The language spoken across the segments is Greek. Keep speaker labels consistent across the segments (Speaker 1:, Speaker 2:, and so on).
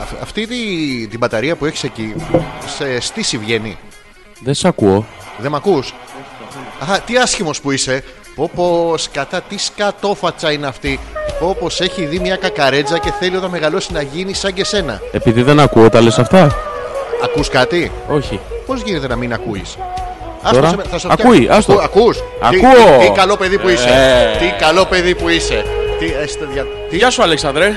Speaker 1: Αυ- Αυτή τη- την μπαταρία που έχεις εκεί σε στήση βγαίνει.
Speaker 2: Δεν σ' ακούω.
Speaker 1: Δεν μ' ακούς. Α, τι άσχημος που είσαι. Πω πω σκατά, τι σκατόφατσα είναι αυτή. Πω πω, σε έχει δει μια κακαρέτζα και θέλει όταν μεγαλώσει να γίνει σαν και σένα.
Speaker 2: Επειδή δεν ακούω, τα λες αυτά.
Speaker 1: Ακούς κάτι.
Speaker 2: Όχι.
Speaker 1: Πώς γίνεται να μην ακούεις. Άστο
Speaker 2: Τώρα.
Speaker 1: με-
Speaker 2: Ακούει,
Speaker 1: φτιάξω.
Speaker 2: άστο.
Speaker 1: Ακού- Ακούς. Τι-
Speaker 2: Ακούω.
Speaker 1: Τι, τι καλό παιδί που είσαι.
Speaker 2: Ε.
Speaker 1: Τι καλό παιδί που είσαι. Τι, έστε, δια- τι-
Speaker 2: Γεια σου, Αλεξανδρέ.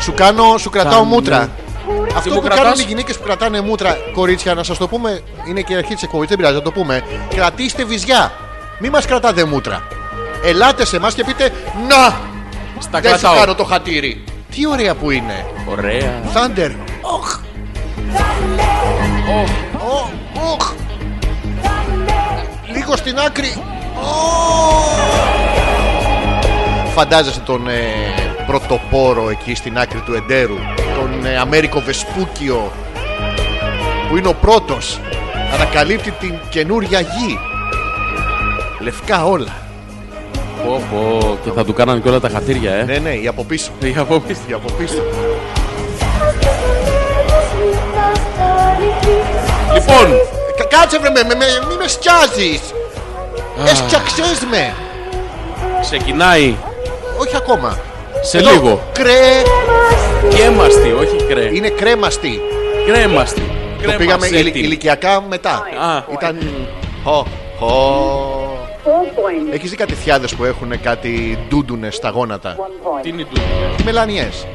Speaker 1: σου κάνω, σου κρατάω
Speaker 2: Κάνε.
Speaker 1: μούτρα. Αυτό
Speaker 2: μου
Speaker 1: που
Speaker 2: κρατάς?
Speaker 1: κάνουν οι γυναίκες που κρατάνε μούτρα, κορίτσια, να σας το πούμε, είναι και η αρχή της εκπομπής, δεν πειράζει να το πούμε. Κρατήστε βυζιά. Μη μας κρατάτε μούτρα. Ελάτε σε εμάς και πείτε Να! δεν σου
Speaker 2: Στα κρατάω.
Speaker 1: κάνω το χατήρι. Τι ωραία που είναι.
Speaker 2: Ωραία.
Speaker 1: Thunder. Οχ.
Speaker 2: Οχ.
Speaker 1: Ω, Οχ. Λίγο στην άκρη. Ω. Φαντάζεσαι τον ε, πρωτοπόρο εκεί στην άκρη του εντέρου. Τον ε, Αμέρικο Βεσπούκιο. Που είναι ο πρώτος. Ανακαλύπτει την καινούρια γη. Λευκά όλα.
Speaker 2: Πω, πω. Και θα του κάνανε και όλα τα χατήρια, ε.
Speaker 1: Ναι, ναι, η από πίσω.
Speaker 2: Η απόπειρα.
Speaker 1: Η από πίσω.
Speaker 2: Λοιπόν,
Speaker 1: Ε, Κα- Κάτσε βρε με, με, με, μη με σκιάζεις Έσκιαξες με
Speaker 2: ξεκινάει
Speaker 1: Όχι ακόμα
Speaker 2: σε
Speaker 1: Εδώ,
Speaker 2: λίγο.
Speaker 1: Κρέ,
Speaker 2: Κρέμαστη, όχι κρέ.
Speaker 1: είναι κρέμαστη
Speaker 2: Κρέμαστη.
Speaker 1: Το
Speaker 2: Κρέμαστη.
Speaker 1: πήγαμε ηλι-
Speaker 2: Έτσι.
Speaker 1: ηλικιακά μετά
Speaker 2: Α.
Speaker 1: Ήταν χω, χω. Έχεις δει κάτι θιάδες που έχουν κάτι ντούντουνες στα γόνατα
Speaker 2: Τι είναι τούτο.
Speaker 1: Μελανιές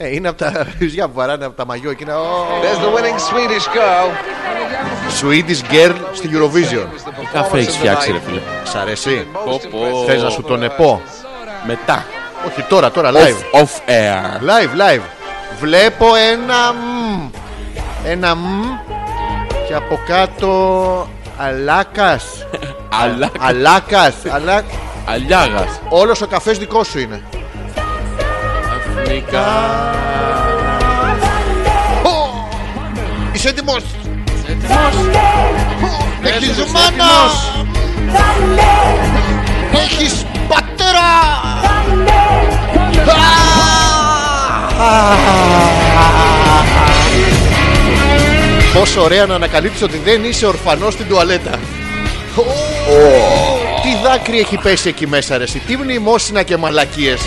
Speaker 1: ε, είναι από τα ρυζιά που βαράνε από τα μαγιό εκείνα. Ω,
Speaker 3: There's the winning Swedish girl.
Speaker 1: Swedish girl στη Eurovision.
Speaker 2: Τι καφέ έχεις φτιάξει, ρε φίλε.
Speaker 1: Σ' αρέσει.
Speaker 2: Πω, πω.
Speaker 1: Θες να σου τον επώ.
Speaker 2: Μετά.
Speaker 1: Όχι τώρα, τώρα live.
Speaker 2: Off, off air.
Speaker 1: Live, live. Βλέπω ένα μ. Ένα μ. Και από κάτω. Αλάκας.
Speaker 2: Αλλά
Speaker 1: Αλάκας. Αλά...
Speaker 2: αλλιάγας.
Speaker 1: Όλος ο καφές δικός σου είναι.
Speaker 2: Αφνικά.
Speaker 1: Ω! Είσαι έτοιμος. Ω, Έχεις μάνα. Έχεις πατέρα. Πόσο ωραία να ανακαλύψεις ότι δεν είσαι ορφανός στην τουαλέτα. Ω, Τι δάκρυ έχει πέσει εκεί μέσα ρε εσύ. Τι μνημόσυνα και μαλακίες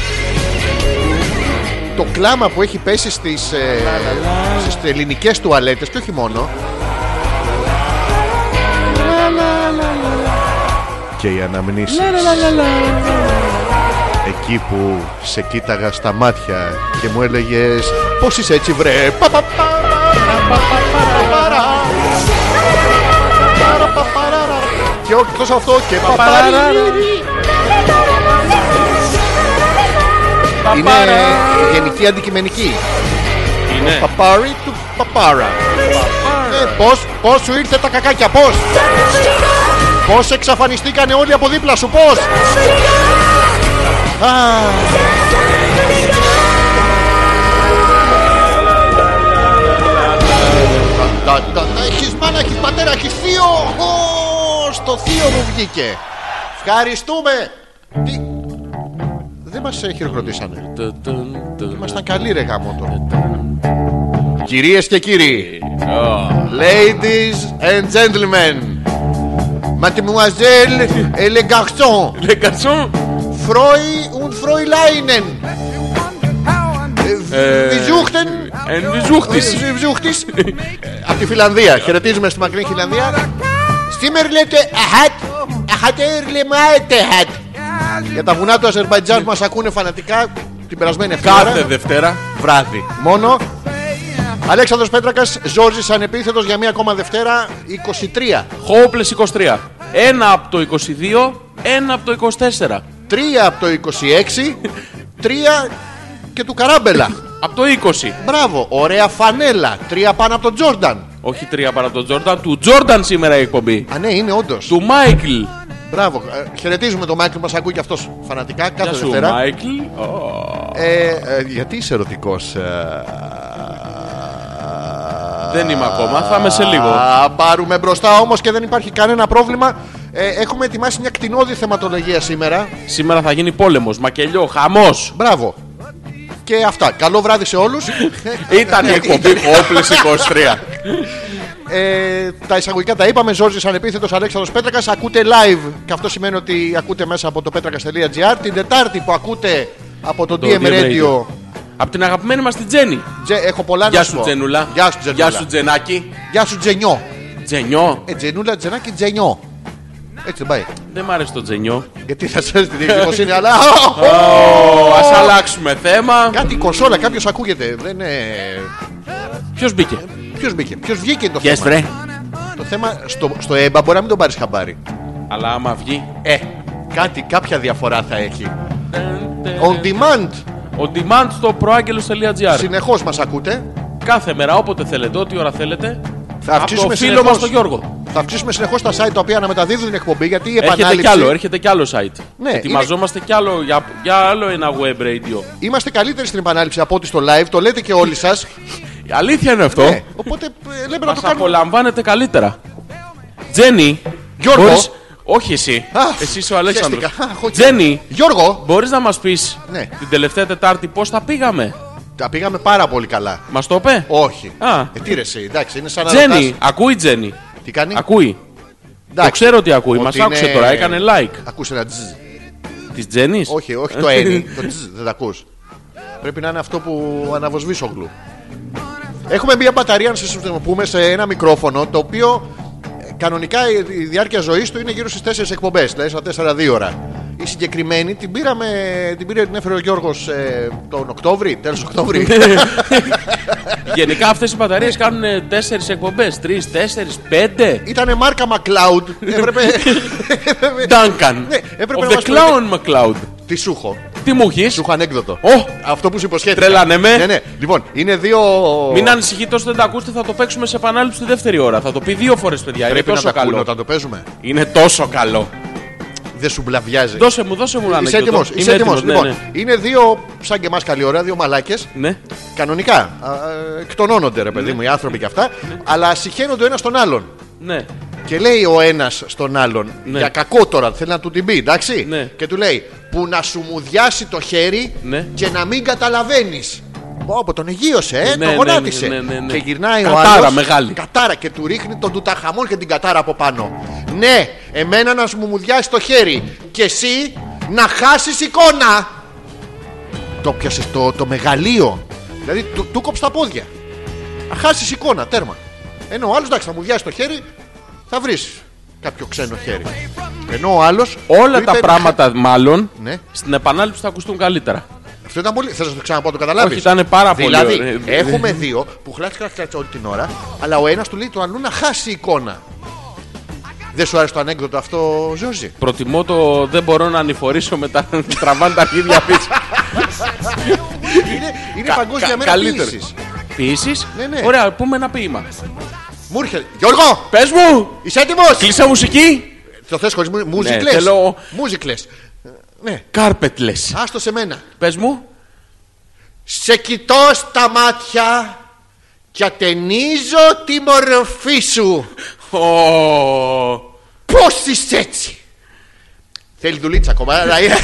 Speaker 1: Το κλάμα που έχει πέσει στις, ε, στις ελληνικές τουαλέτες Και όχι μόνο Και οι αναμνήσεις Εκεί που σε κοίταγα στα μάτια Και μου έλεγες Πώς είσαι έτσι βρε Πα, πα, πα, πα, πα, παρα. Παρα, πα, παραρα. Και όχι τόσο αυτό και πα, παραρα. Είναι γενική αντικειμενική. Ναι.
Speaker 2: Είναι.
Speaker 1: Παπάρι του παπάρα. Ε, πώς, πώς σου ήρθε τα κακάκια, πώς. Πώς εξαφανιστήκανε όλοι από δίπλα σου, πώς. Α. Τα- τα- τα- τα- Έχεις μάνα, έχεις πατέρα, έχεις θείο. Ω, Στο θείο μου βγήκε. Ευχαριστούμε. Τι... Δεν μας ε, χειροκροτήσανε.
Speaker 2: Τουν, τουν, τουν.
Speaker 1: Ήμασταν καλοί ρε γαμότο. Κυρίες και κύριοι Ladies and gentlemen Mademoiselle et les garçons
Speaker 2: Λε κατσού.
Speaker 1: Freu und Fräuleinen Βιζούχτεν Ε,
Speaker 2: Εν διζούχτης.
Speaker 1: Βιζούχτης Από τη Φιλανδία Χαιρετίζουμε στη μακρινή Φιλανδία Σήμερα λέτε Αχάτ Αχάτ ερλεμάετε Αχάτ Για τα βουνά του Αζερβαϊτζάν που μας ακούνε φανατικά την περασμένη εβδομάδα.
Speaker 2: Κάθε Δευτέρα βράδυ.
Speaker 1: Μόνο. Αλέξανδρος Πέτρακας, Ζόρζης ανεπίθετος για μία ακόμα Δευτέρα, 23.
Speaker 2: Χόπλες 23. Ένα από το 22, ένα από το 24.
Speaker 1: Τρία από το 26, τρία και του Καράμπελα.
Speaker 2: Από το 20.
Speaker 1: Μπράβο, ωραία φανέλα. Τρία πάνω από τον Τζόρνταν.
Speaker 2: Όχι τρία παρά τον Τζόρνταν. Του Τζόρνταν σήμερα η εκπομπή.
Speaker 1: Α, ναι, είναι όντως.
Speaker 2: Του Μάικλ.
Speaker 1: Μπράβο. Ε, χαιρετίζουμε τον Μάικλ που μας ακούει και αυτός φανατικά κάθε
Speaker 2: Γεια σου,
Speaker 1: Δευτέρα.
Speaker 2: Μάικλ. Ω,
Speaker 1: Ε, ε, γιατί είσαι ε, ερωτικό.
Speaker 2: Δεν είμαι ακόμα, θα είμαι σε λίγο.
Speaker 1: Πάρουμε μπροστά όμως και δεν υπάρχει κανένα πρόβλημα. Ε, έχουμε ετοιμάσει μια κτηνόδη θεματολογία σήμερα.
Speaker 2: Σήμερα θα γίνει πόλεμος, μακελιό, χαμός.
Speaker 1: Μπράβο. Και αυτά. Καλό βράδυ σε όλους.
Speaker 2: Ήταν η εκπομπή Όπλε 23.
Speaker 1: Ε, τα εισαγωγικά τα είπαμε. Ζόρζης Ανεπίθετος Αλέξανδρος Πέτρακας. Ακούτε live. Και αυτό σημαίνει ότι ακούτε μέσα από το πέτρακα.gr. Την Τετάρτη που ακούτε από το,
Speaker 2: Το
Speaker 1: DM
Speaker 2: DM
Speaker 1: Radio.
Speaker 2: Radio. Από την αγαπημένη μας την Τζέννη.
Speaker 1: Τζε, έχω πολλά
Speaker 2: Γεια
Speaker 1: να σου
Speaker 2: σου,
Speaker 1: πω.
Speaker 2: Τζενούλα.
Speaker 1: Γεια σου, Τζενούλα.
Speaker 2: Γεια σου, Τζενάκι.
Speaker 1: Γεια σου, Τζενιό.
Speaker 2: Τζενιό.
Speaker 1: Ε, Τζενούλα, Τζενάκι, Τζενιό. Έτσι δεν πάει.
Speaker 2: Δεν μ' αρέσει το Τζενιό.
Speaker 1: Γιατί θα σα έρθει την δικαιοσύνη, αλλά.
Speaker 2: Ω, ας αλλάξουμε θέμα.
Speaker 1: Κάτι κονσόλα, κάποιος ακούγεται. Δεν είναι.
Speaker 2: Ποιος μπήκε.
Speaker 1: Ποιος μπήκε, ποιος βγήκε είναι το
Speaker 2: Yes,
Speaker 1: θέμα.
Speaker 2: βρε.
Speaker 1: Το θέμα στο, στο ΕΜΠΑ μπορεί να μην τον πάρεις χαμπάρι.
Speaker 2: Αλλά άμα βγει.
Speaker 1: Ε, κάτι, κάποια διαφορά θα έχει. On demand,
Speaker 2: Ο demand στο προάγγελο.gr.
Speaker 1: συνεχώς μας ακούτε.
Speaker 2: Κάθε μέρα, όποτε θέλετε, ό,τι ώρα θέλετε.
Speaker 1: Θα
Speaker 2: από
Speaker 1: αυξήσουμε
Speaker 2: το φίλο
Speaker 1: συνεχώς.
Speaker 2: μας τον Γιώργο.
Speaker 1: Θα αυξήσουμε συνεχώς τα site τα οποία αναμεταδίδουν την εκπομπή γιατί η
Speaker 2: Έρχεται
Speaker 1: επανάληψη.
Speaker 2: κι άλλο, έρχεται κι άλλο site.
Speaker 1: Ναι,
Speaker 2: Ετοιμαζόμαστε κι άλλο για, για άλλο ένα web radio.
Speaker 1: Είμαστε καλύτεροι στην επανάληψη από ό,τι στο live, το λέτε και όλοι σας.
Speaker 2: Η αλήθεια είναι αυτό.
Speaker 1: ναι, οπότε ε, λέμε να το
Speaker 2: Μας
Speaker 1: κάνουμε.
Speaker 2: απολαμβάνετε καλύτερα. Τζένι.
Speaker 1: Γιώργο.
Speaker 2: μπορείς- Όχι εσύ.
Speaker 1: Α,
Speaker 2: εσύ είσαι ο Αλέξανδρος.
Speaker 1: χαίστηκα. Αχ, όχι.
Speaker 2: Τζένι,
Speaker 1: Γιώργο,
Speaker 2: μπορείς να μας πεις
Speaker 1: Ναι.
Speaker 2: την τελευταία Τετάρτη πώς τα πήγαμε.
Speaker 1: τα πήγαμε πάρα πολύ καλά.
Speaker 2: Μας το είπε.
Speaker 1: Όχι.
Speaker 2: Α.
Speaker 1: Ε, τι ρε, εσύ, εντάξει, είναι σαν να
Speaker 2: Τζένι,
Speaker 1: ρωτάς-
Speaker 2: ακούει Τζένι.
Speaker 1: Τι κάνει.
Speaker 2: Ακούει. Το
Speaker 1: Εντάξει.
Speaker 2: ξέρω ότι ακούει. Μας
Speaker 1: Ότι
Speaker 2: άκουσε
Speaker 1: είναι-
Speaker 2: τώρα, έκανε like.
Speaker 1: Ακούσε ένα τζζ.
Speaker 2: Της Τζένις. Ε,
Speaker 1: Όχι, όχι το ένι. το τζζ, δεν τα ακούς. Πρέπει να είναι αυτό που αναβοσβήσω γλου. Έχουμε μια μπαταρία να συστηματοποιούμε σε ένα μικρόφωνο το οποίο ε, κανονικά η η διάρκεια ζωής του είναι γύρω στις 4 εκπομπές, δηλαδή στα 4-2 ώρα. Η συγκεκριμένη την πήραμε, την πήρε, την έφερε ο Γιώργος τον Οκτώβρη, τέλος Οκτώβρη.
Speaker 2: Ναι. Γενικά αυτές οι μπαταρίες κάνουν 4 εκπομπές. 3, 4, 5.
Speaker 1: Ήτανε μάρκα Μακλάουντ. Έπρεπε.
Speaker 2: Duncan.
Speaker 1: Ναι, έπρεπε
Speaker 2: Of
Speaker 1: να
Speaker 2: the
Speaker 1: μας
Speaker 2: clown McCloud.
Speaker 1: Τι σου έχω.
Speaker 2: Τι μου έχεις.
Speaker 1: Σου έχω ανέκδοτο.
Speaker 2: Ω,
Speaker 1: Αυτό που σου υποσχέθηκα.
Speaker 2: Τρελάνε με.
Speaker 1: Ναι, ναι. Λοιπόν, είναι δύο.
Speaker 2: Μην ανησυχείτε όσο δεν τα ακούσετε, θα το παίξουμε σε επανάληψη τη δεύτερη ώρα. Θα το πει δύο φορές, παιδιά.
Speaker 1: Πρέπει
Speaker 2: Είναι
Speaker 1: να
Speaker 2: τόσο
Speaker 1: τα ακούνε
Speaker 2: καλό.
Speaker 1: όταν το παίζουμε.
Speaker 2: Είναι τόσο καλό.
Speaker 1: Δεν σου μπλαβιάζει.
Speaker 2: Δώσε μου, δώσε μου να
Speaker 1: Είσαι
Speaker 2: ανέκδοτο.
Speaker 1: έτοιμος.
Speaker 2: Είμαι
Speaker 1: Είσαι έτοιμος.
Speaker 2: έτοιμος, ναι,
Speaker 1: Λοιπόν,
Speaker 2: ναι.
Speaker 1: είναι δύο, σαν και εμάς καλή ώρα, δύο μαλάκες.
Speaker 2: Ναι.
Speaker 1: Κανονικά. α, ε, Εκτονώνονται, ρε παιδί μου, οι άνθρωποι και αυτά. Αλλά συχαίνονται ο ένας τον άλλον.
Speaker 2: ναι.
Speaker 1: Και λέει ο ένας στον άλλον,
Speaker 2: Ναι.
Speaker 1: για κακό τώρα, θέλει να του την πει, εντάξει.
Speaker 2: Ναι.
Speaker 1: Και του λέει, που να σου μουδιάσει το χέρι
Speaker 2: Ναι.
Speaker 1: και να μην καταλαβαίνεις. Όπω τον εγείωσε, ε,
Speaker 2: Ναι,
Speaker 1: τον
Speaker 2: ναι,
Speaker 1: γονάτισε.
Speaker 2: ναι, ναι, ναι.
Speaker 1: Και γυρνάει ο
Speaker 2: Κατάρα
Speaker 1: άλλος,
Speaker 2: μεγάλη.
Speaker 1: Κατάρα και του ρίχνει τον τουταχαμόν και την κατάρα από πάνω. Ναι, εμένα να σου μουδιάσει το χέρι. Και εσύ να χάσεις εικόνα. Το πιάσες το, το μεγαλείο. Δηλαδή του, του κόψε τα πόδια. Να χάσεις εικόνα, τέρμα. Ενώ ο άλλος, εντάξει, θα μου διάσει το χέρι, θα βρεις κάποιο ξένο χέρι. Ενώ ο άλλος.
Speaker 2: Όλα τα πράγματα, μάλλον,
Speaker 1: Ναι.
Speaker 2: στην επανάληψη θα ακουστούν καλύτερα.
Speaker 1: Αυτό ήταν πολύ. Θες να το ξαναπώ, το καταλάβεις.
Speaker 2: Όχι, ήταν πάρα πολύ
Speaker 1: Δηλαδή,
Speaker 2: ωραίο. Ε,
Speaker 1: έχουμε δύο που χλάστηκαν χλάστηκαν όλη την ώρα, αλλά ο ένας του λέει του αλλού να χάσει εικόνα. Δεν σου άρεσε το ανέκδοτο αυτό, Ζόρζι.
Speaker 2: Προτιμώ το δεν μπορώ να ανηφορήσω μετά. Τραβάνε τα αρχίδια πίσω.
Speaker 1: είναι είναι παγκόσμια μέρα ποιήσης.
Speaker 2: Ποιήσει.
Speaker 1: Ναι, ναι.
Speaker 2: Ωραία, πούμε ένα ποίημα.
Speaker 1: Μου έρχεται. Γιώργο,
Speaker 2: Πες μου!
Speaker 1: είσαι έτοιμος!
Speaker 2: Κλείσα μουσική!
Speaker 1: Το θε χωρί μουζικλέ.
Speaker 2: Ε, θέλω-
Speaker 1: Μουζικλές. Ναι,
Speaker 2: Κάρπετλες.
Speaker 1: άστο σε μένα.
Speaker 2: Πες μου.
Speaker 1: Σε κοιτώ στα μάτια και ατενίζω τη μορφή σου.
Speaker 2: Ω.
Speaker 1: Πώς είσαι έτσι. Θέλει δουλίτσα ακόμα, αλλά είναι.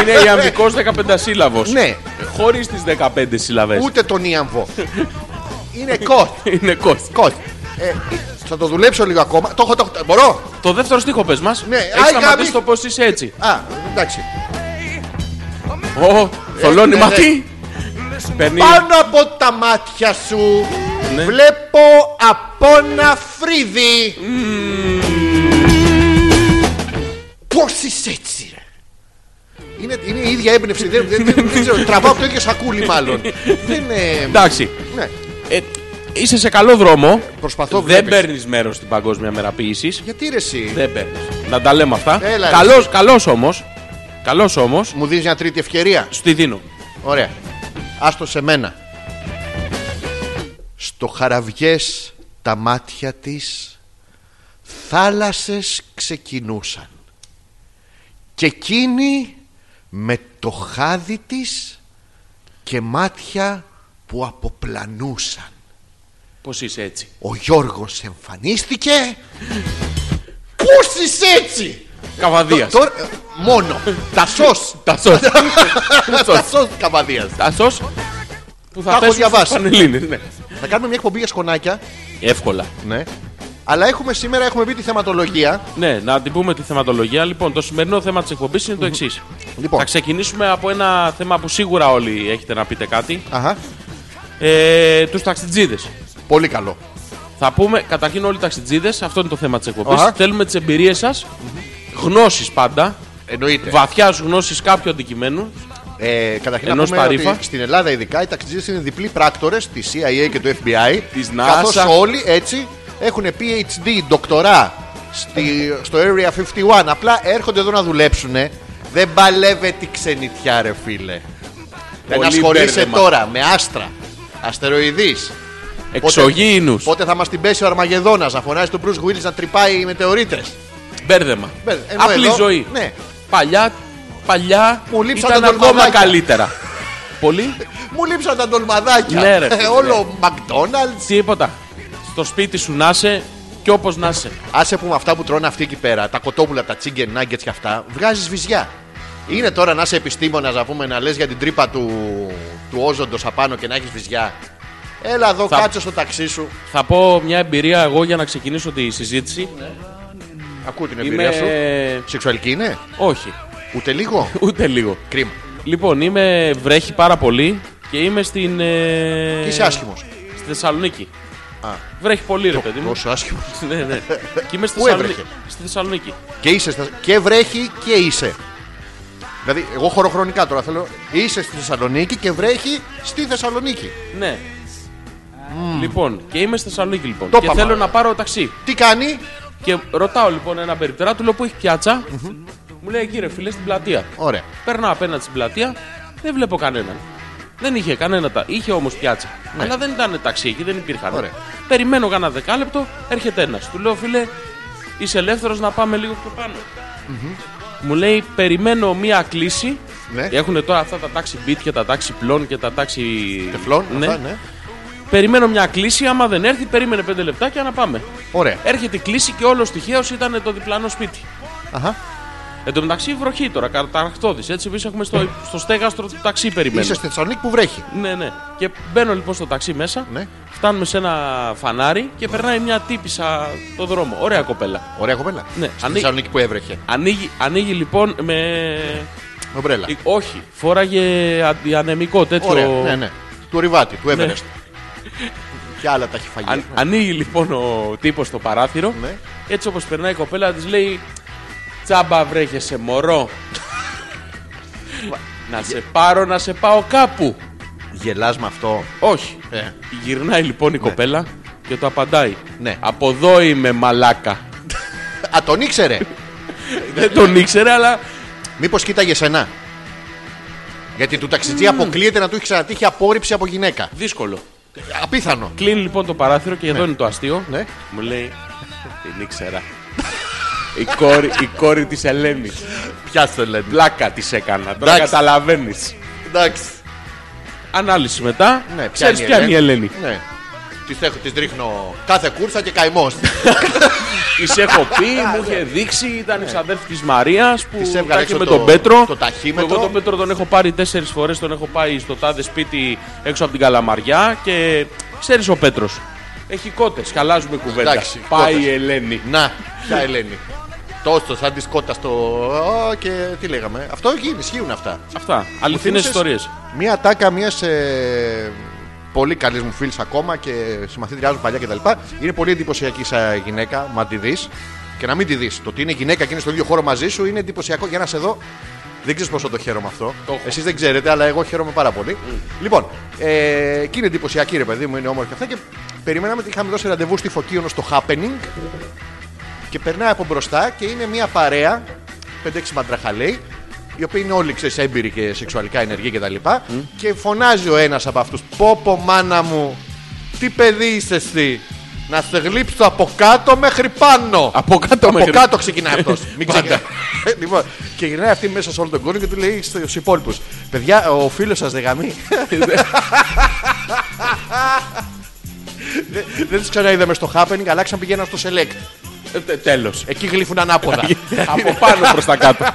Speaker 2: Είναι ιαμβικό 15 σύλλαβο.
Speaker 1: Ναι.
Speaker 2: Χωρίς τις 15 σύλλαβες.
Speaker 1: Ούτε τον Ιαμβό. Είναι κοτ.
Speaker 2: Είναι κόστ.
Speaker 1: Κοτ. Ε, θα το δουλέψω λίγο ακόμα. Το έχω, το έχω. Μπορώ.
Speaker 2: Το δεύτερο στίχο πες μας.
Speaker 1: Ναι,
Speaker 2: Έχεις
Speaker 1: άι, γαμί-
Speaker 2: σταματήσει το πώς είσαι έτσι.
Speaker 1: Α, εντάξει.
Speaker 2: Ω, θολώνει
Speaker 1: ναι, ναι.
Speaker 2: μαθή. Ε, ναι. Παίρνει.
Speaker 1: Πάνω από τα μάτια σου
Speaker 2: Ναι.
Speaker 1: βλέπω από ένα φρύδι. Πώς είσαι έτσι, ρε. Είναι, είναι η ίδια έμπνευση. δεν, δεν, δεν- δεν ξέρω, τραβάω από το ίδιο σακούλι, μάλλον. δεν ε,
Speaker 2: Εντάξει.
Speaker 1: ναι.
Speaker 2: Ε, είσαι σε καλό δρόμο.
Speaker 1: Προσπαθώ,
Speaker 2: Δεν
Speaker 1: βλέπεις.
Speaker 2: παίρνεις μέρος στην παγκόσμια μέρα ποιήσης.
Speaker 1: Γιατί ρε εσύ,
Speaker 2: Δεν παίρνεις. Να τα λέμε αυτά.
Speaker 1: Έλα, ρε.
Speaker 2: Καλός καλός όμως. Καλός όμως.
Speaker 1: μου δίνεις μια τρίτη ευκαιρία.
Speaker 2: Σου τη δίνω.
Speaker 1: Ωραία. Άστο σε μένα. Στο χαραβιές τα μάτια της θάλασσες ξεκινούσαν και εκείνη με το χάδι της και μάτια που αποπλανούσαν.
Speaker 2: Πώς είσαι έτσι.
Speaker 1: Ο Γιώργος εμφανίστηκε Πώς είσαι έτσι
Speaker 2: Καβαδίας.
Speaker 1: Τώρα, ε, Μόνο Τασός
Speaker 2: Τασό.
Speaker 1: Τασός Καβαδίας
Speaker 2: Τασό. Που θα
Speaker 1: έχω
Speaker 2: πέσουν στους
Speaker 1: διαβάσει.
Speaker 2: Πανελλήνες, ναι.
Speaker 1: Θα κάνουμε μια εκπομπή για σκονάκια
Speaker 2: Εύκολα.
Speaker 1: Ναι Αλλά έχουμε σήμερα έχουμε μπει τη θεματολογία
Speaker 2: Ναι, να την πούμε τη θεματολογία. Λοιπόν, το σημερινό θέμα της εκπομπής είναι το εξής.
Speaker 1: Λοιπόν.
Speaker 2: Θα ξεκινήσουμε από ένα θέμα που σίγουρα όλοι έχετε να πείτε κάτι.
Speaker 1: Αχα,
Speaker 2: Ε, Τους ταξιτζίδες.
Speaker 1: Πολύ καλό
Speaker 2: Θα πούμε καταρχήν όλοι οι ταξιτζίδες, αυτό είναι το θέμα της εκπομπής.
Speaker 1: Αχα.
Speaker 2: Θέλουμε τις εμπειρίες σας, γνώσεις πάντα,
Speaker 1: Εννοείται
Speaker 2: βαθιά γνώση κάποιου αντικειμένου.
Speaker 1: ε, Καταρχήν να
Speaker 2: Ενός
Speaker 1: πούμε
Speaker 2: ταρίφα.
Speaker 1: ότι στην Ελλάδα ειδικά Οι ταξιτζίδες είναι διπλοί πράκτορες Της CIA και του FBI
Speaker 2: Της
Speaker 1: καθώς
Speaker 2: NASA.
Speaker 1: όλοι έτσι έχουν PhD, ντοκτορά στη, Στο Area 51 Απλά έρχονται εδώ να δουλέψουν Δεν παλεύεται η ξενιτιά ρε φίλε Δεν
Speaker 2: Πολύ
Speaker 1: ασχολείσαι
Speaker 2: μπέρδεμα.
Speaker 1: τώρα με άστρα Αστεροειδείς
Speaker 2: Εξωγήινους.
Speaker 1: Πότε θα μας την πέσει ο Αρμαγεδόνας να φωνάζει τον Bruce Willis να τρυπάει οι μετεωρίτε.
Speaker 2: Μπέρδεμα. Απλή ζωή.
Speaker 1: Ναι.
Speaker 2: Παλιά, παλιά
Speaker 1: Μου λείψανε
Speaker 2: ήταν
Speaker 1: τα
Speaker 2: ακόμα
Speaker 1: ντολμαδάκια.
Speaker 2: καλύτερα. Πολύ.
Speaker 1: Μου λείψαν τα ντολμαδάκια.
Speaker 2: Ναι, ρε, φίλε.
Speaker 1: Όλο McDonald's.
Speaker 2: Τίποτα. Στο σπίτι σου να είσαι και όπως να είσαι.
Speaker 1: Άσε που με αυτά που τρώνε αυτοί εκεί πέρα, τα κοτόπουλα, τα chicken nuggets και αυτά, βγάζεις βυζιά. Είναι τώρα να είσαι επιστήμονας, να πούμε, να λες για την τρύπα του, του όζοντος απάνω και να έχεις βυζιά. Έλα εδώ,
Speaker 2: Θα-
Speaker 1: κάτσε στο ταξί σου.
Speaker 2: Θα πω μια εμπειρία εγώ για να ξεκινήσω τη συζήτηση.
Speaker 1: Ακούω την Ναι. εμπειρία σου.
Speaker 2: Είμαι.
Speaker 1: Σεξουαλική είναι,
Speaker 2: Όχι,
Speaker 1: ούτε λίγο.
Speaker 2: ούτε λίγο.
Speaker 1: Κρίμα.
Speaker 2: Λοιπόν, είμαι. Βρέχει πάρα πολύ και είμαι στην. Ε...
Speaker 1: Και είσαι άσχημος.
Speaker 2: Στη Θεσσαλονίκη. Βρέχει πολύ, ρε παιδί μου.
Speaker 1: Τόσο άσχημος.
Speaker 2: ναι, ναι. και είμαι στη
Speaker 1: Πού
Speaker 2: Θεσσαλονίκη.
Speaker 1: έβρεχε?
Speaker 2: Στη Θεσσαλονίκη.
Speaker 1: Και είσαι στα- και βρέχει και είσαι. Δηλαδή, εγώ χωροχρονικά τώρα θέλω. Είσαι στη Θεσσαλονίκη και βρέχει στη Θεσσαλονίκη.
Speaker 2: Ναι. Λοιπόν, και είμαι στη Θεσσαλονίκη λοιπόν.
Speaker 1: Το
Speaker 2: και
Speaker 1: είπαμε.
Speaker 2: θέλω να πάρω ταξί.
Speaker 1: Τι κάνει,
Speaker 2: Και ρωτάω λοιπόν ένα περιπτερά, του λέω που έχει πιάτσα. Μου λέει κύριε φίλε στην πλατεία.
Speaker 1: ωραία.
Speaker 2: Περνάω απέναντι στην πλατεία, δεν βλέπω κανέναν. Δεν είχε κανένα. τα- Είχε όμως πιάτσα. Αλλά δεν ήταν ταξί εκεί, δεν υπήρχαν.
Speaker 1: Ναι. Ωραία.
Speaker 2: Περιμένω κανένα δεκάλεπτο, έρχεται ένας. Του λέω, φίλε, είσαι ελεύθερος να πάμε λίγο πιο πανω Μου λέει, περιμένω μία κλίση.
Speaker 1: Ναι.
Speaker 2: Έχουν τώρα αυτά τα τάξη beat και τα τάξη πλών και τα τάξη.
Speaker 1: Τεφλόν,
Speaker 2: Ναι.
Speaker 1: αυτά, ναι.
Speaker 2: Περιμένω μια κλίση. Άμα δεν έρθει, περίμενε 5 λεπτάκια να πάμε.
Speaker 1: Ωραία.
Speaker 2: Έρχεται η κλίση και όλος τυχαίως ήταν το διπλανό σπίτι.
Speaker 1: Αχα.
Speaker 2: Εν τω μεταξύ βροχή τώρα, καταρχτώδης. Έτσι, εμείς έχουμε στο, στο στέγαστρο του ταξί περιμένουμε.
Speaker 1: Είσαι στη Θεσσαλονίκη που βρέχει.
Speaker 2: Ναι, ναι. Και μπαίνω λοιπόν στο ταξί μέσα.
Speaker 1: Ναι.
Speaker 2: Φτάνουμε σε ένα φανάρι και περνάει μια τύπησα το δρόμο. Ωραία κοπέλα.
Speaker 1: Ωραία κοπέλα.
Speaker 2: Ναι,
Speaker 1: Στη
Speaker 2: ανοί-
Speaker 1: Θεσσαλονίκη που έβρεχε.
Speaker 2: Ανοίγει, ανοίγει λοιπόν με.
Speaker 1: Ομπρέλα.
Speaker 2: Ε, Όχι, φόραγε αντιανεμικό τέτοιο.
Speaker 1: Ωραία. Ναι, ναι. Του Ριβάτη, του
Speaker 2: Ναι.
Speaker 1: Έβερεστ. Και άλλα τα έχει φαγεί.
Speaker 2: Αν- ανοίγει λοιπόν ο τύπος το παράθυρο.
Speaker 1: Ναι.
Speaker 2: Έτσι όπως περνάει η κοπέλα, της λέει Τσάμπα βρέχεσαι μωρό. να σε πάρω, να σε πάω κάπου.
Speaker 1: Γελάς με αυτό.
Speaker 2: Όχι.
Speaker 1: Ε.
Speaker 2: Γυρνάει λοιπόν η κοπέλα και το απαντάει.
Speaker 1: Ναι.
Speaker 2: Από εδώ είμαι μαλάκα.
Speaker 1: Α, τον ήξερε.
Speaker 2: Δεν τον ήξερε, αλλά
Speaker 1: Μήπως κοίταγε σένα. Γιατί του ταξιτζή αποκλείεται να του έχει ξανατύχει απόρριψη από γυναίκα.
Speaker 2: δύσκολο.
Speaker 1: Απίθανο.
Speaker 2: Κλείνει λοιπόν το παράθυρο και εδώ είναι το αστείο.
Speaker 1: Ναι.
Speaker 2: Μου λέει, την ήξερα. η κόρη, η κόρη της Ελένης.
Speaker 1: Πιάστε το λένε.
Speaker 2: Πλάκα της έκανα. Τώρα
Speaker 1: Εντάξει.
Speaker 2: καταλαβαίνεις.
Speaker 1: Εντάξει.
Speaker 2: Ανάλυση μετά.
Speaker 1: Ναι,
Speaker 2: Ξέρεις ποια είναι η Ελένη.
Speaker 1: Ναι. Τη έχω, της ρίχνω κάθε κούρσα και καημός.
Speaker 2: Της έχω πει, μου είχε δείξει, ήταν η ξαδέρφη της Μαρίας που
Speaker 1: Της
Speaker 2: τα
Speaker 1: έβγαλε
Speaker 2: είχε
Speaker 1: έξω
Speaker 2: με
Speaker 1: το-
Speaker 2: τον Πέτρο.
Speaker 1: το ταχύμετρο.
Speaker 2: Εγώ τον Πέτρο τον έχω πάρει τέσσερις φορές, τον έχω πάει στο τάδε σπίτι έξω από την Καλαμαριά και ξέρεις ο Πέτρος. Έχει κότες, χαλάζουμε κουβέντα.
Speaker 1: Εντάξει,
Speaker 2: Πάει
Speaker 1: κότες.
Speaker 2: η Ελένη.
Speaker 1: Να, ποια Ελένη. Τόσο σαν της σκότα στο. Ω, Και τι λέγαμε. Αυτό γίνει, ισχύουν αυτά.
Speaker 2: Αυτά. Αληθινές
Speaker 1: Θύμισες
Speaker 2: ιστορίες.
Speaker 1: Μία τάκα μιας ε, πολύ καλή μου φίλη ακόμα και συμμαθήτριά μου παλιά κτλ. Είναι πολύ εντυπωσιακή σαν γυναίκα, μα τη δεις. Και να μην τη δεις. Το ότι είναι γυναίκα και είναι στο ίδιο χώρο μαζί σου είναι εντυπωσιακό για να σε δω. Δεν ξέρεις πόσο το χαίρομαι αυτό.
Speaker 2: Το έχω. Mm.
Speaker 1: Εσείς δεν ξέρετε, αλλά εγώ χαίρομαι πάρα πολύ. Λοιπόν, ε, και είναι εντυπωσιακή ρε παιδί μου, είναι όμορφη και αυτά. Και περιμέναμε ότι είχαμε δώσει ραντεβού στη Φωκίωνο στο Happening. Και περνάει από μπροστά και είναι μια παρέα, 5-6 μαντραχαλέοι, οι οποίοι είναι όλοι ξέρεις, έμπειροι και σεξουαλικά ενεργοί κτλ. λοιπά Και φωνάζει ο ένας από αυτούς: Πόπο μάνα μου, τι παιδί είσαι εσύ. Να σε γλύψω από κάτω μέχρι πάνω.
Speaker 2: Από κάτω
Speaker 1: από
Speaker 2: μέχρι-
Speaker 1: κάτω ξεκινάει αυτός. Μην
Speaker 2: Πάντα.
Speaker 1: ξεκινάει. λοιπόν, και γυρνάει αυτή μέσα σε όλο τον κόσμο και του λέει στους υπόλοιπους: Παιδιά, ο φίλος σας δεν γαμεί. Δεν- Δεν του ξαναείδαμε στο happening, αλλάξαν πηγαίναν στο select. Ε,
Speaker 2: Τέλος.
Speaker 1: Εκεί γλύφουν ανάποδα.
Speaker 2: από πάνω προς τα κάτω.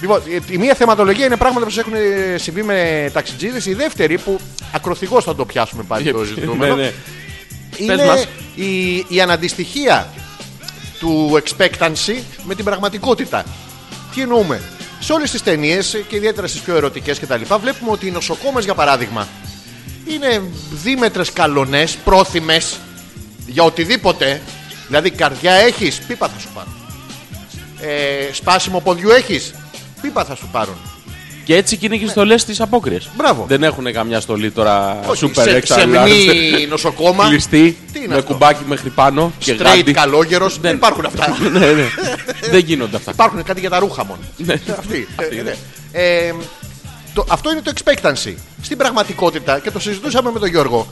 Speaker 1: Λοιπόν, ε, η μία θεματολογία είναι πράγματα που σας έχουν ε, συμβεί με ταξιτζίδες. Η δεύτερη, που ακροθυγώς θα το πιάσουμε πάλι το ζητούμενο,
Speaker 2: Ναι, ναι.
Speaker 1: είναι
Speaker 2: Πες μας.
Speaker 1: η, η αναντιστοιχία του expectancy με την πραγματικότητα. Τι εννοούμε. Σε όλες τις ταινίες και ιδιαίτερα στις πιο ερωτικές κτλ., βλέπουμε ότι οι νοσοκόμες, για παράδειγμα, είναι δίμετρες καλονές, πρόθυμες για οτιδήποτε. Δηλαδή, καρδιά έχεις, πίπα θα σου πάρουν. Ε, σπάσιμο ποδιού έχεις, πίπα θα σου πάρουν.
Speaker 2: Και έτσι και είναι και οι στολέ τη απόκριες.
Speaker 1: Μπράβο.
Speaker 2: Δεν έχουν καμιά στολή τώρα
Speaker 1: Όχι,
Speaker 2: σούπερ
Speaker 1: σε-
Speaker 2: εξαρτάται.
Speaker 1: σεμνή νοσοκόμα.
Speaker 2: Κλειστή,
Speaker 1: Τι είναι
Speaker 2: με
Speaker 1: αυτό?
Speaker 2: κουμπάκι μέχρι πάνω. Και
Speaker 1: Straight
Speaker 2: γάντι.
Speaker 1: καλόγερος. Δεν
Speaker 2: Δεν-
Speaker 1: υπάρχουν αυτά.
Speaker 2: ναι, ναι. Δεν γίνονται αυτά.
Speaker 1: Υπάρχουν κάτι για τα ρούχα μόνο. Αυτή. ε, ναι. Ε, το- Αυτό είναι το expectancy. Στην πραγματικότητα, και το συζητούσαμε με τον Γιώργο,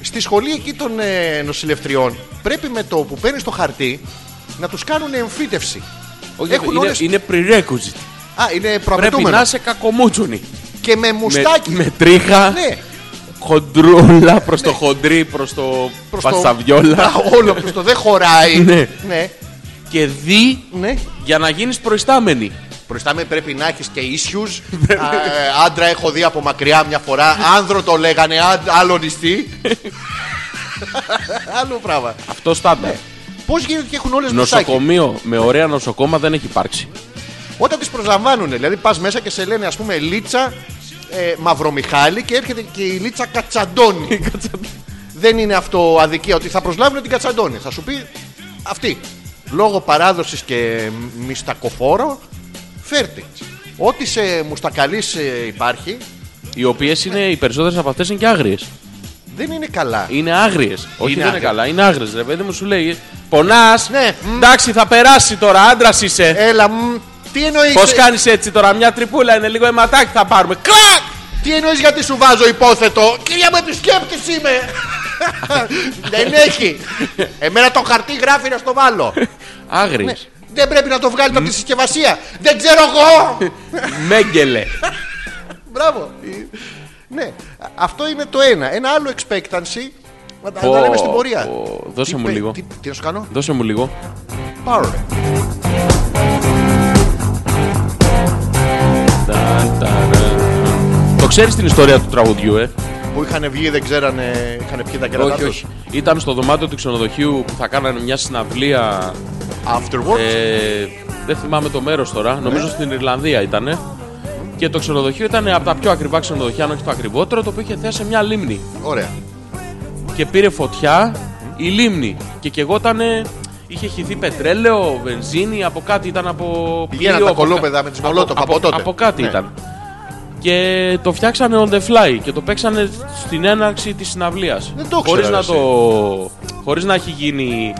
Speaker 1: στη σχολή εκεί των ε, νοσηλευτριών πρέπει με το που παίρνεις το χαρτί να τους κάνουν εμφύτευση.
Speaker 2: Όχι,
Speaker 1: Έχουν
Speaker 2: είναι,
Speaker 1: όλες-
Speaker 2: είναι prerequisite.
Speaker 1: Α, είναι
Speaker 2: Πρέπει
Speaker 1: προαπαιτούμενο.
Speaker 2: να είσαι κακομούτσουνη.
Speaker 1: Και με
Speaker 2: Με,
Speaker 1: μουστάκι.
Speaker 2: με τρίχα,
Speaker 1: Ναι,
Speaker 2: χοντρούλα προς το χοντρί, προς το
Speaker 1: προς το-
Speaker 2: πασαβιόλα.
Speaker 1: Α, Όλο προς το δεν χωράει.
Speaker 2: Ναι.
Speaker 1: ναι,
Speaker 2: Και δι
Speaker 1: ναι.
Speaker 2: για να γίνεις προϊστάμενη.
Speaker 1: Μπροστά με πρέπει να έχεις και issues. Α, ε, άντρα έχω δει από μακριά μια φορά. Άνδρο το λέγανε, άν- άλλο νηστή. Άλλο πράγμα.
Speaker 2: Αυτό στάνταρ.
Speaker 1: Πώς γίνεται και έχουν όλες μουσάκι.
Speaker 2: Νοσοκομείο με ωραία νοσοκόμα δεν έχει υπάρξει.
Speaker 1: Όταν τις προσλαμβάνουν, δηλαδή πας μέσα και σε λένε ας πούμε Λίτσα ε, Μαυρομιχάλη και έρχεται και η Λίτσα Κατσαντώνη. Δεν είναι αυτό αδικία ότι θα προσλάβουν την Κατσαντώνη. Θα σου πει αυτή. Λόγω παράδοσης και μυστακοφόρο, φέρτε. Ό,τι σε μουστακαλής υπάρχει,
Speaker 2: Οι οποίες είναι οι περισσότερες από αυτές είναι και άγριες.
Speaker 1: δεν είναι καλά.
Speaker 2: Είναι άγριες. Όχι, δεν είναι
Speaker 1: άγριες.
Speaker 2: καλά. Είναι άγριες. Ρε παιδί μου, σου λέει. Πονάς.
Speaker 1: Ναι, μμ.
Speaker 2: Εντάξει, θα περάσει τώρα. Άντρας είσαι.
Speaker 1: Έλα, μ, τι εννοείς.
Speaker 2: Πώς κάνεις έτσι τώρα. Μια τρυπούλα είναι λίγο αιματάκι θα πάρουμε. Κλακ!
Speaker 1: Τι εννοείς γιατί σου βάζω υπόθετο. Κυρία μου, επισκέπτης είμαι. Δεν έχει. Εμένα το χαρτί γράφει να στο βάλω.
Speaker 2: Άγριε.
Speaker 1: Δεν πρέπει να το βγάλετε από τη συσκευασία. Δεν ξέρω εγώ.
Speaker 2: Μέγκελε.
Speaker 1: Μπράβο. Ναι, α- αυτό είναι το ένα. Ένα άλλο expectancy. Να τα να τα
Speaker 2: Πω,
Speaker 1: λέμε στην πορεία.
Speaker 2: πω, δώσε
Speaker 1: Τι
Speaker 2: μου
Speaker 1: πε-
Speaker 2: λίγο.
Speaker 1: Τι, τι να σου κάνω.
Speaker 2: Δώσε μου λίγο.
Speaker 1: Power.
Speaker 2: Τα, τα, ρα. Το ξέρεις την ιστορία του τραγουδιού, ε.
Speaker 1: Που είχαν βγει, δεν ξέρανε, είχαν πιει τα κερατά
Speaker 2: όχι,
Speaker 1: τους.
Speaker 2: όχι. Ήταν στο δωμάτιο του ξενοδοχείου που θα κάνανε μια συναυλία
Speaker 1: Afterwards.
Speaker 2: Ε, δεν θυμάμαι το μέρος τώρα. Νομίζω στην Ιρλανδία ήταν. Και το ξενοδοχείο ήταν από τα πιο ακριβά ξενοδοχεία, αν όχι το ακριβότερο, το οποίο είχε θέσει σε μια λίμνη.
Speaker 1: Ωραία.
Speaker 2: Και πήρε φωτιά η λίμνη. Και κεγόταν. Είχε χυθεί πετρέλαιο, βενζίνη, από κάτι ήταν από.
Speaker 1: Πηγαίναν
Speaker 2: πλοίο,
Speaker 1: τα
Speaker 2: από κα-
Speaker 1: κολόπεδα με τις μολότοφ από τότε.
Speaker 2: από κάτι
Speaker 1: Ναι.
Speaker 2: ήταν. Και το φτιάξανε on the fly και το παίξανε στην έναρξη της συναυλίας.
Speaker 1: Δεν το
Speaker 2: χωρίς
Speaker 1: ήξερα,
Speaker 2: να
Speaker 1: εσύ.
Speaker 2: το... Χωρίς να έχει γίνει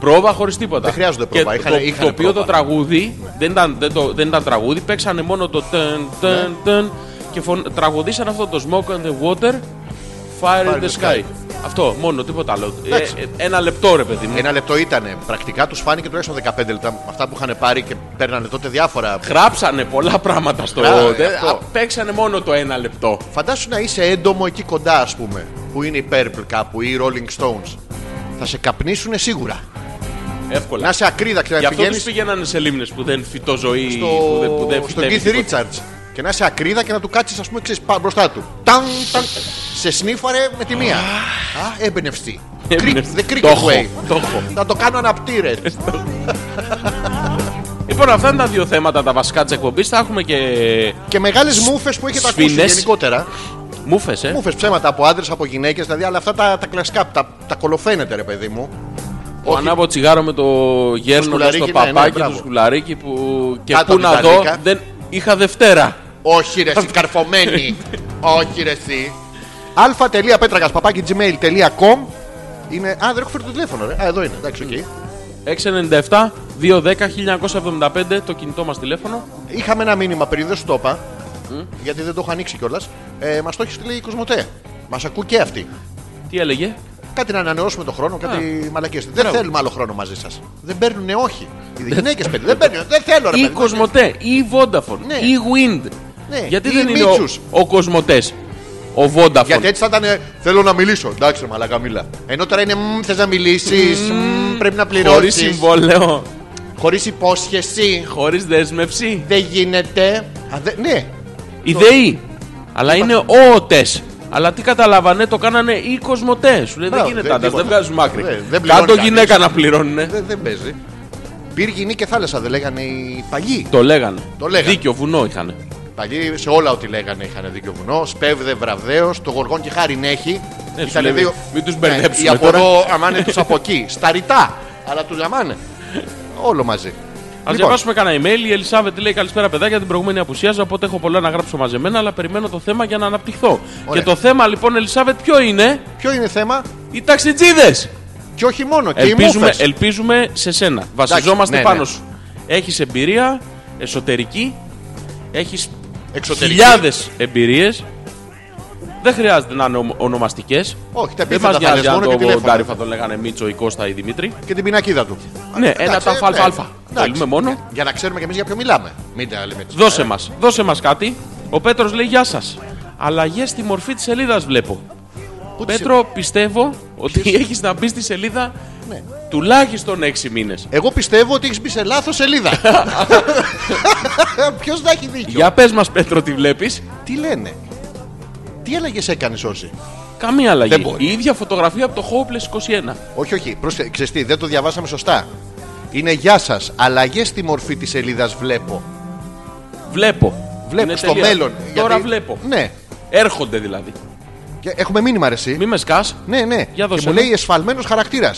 Speaker 2: πρόβα, χωρίς τίποτα.
Speaker 1: Δεν χρειάζονται πρόβα,
Speaker 2: Και
Speaker 1: είχανε-
Speaker 2: το,
Speaker 1: είχανε
Speaker 2: το οποίο
Speaker 1: πρόβα.
Speaker 2: το τραγούδι δεν ήταν, δεν, το, δεν ήταν τραγούδι, παίξανε μόνο το τεν, τεν,
Speaker 1: Ναι.
Speaker 2: τεν και φων, τραγουδίσαν αυτό το smoke and the water, fire in the sky. Αυτό, μόνο, τίποτα άλλο. Ε,
Speaker 1: Εντάξει.
Speaker 2: ε, ένα λεπτό ρε παιδί μου.
Speaker 1: Ένα λεπτό ήταν. Πρακτικά τους φάνηκε τουλάχιστον 15 λεπτά. Αυτά που είχαν πάρει και παίρνανε τότε διάφορα.
Speaker 2: Γράψανε πολλά πράγματα στο.
Speaker 1: Μπράβο,
Speaker 2: δεν-
Speaker 1: ε, αυτό.
Speaker 2: α, παίξανε μόνο το ένα λεπτό.
Speaker 1: Φαντάσου να είσαι έντομο εκεί κοντά, ας πούμε, που είναι η Purple κάπου ή οι Rolling Stones. Θα σε καπνίσουνε σίγουρα.
Speaker 2: Εύκολα.
Speaker 1: Να είσαι ακρίδακτη
Speaker 2: Γι'
Speaker 1: να
Speaker 2: αυτό
Speaker 1: πηγαίνεις
Speaker 2: τους
Speaker 1: στο...
Speaker 2: πήγαιναν σε λίμνες που δεν φυτό ζωή, που δεν, που δεν
Speaker 1: στον
Speaker 2: φυτεύει
Speaker 1: Keith
Speaker 2: τίποτα.
Speaker 1: Richards. Και να είσαι ακρίδα και να του κάτσεις, ας πούμε, ξέρεις μπροστά του. Ταν, ταν. Σε σνίφαρε με τη μία. Α, έμπνευστη. Κρίκ-
Speaker 2: Έμπνευση.
Speaker 1: The
Speaker 2: Ε, Το
Speaker 1: cricket
Speaker 2: έχω,
Speaker 1: way.
Speaker 2: το έχω.
Speaker 1: Θα το κάνω αναπτύρε.
Speaker 2: Λοιπόν, αυτά είναι τα δύο θέματα τα βασικά της εκπομπής. Θα έχουμε και
Speaker 1: και μεγάλες μούφε που έχετε ακούσει
Speaker 2: Σφινές.
Speaker 1: γενικότερα.
Speaker 2: μούφε, ε.
Speaker 1: Μου φες ψέματα από άντρες, από γυναίκες, δηλαδή, αλλά αυτά τα, τα κλασικά τα, τα κολοφαίνεται, ρε παιδί μου.
Speaker 2: Που ανάβω τσιγάρο με το γέρνο
Speaker 1: σκουλαρίκι,
Speaker 2: στο
Speaker 1: ναι, ναι,
Speaker 2: παπάκι,
Speaker 1: μπράβο.
Speaker 2: το σκουλαρίκι που. Και
Speaker 1: Κάτω
Speaker 2: πού
Speaker 1: από
Speaker 2: να
Speaker 1: την
Speaker 2: δω.
Speaker 1: ταρλίκα.
Speaker 2: Δεν... Είχα Δευτέρα.
Speaker 1: Όχι, ρε, εσύ, καρφωμένη. Όχι, ρε, εσύ. αλφα.πέτρακα παπάκι gmail.com είναι. Α, δεν έχω φέρει το τηλέφωνο, ρε. Α, εδώ είναι, εντάξει, οκ.
Speaker 2: 697 210 1975 το κινητό μας τηλέφωνο.
Speaker 1: Είχαμε ένα μήνυμα πριν, δεν σου το είπα, γιατί δεν το έχω ανοίξει κιόλας. Ε, Μας το έχεις στείλει η Κοσμοτέ. Μας ακούει και αυτή.
Speaker 2: Τι έλεγε.
Speaker 1: Κάτι να ανανεώσουμε τον χρόνο, κάτι μαλακίες. Δεν
Speaker 2: Μπράβο.
Speaker 1: θέλουμε άλλο χρόνο μαζί σας. Δεν παίρνουν όχι. Οι γυναίκες παίρνουν. Δεν παίρνουν. Δεν θέλω ρε
Speaker 2: Ή
Speaker 1: παιδί. μου.
Speaker 2: Κοσμοτέ, ή Vodafone,
Speaker 1: Ναι.
Speaker 2: ή Wind.
Speaker 1: Ναι,
Speaker 2: Γιατί
Speaker 1: ή
Speaker 2: δεν είναι ο,
Speaker 1: Μίτσους.
Speaker 2: ο Κοσμοτές, ο Vodafone.
Speaker 1: Γιατί έτσι θα ήταν. ε, Θέλω να μιλήσω. Εντάξει, ρε μαλακά μιλά. Ενώ τώρα είναι μμ, θες να μιλήσεις, πρέπει να
Speaker 2: Χωρί
Speaker 1: πληρώσει.
Speaker 2: συμβόλαιο,
Speaker 1: Χωρίς υπόσχεση.
Speaker 2: χωρίς δέσμευση.
Speaker 1: Δεν γίνεται. Α, δε- ναι,
Speaker 2: Η ΔΕΗ. Αλλά είναι ο ΟΤΕΣ. Αλλά τι καταλάβανε, το κάνανε οι κοσμοτές. Σου λέει δεν
Speaker 1: Μπράβο,
Speaker 2: γίνεται
Speaker 1: δεν-
Speaker 2: άντρα, δεν
Speaker 1: τίποτα. Ε,
Speaker 2: βγάζουμε άκρη.
Speaker 1: Δεν- δεν πληρώνει
Speaker 2: Κάτω
Speaker 1: κανείς. Ε,
Speaker 2: γυναίκα να πληρώνουνε.
Speaker 1: δεν, δεν παίζει. Πύργινη και θάλασσα δεν λέγανε οι παλιοί.
Speaker 2: Το λέγανε.
Speaker 1: Το λέγανε.
Speaker 2: Δίκιο βουνό είχαν.
Speaker 1: Παλιοί σε όλα ό,τι λέγανε είχαν δίκιο βουνό. Σπέβδε βραβδέο, το γοργόν και χάριν έχει.
Speaker 2: Ε,
Speaker 1: Ήτανε
Speaker 2: σου λέει, μην τους
Speaker 1: Ναι,
Speaker 2: μπερδέψουμε
Speaker 1: Οι από
Speaker 2: τώρα.
Speaker 1: εδώ αμάνε τους από εκεί. Στα ρητά. Αλλά τους αμάνε. Όλο μαζί.
Speaker 2: Ας
Speaker 1: Λοιπόν.
Speaker 2: διαβάσουμε κανένα email. Η Ελισάβετ λέει καλησπέρα παιδάκια. Την προηγούμενη απουσίαζα, οπότε έχω πολλά να γράψω μαζεμένα, αλλά περιμένω το θέμα για να αναπτυχθώ.
Speaker 1: Ωραία.
Speaker 2: Και το θέμα λοιπόν, Ελισάβετ, ποιο είναι,
Speaker 1: ποιο είναι θέμα
Speaker 2: οι ταξιτζίδες.
Speaker 1: και όχι μόνο. Και οι
Speaker 2: Ελπίζουμε,
Speaker 1: μούφες.
Speaker 2: ελπίζουμε σε σένα. Βασιζόμαστε
Speaker 1: ναι, ναι.
Speaker 2: πάνω σου. Έχεις εμπειρία εσωτερική, έχεις
Speaker 1: Εξωτερική.
Speaker 2: χιλιάδες εμπειρίες. Δεν χρειάζεται να είναι ομο- ονομαστικές
Speaker 1: Όχι, τα
Speaker 2: Δεν μα
Speaker 1: επίθετα θα λες
Speaker 2: νοιάζει αν
Speaker 1: μόνο και
Speaker 2: το
Speaker 1: τηλέφωνα.
Speaker 2: Ντάρι θα τον λέγανε Μίτσο ή Κώστα ή Δημήτρη.
Speaker 1: Και την πινακίδα του.
Speaker 2: Ναι,
Speaker 1: Εντάξει,
Speaker 2: ένα
Speaker 1: ε,
Speaker 2: τάφα
Speaker 1: ναι.
Speaker 2: αλφα αλφα.
Speaker 1: Εντάξει.
Speaker 2: Θέλουμε μόνο.
Speaker 1: Για- Για να ξέρουμε κι εμείς για ποιο μιλάμε. Μην τα λέμε έτσι.
Speaker 2: Δώσε μας, δώσε μας κάτι. Ο Πέτρος λέει: Γεια σας. Αλλαγές στη μορφή της σελίδας βλέπω.
Speaker 1: Πού τη
Speaker 2: Πέτρο, πιστεύω ότι έχεις να μπεις στη σελίδα
Speaker 1: Ναι.
Speaker 2: τουλάχιστον 6 μήνες.
Speaker 1: Εγώ πιστεύω ότι έχεις μπει σε λάθος σελίδα. Ποιος να έχει δίκιο.
Speaker 2: Για πες μας, Πέτρο, τι βλέπεις.
Speaker 1: Τι λένε. Τι αλλαγές έκανες όσοι.
Speaker 2: Καμία
Speaker 1: Δεν
Speaker 2: αλλαγή.
Speaker 1: μπορεί.
Speaker 2: Η ίδια φωτογραφία από το Hopeless 21.
Speaker 1: Όχι, όχι. Πρόσεχε, ξέρεις τι, δεν το διαβάσαμε σωστά. Είναι γεια σας. Αλλαγές στη μορφή της σελίδας βλέπω.
Speaker 2: Βλέπω.
Speaker 1: Βλέπω
Speaker 2: Είναι
Speaker 1: στο
Speaker 2: τελεία.
Speaker 1: μέλλον.
Speaker 2: Τώρα
Speaker 1: Γιατί-
Speaker 2: βλέπω.
Speaker 1: Ναι.
Speaker 2: Έρχονται δηλαδή.
Speaker 1: Και Έχουμε μήνυμα ρε, εσύ.
Speaker 2: Μη με σκάς.
Speaker 1: Ναι, ναι.
Speaker 2: Για
Speaker 1: και
Speaker 2: δώσε
Speaker 1: μου
Speaker 2: ένα.
Speaker 1: λέει εσφαλμένος χαρακτήρας.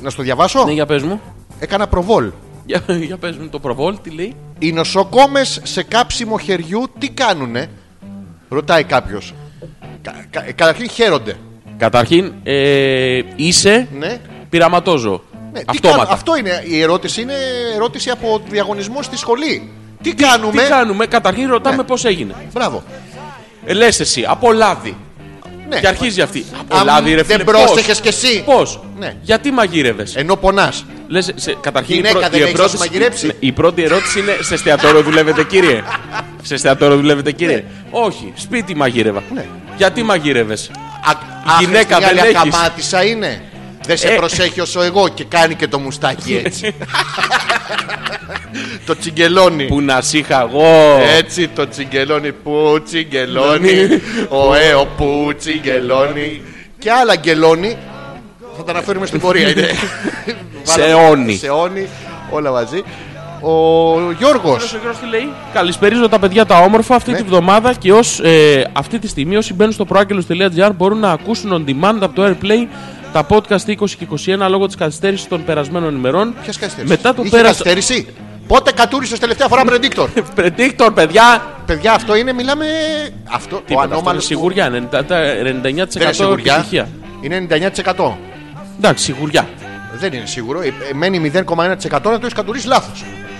Speaker 1: Να στο διαβάσω.
Speaker 2: Ναι, για πες μου.
Speaker 1: Έκανα προβόλ.
Speaker 2: Για, για πες μου το προβόλ, τι λέει.
Speaker 1: Οι νοσοκόμες σε κάψιμο χεριού τι κάνουνε, ρωτάει κάποιος. Κα, κα- καταρχήν χαίρονται.
Speaker 2: Καταρχήν, ε, είσαι
Speaker 1: Ναι.
Speaker 2: πειραματόζω.
Speaker 1: Ναι, τι
Speaker 2: Αυτόματα.
Speaker 1: κα- αυτό είναι η ερώτηση. Είναι ερώτηση από διαγωνισμό στη σχολή. Τι,
Speaker 2: Τι
Speaker 1: κάνουμε.
Speaker 2: κάνουμε, καταρχήν ρωτάμε
Speaker 1: Ναι.
Speaker 2: πώς έγινε.
Speaker 1: Μπράβο.
Speaker 2: Ε, λες εσύ, από λάδι.
Speaker 1: Ναι.
Speaker 2: Και αρχίζει αυτή. Από
Speaker 1: Αμ,
Speaker 2: λάδι, ρε φίλε.
Speaker 1: δεν
Speaker 2: πώς?
Speaker 1: πρόσεχες κι εσύ.
Speaker 2: Πώς?
Speaker 1: Ναι.
Speaker 2: Γιατί μαγείρευες.
Speaker 1: Ενώ πονάς.
Speaker 2: Λες, σε, καταρχήν
Speaker 1: Γυναίκα
Speaker 2: η, πρω-
Speaker 1: δεν
Speaker 2: η
Speaker 1: έχεις να
Speaker 2: ερώτηση-
Speaker 1: σου μαγειρέψει.
Speaker 2: Ναι, η πρώτη ερώτηση είναι σε εστιατόριο δουλεύετε κύριε. σε εστιατόριο δουλεύετε κύριε. Όχι, σπίτι μαγείρευα.
Speaker 1: Ναι.
Speaker 2: Γιατί μαγείρευες.
Speaker 1: Η
Speaker 2: γυναίκα δεν έχεις.
Speaker 1: Ακαμάτισα είναι. Δεν σε
Speaker 2: Ε.
Speaker 1: προσέχει όσο εγώ και κάνει και το μουστάκι έτσι. το τσιγκελώνει.
Speaker 2: Που να σ' είχα εγώ.
Speaker 1: Έτσι το τσιγκελώνει που τσιγκελώνει.
Speaker 2: Ναι.
Speaker 1: ο έο που τσιγκελώνει. Και άλλα γκελώνει. Θα τα αναφέρουμε στην πορεία. είναι.
Speaker 2: Σε όνει.
Speaker 1: Σε όνει, όλα μαζί. Ο Γιώργος.
Speaker 2: Ε, Ο Γιώργος τι λέει. Καλησπέριζω τα παιδιά τα όμορφα αυτή
Speaker 1: Ναι.
Speaker 2: τη βδομάδα και ως, ε, αυτή τη στιγμή όσοι μπαίνουν στο proaggelos.gr μπορούν να ακούσουν on demand από το Airplay τα podcast 20 και 21 λόγω της καθυστέρησης των περασμένων ημερών.
Speaker 1: Ποιας καθυστέρησης.
Speaker 2: Μετά το
Speaker 1: Είχε
Speaker 2: πέρας...
Speaker 1: καθυστέρηση. Πότε κατούρισες τελευταία φορά Predictor.
Speaker 2: Predictor, παιδιά!
Speaker 1: Παιδιά, αυτό είναι, μιλάμε. Αυτό ο
Speaker 2: Τίποτα, αυτό είναι
Speaker 1: ανώμαλος.
Speaker 2: σιγουριά, 90, τα 99%
Speaker 1: Δεν είναι σιγουριά.
Speaker 2: επιτυχία.
Speaker 1: Είναι 99%.
Speaker 2: Εντάξει, σιγουριά.
Speaker 1: Δεν είναι σίγουρο. Ε, ε, Μένει 0,1% να το έχεις κατουρίσει λάθος.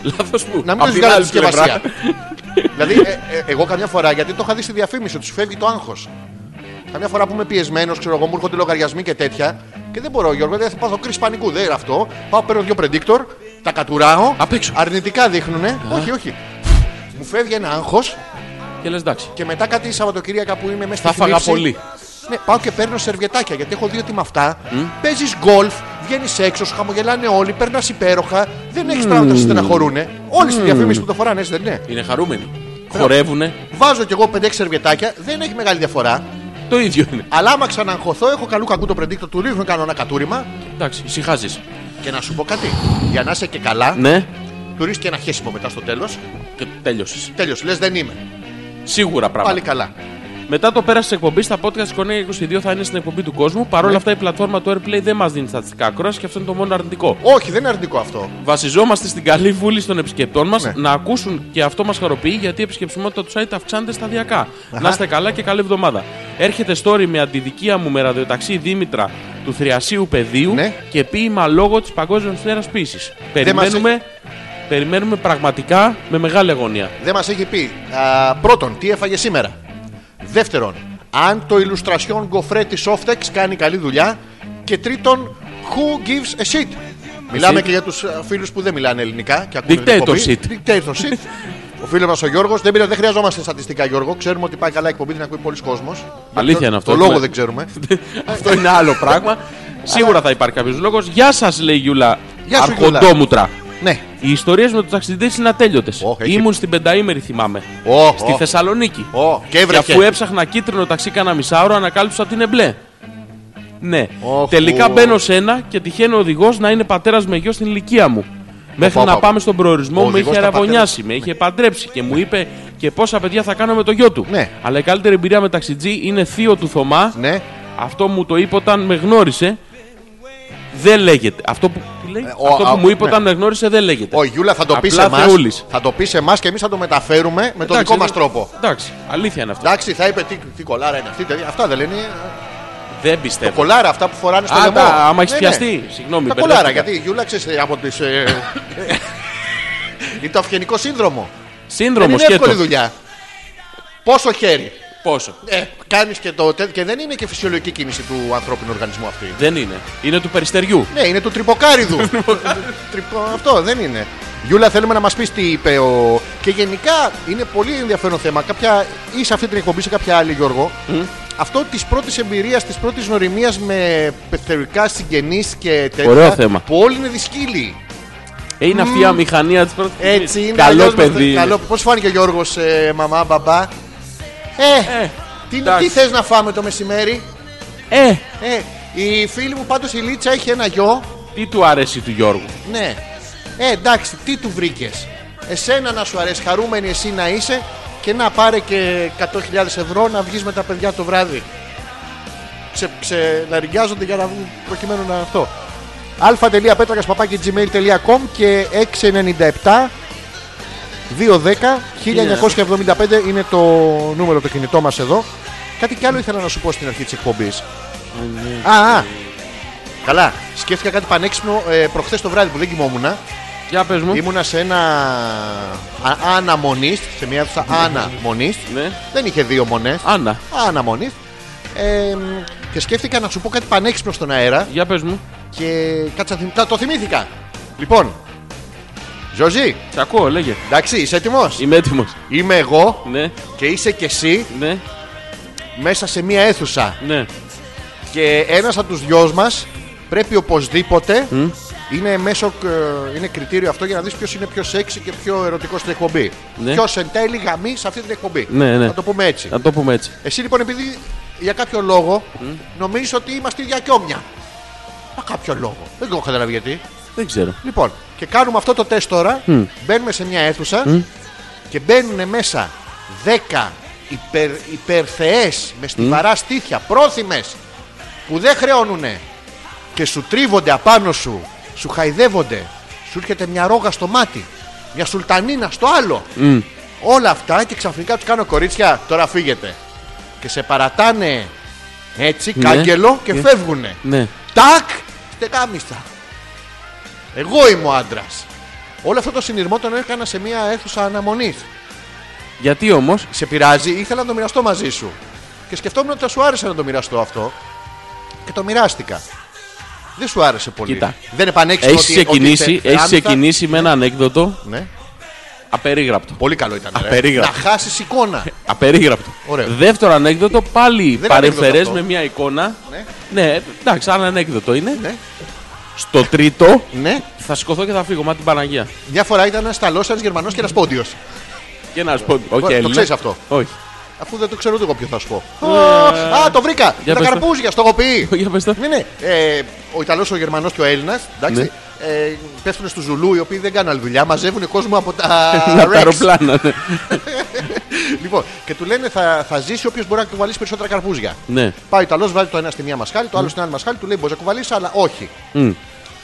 Speaker 2: Λάθος που.
Speaker 1: Να μην
Speaker 2: Απ'
Speaker 1: το
Speaker 2: την
Speaker 1: βγάλει
Speaker 2: άλλη
Speaker 1: τη συσκευασία.
Speaker 2: πλευρά.
Speaker 1: δηλαδή, ε, ε, εγώ καμιά φορά, γιατί το είχα δει στη διαφήμιση, ότι σου φεύγει το άγχος. Καμιά φορά που είμαι πιεσμένος, ξέρω εγώ, μου έρχονται λογαριασμοί και τέτοια και δεν μπορώ, Γιώργο, δεν θα πάθω κρίση πανικού. Δεν είναι αυτό. Πάω, παίρνω δύο predictor, τα κατουράω.
Speaker 2: Απ' έξω.
Speaker 1: Αρνητικά δείχνουνε. όχι, όχι. Μου φεύγει ένα άγχος
Speaker 2: Και λες εντάξει.
Speaker 1: και μετά κάτι Σαββατοκύριακα που είμαι μέσα
Speaker 2: Θα
Speaker 1: στη
Speaker 2: φάγα
Speaker 1: θλίψη.
Speaker 2: πολύ.
Speaker 1: Ναι, πάω και παίρνω σερβιετάκια γιατί έχω δει ότι με αυτά παίζεις γκολφ, βγαίνεις έξω, σου χαμογελάνε όλοι, περνάς υπέροχα, δεν έχεις πράγματα να σε στεναχωρούνε. Όλοι στη διαφήμιση που το φοράνε, έτσι δεν είναι.
Speaker 2: Είναι χαρούμενοι. Χορεύουνε.
Speaker 1: Βάζω κι εγώ 5-6 σερβιετάκια, δεν έχει μεγάλη διαφορά.
Speaker 2: Το ίδιο είναι.
Speaker 1: Αλλά άμα ξαναγχωθώ, έχω καλού κακού το predictor του ρίχνω, κάνω ένα κατούριμα
Speaker 2: Εντάξει, ησυχάζεις.
Speaker 1: και να σου πω κάτι. Για να είσαι και καλά,
Speaker 2: Ναι,
Speaker 1: του ρίχνεις και ένα χέσιμο μετά στο τέλος.
Speaker 2: και τέλειωσες.
Speaker 1: Τέλειωσε, λες δεν είμαι.
Speaker 2: Σίγουρα πράγματα.
Speaker 1: Πάλι καλά.
Speaker 2: Μετά το πέρασε της εκπομπής, στα podcast τη 22 θα είναι στην εκπομπή του κόσμου. Παρ'
Speaker 1: Ναι.
Speaker 2: όλα αυτά, η πλατφόρμα του Airplay δεν μας δίνει στατιστικά ακρόαση και αυτό είναι το μόνο αρνητικό.
Speaker 1: Όχι, δεν είναι αρνητικό αυτό.
Speaker 2: Βασιζόμαστε στην καλή βούληση των επισκεπτών μας
Speaker 1: Ναι.
Speaker 2: να ακούσουν και αυτό μας χαροποιεί γιατί η επισκεψιμότητα του site αυξάνεται σταδιακά. Να είστε καλά και καλή εβδομάδα. Έρχεται story με αντιδικία μου με ραδιοταξί Δήμητρα του Θριασίου Πεδίου
Speaker 1: Ναι.
Speaker 2: και ποίημα λόγω της Παγκόσμιας Μέρα Πίση. Περιμένουμε, περιμένουμε πραγματικά με μεγάλη αγωνία.
Speaker 1: Δεν μας έχει πει. Α, πρώτον, τι έφαγε σήμερα. Δεύτερον, αν το illustration γκοφρέ της Softex κάνει καλή δουλειά. Και τρίτον, who gives a shit. Μιλάμε
Speaker 2: shit.
Speaker 1: και για τους φίλους που δεν μιλάνε ελληνικά και ακούνε την
Speaker 2: Dictatorship.
Speaker 1: εκπομπή. Dictatorship. Ο φίλος μας ο Γιώργος, δεν, πειράζει, δεν χρειαζόμαστε στατιστικά Γιώργο. Ξέρουμε ότι πάει καλά η εκπομπή, την ακούει πολλοί κόσμος.
Speaker 2: Αλήθεια είναι αυτό.
Speaker 1: Το λόγο
Speaker 2: Έχουμε-
Speaker 1: δεν ξέρουμε. Ε.
Speaker 2: Αυτό είναι άλλο πράγμα. Σίγουρα θα υπάρχει κάποιος λόγος. Γεια σας, λέει η Γιούλα.
Speaker 1: Γεια σου, Γιούλα.
Speaker 2: Αρχοντόμουτρα.
Speaker 1: ναι.
Speaker 2: Οι ιστορίες με τους ταξιδιτέ είναι ατέλειωτες.
Speaker 1: Ωχ, έχει-
Speaker 2: Ήμουν στην πενταήμερη, θυμάμαι.
Speaker 1: Ω,
Speaker 2: στη
Speaker 1: ω,
Speaker 2: Θεσσαλονίκη.
Speaker 1: ω, και
Speaker 2: και
Speaker 1: έβρεχε.
Speaker 2: αφού έψαχνα κίτρινο ταξί κάνα μισάωρο, ανακάλυψα ότι είναι μπλε. Ναι.
Speaker 1: Ωχ,
Speaker 2: Τελικά
Speaker 1: ου.
Speaker 2: μπαίνω σε ένα και τυχαίνει ο οδηγός να είναι πατέρας με γιο στην ηλικία μου. Μέχρι
Speaker 1: Οπα,
Speaker 2: να
Speaker 1: οπα.
Speaker 2: πάμε στον προορισμό
Speaker 1: Ο
Speaker 2: μου, με είχε
Speaker 1: οδηγός ήταν
Speaker 2: αραβωνιάσει, με είχε παντρέψει και μου είπε και πόσα παιδιά θα κάνω με το γιο του.
Speaker 1: Ναι.
Speaker 2: Αλλά η καλύτερη εμπειρία με ταξιτζή είναι θείο του Θωμά.
Speaker 1: Ναι.
Speaker 2: Αυτό μου το είπε όταν με γνώρισε. Δεν λέγεται. Αυτό που, τι λέει?
Speaker 1: ο-
Speaker 2: Αυτό που
Speaker 1: α,
Speaker 2: μου είπε
Speaker 1: ναι.
Speaker 2: όταν με γνώρισε δεν λέγεται.
Speaker 1: Ο Γιούλα θα το πεις σε
Speaker 2: Απλά
Speaker 1: εμά.
Speaker 2: Θεούλης.
Speaker 1: Θα το πεις σε εμάς και εμείς θα το μεταφέρουμε με τον
Speaker 2: Εντάξει,
Speaker 1: δικό μας
Speaker 2: δεν-
Speaker 1: τρόπο.
Speaker 2: Εντάξει, αλήθεια είναι αυτό.
Speaker 1: Εντάξει, θα είπε τι, τι κολάρα είναι αυτή. τέτοια. Αυτά δεν λένε.
Speaker 2: Δεν πιστεύω.
Speaker 1: Κολάρα αυτά που φοράνε στο
Speaker 2: Α,
Speaker 1: λαιμό.
Speaker 2: τα- άμα έχεις
Speaker 1: Ναι,
Speaker 2: πιαστεί.
Speaker 1: ναι.
Speaker 2: Συγγνώμη,
Speaker 1: Τα
Speaker 2: μπερδεύτηκα.
Speaker 1: κολάρα, γιατί η Γιούλα ξέρεις από τις. είναι το αυγενικό σύνδρομο. Δεν
Speaker 2: Σύνδρομο
Speaker 1: είναι
Speaker 2: σκέτο.
Speaker 1: εύκολη δουλειά. Πόσο χέρι.
Speaker 2: Πόσο.
Speaker 1: Ε, Κάνεις και το. τέτοιο- Και δεν είναι και φυσιολογική κίνηση του ανθρώπινου οργανισμού αυτή.
Speaker 2: Δεν είναι. Είναι του περιστεριού.
Speaker 1: Ναι, είναι του τρυποκάριδου. Τρυπο- Αυτό δεν είναι. Γιούλα, θέλουμε να μας πεις τι είπε ο. Και γενικά είναι πολύ ενδιαφέρον θέμα. Κάποια... ή σε αυτή την εκπομπή, σε κάποια άλλη, Γιώργο. Αυτό της πρώτης εμπειρίας, της πρώτης γνωριμίας με πεθερικά συγγενείς και τέτοια.
Speaker 2: Ωραίο θέμα.
Speaker 1: Που όλοι είναι δυσκύλοι.
Speaker 2: Ε, είναι αυτή η αμηχανία της πρώτης.
Speaker 1: Έτσι είναι.
Speaker 2: Καλό παιδί.
Speaker 1: Καλό... Πώς φάνηκε ο Γιώργος, ε, μαμά, μπαμπά. Ε,
Speaker 2: Ε,
Speaker 1: τι,
Speaker 2: εντάξει.
Speaker 1: τι θες να φάμε το μεσημέρι.
Speaker 2: Ε,
Speaker 1: Ε, η φίλη μου πάντως η Λίτσα έχει ένα γιο
Speaker 2: τι του αρέσει του Γιώργου.
Speaker 1: Ναι. Ε, εντάξει, τι του βρήκες. Εσένα να σου αρέσει, χαρούμενη εσύ να είσαι και να πάρε και 100.000 ευρώ να βγεις με τα παιδιά το βράδυ. Ξε, ξελαριάζονται για να βγουν προκειμένου να αυτό. αλφα.πέτρακα παπάκι gmail.com και 697 210 1975 είναι το νούμερο το κινητό μας εδώ. Κάτι κι άλλο ήθελα να σου πω στην αρχή της εκπομπής. Α, α, καλά. Σκέφτηκα κάτι πανέξυπνο ε, προχθές το βράδυ που δεν κοιμόμουν.
Speaker 2: Για πες μου.
Speaker 1: Ήμουνα σε ένα α- αναμονίστ, σε μια αίθουσα αναμονίστ.
Speaker 2: Ναι.
Speaker 1: Δεν είχε δύο μονές.
Speaker 2: Άννα,
Speaker 1: Αναμονίστ. Ε, μ, και σκέφτηκα να σου πω κάτι πανέξυπνο στον αέρα
Speaker 2: για πες μου.
Speaker 1: και κάτσα θυμ- τα- το θυμήθηκα. Λοιπόν, Ζωζή,
Speaker 2: Σε ακούω, λέγε.
Speaker 1: εντάξει, είσαι έτοιμος.
Speaker 2: Είμαι έτοιμος.
Speaker 1: Είμαι εγώ
Speaker 2: Ναι,
Speaker 1: και είσαι κι εσύ
Speaker 2: ναι,
Speaker 1: μέσα σε μια αίθουσα.
Speaker 2: ναι.
Speaker 1: Και ένας από τους δυος μας πρέπει οπωσδήποτε. Είναι, μέσο, ε, είναι κριτήριο αυτό για να δεις ποιος είναι πιο σεξι και πιο ερωτικός στην εκπομπή.
Speaker 2: Ναι.
Speaker 1: Ποιος εν τέλει γαμεί σε αυτή την εκπομπή.
Speaker 2: Ναι, ναι.
Speaker 1: Να το πούμε έτσι.
Speaker 2: Να το πούμε έτσι.
Speaker 1: Εσύ λοιπόν επειδή για κάποιο λόγο νομίζεις ότι είμαστε ίδια και όμοια. Για κάποιο λόγο. Δεν έχω καταλάβει γιατί.
Speaker 2: Δεν ξέρω.
Speaker 1: Λοιπόν, και κάνουμε αυτό το τεστ τώρα. Μπαίνουμε σε μια αίθουσα και μπαίνουν μέσα 10 υπερ, υπερθεές με στιβαρά στήθια, πρόθυμες, που δεν χρεώνουν και σου τρίβονται απάνω σου, σου χαϊδεύονται, σου έρχεται μια ρόγα στο μάτι, μια σουλτανίνα στο άλλο. Όλα αυτά και ξαφνικά τους κάνω κορίτσια, τώρα φύγετε. Και σε παρατάνε έτσι,
Speaker 2: Ναι.
Speaker 1: κάγκελο και
Speaker 2: Ναι.
Speaker 1: φεύγουνε.
Speaker 2: Ναι.
Speaker 1: Τάκ, στεκάμιστα. Εγώ είμαι ο άντρας. Όλο αυτό το συνειρμό τον έκανα σε μια αίθουσα αναμονής.
Speaker 2: Γιατί όμως.
Speaker 1: Σε πειράζει, ήθελα να το μοιραστώ μαζί σου. Και σκεφτόμουν ότι θα σου άρεσε να το μοιραστώ αυτό. Και το μοιράστηκα. Δεν σου άρεσε πολύ.
Speaker 2: Κοίτα.
Speaker 1: Δεν επανέξω
Speaker 2: Έχει ξεκινήσει, έχεις ξεκινήσει με ένα ανέκδοτο
Speaker 1: Ναι.
Speaker 2: απερίγραπτο.
Speaker 1: Πολύ καλό ήταν. ρε.
Speaker 2: Απερίγραπτο.
Speaker 1: Να χάσεις εικόνα.
Speaker 2: Απερίγραπτο.
Speaker 1: Ωραίο.
Speaker 2: Δεύτερο ανέκδοτο, πάλι
Speaker 1: είναι
Speaker 2: παρεμφερέ
Speaker 1: ανέκδοτο
Speaker 2: με
Speaker 1: αυτό.
Speaker 2: μια εικόνα.
Speaker 1: Ναι.
Speaker 2: Ναι, εντάξει, άλλο ανέκδοτο είναι.
Speaker 1: Ναι.
Speaker 2: Στο τρίτο
Speaker 1: ναι.
Speaker 2: θα σηκωθώ και θα φύγω, μα την Παναγία.
Speaker 1: Μια φορά ήταν ένας Ιταλό, ένας Γερμανός και ένας Πόντιος.
Speaker 2: Και να σου πω. Όχι,
Speaker 1: Το
Speaker 2: Έλληνα.
Speaker 1: ξέρεις αυτό.
Speaker 2: Όχι.
Speaker 1: Αφού δεν το ξέρω ούτε εγώ ποιο θα σου πω. Α, α, το βρήκα! Με τα
Speaker 2: Ε, πες το.
Speaker 1: καρπούζια, στο γοποιεί.
Speaker 2: Για πες το.
Speaker 1: Ναι, ναι. Ε, ο Ιταλός, ο Γερμανός και ο Έλληνας.
Speaker 2: Ναι.
Speaker 1: Εντάξει. Ε, πέφτουν στους Ζουλού οι οποίοι δεν κάνουν άλλη δουλειά. Μαζεύουν κόσμο από τα.
Speaker 2: Να
Speaker 1: Rex.
Speaker 2: τα αεροπλάνα. ναι.
Speaker 1: λοιπόν, και του λένε θα, θα ζήσει όποιος μπορεί να κουβαλήσει περισσότερα καρπούζια.
Speaker 2: Ναι.
Speaker 1: Πάει ο Ιταλός, βάζει το ένα στη μία μασχάλη, το άλλο στην άλλη μασχάλη, του λέει μπορείς να κουβαλήσεις, αλλά όχι.
Speaker 2: Μμ.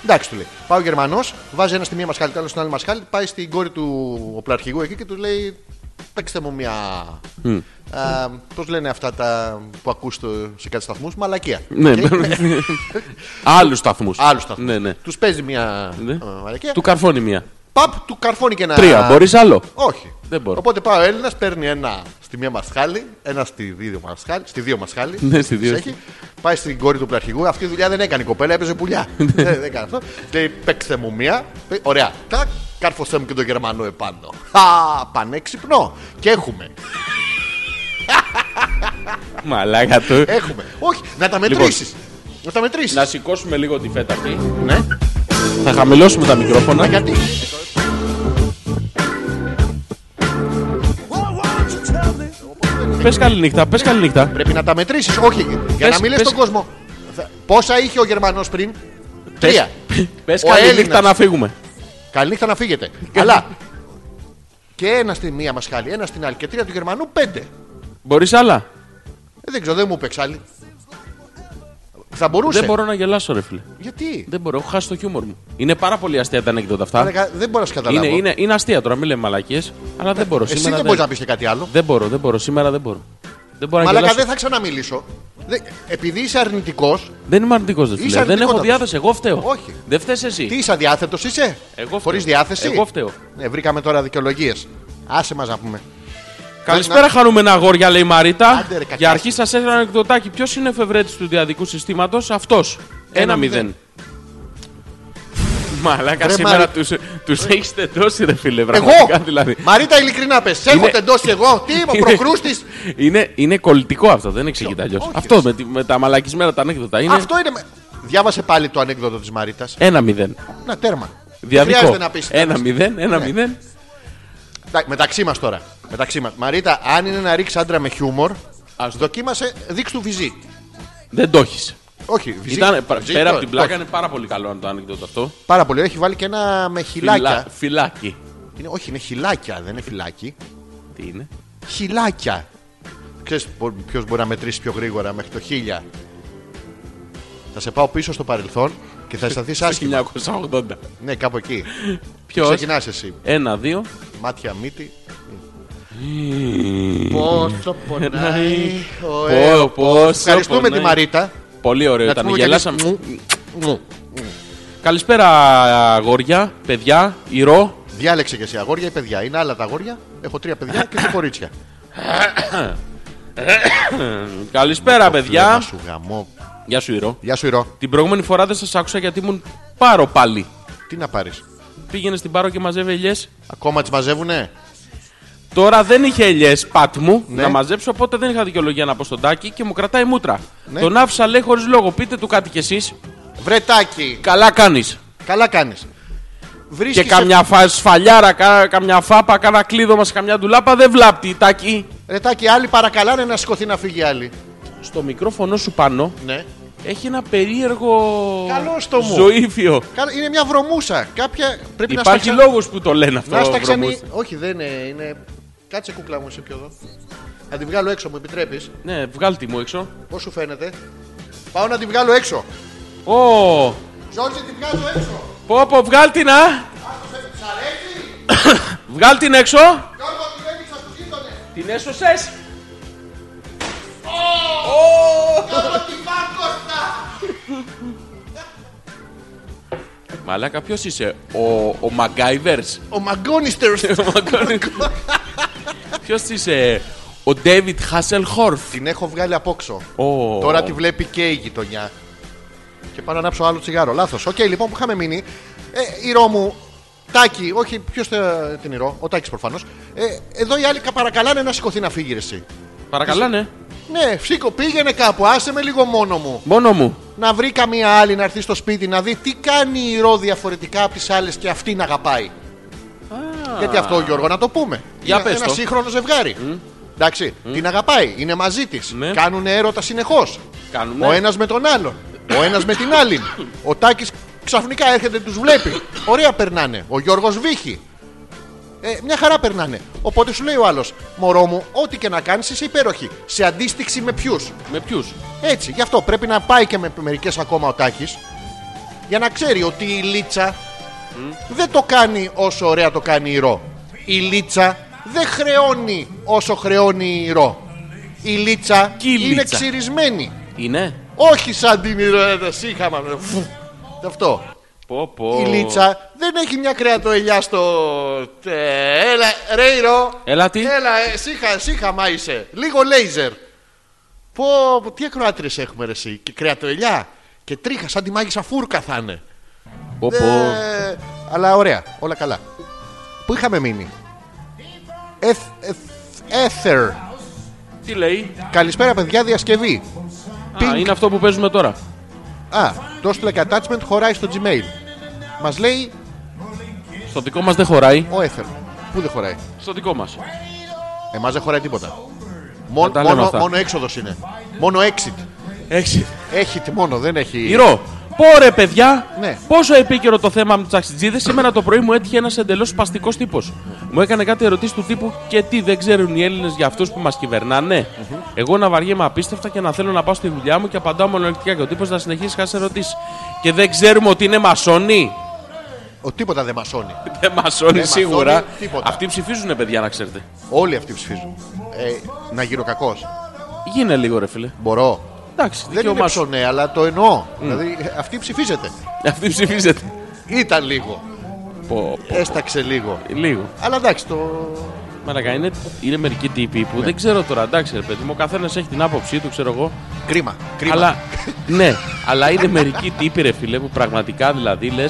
Speaker 1: Εντάξει, του λέει. Πάει ο Γερμανός, βάζει ένα στη μία μασχάλη, το άλλο στην άλλη μασχάλη, πάει στην κόρη του οπλαρχηγού εκεί και του λέει παίξτε μου μια. Πώς λένε αυτά τα που ακούς στο- σε κάτι σταθμούς, μαλακία.
Speaker 2: Ναι. Άλλους σταθμούς.
Speaker 1: Άλλους σταθμούς.
Speaker 2: Ναι, ναι.
Speaker 1: Τους παίζει μια.
Speaker 2: Ναι.
Speaker 1: ε, μαλακία.
Speaker 2: Του καρφώνει μία.
Speaker 1: Παπ, του καρφώνει και ένα.
Speaker 2: Τρία. Μπορείς άλλο.
Speaker 1: Όχι.
Speaker 2: Δεν μπορώ.
Speaker 1: Οπότε πάει ο Έλληνας, παίρνει ένα στη μία μασχάλη, ένα στη δύο μασχάλη. Στη δύο μασχάλη.
Speaker 2: Ναι, στη δύο.
Speaker 1: Τις έχει. Πάει στην κόρη του πλαρχηγού. Αυτή η δουλειά δεν έκανε η κοπέλα, έπαιζε πουλιά.
Speaker 2: Ναι.
Speaker 1: δεν, δεν έκανε αυτό. Λέει, παίξτε μου μία. Λέει, Ωραία. Τάκ, κάρφωσέ μου και τον Γερμανό επάνω. Α, πανέξυπνο. Και έχουμε.
Speaker 2: Μαλάκα του.
Speaker 1: Έχουμε. Όχι, να τα μετρήσεις. Να τα μετρήσεις.
Speaker 2: Λοιπόν. Να σηκώσουμε λίγο τη φέτα αυτή.
Speaker 1: Ναι.
Speaker 2: Θα χαμηλώσουμε τα μικρόφωνα.
Speaker 1: Μα γιατί.
Speaker 2: Πες καληνύχτα, πες καληνύχτα.
Speaker 1: Πρέπει να τα μετρήσεις. Όχι, για
Speaker 2: Πες-
Speaker 1: να μην λε
Speaker 2: πες-
Speaker 1: τον κόσμο. Θα- Πόσα είχε ο Γερμανός πριν. Τρία.
Speaker 2: Πες
Speaker 1: Ο
Speaker 2: καληνύχτα
Speaker 1: Έλληνας.
Speaker 2: να φύγουμε.
Speaker 1: Καλή νύχτα να φύγετε. Καλά. Και ένα στη μία μασχάλη, ένα στην άλλη και τρία του Γερμανού πέντε.
Speaker 2: Μπορείς άλλα.
Speaker 1: Ε, δεν ξέρω, δεν μου είπε άλλη. Θα μπορούσε.
Speaker 2: Δεν μπορώ να γελάσω, ρε φίλε.
Speaker 1: Γιατί.
Speaker 2: Δεν μπορώ, έχω χάσει το χιούμορ μου. Είναι πάρα πολύ αστεία τα ανέκδοτα αυτά.
Speaker 1: Άρα, Δεν μπορώ να σε καταλάβω.
Speaker 2: Είναι, είναι, είναι αστεία τώρα, μην λέμε μαλακίες. Αλλά δεν μπορώ.
Speaker 1: Ε, Εσύ
Speaker 2: σήμερα
Speaker 1: δεν μπορείς να πεις και κάτι άλλο.
Speaker 2: δεν μπορώ, δεν μπορώ. Σήμερα δεν μπορώ. Δεν μπορώ να
Speaker 1: Μαλάκα
Speaker 2: γελάσω.
Speaker 1: δεν θα ξαναμιλήσω. Δε- Επειδή είσαι αρνητικός,
Speaker 2: Δεν είμαι αρνητικός, δεν
Speaker 1: Είσαι
Speaker 2: φίλε. Δεν έχω
Speaker 1: αρνητικότατος.
Speaker 2: διάθεση. Εγώ φταίω.
Speaker 1: Όχι.
Speaker 2: Δεν φταίει εσύ.
Speaker 1: τι είσαι αδιάθετος είσαι.
Speaker 2: Εγώ
Speaker 1: Χωρίς
Speaker 2: φταίω.
Speaker 1: διάθεση.
Speaker 2: Εγώ φταίω.
Speaker 1: Ναι, βρήκαμε τώρα δικαιολογίες. Άσε μας να πούμε.
Speaker 2: Καλησπέρα, χαρούμενα αγόρια, λέει η Μαρίτα.
Speaker 1: Άντε, ρε, κακιά.
Speaker 2: Για αρχή σας έφερα ένα ανεκδοτάκι. Ποιος είναι εφευρέτης του διαδικού συστήματος, αυτός. Ένα μηδέν. Μαλάκα,
Speaker 1: Ρε,
Speaker 2: σήμερα
Speaker 1: Μάρι-
Speaker 2: τους τους έχεις τεντώσει, ρε φίλε. Πραγματικά
Speaker 1: Εγώ!
Speaker 2: δηλαδή.
Speaker 1: Μαρίτα, ειλικρινά πες. Σε έχω
Speaker 2: Είναι-
Speaker 1: τεντώσει εγώ. Τι είμαι, ο
Speaker 2: Είναι-
Speaker 1: προχρούστη.
Speaker 2: Είναι, είναι κολλητικό αυτό, δεν εξηγείται
Speaker 1: Ποιο?
Speaker 2: αλλιώς.
Speaker 1: Όχι,
Speaker 2: Αυτό
Speaker 1: ρε.
Speaker 2: με, τη- με τα μαλακισμένα τα ανέκδοτα είναι.
Speaker 1: Αυτό είναι. με- Διάβασε πάλι το ανέκδοτο της Μαρίτας.
Speaker 2: Ένα μηδέν.
Speaker 1: Να τέρμα. Δεν
Speaker 2: Διαδικό.
Speaker 1: χρειάζεται να Ναι. πεις.
Speaker 2: Ένα μηδέν, ένα μηδέν.
Speaker 1: Εντάξει, μεταξύ μας τώρα. Μεταξύ μας. Μαρίτα, αν είναι να ρίξεις άντρα με χιούμορ,
Speaker 2: Άστο.
Speaker 1: δοκίμασε, δείξ του βυζί.
Speaker 2: Δεν το έχεις.
Speaker 1: Όχι, βυζί.
Speaker 2: Ήταν πα-
Speaker 1: βυζί,
Speaker 2: πέρα
Speaker 1: το-
Speaker 2: από την πλάκα,
Speaker 1: το-
Speaker 2: είναι πάρα πολύ καλό αν το ανέκδοτο αυτό.
Speaker 1: Πάρα πολύ. Έχει βάλει και ένα με χιλάκια.
Speaker 2: Φυλά- Φυλάκι.
Speaker 1: Είναι, όχι, είναι χιλάκια, δεν είναι φυλάκι.
Speaker 2: Τι είναι.
Speaker 1: Χιλάκια. Ξέρεις ποιος μπορεί να μετρήσει πιο γρήγορα μέχρι το χίλια. Θα σε πάω πίσω στο παρελθόν και θα αισθανθείς άσχημα.
Speaker 2: 1980.
Speaker 1: ναι, κάπου εκεί.
Speaker 2: Ποιος.
Speaker 1: Ξεκινάς εσύ.
Speaker 2: Ένα, δύο.
Speaker 1: Μάτια, μύτη. Πόσο πονάει ο
Speaker 2: Πω, πω,
Speaker 1: Ευχαριστούμε
Speaker 2: πονάει.
Speaker 1: τη Μαρίτα.
Speaker 2: Πολύ ωραίο
Speaker 1: Να της
Speaker 2: ήταν.
Speaker 1: πούμε και
Speaker 2: Γελάσαμε.
Speaker 1: εμείς. Μου, μου.
Speaker 2: Καλησπέρα, αγόρια, παιδιά, ηρώ.
Speaker 1: Διάλεξε και εσύ αγόρια ή παιδιά. Είναι άλλα τα αγόρια. Έχω τρία παιδιά και δύο κορίτσια.
Speaker 2: Καλησπέρα,
Speaker 1: Λέω, να
Speaker 2: παιδιά.
Speaker 1: σου γαμώ.
Speaker 2: Γεια σου, ηρώ.
Speaker 1: Γεια σου, Ηρώ.
Speaker 2: Την προηγούμενη φορά δεν σας άκουσα γιατί ήμουν πάρο πάλι.
Speaker 1: Τι να πάρεις.
Speaker 2: Πήγαινε στην πάρο και μαζεύε ελιές.
Speaker 1: Ακόμα τις μαζεύουνε.
Speaker 2: Τώρα δεν είχε ελιές, πατ μου,
Speaker 1: Ναι.
Speaker 2: να μαζέψω, οπότε δεν είχα δικαιολογία να πω στον τάκι και μου κρατάει μούτρα.
Speaker 1: Ναι.
Speaker 2: Τον άφησα, λέει, χωρίς λόγο. Πείτε του κάτι κι εσείς.
Speaker 1: Βρετάκι.
Speaker 2: Καλά κάνεις.
Speaker 1: Καλά κάνεις.
Speaker 2: Και
Speaker 1: Βρίσκει.
Speaker 2: καμιά φα- σφαλιάρα, κα- καμιά φάπα, κάνα κλείδωμα σε καμιά ντουλάπα δεν βλάπτει, τάκι.
Speaker 1: Ρετάκι, άλλοι παρακαλάνε να σηκωθεί να φύγει άλλη.
Speaker 2: Στο μικρόφωνο σου πάνω
Speaker 1: Ναι.
Speaker 2: έχει ένα περίεργο
Speaker 1: Καλώς το μου.
Speaker 2: ζωήφιο.
Speaker 1: Καλά, Είναι μια βρωμούσα. Κάποια πρέπει να
Speaker 2: Υπάρχει
Speaker 1: σταξα-
Speaker 2: λόγος που το λένε αυτό.
Speaker 1: Να σταξαν οι-
Speaker 2: βρωμούσα.
Speaker 1: Όχι, δεν είναι. είναι... Κάτσε κούκλα μου, σε πιο εδώ. Θα τη βγάλω έξω, μου επιτρέπεις.
Speaker 2: Ναι, βγάλ τη μου έξω.
Speaker 1: Πώς σου φαίνεται. Πάω να τη βγάλω έξω.
Speaker 2: Ω,
Speaker 1: Ζόρτζε, τη βγάζω έξω.
Speaker 2: πω πω, βγάλ την α!
Speaker 1: Σ' αρέσει.
Speaker 2: Βγάλ την έξω!
Speaker 1: Γιώργο, τη έδειξα στους γείτονες.
Speaker 2: Την έσωσες!
Speaker 1: Γιώργο, τη φάρκωστα.
Speaker 2: Μαλάκα, ποιος είσαι, ο, ο Μαγκάιβερς.
Speaker 1: Ο Μαγκόνιστερ.
Speaker 2: ποιος είσαι, ο Ντέιβιτ Χάσελχόρφ.
Speaker 1: Την έχω βγάλει απόξω.
Speaker 2: Ω.
Speaker 1: Τώρα τη βλέπει και η γειτονιά. Και πάω να ανάψω άλλο τσιγάρο. Λάθος. Οκ, λοιπόν που είχαμε μείνει. Ε, ηρώ μου. Τάκι, όχι, ποιος την ηρώ. Ο Τάκης προφανώς. Ε, εδώ οι άλλοι κα- παρακαλάνε να σηκωθεί να φύγει ρε εσύ.
Speaker 2: Παρακαλά, ναι.
Speaker 1: Ναι, φύκο, πήγαινε κάπου. Άσε με λίγο μόνο μου.
Speaker 2: Μόνο μου.
Speaker 1: Να βρει καμία άλλη να έρθει στο σπίτι να δει τι κάνει η ηρώ διαφορετικά από τις άλλες και αυτή να αγαπάει. Γιατί αυτό, Γιώργο, να το πούμε.
Speaker 2: Για
Speaker 1: είναι
Speaker 2: πες
Speaker 1: ένα
Speaker 2: το.
Speaker 1: σύγχρονο ζευγάρι. Εντάξει, την αγαπάει, είναι μαζί της.
Speaker 2: Ναι.
Speaker 1: Κάνουν έρωτα συνεχώς.
Speaker 2: Κάνουμε.
Speaker 1: Ο ένας με τον άλλον. Ο ένας με την άλλη. Ο Τάκης ξαφνικά έρχεται, τους βλέπει. Ωραία περνάνε. Ο Γιώργος βύχει. Ε, μια χαρά περνάνε. Οπότε σου λέει ο άλλος: Μωρό μου, ό,τι και να κάνεις, είσαι υπέροχη. Σε αντίστοιξη με ποιους.
Speaker 2: Με ποιους.
Speaker 1: Έτσι, γι' αυτό πρέπει να πάει και με μερικές ακόμα ο Τάκης. Για να ξέρει ότι η Λίτσα δεν το κάνει όσο ωραία το κάνει η Ρο. Η Λίτσα δεν χρεώνει όσο χρεώνει η Ρο. Η Λίτσα
Speaker 2: Και η
Speaker 1: είναι
Speaker 2: Λίτσα.
Speaker 1: ξυρισμένη.
Speaker 2: Είναι.
Speaker 1: ε, Όχι σαν την ηρωίδα, σύγχαμα. Αυτό.
Speaker 2: Πω, πω.
Speaker 1: Η Λίτσα δεν έχει μια κρεατοελιά στο. Ε, έλα, Ρέιρο.
Speaker 2: Έλα, τι?
Speaker 1: Έλα, ε, σύχα, σύχα, μα είσαι. Λίγο λέιζερ. Πω, πω, τι ακροάτριες έχουμε ρε, εσύ. Και κρεατοελιά. Και τρίχα, σαν τη μάγισσα φούρκα θα είναι.
Speaker 2: Πω, πω.
Speaker 1: Ε, αλλά ωραία, όλα καλά. Πού είχαμε μείνει. Εθ, εθ, ether.
Speaker 2: Τι λέει.
Speaker 1: Καλησπέρα, παιδιά, διασκευή.
Speaker 2: Α, είναι αυτό που παίζουμε τώρα.
Speaker 1: Α, το έστειλε και attachment χωράει στο Gmail. Μας λέει
Speaker 2: Στο δικό μας δεν χωράει.
Speaker 1: ο Ether. Πού δεν χωράει.
Speaker 2: Στο δικό μας.
Speaker 1: Εμά Ε, δεν χωράει τίποτα. Μό-
Speaker 2: τα λέμε
Speaker 1: μόνο,
Speaker 2: αυτά.
Speaker 1: μόνο έξοδος είναι. Μόνο exit.
Speaker 2: Έξι.
Speaker 1: Έχει τη μόνο, δεν έχει.
Speaker 2: Ηρώ. Πόρε, παιδιά,
Speaker 1: Ναι.
Speaker 2: πόσο επίκαιρο το θέμα με τους ταξιτζίδε. Σήμερα το πρωί μου έτυχε ένας εντελώς σπαστικός τύπος. Μου έκανε κάτι ερωτήσεις του τύπου και τι δεν ξέρουν οι Έλληνες για αυτούς που μας κυβερνάνε. Εγώ να βαριέμαι απίστευτα και να θέλω να πάω στη δουλειά μου και απαντάω μονολεκτικά. Και ο τύπος να συνεχίσει χάσει ερωτήσεις. Και δεν ξέρουμε ότι είναι μασόνοι.
Speaker 1: Ο τίποτα δεν μασώνει.
Speaker 2: Δεν μασόνοι
Speaker 1: Δεν
Speaker 2: σίγουρα.
Speaker 1: Ναι, μασόνοι, τίποτα.
Speaker 2: Αυτοί ψηφίζουν, παιδιά, να ξέρετε.
Speaker 1: Όλοι αυτοί ψηφίζουν. Ε, να γίνω κακός.
Speaker 2: Γίνε λίγο, ρε φίλε.
Speaker 1: Μπορώ.
Speaker 2: Εντάξει,
Speaker 1: Δεν είναι
Speaker 2: δικαίωμάς σου.
Speaker 1: ψωνέ, αλλά το εννοώ.
Speaker 2: Mm.
Speaker 1: Δηλαδή ε, αυτή ψηφίζεται.
Speaker 2: Αυτή ψηφίζεται.
Speaker 1: Ήταν λίγο.
Speaker 2: Πω, πω,
Speaker 1: Έσταξε λίγο.
Speaker 2: λίγο.
Speaker 1: Αλλά εντάξει, το.
Speaker 2: Μαλακά, είναι, είναι μερικοί τύποι
Speaker 1: Ναι.
Speaker 2: που δεν ξέρω τώρα, εντάξει ρε παιδί μου, ο καθένας έχει την άποψή του, ξέρω εγώ.
Speaker 1: Κρίμα. κρίμα.
Speaker 2: Αλλά, ναι, αλλά είναι μερικοί τύποι ρε φίλε που πραγματικά δηλαδή λες,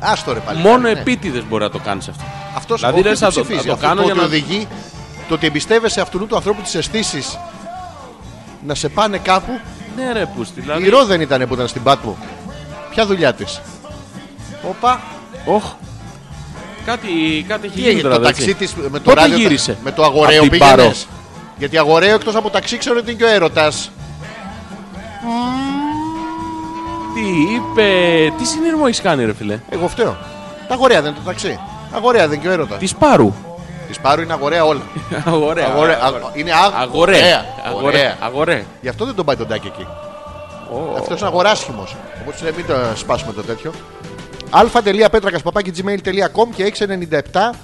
Speaker 1: Άστο ρε πάλι.
Speaker 2: μόνο επίτηδες μπορεί να το κάνεις αυτό.
Speaker 1: Αυτός
Speaker 2: Δηλαδή,
Speaker 1: ο
Speaker 2: λες,
Speaker 1: οποίος
Speaker 2: θα το-
Speaker 1: ψηφίζει.
Speaker 2: θα
Speaker 1: Αυτό
Speaker 2: το κάνω
Speaker 1: που
Speaker 2: για
Speaker 1: ότι
Speaker 2: να-
Speaker 1: οδηγεί το ότι εμπιστεύεσαι αυτού του ανθρώπου τις αισθήσεις να σε πάνε κάπου.
Speaker 2: Ναι, ρε πούστη,
Speaker 1: Η
Speaker 2: δηλαδή.
Speaker 1: Ρο δεν ήταν που ήταν στην Πάτμο. Ποια δουλειά της. Όπα,
Speaker 2: Οχ. Κάτι, κάτι έχει
Speaker 1: τι
Speaker 2: γίνει
Speaker 1: έγινε
Speaker 2: τώρα.
Speaker 1: το
Speaker 2: δεν
Speaker 1: ταξί
Speaker 2: ξέρω.
Speaker 1: της με το
Speaker 2: Πότε
Speaker 1: ράδιο.
Speaker 2: γύρισε?
Speaker 1: Με το αγοραίο
Speaker 2: Απ' την Πάρο.
Speaker 1: πήγαινε. Γιατί αγοραίο εκτός από ταξί ξέρω ότι είναι και ο έρωτας.
Speaker 2: Τι είπε, τι συνειρμό έχεις κάνει, ρε φίλε.
Speaker 1: Εγώ φταίω. Τα αγοραία δεν είναι το ταξί. Αγοραία δεν είναι και ο έρωτας.
Speaker 2: Της πάρου.
Speaker 1: Της πάρου είναι αγοραία όλα.
Speaker 2: Αγορέα.
Speaker 1: Αγοραία. αγο- Είναι αγ-
Speaker 2: Αγορέα.
Speaker 1: Αγοραία.
Speaker 2: Αγορέα. Αγορέα.
Speaker 1: Γι' αυτό δεν τον πάει τον τάκι εκεί.
Speaker 2: Ω.
Speaker 1: Αυτός είναι αγοράσχημος. Οπότε μην το σπάσουμε το τέτοιο. α.πέτρακα.gmail.com και 697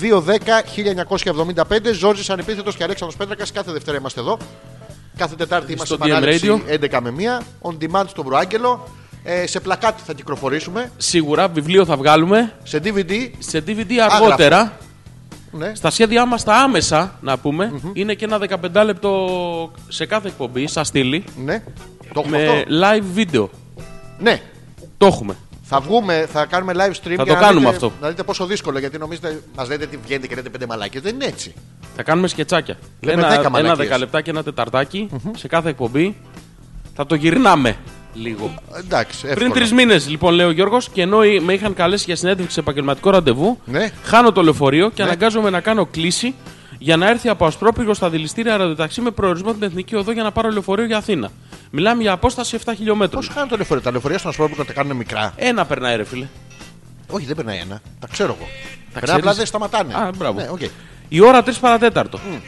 Speaker 1: 210 1975 Ζόρζης Ανεπίθετος και Αλέξανδρος Πέτρακας. Κάθε Δευτέρα είμαστε εδώ. Κάθε Τετάρτη είμαστε
Speaker 2: Στο
Speaker 1: επανάληψη
Speaker 2: DM
Speaker 1: 11 με 1. On demand στον Προάγγελο. Ε, σε πλακάτι θα κυκλοφορήσουμε.
Speaker 2: Σίγουρα βιβλίο θα βγάλουμε.
Speaker 1: Σε DVD.
Speaker 2: Σε DVD αργότερα.
Speaker 1: Ναι.
Speaker 2: Στα σχέδιά μας τα άμεσα, να πουμε είναι και ένα 15 λεπτό σε κάθε εκπομπή, σα στείλει,
Speaker 1: ναι. Το έχουμε
Speaker 2: με
Speaker 1: αυτό.
Speaker 2: live video.
Speaker 1: Ναι.
Speaker 2: Το έχουμε.
Speaker 1: Θα βγούμε, θα κάνουμε live stream.
Speaker 2: Θα
Speaker 1: για
Speaker 2: το
Speaker 1: να
Speaker 2: κάνουμε
Speaker 1: δείτε,
Speaker 2: αυτό.
Speaker 1: Να δείτε πόσο δύσκολο γιατί νομίζετε, μας λέτε τι βγαίνετε και λέτε πέντε μαλάκια. Δεν είναι έτσι.
Speaker 2: Θα κάνουμε σκετσάκια.
Speaker 1: Λέμε δέκα
Speaker 2: ένα, ένα
Speaker 1: μαλακίες.
Speaker 2: δεκαλεπτά και ένα τεταρτάκι σε κάθε εκπομπή. Θα το γυρνάμε λίγο.
Speaker 1: Εντάξει.
Speaker 2: Πριν
Speaker 1: εύκολο.
Speaker 2: τρεις μήνες, λοιπόν, λέει ο Γιώργος, και ενώ με είχαν καλέσει για συνέντευξη σε επαγγελματικό ραντεβού,
Speaker 1: Ναι.
Speaker 2: χάνω το λεωφορείο και αναγκάζομαι να κάνω κλίση για να έρθει από Ασπρόπυργο στα δηληστήρια αεροταξί με προορισμό την Εθνική Οδό για να πάρω λεωφορείο για Αθήνα. Μιλάμε για απόσταση 7 χιλιόμετρων.
Speaker 1: Πώς χάνουν το λεωφορείο. Τα λεωφορεία στον Ασπρόπουλο τα κάνουν μικρά.
Speaker 2: Ένα περνάει, ρε φίλε.
Speaker 1: Όχι, δεν περνάει ένα. Τα ξέρω εγώ. Τα
Speaker 2: ξέρεις?
Speaker 1: απλά δεν σταματάνε.
Speaker 2: Α, μπράβο. Λοιπόν.
Speaker 1: Ναι, οκ.
Speaker 2: Η ώρα 3 παρατέταρτο.
Speaker 1: Mm.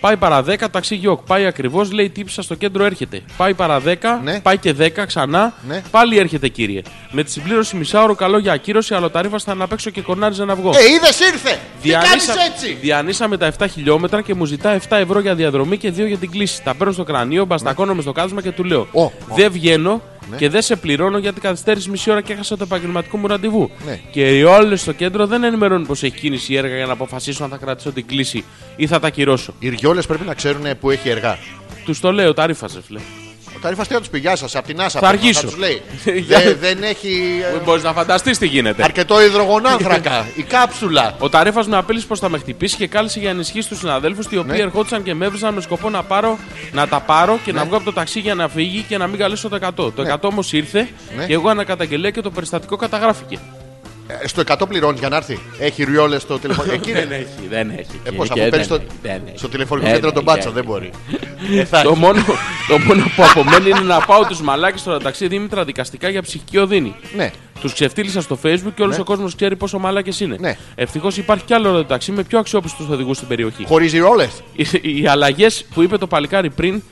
Speaker 2: Πάει παρά 10, ταξί γιοκ. Πάει ακριβώς, λέει τύψα στο κέντρο έρχεται. Πάει παρά 10,
Speaker 1: Ναι.
Speaker 2: πάει και 10 ξανά.
Speaker 1: Ναι.
Speaker 2: Πάλι έρχεται κύριε. Με τη συμπλήρωση μισάωρο καλό για ακύρωση, αλλά ο ταρίφας θα να παίξω και κορνάριζε να βγω.
Speaker 1: Ε, είδες ήρθε! Τι κάνεις έτσι!
Speaker 2: διανύσαμε τα 7 χιλιόμετρα και μου ζητά 7 ευρώ για διαδρομή και 2 για την κλίση. Τα παίρνω στο κρανίο, μπαστακώνω με στο κάθισμα και του λέω:
Speaker 1: Ω, ω.
Speaker 2: Δεν βγαίνω
Speaker 1: Ναι.
Speaker 2: και δεν σε πληρώνω γιατί καθυστέρησες μισή ώρα και έχασα το επαγγελματικό μου ραντεβού.
Speaker 1: Ναι.
Speaker 2: Και οι όλες στο κέντρο δεν ενημερώνουν πως έχει κίνηση ή έργα για να αποφασίσω αν θα κρατήσω την κλίση ή θα τα κυρώσω.
Speaker 1: Οι ριόλες πρέπει να ξέρουν που έχει εργά.
Speaker 2: Τους το λέω, τα ρίφαζε, φίλε.
Speaker 1: Ο Ταρίφα τι να τους πει, Γεια σας, απ' την άσα.
Speaker 2: Θα
Speaker 1: πρέπει να-
Speaker 2: αργήσω.
Speaker 1: τους λέει.
Speaker 2: Γεια.
Speaker 1: Δε- δεν έχει ε,
Speaker 2: Μπορείς να φανταστείς τι γίνεται.
Speaker 1: αρκετό υδρογονάνθρακα. η κάψουλα.
Speaker 2: Ο Ταρέφας με απείλησε πως θα με χτυπήσει και κάλεσε για ενισχύσει τους συναδέλφους, οι οποίοι
Speaker 1: Ναι.
Speaker 2: ερχόντουσαν και με έβριζαν με σκοπό να, πάρω, να τα πάρω και να βγω από το ταξί για να φύγει και να μην καλέσω το 100. Το 100 όμως ήρθε
Speaker 1: Ναι.
Speaker 2: και εγώ ανακαταγγελία και το περιστατικό καταγράφηκε.
Speaker 1: Ε, στο 100 πληρώνεις για να έρθει. Έχει ριόλε στο τηλεφωνικό. Εκεί είναι.
Speaker 2: έχει, δεν έχει.
Speaker 1: Ε, πώς, αφού παίρνει στο, στο τηλεφωνικό κέντρο τον μπάτσο, δεν μπορεί. Ε, θα-
Speaker 2: Το μόνο, το μόνο που απομένει είναι να πάω τους μαλάκες στο ταξί Δήμητρα δικαστικά για ψυχική οδύνη.
Speaker 1: Ναι.
Speaker 2: Τους ξεφτύλισα στο facebook και όλος
Speaker 1: Ναι.
Speaker 2: ο κόσμος ξέρει πόσο μαλάκες είναι.
Speaker 1: Ναι.
Speaker 2: Ευτυχώς υπάρχει κι άλλο ροδοταξί με πιο αξιόπιστους οδηγούς στην περιοχή.
Speaker 1: Χωρίς ριόλε.
Speaker 2: Οι- Οι αλλαγές που είπε το παλικάρι πριν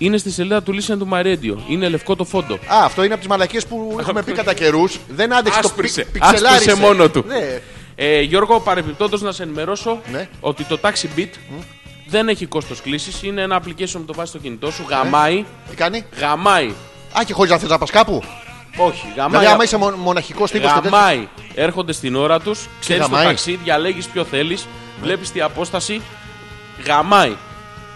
Speaker 2: είναι, στη σελίδα του Listen to My Radio. Είναι λευκό το φόντο.
Speaker 1: Α, αυτό είναι από τις μαλακίες που έχουμε πει κατά καιρούς. Δεν άντεξε το
Speaker 2: Άσπρισε.
Speaker 1: πι- πιξελάρισε.
Speaker 2: Άσπρισε μόνο του.
Speaker 1: Ναι.
Speaker 2: Ε, Γιώργο, παρεμπιπτόντως να σε ενημερώσω
Speaker 1: Ναι.
Speaker 2: ότι το Taxi Beat δεν έχει κόστος κλήσης. Είναι ένα
Speaker 1: Ναι.
Speaker 2: application που το βάζει στο κινητό σου. Γαμάει.
Speaker 1: Τι κάνει.
Speaker 2: Γαμάει.
Speaker 1: Α, και χωρίς να θες να πας κάπου.
Speaker 2: Όχι, γαμάει.
Speaker 1: Δηλαδή, άμα είσαι μο- μοναχικός τύπος και τέτοιο.
Speaker 2: Γαμάει. Έρχονται στην ώρα τους, ξέρεις το
Speaker 1: γαμάει. Ναι.
Speaker 2: ταξί, διαλέγεις ποιο θέλεις, βλέπει την απόσταση. Γαμάει.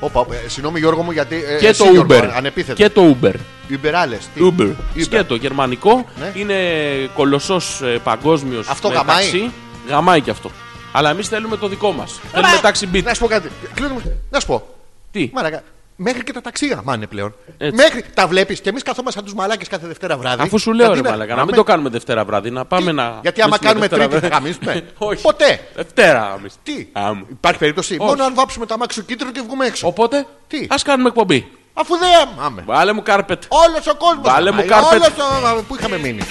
Speaker 1: Όπα, όπα, ε, Συγγνώμη Γιώργο μου γιατί. ε,
Speaker 2: Και
Speaker 1: εσύ,
Speaker 2: το Uber.
Speaker 1: Γιώργο, αν- Ανεπίθετα.
Speaker 2: Και το Uber.
Speaker 1: Uberales, τι.
Speaker 2: Uber.
Speaker 1: Uber.
Speaker 2: Σκέτο, γερμανικό.
Speaker 1: Ναι.
Speaker 2: Είναι ε, κολοσσό παγκόσμιος.
Speaker 1: Αυτό γαμάει.
Speaker 2: Γαμάει και αυτό. Αλλά εμείς θέλουμε το δικό μας. Θέλουμε taxi beat.
Speaker 1: Να σου πω κάτι. Κλείνουμε. Να σου πω.
Speaker 2: Τι.
Speaker 1: Μαρακα, μέχρι και τα ταξί γαμάνε πλέον.
Speaker 2: Έτσι.
Speaker 1: Μέχρι τα βλέπεις και εμείς καθόμαστε σαν τους μαλάκες κάθε Δευτέρα βράδυ.
Speaker 2: Αφού σου λέω,
Speaker 1: Γιατί
Speaker 2: ρε
Speaker 1: δηλαδή, να-
Speaker 2: Μαλάκα, να
Speaker 1: να
Speaker 2: μην
Speaker 1: με-
Speaker 2: το κάνουμε Δευτέρα βράδυ, να πάμε να.
Speaker 1: Γιατί άμα
Speaker 2: μες τη
Speaker 1: κάνουμε
Speaker 2: Δευτέρα
Speaker 1: τρίτη θα
Speaker 2: βράδυ.
Speaker 1: γαμίσουμε.
Speaker 2: Όχι.
Speaker 1: Ποτέ.
Speaker 2: Δευτέρα γαμίσουμε.
Speaker 1: Τι.
Speaker 2: Γαμ.
Speaker 1: Υπάρχει περίπτωση.
Speaker 2: Όχι.
Speaker 1: Μόνο αν βάψουμε τα μάξι κίτρινο και βγούμε έξω.
Speaker 2: Οπότε,
Speaker 1: Τι.
Speaker 2: ας κάνουμε εκπομπή.
Speaker 1: Αφού δεν άμαμε.
Speaker 2: Βάλε μου κάρπετ.
Speaker 1: Όλος ο κόσμος.
Speaker 2: Βάλε μου κάρπετ.
Speaker 1: Πού είχαμε μείνει.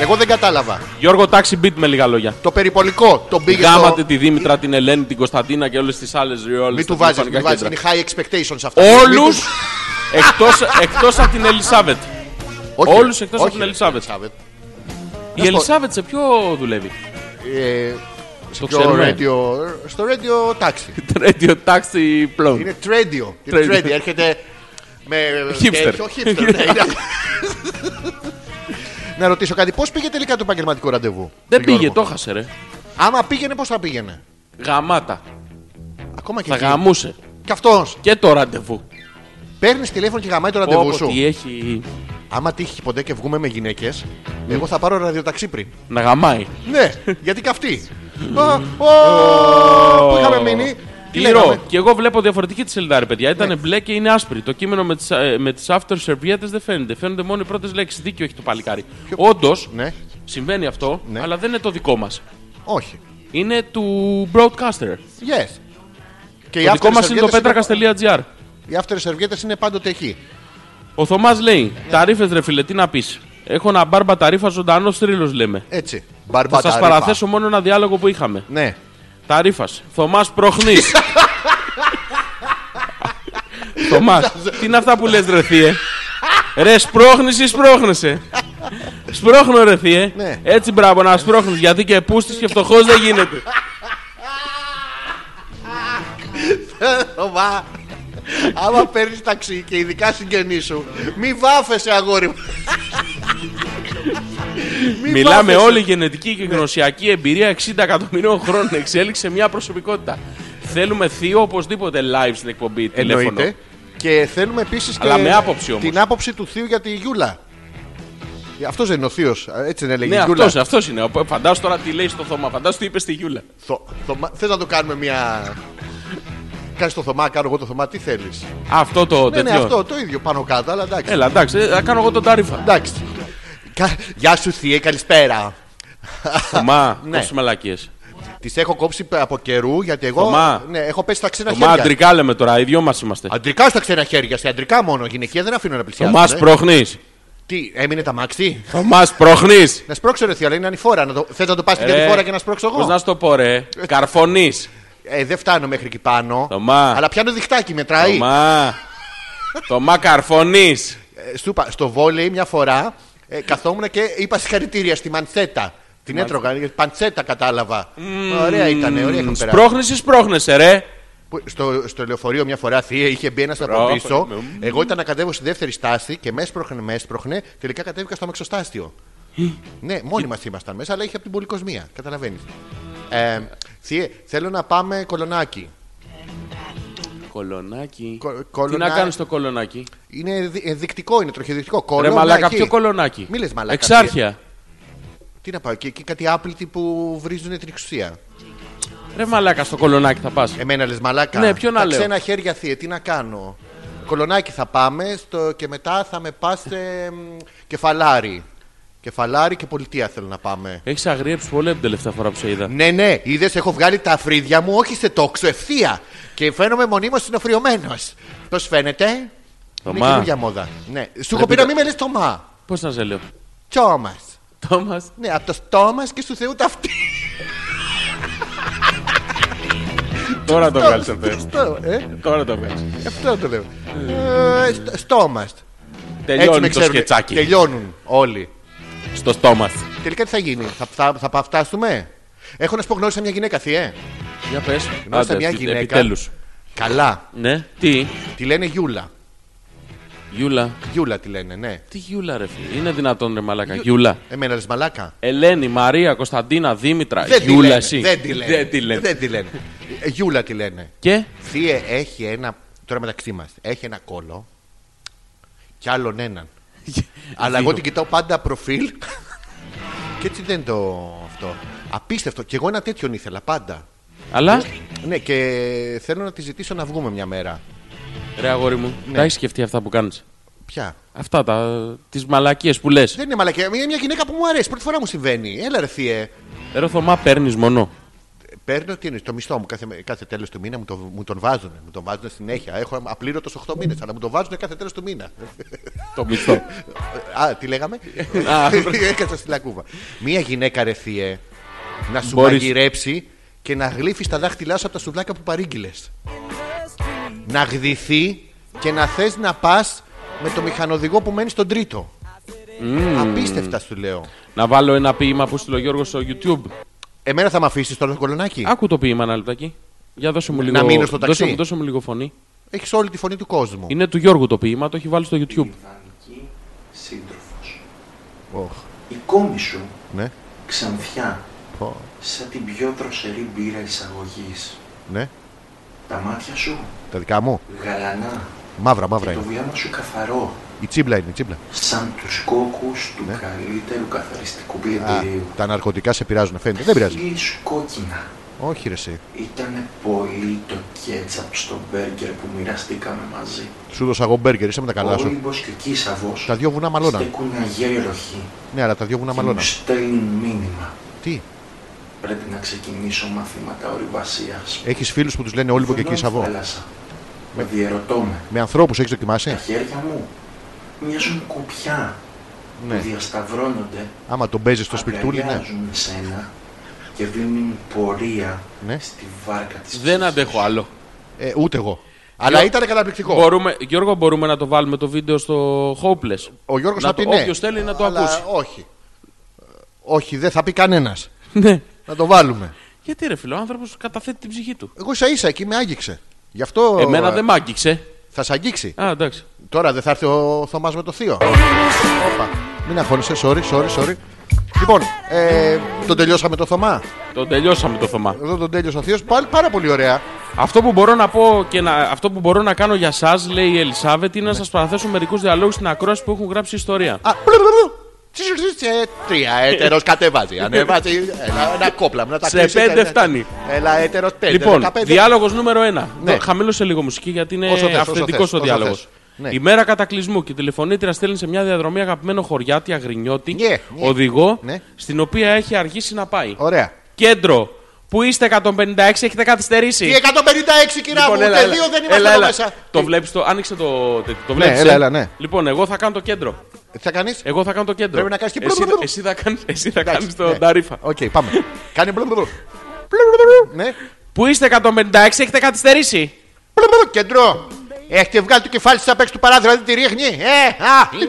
Speaker 1: Εγώ δεν κατάλαβα.
Speaker 2: Γιώργο, τάξη beat με λίγα λόγια.
Speaker 1: Το περιπολικό τον πήγε στο.
Speaker 2: Γάματε τη Δήμητρα, την Ελένη, την Κωνσταντίνα και όλες τις άλλες ριόλε.
Speaker 1: Μην του βάζεις, μην του βάζει. Είναι high expectations αυτό.
Speaker 2: Όλου εκτό από την Ελισάβετ. όλους εκτός από την Ελισάβετ. Η
Speaker 1: σου πω.
Speaker 2: Ελισάβετ σε ποιο δουλεύει.
Speaker 1: Ε, Στο
Speaker 2: Το ξέρουμε.
Speaker 1: radio, στο radio taxi.
Speaker 2: Radio Taxi Plone.
Speaker 1: Είναι τρέντιο. Είναι
Speaker 2: Τρέντιο.
Speaker 1: τρέντιο. Έρχεται με.
Speaker 2: Hipster.
Speaker 1: τέτοιο, hipster, ναι, είναι. Να ρωτήσω κάτι, πώς πήγε τελικά το επαγγελματικό ραντεβού.
Speaker 2: Δεν
Speaker 1: Γιώργο?
Speaker 2: πήγε, το χάσε ρε.
Speaker 1: Άμα πήγαινε, πώς θα πήγαινε.
Speaker 2: Γαμάτα.
Speaker 1: Ακόμα και
Speaker 2: Θα
Speaker 1: εκεί.
Speaker 2: γαμούσε.
Speaker 1: Και αυτός.
Speaker 2: Και το ραντεβού.
Speaker 1: Παίρνεις τηλέφωνο και γαμάει το
Speaker 2: Πω,
Speaker 1: ραντεβού
Speaker 2: πω,
Speaker 1: σου.
Speaker 2: τι έχει
Speaker 1: Άμα τύχει ποτέ και βγούμε με γυναίκες,
Speaker 2: Ναι.
Speaker 1: εγώ θα πάρω ραδιοταξί πριν.
Speaker 2: να γαμάει.
Speaker 1: Ναι, γιατί και αυτή. Α, ω, Που είχαμε μείνει. Τι λέγαμε. Ναι.
Speaker 2: Τυρό. Και εγώ βλέπω διαφορετική τη σελίδα, ρε παιδιά. Ήταν μπλε και είναι άσπρη. Το κείμενο με τις, ε, με τις after σερβιέτε δεν φαίνεται. Φαίνονται μόνο οι πρώτες λέξεις. Δίκιο έχει το παλικάρι. Όντως,
Speaker 1: Ναι,
Speaker 2: συμβαίνει αυτό,
Speaker 1: Ναι.
Speaker 2: αλλά δεν είναι το δικό μας.
Speaker 1: όχι.
Speaker 2: Είναι του broadcaster.
Speaker 1: Yes. Και οι
Speaker 2: το δικό
Speaker 1: after
Speaker 2: μας είναι το
Speaker 1: serviettes
Speaker 2: πέτρακα.gr.
Speaker 1: Οι after serviettes είναι πάντοτε εκεί.
Speaker 2: Ο Θωμάς λέει: Τα ρήφε, ρε φίλε, τι να πεις. Έχω ένα μπάρμπα τα ρήφα ζωντανός θρύλος, λέμε.
Speaker 1: Έτσι.
Speaker 2: Θα
Speaker 1: Μπαρμπατά.
Speaker 2: σα παραθέσω μόνο ένα διάλογο που είχαμε.
Speaker 1: Ναι.
Speaker 2: Τα ρήφα. Θωμάς προχνής. Θωμάς, τι είναι αυτά που λες, ρε θύε. Ρε, σπρώχνεις ή σπρώχνεσαι. Σπρώχνω, ρε θύε.
Speaker 1: Ναι.
Speaker 2: Έτσι, μπράβο, να σπρώχνεις. Γιατί και πούστης και φτωχός δεν γίνεται.
Speaker 1: Ωμα. Άμα παίρνεις ταξί και ειδικά συγγενή σου, μη βάφεσαι αγόρι μου. Μη
Speaker 2: Μιλάμε
Speaker 1: βάφεσαι.
Speaker 2: όλη η γενετική και γνωσιακή εμπειρία 60 εκατομμυρίων χρόνων εξέλιξη σε μια προσωπικότητα. Θέλουμε θείο οπωσδήποτε live στην εκπομπή τηλέφωνο.
Speaker 1: Εννοείται. Και θέλουμε επίσης
Speaker 2: Αλλά με άποψη όμως.
Speaker 1: την άποψη του θείου για τη Γιούλα. Αυτό δεν είναι ο θείος. Έτσι δεν έλεγε
Speaker 2: Ναι,
Speaker 1: η Γιούλα.
Speaker 2: αυτός αυτός είναι. Φαντάζω τώρα τι λέει στο Θωμά. Φαντάζω τι είπε στη Γιούλα.
Speaker 1: Θω- Θωμά- Θες να το κάνουμε μια. Κάνεις το Θωμά, κάνω εγώ το Θωμά, τι θέλεις.
Speaker 2: Αυτό το
Speaker 1: Ναι, ναι,
Speaker 2: τέτοιο.
Speaker 1: αυτό το ίδιο πάνω κάτω, αλλά εντάξει.
Speaker 2: Έλα, εντάξει, ε, θα κάνω εγώ τον τάριφα.
Speaker 1: Εντάξει. Κα- Γεια σου, Θεία, καλησπέρα.
Speaker 2: Θωμά,
Speaker 1: Ναι.
Speaker 2: ναι. μαλακίε.
Speaker 1: Τη έχω κόψει από καιρού γιατί εγώ.
Speaker 2: Θωμά.
Speaker 1: Ναι, έχω πέσει στα ξένα
Speaker 2: Θωμά,
Speaker 1: χέρια.
Speaker 2: αντρικά λέμε τώρα, οι δυο μας είμαστε.
Speaker 1: Αντρικά στα ξένα χέρια, σε αντρικά μόνο. Γυναικεία δεν αφήνω να πλησιάσω.
Speaker 2: Θωμά, πρόχνεις.
Speaker 1: Τι, έμεινε τα μάξι.
Speaker 2: Θωμάς, πρόχνεις.
Speaker 1: Να σπρώξω ρε θεία, αλλά είναι ανηφόρα. Να το... Θες να το πας στην
Speaker 2: Ε, Ρε.
Speaker 1: ανηφόρα και να σπρώξω εγώ.
Speaker 2: Πώς να σου το πω, ρε. Καρφωνείς.
Speaker 1: Ε, δεν φτάνω μέχρι εκεί πάνω.
Speaker 2: Θωμά.
Speaker 1: Αλλά πιάνω διχτάκι, μετράει.
Speaker 2: Θωμά. Θωμά, καρφωνείς.
Speaker 1: Ε, σου είπα, στο βόλεϊ μια φορά ε, καθόμουν και είπα συγχαρητήρια στη Μαντσέτα. Την έτρωγα, γιατί παντσέτα κατάλαβα. Ωραία ήταν, Ναι, ωραία είχαμε περάσει.
Speaker 2: Σπρώχνει ή σπρώχνεσαι, ρε.
Speaker 1: Που- Στο, στο λεωφορείο μια φορά θεία είχε μπει ένας από
Speaker 2: Πρόχνε,
Speaker 1: πίσω.
Speaker 2: μμμ.
Speaker 1: Εγώ ήταν να κατέβω στη δεύτερη στάση και με έσπροχνε, με έσπροχνε. Τελικά κατέβηκα στο αμαξοστάσιο. ναι, μόνοι μας ήμασταν μέσα, αλλά είχε από την πολυκοσμία. Καταλαβαίνεις. Ε, θύε, θέλω να πάμε κολονάκι.
Speaker 2: Κολονάκι.
Speaker 1: Κο-
Speaker 2: Τι
Speaker 1: κολονά-
Speaker 2: να κάνεις το κολονάκι.
Speaker 1: Είναι δι- ε, δεικτικό, είναι τροχιοδεικτικό.
Speaker 2: Ρε
Speaker 1: Κολονάκι.
Speaker 2: μαλάκα, ποιο κολονάκι.
Speaker 1: Μη λες μαλάκα,
Speaker 2: Εξάρχεια.
Speaker 1: Τι να πάω, και, και κάτι άπλητοι που βρίζουν την εξουσία.
Speaker 2: Ρε μαλάκα, στο κολονάκι θα πας.
Speaker 1: Εμένα λες μαλάκα.
Speaker 2: Ναι, ποιο να
Speaker 1: Τα
Speaker 2: λέω.
Speaker 1: ξένα χέρια θύε, τι να κάνω. Κολονάκι θα πάμε στο... και μετά θα με πας σε μ, κεφαλάρι. Κεφαλάρι και πολιτεία θέλω να πάμε.
Speaker 2: Έχεις αγριέψει πολύ από την τελευταία φορά που σε είδα.
Speaker 1: Ναι, ναι, είδες, έχω βγάλει τα φρύδια μου, όχι σε τόξο, ευθεία. Και φαίνομαι μονίμως συνοφριωμένος. Πώς φαίνεται. Είναι
Speaker 2: Θωμά. Ε,
Speaker 1: καινούργια μόδα. Ναι. Σου έχω πει να μην με λες Θωμά.
Speaker 2: Πώς να σε λέω.
Speaker 1: Τσόμα.
Speaker 2: Τόμας.
Speaker 1: Ναι, από το στόμα και στου Θεού ταυτί.
Speaker 2: Τώρα το βγάλει
Speaker 1: Στο-
Speaker 2: αυτό.
Speaker 1: στο- ε,
Speaker 2: Τώρα το βγάλεις.
Speaker 1: Αυτό το λέω. Ε, στο- Στόμα. Έτσι με
Speaker 2: Τελειώνει το
Speaker 1: ξέρουν.
Speaker 2: σκετσάκι.
Speaker 1: Τελειώνουν όλοι.
Speaker 2: Στο στόμα.
Speaker 1: Τελικά τι θα γίνει, θα, θα, θα παφτάσουμε. Έχω να σου πω, γνώρισα μια γυναίκα, θυέ.
Speaker 2: Για πες.
Speaker 1: Γνώρισα μια γυναίκα.
Speaker 2: Επιτέλους.
Speaker 1: Καλά.
Speaker 2: Ναι. Τι.
Speaker 1: Τη λένε Γιούλα.
Speaker 2: Γιούλα.
Speaker 1: Γιούλα τη λένε, ναι.
Speaker 2: Τι γιούλα, ρε φίλε. Είναι δυνατόν, ρε Μαλάκα. Γιούλα.
Speaker 1: Εμένα λες μαλάκα.
Speaker 2: Ελένη, Μαρία, Κωνσταντίνα, Δήμητρα.
Speaker 1: Δεν τη,
Speaker 2: γιούλα,
Speaker 1: λένε,
Speaker 2: εσύ.
Speaker 1: δεν τη λένε.
Speaker 2: Δεν τη λένε.
Speaker 1: Δεν τη λένε. Ε, Γιούλα τη λένε.
Speaker 2: Και.
Speaker 1: Θεία έχει ένα. Τώρα μεταξύ μας. Έχει ένα κόλο. Κι άλλον έναν. Αλλά εγώ
Speaker 2: Δύο.
Speaker 1: την κοιτάω πάντα προφίλ. και έτσι δεν το αυτό. Απίστευτο. Και εγώ ένα τέτοιον ήθελα πάντα.
Speaker 2: Αλλά.
Speaker 1: Ναι, και θέλω να τη ζητήσω να βγούμε μια μέρα.
Speaker 2: Ρε αγόρι μου,
Speaker 1: Ναι.
Speaker 2: τα έχεις σκεφτεί αυτά που κάνεις.
Speaker 1: Ποια.
Speaker 2: Αυτά τα. τις μαλακίες που λες.
Speaker 1: Δεν είναι μαλακία. Είναι μια γυναίκα που μου αρέσει. Πρώτη φορά μου συμβαίνει. Έλα, ρε θύε.
Speaker 2: Ρε Θωμά, παίρνεις μόνο.
Speaker 1: Παίρνω τι είναι, το μισθό μου κάθε, κάθε τέλος του μήνα μου, το, μου τον βάζουν. Μου τον βάζουν συνέχεια. Έχω απλήρωτος 8 μήνες, αλλά μου τον βάζουν κάθε τέλος του μήνα.
Speaker 2: Το μισθό.
Speaker 1: Α, τι λέγαμε.
Speaker 2: Α,
Speaker 1: Έκανα στη λακκούβα. Μία γυναίκα ρε θύε να σου
Speaker 2: Μπορείς.
Speaker 1: μαγειρέψει και να γλύφεις τα δάχτυλά σου από τα σουβλάκια που παρήγγειλες. Να γδυθεί και να θες να πας με το μηχανοδηγό που μένει στον τρίτο. Απίστευτα σου λέω.
Speaker 2: να βάλω ένα ποίημα που στείλε ο Γιώργος στο YouTube.
Speaker 1: Εμένα θα με αφήσεις τώρα το κολονάκι.
Speaker 2: Άκου το ποίημα ένα λεπτάκι. Για δώσε μου λίγο,
Speaker 1: μείνω στο ταξί.
Speaker 2: δώσε, μου- δώσε μου λίγο φωνή.
Speaker 1: Έχεις όλη τη φωνή του κόσμου.
Speaker 2: Είναι του Γιώργου το ποίημα, το έχει βάλει στο YouTube.
Speaker 4: Ιδανική σύντροφος.
Speaker 1: Ωχ,
Speaker 4: Η κόμη σου,
Speaker 1: ναι.
Speaker 4: ξανθιά,
Speaker 1: Πω,
Speaker 4: σαν την πιο δροσερή μπύρα εισαγωγής.
Speaker 1: ναι.
Speaker 4: Τα μάτια σου,
Speaker 1: Τα δικά μου.
Speaker 4: γαλανά,
Speaker 1: Μαύρα, μαύρα
Speaker 4: και το
Speaker 1: είναι.
Speaker 4: βλέμμα σου καθαρό,
Speaker 1: Η τσίμπλα είναι, η τσίμπλα.
Speaker 4: σαν τους κόκκους του καλύτερου καθαριστικού
Speaker 1: Ναι. Α,
Speaker 2: Ε,
Speaker 4: πλυντηρίου.
Speaker 1: τα ναρκωτικά σε πειράζουν, φαίνεται. Δεν πειράζει.
Speaker 4: Χείλη σου κόκκινα.
Speaker 1: Όχι, ρε, εσύ.
Speaker 4: Ήταν πολύ το κέτσαπ στο μπέργκερ που μοιραστήκαμε μαζί.
Speaker 1: Σου δώσα εγώ μπέργκερ, είσαι με τα καλά
Speaker 4: Ο
Speaker 1: σου.
Speaker 4: Όλυμπος και ο Κίσαβος
Speaker 1: Τα δύο βουνά μαλώναν.
Speaker 4: στέκουν αγέροχοι
Speaker 1: Ναι, αλλά τα δύο βουνά
Speaker 4: και μου
Speaker 1: μαλώναν.
Speaker 4: στέλνουν μήνυμα.
Speaker 1: Τι,
Speaker 4: Πρέπει να ξεκινήσω μαθήματα ορειβασίας.
Speaker 1: έχεις φίλους που τους λένε Όλυμπο και εκεί Σαββό.
Speaker 4: Θάλασσα. Με διαιρωτώ με.
Speaker 1: Με ανθρώπους έχεις
Speaker 4: Τα
Speaker 1: δοκιμάσει.
Speaker 4: χέρια μου μοιάζουν κουπιά
Speaker 1: Ναι.
Speaker 4: που διασταυρώνονται,
Speaker 1: Άμα τον παίζεις στο σπιρτούλι, ναι.
Speaker 4: αγκαλιάζουν εσένα και δίνουν πορεία
Speaker 1: Ναι.
Speaker 4: στη βάρκα της
Speaker 2: Δεν
Speaker 4: ψυχής.
Speaker 2: αντέχω άλλο.
Speaker 1: Ε, ούτε εγώ. Αλλά
Speaker 2: Γιώ-
Speaker 1: ήταν καταπληκτικό.
Speaker 2: Μπορούμε, Γιώργο, μπορούμε να το βάλουμε το βίντεο στο Hopeless.
Speaker 1: Ο Γιώργος
Speaker 2: Να
Speaker 1: θα
Speaker 2: το-
Speaker 1: πει ναι.
Speaker 2: όποιος θέλει να το
Speaker 1: Αλλά
Speaker 2: ακούσει.
Speaker 1: Όχι. Ε, Όχι, δεν θα πει κανένας.
Speaker 2: Ναι.
Speaker 1: Να το βάλουμε.
Speaker 2: Γιατί ρε φίλο, ο άνθρωπος καταθέτει την ψυχή του.
Speaker 1: Εγώ ίσα ίσα εκεί με άγγιξε. Γι' αυτό
Speaker 2: Εμένα
Speaker 1: ε,
Speaker 2: δεν μ' άγγιξε.
Speaker 1: θα σε αγγίξει.
Speaker 2: Α, εντάξει.
Speaker 1: Τώρα δεν θα έρθει ο Θωμάς με το θείο. Όπα. Μην αγχώνεσαι, sorry, sorry, sorry. Λοιπόν, ε, τον τελειώσαμε το Θωμά.
Speaker 2: Τον τελειώσαμε το Θωμά.
Speaker 1: Εδώ τον τέλειωσε ο Θείος. Πάλι πάρα πολύ ωραία.
Speaker 2: Αυτό που μπορώ να πω και να, αυτό που μπορώ να κάνω για εσά, λέει η Ελισάβετ, είναι να σας παραθέσω μερικούς διαλόγους στην ακρόαση που έχουν γράψει ιστορία.
Speaker 1: Α, πλουρουρου. Τσιζουζιτς, ε, Τρία, έτερος κατεβάζει. Ανεβάζει ένα, ένα κόπλα. Να τα
Speaker 2: Σε
Speaker 1: κλείσει,
Speaker 2: πέντε
Speaker 1: τε- τε-
Speaker 2: φτάνει.
Speaker 1: Έλα, έτερος πέντε.
Speaker 2: Λοιπόν,
Speaker 1: δεκαπέντε.
Speaker 2: διάλογος νούμερο 1.
Speaker 1: Ναι.
Speaker 2: Χαμήλωσε λίγο μουσική γιατί είναι
Speaker 1: Όσο θες, όσο
Speaker 2: αυθεντικός
Speaker 1: θες,
Speaker 2: ο
Speaker 1: όσο
Speaker 2: διάλογος.
Speaker 1: θες. Ναι.
Speaker 2: Η μέρα κατακλυσμού και η τηλεφωνήτρια στέλνει σε μια διαδρομή αγαπημένο χωριάτη, αγρινιώτη,
Speaker 1: Ναι, ναι.
Speaker 2: οδηγό,
Speaker 1: Ναι.
Speaker 2: στην οποία έχει αργήσει να πάει.
Speaker 1: Ωραία.
Speaker 2: Κέντρο, που είστε 156, έχετε Λοιπόν, καθυστερήσει.
Speaker 1: Τι 156 κυρά μου, ούτε δύο δεν είμαστε εδώ μέσα.
Speaker 2: Το
Speaker 1: Τι,
Speaker 2: βλέπεις το. Άνοιξε το. τε- Το βλέπεις,
Speaker 1: έλα,
Speaker 2: ε.
Speaker 1: έλα, ναι.
Speaker 2: Λοιπόν, εγώ θα κάνω το κέντρο.
Speaker 1: Τι θα κάνεις.
Speaker 2: Εγώ θα κάνω το κέντρο.
Speaker 1: Πρέπει να κάνεις και
Speaker 2: εσύ,
Speaker 1: μπλου, μπλου.
Speaker 2: εσύ θα κάνεις εσύ θα κάνεις το ταρίφα.
Speaker 1: Οκ, πάμε. Κάνει μπλουρουρου. Μπλουρουρου, Ναι.
Speaker 2: Πού είστε 156, έχετε καθυστερήσει.
Speaker 1: Πλουρουρου, Κεντρό. Έχετε βγάλει το κεφάλι σας απ' έξω του παράθυρα, δεν τη ρίχνει. Ε, α, ναι,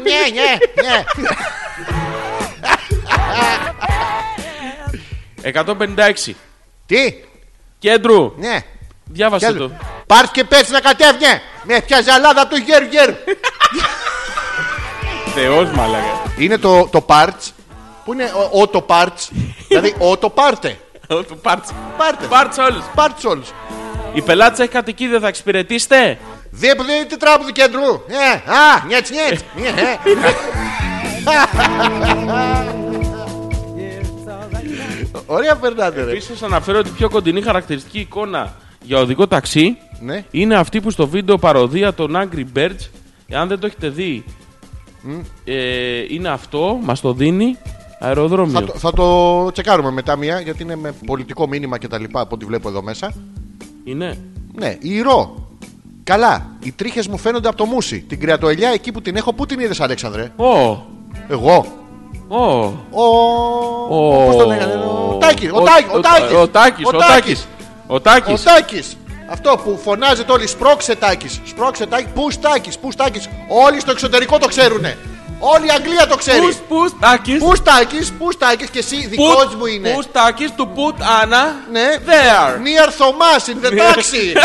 Speaker 1: ναι, ναι.
Speaker 2: 156.
Speaker 1: Τι,
Speaker 2: Κέντρου,
Speaker 1: ναι.
Speaker 2: διάβασε
Speaker 1: Πάρ
Speaker 2: το.
Speaker 1: Πάρ και πες να κατέβγε! Με πια ζαλάδα από το γέρου γέρου!
Speaker 2: Θεός μαλάκα.
Speaker 1: είναι το, το parts που είναι ο- ο, το parts. δηλαδή ο το πάρτε.
Speaker 2: Του Πάρτσα.
Speaker 1: Πάρτε.
Speaker 2: Πάρτσα όλους.
Speaker 1: Parts όλους.
Speaker 2: Η πελάτη έχει κατοικίδια, θα εξυπηρετήσετε.
Speaker 1: Δύο που δεν είναι τετράποδο κέντρου. Ε, α, νιέτς νιέτς. Ε, ε. Ωραία περνάτε ρε.
Speaker 2: Επίσης αναφέρω ότι η πιο κοντινή χαρακτηριστική εικόνα για οδικό ταξί
Speaker 1: Ναι.
Speaker 2: είναι αυτή που στο βίντεο παροδία των Angry Birds. Εάν δεν το έχετε δει, ε, είναι αυτό, μας το δίνει αεροδρόμιο.
Speaker 1: Θα το, θα το τσεκάρουμε μετά μία γιατί είναι με πολιτικό μήνυμα και τα λοιπά από ό,τι βλέπω εδώ μέσα.
Speaker 2: Είναι.
Speaker 1: Ναι, η ρο. Καλά, οι τρίχες μου φαίνονται από το μουσι. Την κρεατοελιά εκεί που την έχω, πού την είδες, Αλέξανδρε.
Speaker 2: Ω!
Speaker 1: Εγώ.
Speaker 2: Ω!
Speaker 1: Ο. Πώς το λέγανε, ο Τάκης. Ο Τάκης. Ο Τάκης.
Speaker 2: Ο Τάκης, ο Τάκης. Ο
Speaker 1: Ο
Speaker 2: Τάκης.
Speaker 1: Τάκης. Αυτό που φωνάζεται όλοι, σπρώξε Τάκης. Σπρώξε Τάκη. Πούς Τάκης, πούς Τάκης. Όλοι στο εξωτερικό το ξέρουνε. Όλη η Αγγλία το ξέρει.
Speaker 2: Πούς, πούς, Τάκης.
Speaker 1: Πούς Τάκης, πούς Τάκης και εσύ δικός μου είναι.
Speaker 2: Πούς, Τάκης, του put Anna
Speaker 1: Ναι.
Speaker 2: there.
Speaker 1: Near Thomas in the taxi.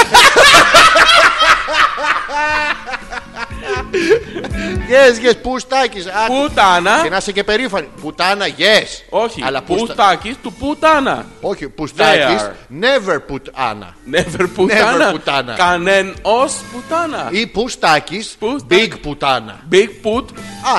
Speaker 1: Yes, yes, πουστάκι. Και
Speaker 2: Πουτάνα.
Speaker 1: να είσαι και περήφανη. Πουτάνα, yes.
Speaker 2: Όχι,
Speaker 1: Ναι. Αλλά πουστα...
Speaker 2: πουστάκι του πουτάνα.
Speaker 1: Όχι, πουστάκι.
Speaker 2: They are.
Speaker 1: Never πουτάνα.
Speaker 2: Never πουτάνα.
Speaker 1: πουτάνα.
Speaker 2: Κανέν ως πουτάνα.
Speaker 1: Ή πουστάκι.
Speaker 2: Πουστάκι.
Speaker 1: Big πουτάνα.
Speaker 2: Big put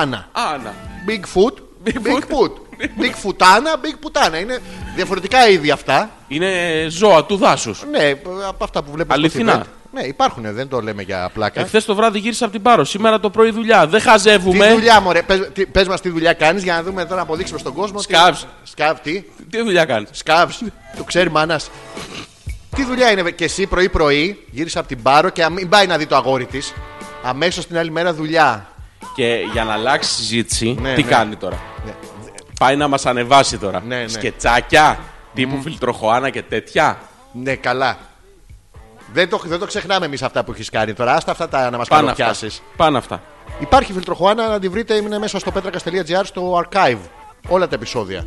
Speaker 1: Άνα.
Speaker 2: Άννα.
Speaker 1: Big foot.
Speaker 2: Big
Speaker 1: Big
Speaker 2: foot.
Speaker 1: foot. Big φουτάνα, big πουτάνα. Είναι διαφορετικά είδη αυτά.
Speaker 2: Είναι ζώα του δάσους.
Speaker 1: Ναι, από αυτά που βλέπουμε. στο
Speaker 2: Αληθινά.
Speaker 1: Θιβέτ. Ναι, υπάρχουν, δεν το λέμε για πλάκα.
Speaker 2: Εχθές το βράδυ γύρισα από την Πάρο. Σήμερα το πρωί δουλειά. Δεν
Speaker 1: Τι
Speaker 2: χαζεύουμε.
Speaker 1: δουλειά, μωρέ, πες, τι- πες μας τι δουλειά κάνεις για να δούμε τώρα να αποδείξουμε στον κόσμο. τι-
Speaker 2: Σκάβς.
Speaker 1: Σκάβ, τι,
Speaker 2: Τι δουλειά κάνεις.
Speaker 1: σκάβς, το ξέρει μάνας. Τι δουλειά είναι, βε- και εσύ πρωί-πρωί γύρισε από την Πάρο και α- μην πάει να δει το αγόρι της. Αμέσως την άλλη μέρα δουλειά.
Speaker 2: Και για να αλλάξει συζήτηση,
Speaker 1: Ναι,
Speaker 2: τι
Speaker 1: ναι.
Speaker 2: κάνει τώρα. Πάει να μας ανεβάσει τώρα.
Speaker 1: Ναι, ναι.
Speaker 2: Σκετσάκια τύπου φιλτροχωάνα και τέτοια.
Speaker 1: Ναι, καλά. Δεν το, δεν το ξεχνάμε εμείς αυτά που έχεις κάνει τώρα. Άστα αυτά τα να μας
Speaker 2: Πάνω αυτά.
Speaker 1: καλοπιάσεις.
Speaker 2: Πάνε αυτά.
Speaker 1: Υπάρχει φιλτροχωάνα να τη βρείτε, είναι μέσα στο πέτρακα.gr στο archive. Όλα τα επεισόδια.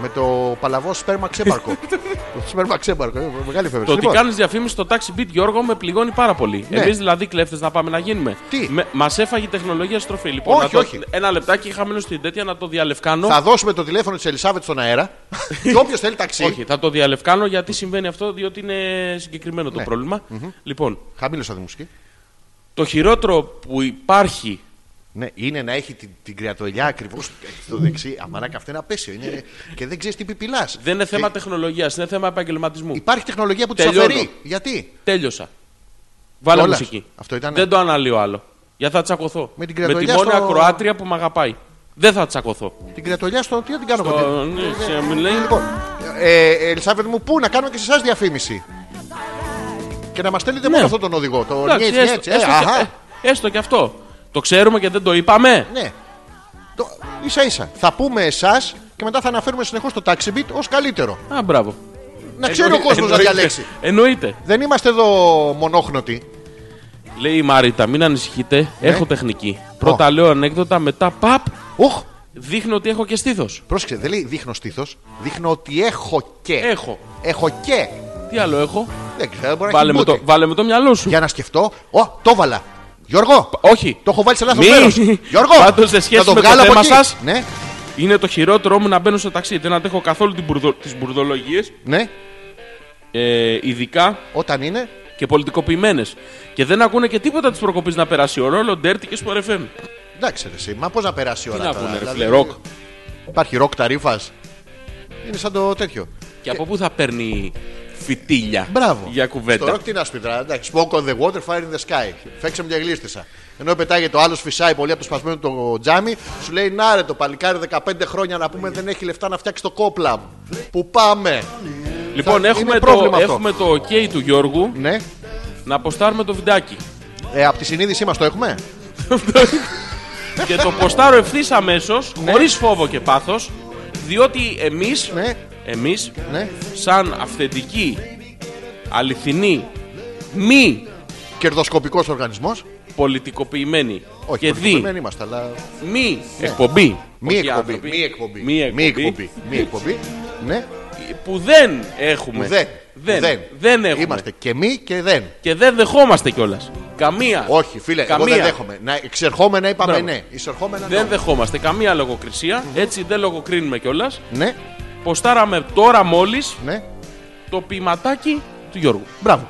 Speaker 1: Με το παλαβό σπέρμα ξέμπαρκο. το σπέρμα ξέμπαρκο. ε, Μεγάλη εφεύρεση.
Speaker 2: Το ότι
Speaker 1: Λοιπόν,
Speaker 2: κάνεις διαφήμιση στο Taxi Beat Γιώργο με πληγώνει πάρα πολύ.
Speaker 1: Ναι.
Speaker 2: Εμείς δηλαδή κλέφτες να πάμε να γίνουμε.
Speaker 1: Τι?
Speaker 2: Μας έφαγε η τεχνολογία στροφή. Λοιπόν,
Speaker 1: Όχι,
Speaker 2: να το-
Speaker 1: όχι.
Speaker 2: ένα λεπτάκι χαμένο στην τέτοια να το διαλευκάνω.
Speaker 1: θα δώσουμε το τηλέφωνο της Ελισάβετ στον αέρα. και όποιος θέλει ταξί.
Speaker 2: Όχι, θα το διαλευκάνω γιατί συμβαίνει αυτό, διότι είναι συγκεκριμένο
Speaker 1: Ναι.
Speaker 2: το προβλημα Λοιπόν,
Speaker 1: Χαμήλωσα τη μουσική.
Speaker 2: το χειρότερο που υπάρχει
Speaker 1: Ναι, είναι να έχει την, την κρεατολιά ακριβώς στο δεξί. Αμαράκα, αυτό είναι απέσιο. Είναι... και δεν ξέρεις τι πιπηλάς.
Speaker 2: δεν είναι θέμα τεχνολογία, είναι θέμα επαγγελματισμού.
Speaker 1: Υπάρχει τεχνολογία που τους
Speaker 2: Τελειώνω.
Speaker 1: αφαιρεί. Γιατί?
Speaker 2: Τέλειωσα. Βάλε
Speaker 1: Κιόλας.
Speaker 2: μουσική.
Speaker 1: Αυτό ήτανε.
Speaker 2: Δεν το αναλύω άλλο. Για θα τσακωθώ.
Speaker 1: Με την
Speaker 2: Με τη
Speaker 1: κρεατολιά
Speaker 2: μόνη
Speaker 1: στο-
Speaker 2: ακροάτρια που με αγαπάει. Δεν θα τσακωθώ.
Speaker 1: Την κρεατολιά στο τι να την κάνω εγώ.
Speaker 2: Το-
Speaker 1: τι-
Speaker 2: ναι, σε- μου λέει-
Speaker 1: ε, Λοιπόν, ε, ε, Ελισάβετ μου, πού να κάνουμε και σε εσάς διαφήμιση. Και να μας στέλνετε μόνο αυτόν τον οδηγό. Το
Speaker 2: Ναι. Εντάξει,
Speaker 1: νιέτς, νιέτς,
Speaker 2: έστω,
Speaker 1: ε,
Speaker 2: έστω και-
Speaker 1: αχα.
Speaker 2: ε, έστω και αυτό. Το ξέρουμε και δεν το είπαμε.
Speaker 1: Ναι. Το, ίσα ίσα. Θα πούμε εσάς και μετά θα αναφέρουμε συνεχώς το taxi beat ως καλύτερο.
Speaker 2: Α, μπράβο.
Speaker 1: Να ξέρει ο κόσμος να
Speaker 2: Ε, Εννοείται.
Speaker 1: διαλέξει.
Speaker 2: Εννοείται.
Speaker 1: Δεν είμαστε εδώ μονόχνοτοι.
Speaker 2: Λέει η Μαρίτα, μην ανησυχείτε.
Speaker 1: Ε.
Speaker 2: Έχω τεχνική. Πρώτα λέω ανέκδοτα, μετά παπ.
Speaker 1: Οχ,
Speaker 2: Δείχνω ότι έχω και στήθος.
Speaker 1: πρόσεξε, δεν λέει δείχνω στήθος. Δείχνω ότι έχω και.
Speaker 2: Έχω.
Speaker 1: Έχω και.
Speaker 2: Τι άλλο έχω.
Speaker 1: Δεν ξέρω, μπορεί να
Speaker 2: Βάλε
Speaker 1: έχει
Speaker 2: με, το,
Speaker 1: μπούτι.
Speaker 2: βάλε με το μυαλό σου.
Speaker 1: Για να σκεφτώ. Ω, το βάλα. Γιώργο,
Speaker 2: Όχι.
Speaker 1: Το έχω βάλει σε λάθος
Speaker 2: Μη.
Speaker 1: μέρος. Γιώργο,
Speaker 2: Πάντως, σε σχέση
Speaker 1: θα
Speaker 2: με το
Speaker 1: βγάλω από
Speaker 2: θέμα
Speaker 1: εκεί.
Speaker 2: σας.
Speaker 1: Ναι,
Speaker 2: Είναι το χειρότερό μου να μπαίνω στο ταξί. Δεν αντέχω καθόλου τι μπουρδο... μπουρδολογίες.
Speaker 1: ναι,
Speaker 2: Ε, ειδικά
Speaker 1: όταν είναι.
Speaker 2: και πολιτικοποιημένες. Και δεν ακούνε και τίποτα της προκοπής να περάσει ο ρόλο, ντέρτι και σπορ FM.
Speaker 1: Εντάξει, ρε, εσύ, μα πώς να περάσει η
Speaker 2: Τι
Speaker 1: ώρα.
Speaker 2: να
Speaker 1: τώρα,
Speaker 2: πούνε, ρε
Speaker 1: δηλαδή,
Speaker 2: φίλε, ροκ.
Speaker 1: Υπάρχει ροκ ταρήφα. Είναι σαν το τέτοιο.
Speaker 2: Και από πού θα παίρνει φυτίλια
Speaker 1: Ε, Μπράβο.
Speaker 2: για
Speaker 1: Στο
Speaker 2: κουβέντα.
Speaker 1: ροκ τι να σου πει τώρα. Εντάξει, smoke on the water, fire in the sky. Φέξε μου και γλίστησα. Ενώ πετάγεται ο άλλος, φυσάει πολύ από το σπασμένο το τζάμι, σου λέει Να ρε το παλικάρι 15 χρόνια να πούμε δεν έχει λεφτά να φτιάξει το κόπλα μου. Πού πάμε.
Speaker 2: Λοιπόν,
Speaker 1: Θα-
Speaker 2: έχουμε
Speaker 1: είναι
Speaker 2: το,
Speaker 1: πρόβλημα αυτό.
Speaker 2: έχουμε το OK του Γιώργου
Speaker 1: Ναι,
Speaker 2: να αποστάρουμε το βιντάκι.
Speaker 1: ε, από τη συνείδησή μας το έχουμε.
Speaker 2: και το ποστάρω ευθύς αμέσως, χωρίς φόβο και πάθος, διότι εμείς.
Speaker 1: Ναι.
Speaker 2: Εμείς
Speaker 1: Ναι.
Speaker 2: σαν αυθεντική, αληθινή, μη
Speaker 1: Κερδοσκοπικός οργανισμός.
Speaker 2: πολιτικοποιημένη
Speaker 1: Όχι, Ναι.
Speaker 2: και δι
Speaker 1: δεν είμαστε, αλλά
Speaker 2: μη εκπομπή,
Speaker 1: Μη
Speaker 2: όχι
Speaker 1: εκπομπή.
Speaker 2: άνθρωποι,
Speaker 1: Μη εκπομπή.
Speaker 2: μη εκπομπή,
Speaker 1: Μη εκπομπή. Ναι.
Speaker 2: που δεν έχουμε,
Speaker 1: Δεν.
Speaker 2: Ναι. δεν, δεν έχουμε
Speaker 1: Είμαστε και μη και δεν.
Speaker 2: και δεν δεχόμαστε κιόλας. καμία,
Speaker 1: Όχι, φίλε,
Speaker 2: καμία,
Speaker 1: εγώ δεν δέχομαι. Να εξερχόμενα είπαμε
Speaker 2: Μπράβο.
Speaker 1: ναι. Εισερχόμενα
Speaker 2: δεν
Speaker 1: no.
Speaker 2: δεχόμαστε καμία λογοκρισία, έτσι δεν λογοκρίνουμε κιόλας.
Speaker 1: Ναι,
Speaker 2: Ποστάραμε τώρα μόλις
Speaker 1: ναι.
Speaker 2: το ποιηματάκι του Γιώργου.
Speaker 1: Μπράβο.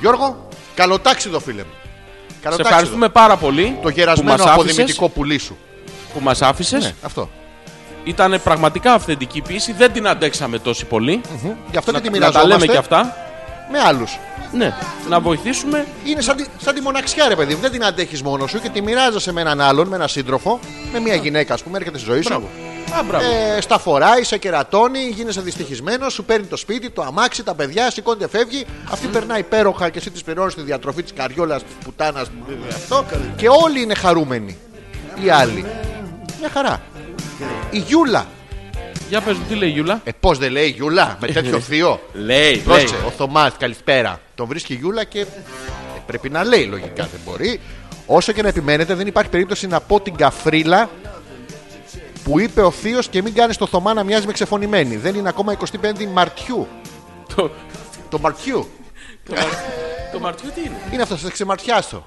Speaker 1: Γιώργο, καλοτάξιδο, φίλε μου.
Speaker 2: Σε
Speaker 1: Καλοτάξιδο.
Speaker 2: ευχαριστούμε πάρα πολύ
Speaker 1: Το
Speaker 2: που μας
Speaker 1: γερασμένο
Speaker 2: άφησες,
Speaker 1: αποδημητικό πουλί σου.
Speaker 2: που μας άφησες.
Speaker 1: Ναι, αυτό.
Speaker 2: Ήταν πραγματικά αυθεντική πίση, δεν την αντέξαμε τόσο πολύ.
Speaker 1: Γι' αυτό
Speaker 2: Να,
Speaker 1: και τη
Speaker 2: να τα
Speaker 1: μοιραζόμαστε
Speaker 2: λέμε και αυτά.
Speaker 1: με άλλους.
Speaker 2: Ναι, να βοηθήσουμε.
Speaker 1: Είναι σαν τη, σαν τη μοναξιά, ρε παιδί μου. Δεν την αντέχεις μόνος σου και τη μοιράζεσαι με έναν άλλον, με έναν σύντροφο, με μια γυναίκα, ας πούμε, έρχεται στη ζωή σου.
Speaker 2: Μπράβο. Α, μπράβο.
Speaker 1: Ε, στα φοράει, σε κερατώνει, γίνεσαι δυστυχισμένος, σου παίρνει το σπίτι, το αμάξι, τα παιδιά, σηκώνεται, φεύγει. Αυτή περνάει υπέροχα και εσύ τη πληρώνεις τη διατροφή της καριόλας, της πουτάνας, αυτό. Και όλοι είναι χαρούμενοι. Οι άλλοι. Μια χαρά. Η Γιούλα.
Speaker 2: Για πες μου, τι λέει η Γιούλα.
Speaker 1: Ε, πώς δεν λέει η Γιούλα με τέτοιο θείο.
Speaker 2: Λέει,
Speaker 1: Πρόσεξε, ο Θωμάς, καλησπέρα. Τον βρίσκει η Γιούλα και ε, πρέπει να λέει λογικά, δεν μπορεί. Όσο και να επιμένετε, δεν υπάρχει περίπτωση να πω την καφρίλα που είπε ο Θείος και μην κάνεις το Θωμά να μοιάζει με ξεφωνημένη. Δεν είναι ακόμα 25η Μαρτιού.
Speaker 2: Το,
Speaker 1: Το Μαρτιού.
Speaker 2: το, μαρ- το μαρτιού τι είναι.
Speaker 1: Είναι αυτός, θα ξεμαρτιάσω.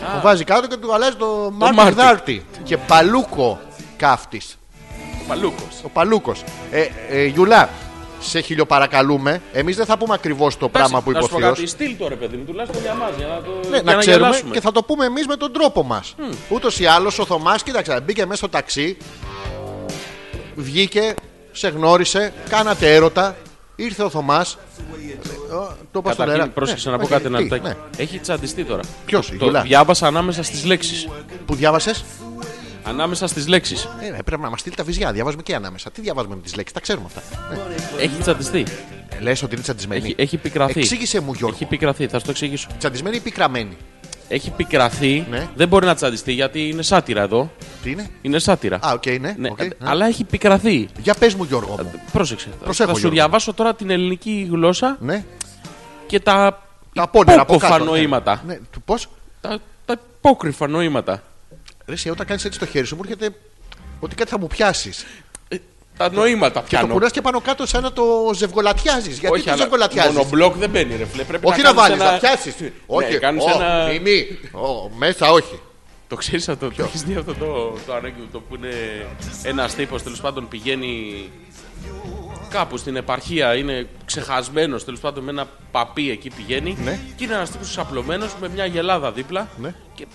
Speaker 1: Το βάζει κάτω και του αλλάζει το
Speaker 2: Μάρτιν.
Speaker 1: Μάρτιν Δάρτη. Και παλούκο καύτης.
Speaker 2: Παλούκος.
Speaker 1: Ο παλούκος. Ε, ε, Γιουλά, σε χιλιοπαρακαλούμε. Εμείς δεν θα πούμε ακριβώς το πράγμα που
Speaker 2: Να σου πω
Speaker 1: υποθείω.
Speaker 2: κάτι, στείλ το ρε παιδί μου, τουλάχιστον για μας. Για να το
Speaker 1: Ναι,
Speaker 2: για
Speaker 1: να, ξέρουμε
Speaker 2: γελάσουμε.
Speaker 1: και θα το πούμε εμείς με τον τρόπο μας. Ούτως ή άλλως ο Θωμάς, κοίταξε, μπήκε μέσα στο ταξί, βγήκε, σε γνώρισε, κάνατε έρωτα, ήρθε ο Θωμάς. Το είπα στον
Speaker 2: Καταρχήν,
Speaker 1: αέρα.
Speaker 2: πρόσεξε
Speaker 1: Ναι,
Speaker 2: να πω
Speaker 1: όχι,
Speaker 2: κάτι ένα
Speaker 1: τι,
Speaker 2: λεπτάκι.
Speaker 1: ναι.
Speaker 2: Έχει τσαντιστεί τώρα.
Speaker 1: Ποιος, η
Speaker 2: το
Speaker 1: Γιουλά?
Speaker 2: διάβασα ανάμεσα στις λέξεις.
Speaker 1: Που διάβασες.
Speaker 2: Ανάμεσα στις λέξεις.
Speaker 1: Ε, ναι, πρέπει να μας στείλει τα βυζιά. Διαβάζουμε και ανάμεσα. Τι διαβάζουμε με τις λέξεις, τα ξέρουμε αυτά. Ναι.
Speaker 2: Έχει τσαντιστεί.
Speaker 1: Λες ότι είναι τσαντισμένη.
Speaker 2: Έχει, έχει πικραθεί.
Speaker 1: Εξήγησε μου, Γιώργο.
Speaker 2: Έχει πικραθεί, θα σου το εξηγήσω.
Speaker 1: Τσαντισμένη ή πικραμένη.
Speaker 2: Έχει πικραθεί,
Speaker 1: Ναι.
Speaker 2: δεν μπορεί να τσαντιστεί γιατί είναι σάτυρα εδώ.
Speaker 1: Τι είναι.
Speaker 2: Είναι σάτυρα.
Speaker 1: Α, οκ, ναι.
Speaker 2: Ναι,
Speaker 1: οκ,
Speaker 2: ε,
Speaker 1: ναι.
Speaker 2: Αλλά έχει πικραθεί.
Speaker 1: Για πες μου, Γιώργο μου.
Speaker 2: Πρόσεξε.
Speaker 1: Προσέχω,
Speaker 2: θα σου
Speaker 1: Γιώργο.
Speaker 2: διαβάσω τώρα την ελληνική γλώσσα
Speaker 1: Ναι.
Speaker 2: και τα,
Speaker 1: Τα απόνερα από
Speaker 2: Ε, υπόκοφα
Speaker 1: κάτω.
Speaker 2: νοήματα.
Speaker 1: Ναι, του πώς.
Speaker 2: Τα, τα υπόκρυφα νοήματα.
Speaker 1: Ρε, εσύ, όταν κάνεις έτσι το χέρι σου, μου έρχεται ότι κάτι θα μου πιάσεις.
Speaker 2: Ε, Τα νοήματα
Speaker 1: Το
Speaker 2: πιάνω.
Speaker 1: κουνά και πάνω κάτω σαν να το ζευγολατιάζεις. Γιατί το ζευγολατιάζεις.
Speaker 2: μονομπλοκ δεν μπαίνει ρε φίλε. Πρέπει
Speaker 1: Όχι να
Speaker 2: κάνεις
Speaker 1: βάλεις,
Speaker 2: ένα-
Speaker 1: να πιάσεις.
Speaker 2: Ναι,
Speaker 1: Όχι,
Speaker 2: κάνεις
Speaker 1: Ω,
Speaker 2: ένα...
Speaker 1: μη, μη. Ω, μέσα όχι.
Speaker 2: Το ξέρεις αυτό, το έχεις δει αυτό το, το ανέκδοτο που είναι ένας τύπος τέλος πάντων πηγαίνει κάπου στην επαρχία, είναι ξεχασμένος τέλος πάντων με ένα παπί εκεί πηγαίνει.
Speaker 1: Ναι.
Speaker 2: Και είναι ένας τύπος σαπλωμένο με μια γελάδα δίπλα.
Speaker 1: Ναι.
Speaker 2: Και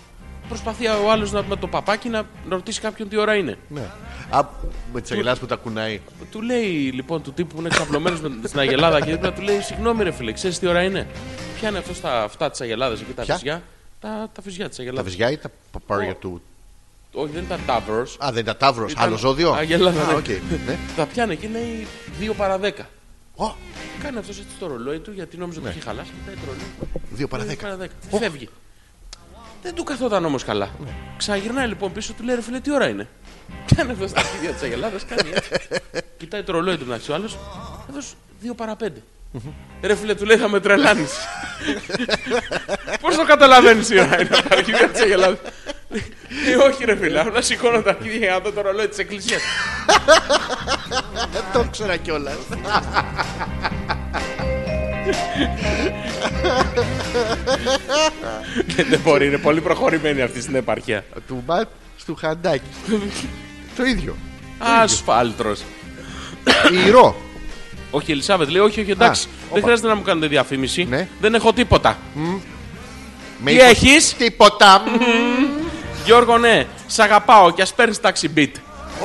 Speaker 2: προσπαθεί ο άλλος με το παπάκι να να ρωτήσει κάποιον τι ώρα είναι.
Speaker 1: Ναι. Α, με τις αγελάδε που τα κουνάει.
Speaker 2: Του λέει λοιπόν του τύπου που είναι ξαπλωμένος στην Αγελάδα και δίπλα του λέει: Συγγνώμη, ρε φίλε, ξέρεις τι ώρα είναι. Ποια είναι αυτός τα αυτά της Αγελάδας εκεί, τα
Speaker 1: Ποια?
Speaker 2: φυζιά. Τα, τα φυζιά τη
Speaker 1: Τα
Speaker 2: Αγελάδα.
Speaker 1: βυζιά ή τα παπάρια του.
Speaker 2: Όχι, δεν ήταν τάβρος.
Speaker 1: Α, δεν ήταν τάβρο.
Speaker 2: Ήταν
Speaker 1: Άλλο ζώδιο.
Speaker 2: Αγελάδα,
Speaker 1: Α,
Speaker 2: ναι.
Speaker 1: οκ, ναι.
Speaker 2: Τα πιάνει και λέει 2 παρα 10.
Speaker 1: Ω,
Speaker 2: Κάνει αυτός έτσι το ρολόι του γιατί νόμιζε ότι
Speaker 1: Ναι.
Speaker 2: είχε χαλάσει. Κοιτάει το ρολόι.
Speaker 1: Δύο παρά
Speaker 2: Δύο
Speaker 1: δέκα.
Speaker 2: δέκα. Ε, Φεύγει. Δεν του καθόταν όμως καλά. Ξαγυρνάει λοιπόν πίσω, του λέει ρε φίλε, τι ώρα είναι. Κάνει αυτό στα αρχίδια της Αγελάδας, κάνει έτσι. Κοιτάει το ρολόι του να ο άλλο. Εδώ 2 παρα 5. Ρε φίλε, του λέει θα με τρελάνεις. Πώς το καταλαβαίνεις η ώρα είναι από τα αρχίδια της Αγελάδας. Ε, όχι ρε φίλε, απλά σηκώνω τα αρχίδια για να δω το ρολόι της εκκλησίας.
Speaker 1: Δεν το ξέρα κιόλας.
Speaker 2: Δεν μπορεί, είναι πολύ προχωρημένη αυτή στην επαρχία.
Speaker 1: Του Ματ του Χαντάκι. Το ίδιο.
Speaker 2: Ασφάλτρος.
Speaker 1: Ηρώ.
Speaker 2: Όχι, η Ελισάβετ λέει: Όχι, όχι, εντάξει.
Speaker 1: Α,
Speaker 2: δεν
Speaker 1: όπα.
Speaker 2: χρειάζεται να μου κάνετε διαφήμιση.
Speaker 1: Ναι.
Speaker 2: Δεν έχω τίποτα.
Speaker 1: Με
Speaker 2: Τι
Speaker 1: υπο-
Speaker 2: έχεις?
Speaker 1: Τίποτα.
Speaker 2: Γιώργο, ναι, σ' αγαπάω και ας παίρνεις ταξι beat.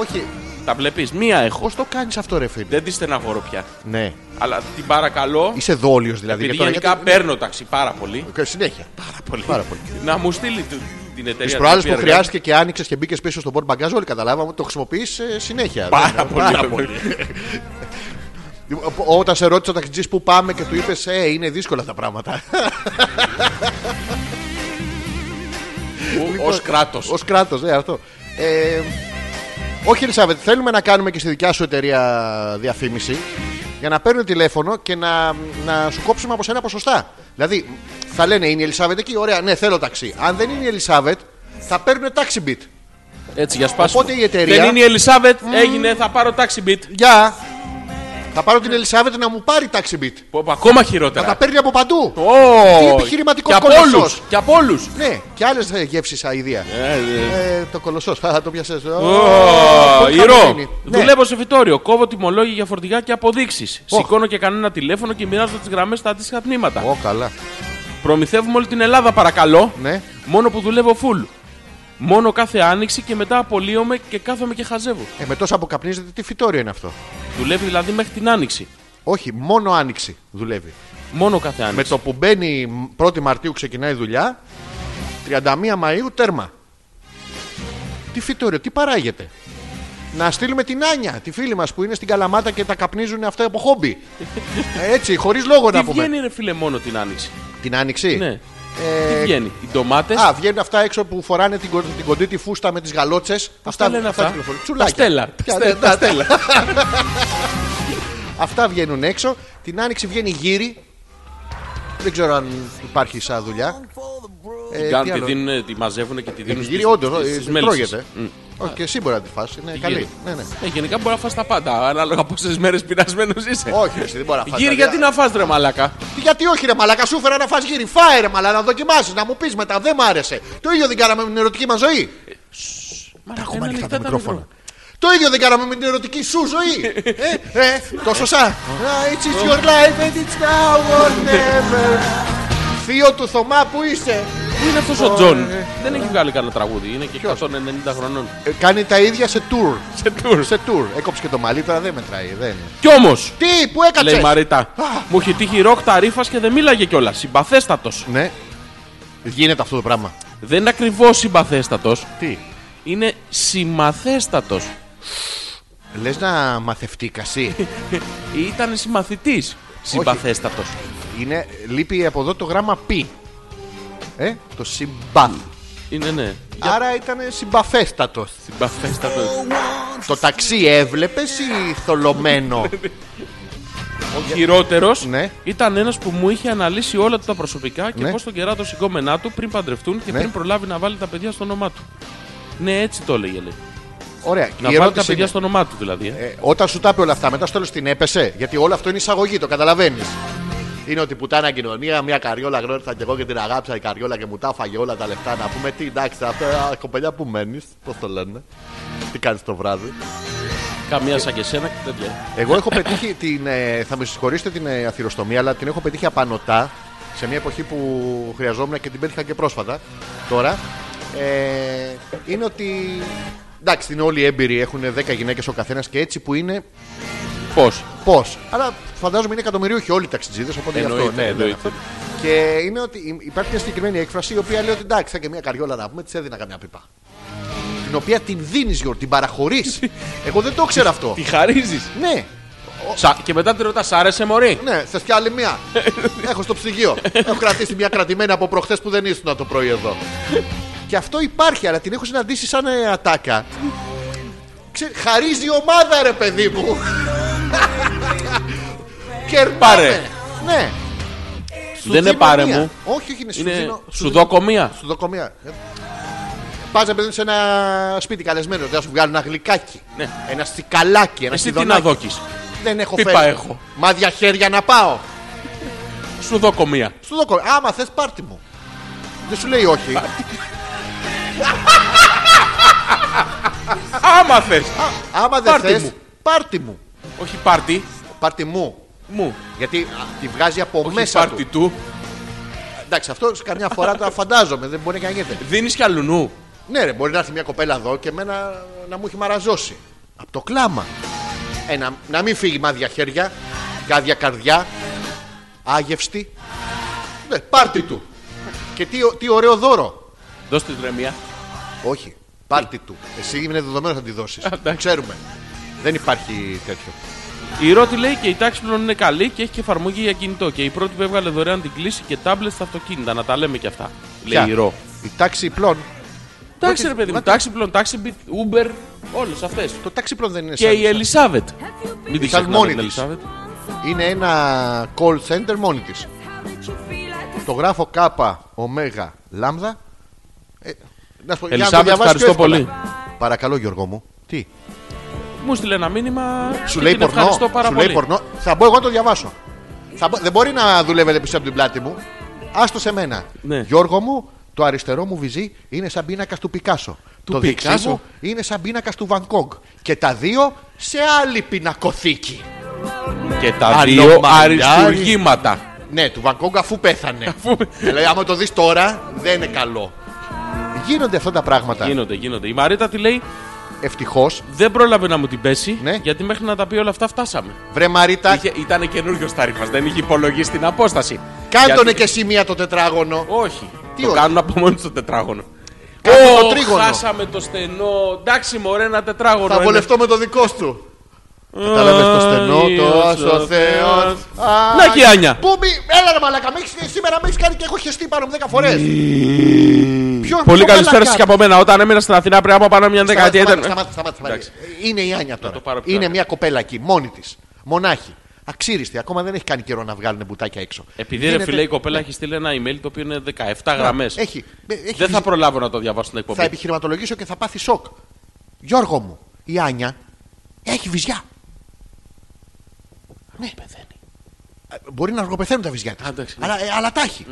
Speaker 1: Όχι.
Speaker 2: Τα βλέπεις, μία έχω.
Speaker 1: Πώς το κάνεις αυτό, ρε φίλε.
Speaker 2: Δεν τη στεναχωρώ πια.
Speaker 1: Ναι.
Speaker 2: Αλλά την παρακαλώ.
Speaker 1: Είσαι δόλιος δηλαδή.
Speaker 2: Επειδή
Speaker 1: για τώρα,
Speaker 2: γενικά
Speaker 1: γιατί-
Speaker 2: παίρνω ταξι πάρα πολύ.
Speaker 1: Και Συνέχεια.
Speaker 2: Πάρα πολύ.
Speaker 1: Πάρα πολύ.
Speaker 2: Να μου στείλει του- την εταιρεία.
Speaker 1: Τις
Speaker 2: την
Speaker 1: προάλλες
Speaker 2: οποία
Speaker 1: που
Speaker 2: εργάζομαι.
Speaker 1: χρειάστηκε και άνοιξες και μπήκες πίσω στον πόρτ μπαγκάζ, όλοι καταλάβαμε ότι το χρησιμοποιείς συνέχεια. Ναι,
Speaker 2: Πάρα
Speaker 1: Δεν-
Speaker 2: πολύ.
Speaker 1: Λοιπόν, Όταν σε ρώτησε ο ταξιτζής που πάμε και του είπες, Ε, είναι δύσκολα τα πράγματα. Λοιπόν,
Speaker 2: Ως κράτος.
Speaker 1: Ως κράτος, ναι, αυτό. Ε, όχι, Ελισάβετ, θέλουμε να κάνουμε και στη δικιά σου εταιρεία διαφήμιση για να παίρνουν τηλέφωνο και να, να σου κόψουμε από σένα ποσοστά. Δηλαδή, θα λένε είναι η Ελισάβετ εκεί, ωραία, ναι, θέλω ταξί. Αν δεν είναι η Ελισάβετ, θα παίρνουν ταξί beat.
Speaker 2: Έτσι, για σπάσιμο.
Speaker 1: Οπότε η εταιρεία-
Speaker 2: Δεν είναι η Ελισάβετ, έγινε, θα πάρω ταξι beat.
Speaker 1: Γεια! Θα πάρω την Ελισάβετ να μου πάρει ταξί beat.
Speaker 2: Πω, πω, Ακόμα
Speaker 1: Θα τα
Speaker 2: χειρότερα.
Speaker 1: παίρνει από παντού.
Speaker 2: Ω,
Speaker 1: Τι επιχειρηματικός
Speaker 2: και από
Speaker 1: κολοσσός.
Speaker 2: όλους, Και από όλους.
Speaker 1: Ναι, και άλλες γεύσει αηδία. Ε, το κολοσσός, θα το πιασε.
Speaker 2: Ηρώ.
Speaker 1: Ναι.
Speaker 2: Δουλεύω σε φυτόριο. Κόβω τιμολόγια για φορτηγά και αποδείξεις. Σηκώνω και κανένα τηλέφωνο και μοιράζω τις γραμμές στα αντίστοιχα τμήματα.
Speaker 1: Ω, καλά.
Speaker 2: Προμηθεύουμε όλη την Ελλάδα, παρακαλώ.
Speaker 1: Ναι.
Speaker 2: Μόνο που δουλεύω full. Μόνο κάθε άνοιξη και μετά απολύομαι και κάθομαι και χαζεύω.
Speaker 1: Ε, με τόσο αποκαπνίζεται, τι φυτόριο είναι αυτό.
Speaker 2: Δουλεύει δηλαδή μέχρι την άνοιξη.
Speaker 1: Όχι, μόνο άνοιξη δουλεύει.
Speaker 2: Μόνο κάθε
Speaker 1: Με
Speaker 2: άνοιξη.
Speaker 1: το που μπαίνει 1η Μαρτίου ξεκινάει η δουλειά, 31 Μαου τέρμα. Τι φυτόριο, τι παράγεται. Να στείλουμε την Άνια, τη φίλη μας που είναι στην Καλαμάτα και τα καπνίζουν αυτά από χόμπι. Έτσι, χωρίς λόγο να
Speaker 2: Τι
Speaker 1: πούμε.
Speaker 2: βγαίνει, ρε φίλε, μόνο την άνοιξη.
Speaker 1: Την Άνοιξη.
Speaker 2: Ναι. Τι βγαίνει, οι ντομάτες.
Speaker 1: Ε, Α, βγαίνουν αυτά έξω που φοράνε την, κο- την κοντή τη φούστα με τις γαλότσες.
Speaker 2: Αυτά λένε αυτά.
Speaker 1: κυκλοφορούν.
Speaker 2: Τα
Speaker 1: Τσουλάκια.
Speaker 2: στέλα.
Speaker 1: Ποια-
Speaker 2: Στε- Τα στέλα.
Speaker 1: Αυτά βγαίνουν έξω. Την άνοιξη βγαίνει γύρι. Δεν ξέρω αν υπάρχει σαν δουλειά. Ε, τι
Speaker 2: Κάνουν, τη,
Speaker 1: άλλο.
Speaker 2: δίνουν, τη μαζεύουν και τη
Speaker 1: Ε,
Speaker 2: δίνουν
Speaker 1: Γύρι,
Speaker 2: στις-
Speaker 1: όντως.
Speaker 2: στις μέλισσες.
Speaker 1: ε, Τρώγεται.
Speaker 2: Μμ.
Speaker 1: Όχι, και εσύ μπορεί να τη φας, είναι καλή.
Speaker 2: γίνεται.
Speaker 1: Ναι, ναι.
Speaker 2: Ε, γενικά μπορεί να φας τα πάντα, ανάλογα πόσες μέρες πεινασμένος είσαι.
Speaker 1: Όχι, εσύ δεν μπορεί να φας.
Speaker 2: Γύρι,
Speaker 1: τα
Speaker 2: γιατί
Speaker 1: διά-
Speaker 2: να φας ρε μαλάκα.
Speaker 1: Γιατί όχι, ρε Μαλάκα, σου έφερα να φας γύρι. Φάε, ρε Μαλάκα, να δοκιμάσεις, να μου πεις μετά. Δεν μ' άρεσε. Το ίδιο δεν κάναμε με την ερωτική μας ζωή.
Speaker 2: Μαλάκα,
Speaker 1: Ακόμα
Speaker 2: ένα
Speaker 1: ανοιχτά τα
Speaker 2: λεπτά ήταν
Speaker 1: μικρόφωνα.
Speaker 2: μικρό.
Speaker 1: Το ίδιο δεν κάναμε με την ερωτική σου ζωή. ε, ε, το σωστά. Ah, It's is your life and it's now or never. Θείο του Θωμά, που είστε.
Speaker 2: Πού είναι αυτός ο Τζον. Δεν έχει βγάλει κανένα τραγούδι, είναι και 190 χρονών.
Speaker 1: Ε, Κάνει τα ίδια σε tour.
Speaker 2: Σε τούρ.
Speaker 1: Σε tour. Έκοψε και το μαλλί, τώρα δεν μετράει. Δεν.
Speaker 2: Κι όμως,
Speaker 1: Τι, που
Speaker 2: λέει η
Speaker 1: έκατσε.
Speaker 2: Μαρίτα, μου έχει τύχει ροκ τα ρήφας και δεν μίλαγε κιόλας. Συμπαθέστατος.
Speaker 1: Ναι. Γίνεται αυτό το πράγμα.
Speaker 2: Δεν είναι ακριβώς συμπαθέστατος,
Speaker 1: Τι.
Speaker 2: είναι συμμαθέστατος.
Speaker 1: Λες να μαθευτεί κασί.
Speaker 2: Ήταν συμμαθητή. Συμπαθέστατος.
Speaker 1: Είναι, λείπει από εδώ το γράμμα π. Ε, το συμπαθ.
Speaker 2: Είναι ναι.
Speaker 1: Άρα ήταν συμπαθέστατο.
Speaker 2: Συμπαθέστατο.
Speaker 1: Το ταξί έβλεπες ή θολωμένο.
Speaker 2: Ο χειρότερος
Speaker 1: Ναι.
Speaker 2: ήταν ένας που μου είχε αναλύσει όλα του τα προσωπικά και
Speaker 1: Ναι.
Speaker 2: πώς τον κεράτο σηκώμενά του πριν παντρευτούν και
Speaker 1: Ναι.
Speaker 2: πριν προλάβει να βάλει τα παιδιά στο όνομά του. Ναι, έτσι το έλεγε. Λέει.
Speaker 1: Ωραία. και η
Speaker 2: Να βάλει τα
Speaker 1: ερώτηση
Speaker 2: παιδιά
Speaker 1: είναι,
Speaker 2: στο όνομά του δηλαδή. ε.
Speaker 1: ε, όταν σου τα είπε όλα αυτά, μετά στο τέλο την έπεσε. Γιατί όλο αυτό είναι εισαγωγή, το καταλαβαίνεις. Είναι ότι πουτάνα κοινωνία, μια καριόλα γνώρισα και εγώ και την αγάπησα η καριόλα και μου τα φάγε όλα τα λεφτά. Να πούμε τι, εντάξει, αυτά α, κοπελιά που μένεις, πώς το λένε. Τι κάνεις το βράδυ.
Speaker 2: Καμία σαν και σένα και τέτοια.
Speaker 1: Εγώ έχω πετύχει την. ε, θα με συγχωρήσετε την ε, αθυροστομία, αλλά την έχω πετύχει απανοτά σε μια εποχή που χρειαζόμουν και την πέτυχα και πρόσφατα. Τώρα. Ε, είναι ότι. Εντάξει, είναι όλοι έμπειροι, έχουν 10 γυναίκες ο καθένας και έτσι που είναι.
Speaker 2: Πώς.
Speaker 1: Πώς. Αλλά φαντάζομαι είναι εκατομμυρίουχοι όλοι οι ταξιτζίδες, οπότε γι' αυτό.
Speaker 2: Εννοείται,
Speaker 1: δεν είναι
Speaker 2: εννοείται.
Speaker 1: αυτό. Και είναι ότι υ- υπάρχει μια συγκεκριμένη έκφραση η οποία λέει ότι εντάξει, θα και μια καριόλα να πούμε, της έδινα καμιά πίπα. Την οποία την δίνεις, Γιώργο, την παραχωρείς. Εγώ δεν το ξέρω αυτό.
Speaker 2: Τη χαρίζεις.
Speaker 1: ναι,
Speaker 2: Και μετά τη ρωτά, άρεσε μωρή.
Speaker 1: ναι, θες κι άλλη μία. Έχω στο ψυγείο. Έχω κρατήσει μια κρατημένη από προχθές που δεν ήσουν το πρωί εδώ. και αυτό υπάρχει, αλλά την έχω συναντήσει σαν ε, ατάκα. Ξε- χαρίζει η ομάδα, ρε παιδί μου. Κερνάμε.
Speaker 2: Πάρε.
Speaker 1: Ναι.
Speaker 2: Δεν είναι
Speaker 1: δίνω
Speaker 2: πάρε
Speaker 1: μία.
Speaker 2: μου.
Speaker 1: Όχι, όχι, είναι σου
Speaker 2: Είναι
Speaker 1: δίνω- σου δίνω-
Speaker 2: σουδοκομεία.
Speaker 1: Σου δοκομεία. Πα να παιδί σε ένα σπίτι καλεσμένο, να σου βγάλουν ένα γλυκάκι.
Speaker 2: Ναι.
Speaker 1: Ένα τσικαλάκι, ένα
Speaker 2: Εσύ τι να
Speaker 1: σιδονάκι.
Speaker 2: δόκει.
Speaker 1: Δεν έχω
Speaker 2: Πίπα
Speaker 1: φέρει.
Speaker 2: έχω.
Speaker 1: Μάδια χέρια να πάω.
Speaker 2: Σουδοκομεία.
Speaker 1: Σου δω κο- Άμα θες, πάρτι μου. Δεν σου λέει όχι.
Speaker 2: Άμα θες.
Speaker 1: Άμα δεν
Speaker 2: Πάρτι
Speaker 1: θες,
Speaker 2: μου.
Speaker 1: πάρτι μου.
Speaker 2: Όχι πάρτι.
Speaker 1: Πάρτι μου.
Speaker 2: Μου.
Speaker 1: Γιατί α, τη βγάζει από
Speaker 2: Όχι
Speaker 1: μέσα
Speaker 2: πάρτι
Speaker 1: του.
Speaker 2: του.
Speaker 1: Εντάξει, αυτό σε καμιά φορά το φαντάζομαι, δεν μπορεί να γίνεται.
Speaker 2: Δίνεις κι αλουνού.
Speaker 1: Ναι, ρε, μπορεί να έρθει μια κοπέλα εδώ και εμένα να μου έχει μαραζώσει. Από το κλάμα. Ε, να, να μην φύγει με άδεια χέρια, και άδεια καρδιά, άγευστη. Ναι, πάρτι του. Και τι, ω- τι ωραίο δώρο.
Speaker 2: Δώσ' της τρεμία.
Speaker 1: Όχι, πάρτι του. Εσύ είναι δεδομένο να τη δώσεις.
Speaker 2: εντάξει.
Speaker 1: Ξέρουμε. Δεν υπάρχει τέτοιο.
Speaker 2: Η Ρώτη λέει και η Taxplon είναι καλή και έχει και εφαρμογή για κινητό. Και η πρώτη που έβγαλε δωρεάν την κλίση και τάμπλετ στα αυτοκίνητα. Να τα λέμε κι αυτά. Λέει η Ρο.
Speaker 1: Η τάξη πλών.
Speaker 2: Εντάξει ρε παιδί μου, Taxplon, Taxibit, Uber, όλες αυτές.
Speaker 1: Το τάξη πλών δεν είναι
Speaker 2: Και η Ελισάβετ. Μην τη
Speaker 1: σαν
Speaker 2: ξεχνάμε
Speaker 1: μόνη
Speaker 2: την
Speaker 1: της.
Speaker 2: Ελισάβετ.
Speaker 1: Είναι ένα call center μόνη τη. Το γράφω κάπα ωμέγα λάμδα. Ε, να σου πω, για να το
Speaker 2: Ελισάβετ,
Speaker 1: διαβάσεις πιο
Speaker 2: ευχαριστώ
Speaker 1: εύκολα.
Speaker 2: πολύ.
Speaker 1: Παρακαλώ, Γιώργο μου. Τι,
Speaker 2: Μου στείλε ένα μήνυμα.
Speaker 1: σου
Speaker 2: και
Speaker 1: λέει
Speaker 2: την
Speaker 1: πορνό.
Speaker 2: ευχαριστώ πάρα
Speaker 1: Σου λέει
Speaker 2: πολύ.
Speaker 1: πορνό. Θα μπω εγώ να το διαβάσω. Θα μπο- δεν μπορεί να δουλεύετε πίσω από την πλάτη μου. Άστο σε μένα.
Speaker 2: Ναι.
Speaker 1: Γιώργο μου, το αριστερό μου βυζί είναι σαν πίνακας του Πικάσο.
Speaker 2: Του
Speaker 1: το δεξί
Speaker 2: Πικάσο?
Speaker 1: μου είναι σαν πίνακας του Βανκόγκ. Και τα δύο σε άλλη πινακοθήκη.
Speaker 2: Και τα δύο
Speaker 1: Αλομαντάρι.
Speaker 2: αριστουργήματα.
Speaker 1: Ναι, του Βανκόγκ αφού πέθανε. Δηλαδή, άμα το δεις τώρα, δεν είναι καλό. Γίνονται αυτά τα πράγματα.
Speaker 2: Γίνονται, γίνονται. Η Μαρίτα τη λέει
Speaker 1: Ευτυχώς.
Speaker 2: δεν πρόλαβε να μου την πέσει
Speaker 1: Ναι.
Speaker 2: γιατί μέχρι να τα πει όλα αυτά φτάσαμε.
Speaker 1: Βρε Μαρίτα,
Speaker 2: Είχε, ήταν καινούριο τάριφα, δεν είχε υπολογίσει την απόσταση.
Speaker 1: κάντονε
Speaker 2: Γιατί-
Speaker 1: και εσύ μία το τετράγωνο.
Speaker 2: Όχι.
Speaker 1: Τι
Speaker 2: το
Speaker 1: όχι?
Speaker 2: κάνουν από μόνοι στο τετράγωνο.
Speaker 1: Κάνουν
Speaker 2: Ω,
Speaker 1: το τρίγωνο.
Speaker 2: Χάσαμε το στενό. Εντάξει, μωρέ, ένα τετράγωνο.
Speaker 1: Θα
Speaker 2: είναι.
Speaker 1: βολευτώ με το δικό σου. Κατάλαβες το στενό, το
Speaker 2: Άγιος
Speaker 1: άσο Θεό.
Speaker 2: ο Θεός. Ναι, Να και η Άνια.
Speaker 1: Πού μη, έλα ρε μαλακά, με έχεις- σήμερα με έχεις κάνει και έχω χεστεί πάνω από 10 φορέ.
Speaker 2: Πολύ καλησπέρα σας και από μένα. Όταν έμενα στην Αθηνά πριν από πάνω μια δεκαετία Ναι, ήταν.
Speaker 1: Σταμάτα, σταμάτα, σταμάτα.
Speaker 2: Εντάξει.
Speaker 1: Είναι η Άνια
Speaker 2: το
Speaker 1: τώρα.
Speaker 2: πάρω πιο
Speaker 1: Είναι
Speaker 2: άκρα.
Speaker 1: μια κοπέλα εκεί, μόνη της. Μονάχη. Αξίριστη, ακόμα δεν έχει κάνει καιρό να βγάλουν μπουτάκια έξω.
Speaker 2: Επειδή ρε
Speaker 1: Γίνεται-
Speaker 2: φίλε η κοπέλα έχει στείλει ένα email το οποίο είναι 17 γραμμές.
Speaker 1: Έχει. Ε, έχει
Speaker 2: Δεν θα
Speaker 1: φυσ-
Speaker 2: προλάβω να το διαβάσω στην
Speaker 1: θα
Speaker 2: εκπομπή.
Speaker 1: επιχειρηματολογήσω και θα πάθει σοκ. Γιώργο μου, η Άνια έχει βυζιά. Ναι.
Speaker 2: Πεθαίνει.
Speaker 1: Ε, Μπορεί να αργοπεθαίνουν τα βυζιά της.
Speaker 2: Α, εντάξει, ναι.
Speaker 1: αλλά, ε, αλλά τα έχει.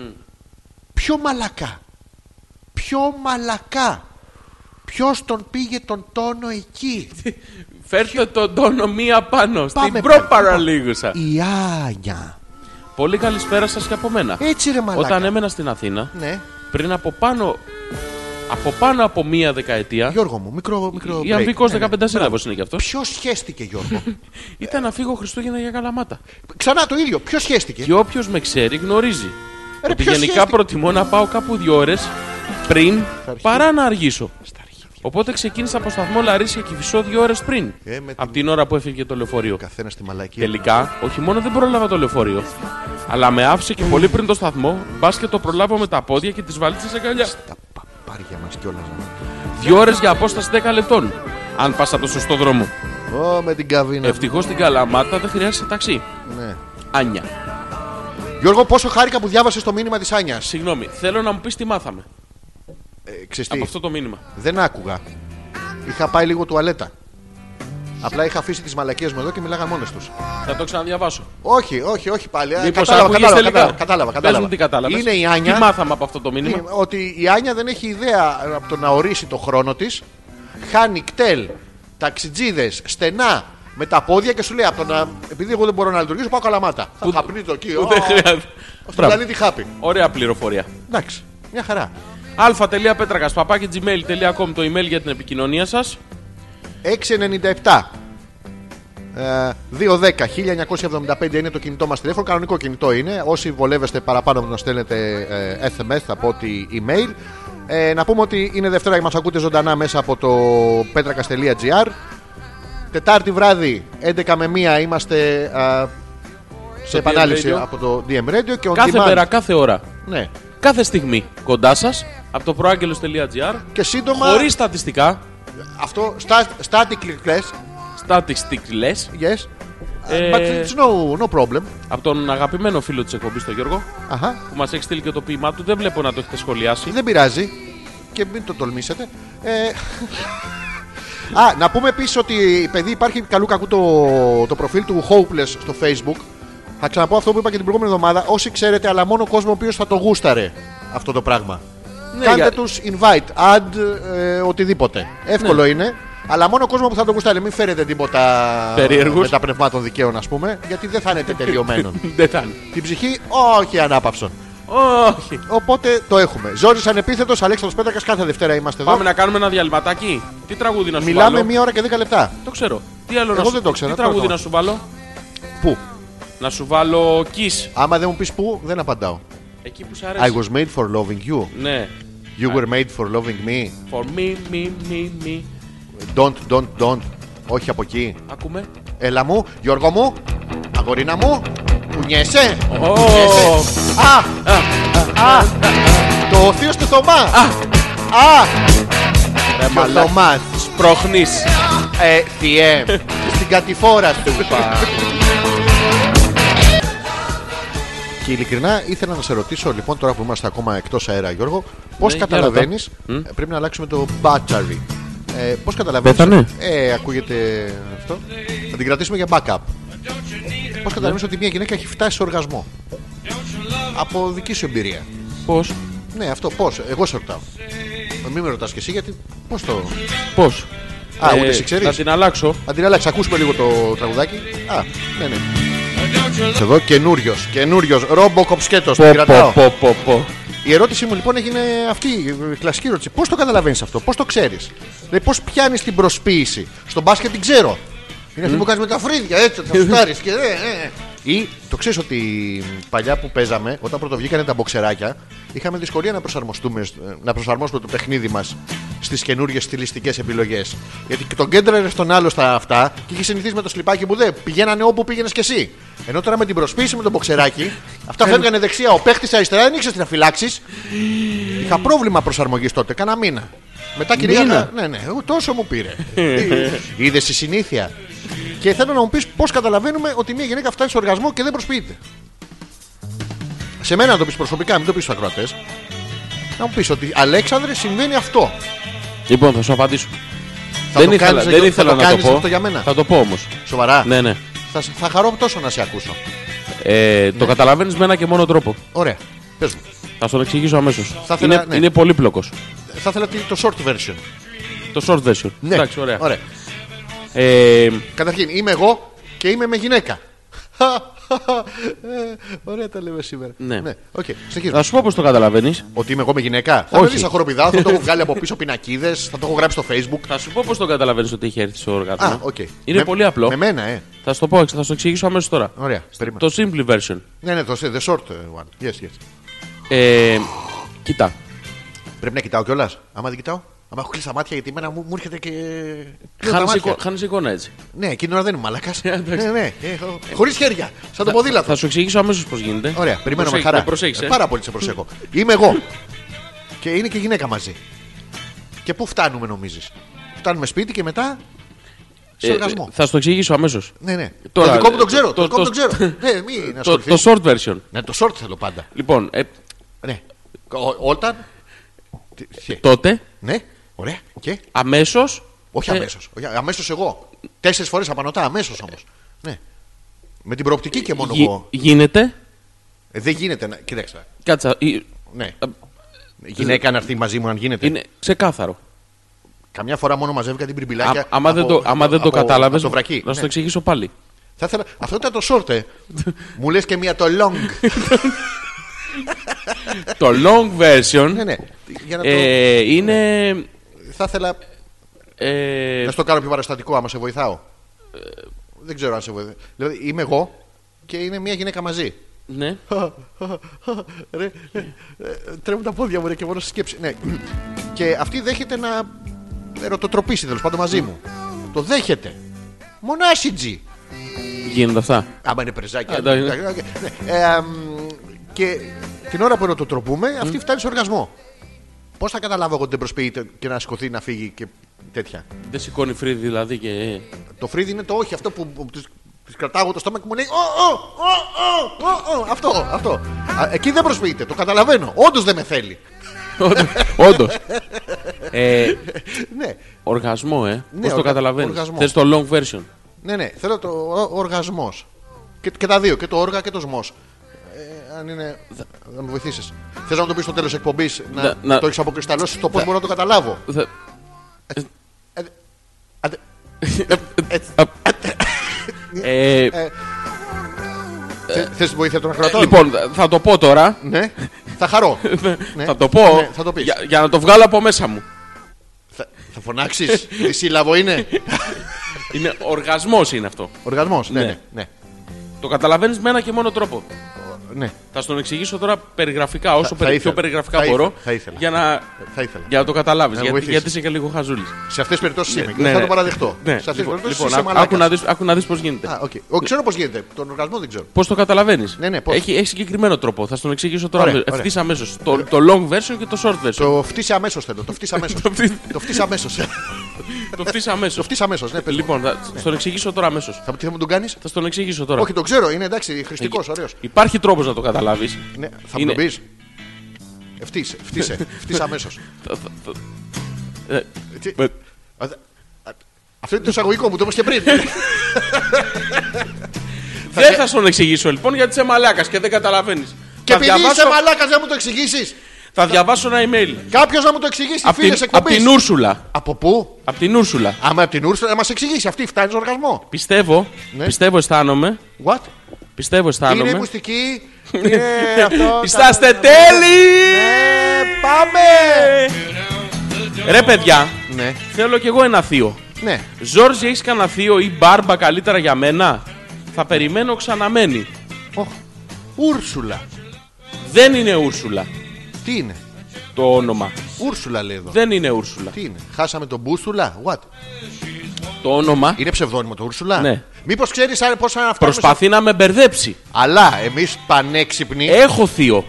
Speaker 1: Πιο μαλακά. Πιο μαλακά. Ποιος τον πήγε τον τόνο εκεί.
Speaker 2: Φέρτε τον τόνο μία πάνω στην
Speaker 1: Πάμε
Speaker 2: προπαραλίγουσα.
Speaker 1: Η Άνια.
Speaker 2: Πολύ καλησπέρα σας και από μένα.
Speaker 1: Έτσι ρε μαλακά.
Speaker 2: Όταν έμενα στην Αθήνα,
Speaker 1: Ναι,
Speaker 2: πριν από πάνω από, πάνω από μία δεκαετία,
Speaker 1: Γιώργο μου, μικρό. μικρό
Speaker 2: η Αμβικός
Speaker 1: ναι.
Speaker 2: 15 σύνδευος είναι και αυτό,
Speaker 1: Ποιος σχέστηκε, Γιώργο.
Speaker 2: ήταν να φύγω Χριστούγεννα για Καλαμάτα.
Speaker 1: Ξανά το ίδιο. Ποιος σχέστηκε.
Speaker 2: Και όποιος με ξέρει γνωρίζει.
Speaker 1: Ρε,
Speaker 2: ότι
Speaker 1: ποιος
Speaker 2: γενικά
Speaker 1: σχέστηκε.
Speaker 2: προτιμώ να πάω κάπου δύο ώρες πριν παρά να αργήσω. Οπότε ξεκίνησα από σταθμό Λαρίσια και φυσό δύο ώρες πριν.
Speaker 1: Ε, με
Speaker 2: από
Speaker 1: την-
Speaker 2: την ώρα που έφυγε το λεωφορείο.
Speaker 1: Καθένα στη μαλακία.
Speaker 2: Τελικά, όχι μόνο δεν πρόλαβα το λεωφορείο, αλλά με άφησε και πολύ πριν το σταθμό, μπας και το προλάβω με τα πόδια και τις βαλίτσες αγκαλιά.
Speaker 1: Τα παπάρια ναι. μας κιόλας.
Speaker 2: Δύο ώρες για απόσταση 10 λεπτών. Αν πας από το σωστό δρόμο.
Speaker 1: Ω με την καβίνα.
Speaker 2: Ευτυχώς στην Καλαμάτα δεν χρειάζεται ταξί.
Speaker 1: Ναι.
Speaker 2: Άνια.
Speaker 1: Γιώργο, πόσο χάρηκα που διάβασες το μήνυμα της Άνιας.
Speaker 2: Συγγνώμη, θέλω να μου πεις τι μάθαμε
Speaker 1: Ε, ξέρεις τι,
Speaker 2: από αυτό το μήνυμα.
Speaker 1: δεν άκουγα. Είχα πάει λίγο τουαλέτα. Απλά είχα αφήσει τις μαλακίες μου εδώ και μιλάγα μόνες τους.
Speaker 2: Θα το ξαναδιαβάσω.
Speaker 1: Όχι, όχι, όχι πάλι. Α,
Speaker 2: Μήπως
Speaker 1: Ε, κατάλαβα,
Speaker 2: άκουγες
Speaker 1: κατάλαβα,
Speaker 2: τελικά.
Speaker 1: κατάλαβα, κατάλαβα,
Speaker 2: Πες
Speaker 1: κατάλαβα.
Speaker 2: μου τι κατάλαβες.
Speaker 1: Είναι η
Speaker 2: Τι
Speaker 1: Άνια.
Speaker 2: μάθαμε από αυτό το μήνυμα.
Speaker 1: τι- Ότι η Άνια δεν έχει ιδέα ε, από το να ορίσει το χρόνο της. Χάνει κτέλ, ταξιτζίδες, στενά με τα πόδια και σου λέει από το να. Επειδή εγώ δεν μπορώ να λειτουργήσω, πάω καλαμάτα. Θα
Speaker 2: Ούτε-
Speaker 1: χαπνεί το εκεί.
Speaker 2: Ούτε
Speaker 1: ω,
Speaker 2: χρειάζεται.
Speaker 1: Στον
Speaker 2: Μπράβο.
Speaker 1: πλανήτη χάπι.
Speaker 2: Ωραία πληροφορία.
Speaker 1: Εντάξει, μια χαρά.
Speaker 2: α.πέτρακα παπάκι gmail.com το email για την επικοινωνία σας.
Speaker 1: 697. Ε, 210-1975 είναι το κινητό μας τηλέφωνο Κανονικό κινητό είναι Όσοι βολεύεστε παραπάνω από να στέλνετε ε, SMS από ότι email ε, Να πούμε ότι είναι Δευτέρα και μας ακούτε ζωντανά μέσα από το petrakas.gr Τετάρτη βράδυ 11 με 1 είμαστε ε, σε
Speaker 2: Στο
Speaker 1: επανάληψη
Speaker 2: DM Radio.
Speaker 1: από το DM Radio και on
Speaker 2: Κάθε
Speaker 1: demand.
Speaker 2: μέρα, κάθε ώρα.
Speaker 1: Ναι.
Speaker 2: Κάθε στιγμή κοντά σας από το προάγγελο.gr.
Speaker 1: Και σύντομα
Speaker 2: Χωρίς στατιστικά.
Speaker 1: αυτό stat- statically class
Speaker 2: Στατιστικλέ.
Speaker 1: Yes
Speaker 2: Ε,
Speaker 1: But it's no, no problem
Speaker 2: Από τον αγαπημένο φίλο της εκπομπής, τον Γιώργο,
Speaker 1: Αχα.
Speaker 2: που μας έχει στείλει και το ποίημά του. Δεν βλέπω να το έχετε σχολιάσει.
Speaker 1: Δεν πειράζει. Και μην το τολμήσετε. Ε, Α, να πούμε επίσης ότι παιδί υπάρχει καλού κακού το, το προφίλ του Hopeless στο Facebook. Θα ξαναπώ αυτό που είπα και την προηγούμενη εβδομάδα. Όσοι ξέρετε, αλλά μόνο κόσμος ο οποίος θα το γούσταρε αυτό το πράγμα.
Speaker 2: Ναι,
Speaker 1: Κάντε
Speaker 2: για-
Speaker 1: τους invite, add, ε, οτιδήποτε. Εύκολο
Speaker 2: Ναι.
Speaker 1: είναι. Αλλά μόνο κόσμο που θα το γούσταρε. Μην φέρετε τίποτα
Speaker 2: Περίεργους.
Speaker 1: με τα πνευμάτων δικαίων, ας πούμε, γιατί δεν θα είναι τελειωμένων.
Speaker 2: Δεν θα είναι.
Speaker 1: την ψυχή, όχι ανάπαυσον.
Speaker 2: Όχι.
Speaker 1: Οπότε το έχουμε. Ζόρι ανεπίθετος, Αλέξανδρος Πέτρακας, κάθε Δευτέρα είμαστε εδώ.
Speaker 2: Πάμε να κάνουμε ένα διαλυματάκι. Τι τραγούδι να σου
Speaker 1: Μιλάμε
Speaker 2: βάλω.
Speaker 1: μία ώρα και δέκα λεπτά.
Speaker 2: Το ξέρω. Τι άλλο
Speaker 1: Εγώ
Speaker 2: να σου...
Speaker 1: δεν το ξέρω.
Speaker 2: Τι
Speaker 1: Τώρα
Speaker 2: τραγούδι
Speaker 1: το-
Speaker 2: να σου βάλω.
Speaker 1: Πού?
Speaker 2: Να σου βάλω Kiss.
Speaker 1: Άμα δεν μου πεις πού, δεν απαντάω.
Speaker 2: Εκεί που σ'
Speaker 1: I
Speaker 2: αρέσει.
Speaker 1: was made for loving you.
Speaker 2: Ναι.
Speaker 1: You were made for loving me.
Speaker 2: For me, me, me, me.
Speaker 1: Don't, don't, don't. Όχι από εκεί.
Speaker 2: Ακούμε.
Speaker 1: Έλα μου, Γιώργο μου, αγορίνα μου, κουνιέσαι.
Speaker 2: Ω,
Speaker 1: ε, Α, α, το θείο του Θωμά. Α,
Speaker 2: ρε
Speaker 1: ο
Speaker 2: μαλάκα.
Speaker 1: Θωμάς.
Speaker 2: Σπρώχνεις.
Speaker 1: Ε, θιέ, στην κατηφόρα του είπα. Και ειλικρινά ήθελα να σε ρωτήσω, λοιπόν, τώρα που είμαστε ακόμα εκτός αέρα, Γιώργο, πώς
Speaker 2: Ναι, για
Speaker 1: καταλαβαίνει. Πρέπει να αλλάξουμε το battery. Ε, πώς καταλαβαίνεις.
Speaker 2: Πέθανε.
Speaker 1: Ε, ακούγεται αυτό. Θα την κρατήσουμε για backup. Πώς καταλαβαίνεις ότι μια γυναίκα έχει φτάσει σε οργασμό. Από δική σου εμπειρία.
Speaker 2: Πώς.
Speaker 1: Ναι, αυτό πώς. Εγώ σε ρωτάω. Μην με ρωτάς και εσύ γιατί. Πώς το.
Speaker 2: Πώς. Ε,
Speaker 1: Α, ούτε εσύ ξέρεις.
Speaker 2: Θα την αλλάξω.
Speaker 1: Αν Ε, την αλλάξεις, ακούσουμε λίγο το τραγουδάκι. Α, ναι, ναι. Σε εδώ καινούριος, καινούριος, ρόμποκοπ σκέτος.
Speaker 2: Πω, πω, πω, πω, πω.
Speaker 1: Η ερώτηση μου λοιπόν έγινε αυτή, η κλασική ερώτηση. Πώς το καταλαβαίνεις αυτό, πώς το ξέρεις. Δηλαδή, πώς πιάνεις την προσποίηση. Στον μπάσκετ την ξέρω. Είναι αυτή που κάνεις με τα φρύδια, έτσι, θα σουτάρει και. Ε, ε. Ή το ξέρεις ότι παλιά που παίζαμε, όταν πρωτοβγήκανε τα μποξεράκια, είχαμε δυσκολία να προσαρμοστούμε, σ- ε, να προσαρμόσουμε το παιχνίδι μας στις καινούργιες στιλιστικές επιλογές. Γιατί τον κέντραρε στον άλλο στα αυτά και είχε συνηθίσει με το σλιπάκι που δεν πηγαίνανε όπου πήγαινες κι εσύ. Ενώ τώρα με την προσποίηση με τον μποξεράκι, αυτά φεύγανε δεξιά. Ο παίχτης αριστερά δεν ήξερε τι να φυλάξει. Είχα πρόβλημα προσαρμογής τότε, κάνα μήνα. Μετά κυρία.
Speaker 2: Μήνα?
Speaker 1: Ναι, ναι, εγώ τόσο μου πήρε. Είδε η συνήθεια. Και θέλω να μου πεις πώς καταλαβαίνουμε ότι μια γυναίκα φτάνει στο οργασμό και δεν προσποιείται. Σε μένα να το πεις προσωπικά, μην το πεις στους ακροατές. Να μου πεις ότι Αλέξανδρε συμβαίνει αυτό.
Speaker 2: Λοιπόν, θα σου απαντήσω.
Speaker 1: Θα
Speaker 2: δεν
Speaker 1: το
Speaker 2: ήθελα,
Speaker 1: κάνεις,
Speaker 2: δεν
Speaker 1: Γιώργο,
Speaker 2: ήθελα
Speaker 1: θα το
Speaker 2: να το
Speaker 1: κάνεις
Speaker 2: πω.
Speaker 1: αυτό για μένα?
Speaker 2: Θα το πω όμως.
Speaker 1: Σοβαρά.
Speaker 2: Ναι, ναι.
Speaker 1: Θα, θα χαρώ τόσο να σε ακούσω.
Speaker 2: Ε, Το καταλαβαίνεις με ένα και μόνο τρόπο.
Speaker 1: Ωραία. Πες μου.
Speaker 2: Θα σου το εξηγήσω αμέσως.
Speaker 1: Θα ήθελα-
Speaker 2: Είναι,
Speaker 1: ναι.
Speaker 2: είναι πολύπλοκο.
Speaker 1: Θα ήθελα τη- το short version.
Speaker 2: Το short version.
Speaker 1: Ναι.
Speaker 2: Εντάξει, ωραία. Ε,
Speaker 1: Καταρχήν, είμαι εγώ και είμαι με γυναίκα. Ε, Ωραία τα λέμε σήμερα.
Speaker 2: Ναι.
Speaker 1: Οκ, συνεχίζουμε.
Speaker 2: θα σου πω πώ το καταλαβαίνεις.
Speaker 1: Ότι είμαι εγώ με γυναίκα. Θα
Speaker 2: Όχι.
Speaker 1: με δεις, θα χοροπηδάω, θα το έχω βγάλει από πίσω πινακίδες, θα το έχω γράψει στο facebook.
Speaker 2: Θα σου πω πώ το καταλαβαίνεις ότι έχει έρθει στο όργανο.
Speaker 1: Α, οκ.
Speaker 2: ναι. Είναι
Speaker 1: Με-
Speaker 2: πολύ απλό.
Speaker 1: Με μένα, ε.
Speaker 2: Θα σου το πω, θα σου το εξηγήσω αμέσως τώρα.
Speaker 1: Ωραία, περίμενα.
Speaker 2: Το simple version.
Speaker 1: Ναι, ναι, το the short one. Yes, yes.
Speaker 2: Ε, κοίτα.
Speaker 1: Πρέπει να κοιτάω κιόλας. Άμα δεν κοιτάω, άμα έχω κλείσει τα μάτια γιατί εμένα μου, μου έρχεται και. κλείνω τα
Speaker 2: Χάνεις
Speaker 1: μάτια.
Speaker 2: εικο... χάνεις εικόνα έτσι.
Speaker 1: Ναι, εκείνη την ώρα δεν είμαι μαλάκα. ναι,
Speaker 2: Ε, εντάξει.
Speaker 1: ναι. Χωρίς χέρια. Σαν το ποδήλατο.
Speaker 2: Θα σου εξηγήσω αμέσως πώς γίνεται.
Speaker 1: Ωραία, περιμένω με
Speaker 2: Προσέχει-
Speaker 1: χαρά.
Speaker 2: με προσέχεις, ε.
Speaker 1: Ε, Πάρα πολύ σε προσέχω. Είμαι εγώ. Και είναι και η γυναίκα μαζί. Και πού φτάνουμε, νομίζεις. Φτάνουμε σπίτι και μετά. Σε
Speaker 2: Ε,
Speaker 1: οργασμό.
Speaker 2: ε, θα σου το εξηγήσω αμέσως.
Speaker 1: Ναι, ναι.
Speaker 2: τώρα,
Speaker 1: το δικό μου
Speaker 2: ε,
Speaker 1: το ξέρω.
Speaker 2: το-
Speaker 1: Το, δικό μου το,
Speaker 2: το-
Speaker 1: ξέρω. ναι, μην
Speaker 2: Το,
Speaker 1: ασχοληθείς.
Speaker 2: το short version.
Speaker 1: Ναι, το short θέλω πάντα.
Speaker 2: Λοιπόν, ε,
Speaker 1: Ναι. Ο- όταν. Τι- τι-
Speaker 2: τότε
Speaker 1: Ναι, ωραία. Και.
Speaker 2: αμέσως.
Speaker 1: Όχι
Speaker 2: Ε,
Speaker 1: αμέσως. Αμέσως εγώ. Τέσσερις φορές απανοτά, αμέσως όμως. Ναι. Με την προοπτική και
Speaker 2: Ε,
Speaker 1: μόνο εγώ.
Speaker 2: γίνεται.
Speaker 1: Ε, Δεν γίνεται να. Κοιτάξτε.
Speaker 2: Κάτσα. ε,
Speaker 1: Ναι.
Speaker 2: Ε,
Speaker 1: Η γυναίκα να έρθει μαζί μου αν γίνεται.
Speaker 2: Είναι ξεκάθαρο.
Speaker 1: Καμιά φορά μόνο μαζεύτηκα την
Speaker 2: Α,
Speaker 1: πριμπιλάκια.
Speaker 2: άμα δεν το, άμα δεν το
Speaker 1: από-
Speaker 2: κατάλαβες.
Speaker 1: από Το βρακί.
Speaker 2: Να σου το
Speaker 1: Ναι.
Speaker 2: εξηγήσω πάλι.
Speaker 1: Θα ήθελα... Αυτό ήταν το short, ε. Μου λες και μία το long.
Speaker 2: το long version
Speaker 1: ναι, ναι. Για να το...
Speaker 2: ε, είναι.
Speaker 1: Θα ήθελα
Speaker 2: Ε, ε,
Speaker 1: να στο κάνω πιο παραστατικό άμα σε βοηθάω. Δεν ξέρω αν σε βοηθάει. Δηλαδή είμαι εγώ και είναι μία γυναίκα μαζί.
Speaker 2: ναι.
Speaker 1: Ρε, ε, ε, τρέμουν τα πόδια μου ρε, και μόνο στη σκέψη. Ναι. Και αυτή δέχεται να ερωτοτροπήσει τέλος πάντων μαζί μου. Το δέχεται. Μονάσιτζι.
Speaker 2: Γίνονται αυτά.
Speaker 1: Άμα είναι πρεζάκι.
Speaker 2: Α,
Speaker 1: αλλά-
Speaker 2: εντάξει.
Speaker 1: εντάξει, ναι. Ε, μ, Και την ώρα που το τροπούμε, αυτή φτάνει σε οργασμό. Πώς θα καταλάβω εγώ ότι δεν προσποιείται και να σηκωθεί να φύγει και τέτοια.
Speaker 2: Δεν σηκώνει φρύδι δηλαδή και.
Speaker 1: Το φρύδι είναι το όχι, αυτό που που της- της κρατάω το στόμα και μου λέει «Ω, ω, ω, ω, ω, ω». Αυτό, αυτό. Α, Εκεί δεν προσποιείται, το καταλαβαίνω. Όντως δεν με θέλει.
Speaker 2: Όντως. ε,
Speaker 1: Ναι,
Speaker 2: οργασμό, ε. Πώς το
Speaker 1: οργα-
Speaker 2: καταλαβαίνεις.
Speaker 1: οργασμός.
Speaker 2: Θες το long version.
Speaker 1: ναι, ναι, θέλω το οργασμός. Και, και τα δύο, και το όργα και το σμός. Ε, αν είναι. Θα με βοηθήσεις. Θες να μου το πεις στο τέλος εκπομπής, να,
Speaker 2: Να- να-
Speaker 1: το έχεις αποκρισταλώσει το πώ μπορώ να το καταλάβω.
Speaker 2: Θα-
Speaker 1: Αντε-
Speaker 2: Ε,
Speaker 1: Θε- Θες τη βοήθεια των ακροατών.
Speaker 2: λοιπόν, θα το πω τώρα.
Speaker 1: Ναι, θα χαρώ. Ναι.
Speaker 2: Θα το πω.
Speaker 1: Ναι, θα το πεις.
Speaker 2: Για, για να το βγάλω από μέσα μου.
Speaker 1: Θα, θα φωνάξει. Τι σύλλαβο είναι.
Speaker 2: Είναι οργασμό είναι αυτό.
Speaker 1: Οργασμό. Ναι,
Speaker 2: Ναι.
Speaker 1: ναι, ναι.
Speaker 2: Το καταλαβαίνει με ένα και μόνο τρόπο.
Speaker 1: ναι.
Speaker 2: Θα στον εξηγήσω τώρα περιγραφικά, όσο
Speaker 1: θα
Speaker 2: περι- πιο
Speaker 1: ήθελα.
Speaker 2: περιγραφικά
Speaker 1: Θα
Speaker 2: μπορώ.
Speaker 1: ήθελα, θα ήθελα.
Speaker 2: Για να,
Speaker 1: Θα ήθελα.
Speaker 2: για να το καταλάβεις.
Speaker 1: Να
Speaker 2: Γιατί,
Speaker 1: βοηθήσεις.
Speaker 2: γιατί είσαι και λίγο χαζούλης.
Speaker 1: Σε αυτές τις περιπτώσεις είμαι. και
Speaker 2: ναι,
Speaker 1: θα
Speaker 2: ναι.
Speaker 1: το παραδεχτώ.
Speaker 2: Ναι.
Speaker 1: Σε αυτές τις
Speaker 2: Λοιπόν,
Speaker 1: περιπτώσεις
Speaker 2: λοιπόν,
Speaker 1: είσαι
Speaker 2: άκου- άκου να
Speaker 1: μαλάκας.
Speaker 2: δεις- Άκου να δεις πώς γίνεται.
Speaker 1: Α, οκ. Ο, Ξέρω πώς γίνεται. Τον οργασμό δεν ξέρω.
Speaker 2: Πώς το καταλαβαίνεις.
Speaker 1: Ναι, ναι, πώς.
Speaker 2: Έχει, έχει συγκεκριμένο τρόπο. Θα στον εξηγήσω τώρα
Speaker 1: Ωραία,
Speaker 2: ευθύ αμέσως. Το, το long version και το short version.
Speaker 1: Το φτύσει αμέσως θέλω. Το φτύσει αμέσως.
Speaker 2: Το φτύ-
Speaker 1: το φτύσει αμέσως.
Speaker 2: το ευθύ αμέσως.
Speaker 1: το φτύσει αμέσως. Ναι, πες μου.
Speaker 2: Λοιπόν, θα στον εξηγήσω τώρα αμέσως.
Speaker 1: Θα μου τι θα μου τον κάνεις.
Speaker 2: Θα στον εξηγήσω τώρα.
Speaker 1: Όχι, τον ξέρω. Είναι εντάξει, χρηστικός, ωραίος.
Speaker 2: Υπάρχει τρόπος να το καταλάβεις.
Speaker 1: Ναι, θα μου
Speaker 2: Είναι- Ναι.
Speaker 1: τον πει. Φτύσε, φτύσε, φτύσε αμέσω.
Speaker 2: Ε,
Speaker 1: Αυτό είναι το εισαγωγικό μου, το είπες και πριν.
Speaker 2: Δεν θα στον εξηγήσω λοιπόν γιατί είσαι μαλάκας και δεν καταλαβαίνεις.
Speaker 1: Και επειδή είσαι μαλάκας, δεν μου το εξηγήσεις.
Speaker 2: θα διαβάσω ένα email.
Speaker 1: Κάποιος να μου το εξηγήσει,
Speaker 2: Απ'
Speaker 1: φίλες
Speaker 2: την, απ'
Speaker 1: εκπομπής.
Speaker 2: την Ούρσουλα.
Speaker 1: Από πού?
Speaker 2: Απ' την Ούρσουλα.
Speaker 1: Άμα από την Ούρσουλα να μας εξηγήσει. Αυτή φτάνει στον οργασμό.
Speaker 2: Πιστεύω,
Speaker 1: Ναι.
Speaker 2: πιστεύω αισθάνομαι.
Speaker 1: What?
Speaker 2: Πιστεύω
Speaker 1: Είναι
Speaker 2: αισθάνομαι.
Speaker 1: μουστική.
Speaker 2: Ναι,
Speaker 1: Είναι αυτό.
Speaker 2: Ιστάστε
Speaker 1: τα-
Speaker 2: τέλειοι!
Speaker 1: Ναι, πάμε!
Speaker 2: Ρε παιδιά,
Speaker 1: Ναι,
Speaker 2: θέλω κι εγώ ένα θείο.
Speaker 1: ναι.
Speaker 2: Ζόρζι, έχεις κανένα θείο ή μπάρμπα καλύτερα για μένα. Θα περιμένω ξαναμένη.
Speaker 1: Οχ. Ούρσουλα.
Speaker 2: Δεν είναι Ούρσουλα
Speaker 1: Τι είναι.
Speaker 2: το όνομα.
Speaker 1: Ούρσουλα λέει εδώ.
Speaker 2: Δεν είναι Ούρσουλα.
Speaker 1: Τι είναι. Χάσαμε τον Μπούσουλα. What.
Speaker 2: Το όνομα
Speaker 1: Είναι ψευδόνυμο το Ούρσουλα.
Speaker 2: Ναι.
Speaker 1: Μήπως ξέρεις πώ θα φτάσουμε.
Speaker 2: προσπαθεί να με μπερδέψει.
Speaker 1: σε- Αλλά εμείς πανέξυπνοι.
Speaker 2: Έχω θείο.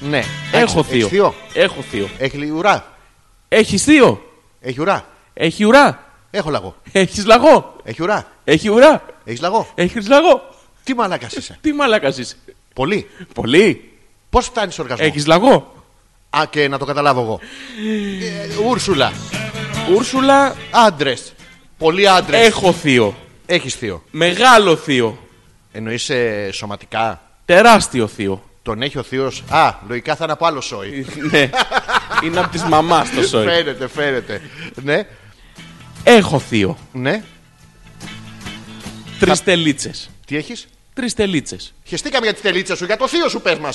Speaker 1: Ναι.
Speaker 2: Ε, Έχω
Speaker 1: Έχεις- έχεις
Speaker 2: θείο. Έχω θείο.
Speaker 1: Έχεις ουρά.
Speaker 2: Έχεις θείο.
Speaker 1: Έχει ουρά.
Speaker 2: Έχει ουρά.
Speaker 1: Έχω λαγό.
Speaker 2: Έχεις λαγό.
Speaker 1: Έχει ουρά.
Speaker 2: Έχει ουρά.
Speaker 1: Έχεις λαγό.
Speaker 2: Έχεις λαγό.
Speaker 1: Τι μαλάκας είσαι.
Speaker 2: Τι μαλάκας είσαι.
Speaker 1: Πολύ.
Speaker 2: Πολύ.
Speaker 1: Πώς φτάνεις στο οργασμό.
Speaker 2: Έχεις λαγό.
Speaker 1: Α, και να το καταλάβω εγώ. Ε, Ούρσουλα.
Speaker 2: Ούρσουλα,
Speaker 1: Άντρες. Πολλοί άντρες.
Speaker 2: έχω θείο.
Speaker 1: Έχεις θείο.
Speaker 2: Μεγάλο θείο.
Speaker 1: Εννοείς ε, σωματικά.
Speaker 2: Τεράστιο θείο.
Speaker 1: Τον έχει ο θείος. Α, λογικά θα είναι από άλλο σόι.
Speaker 2: ναι. Είναι από τη μαμάς το σόι.
Speaker 1: φαίνεται, φαίνεται. ναι,
Speaker 2: Έχω θείο.
Speaker 1: ναι.
Speaker 2: Τρεις τελίτσες.
Speaker 1: Τι έχεις.
Speaker 2: Τρεις τελίτσες.
Speaker 1: Χεστήκαμε για τη τελίτσα σου, για το θείο σου πες μας.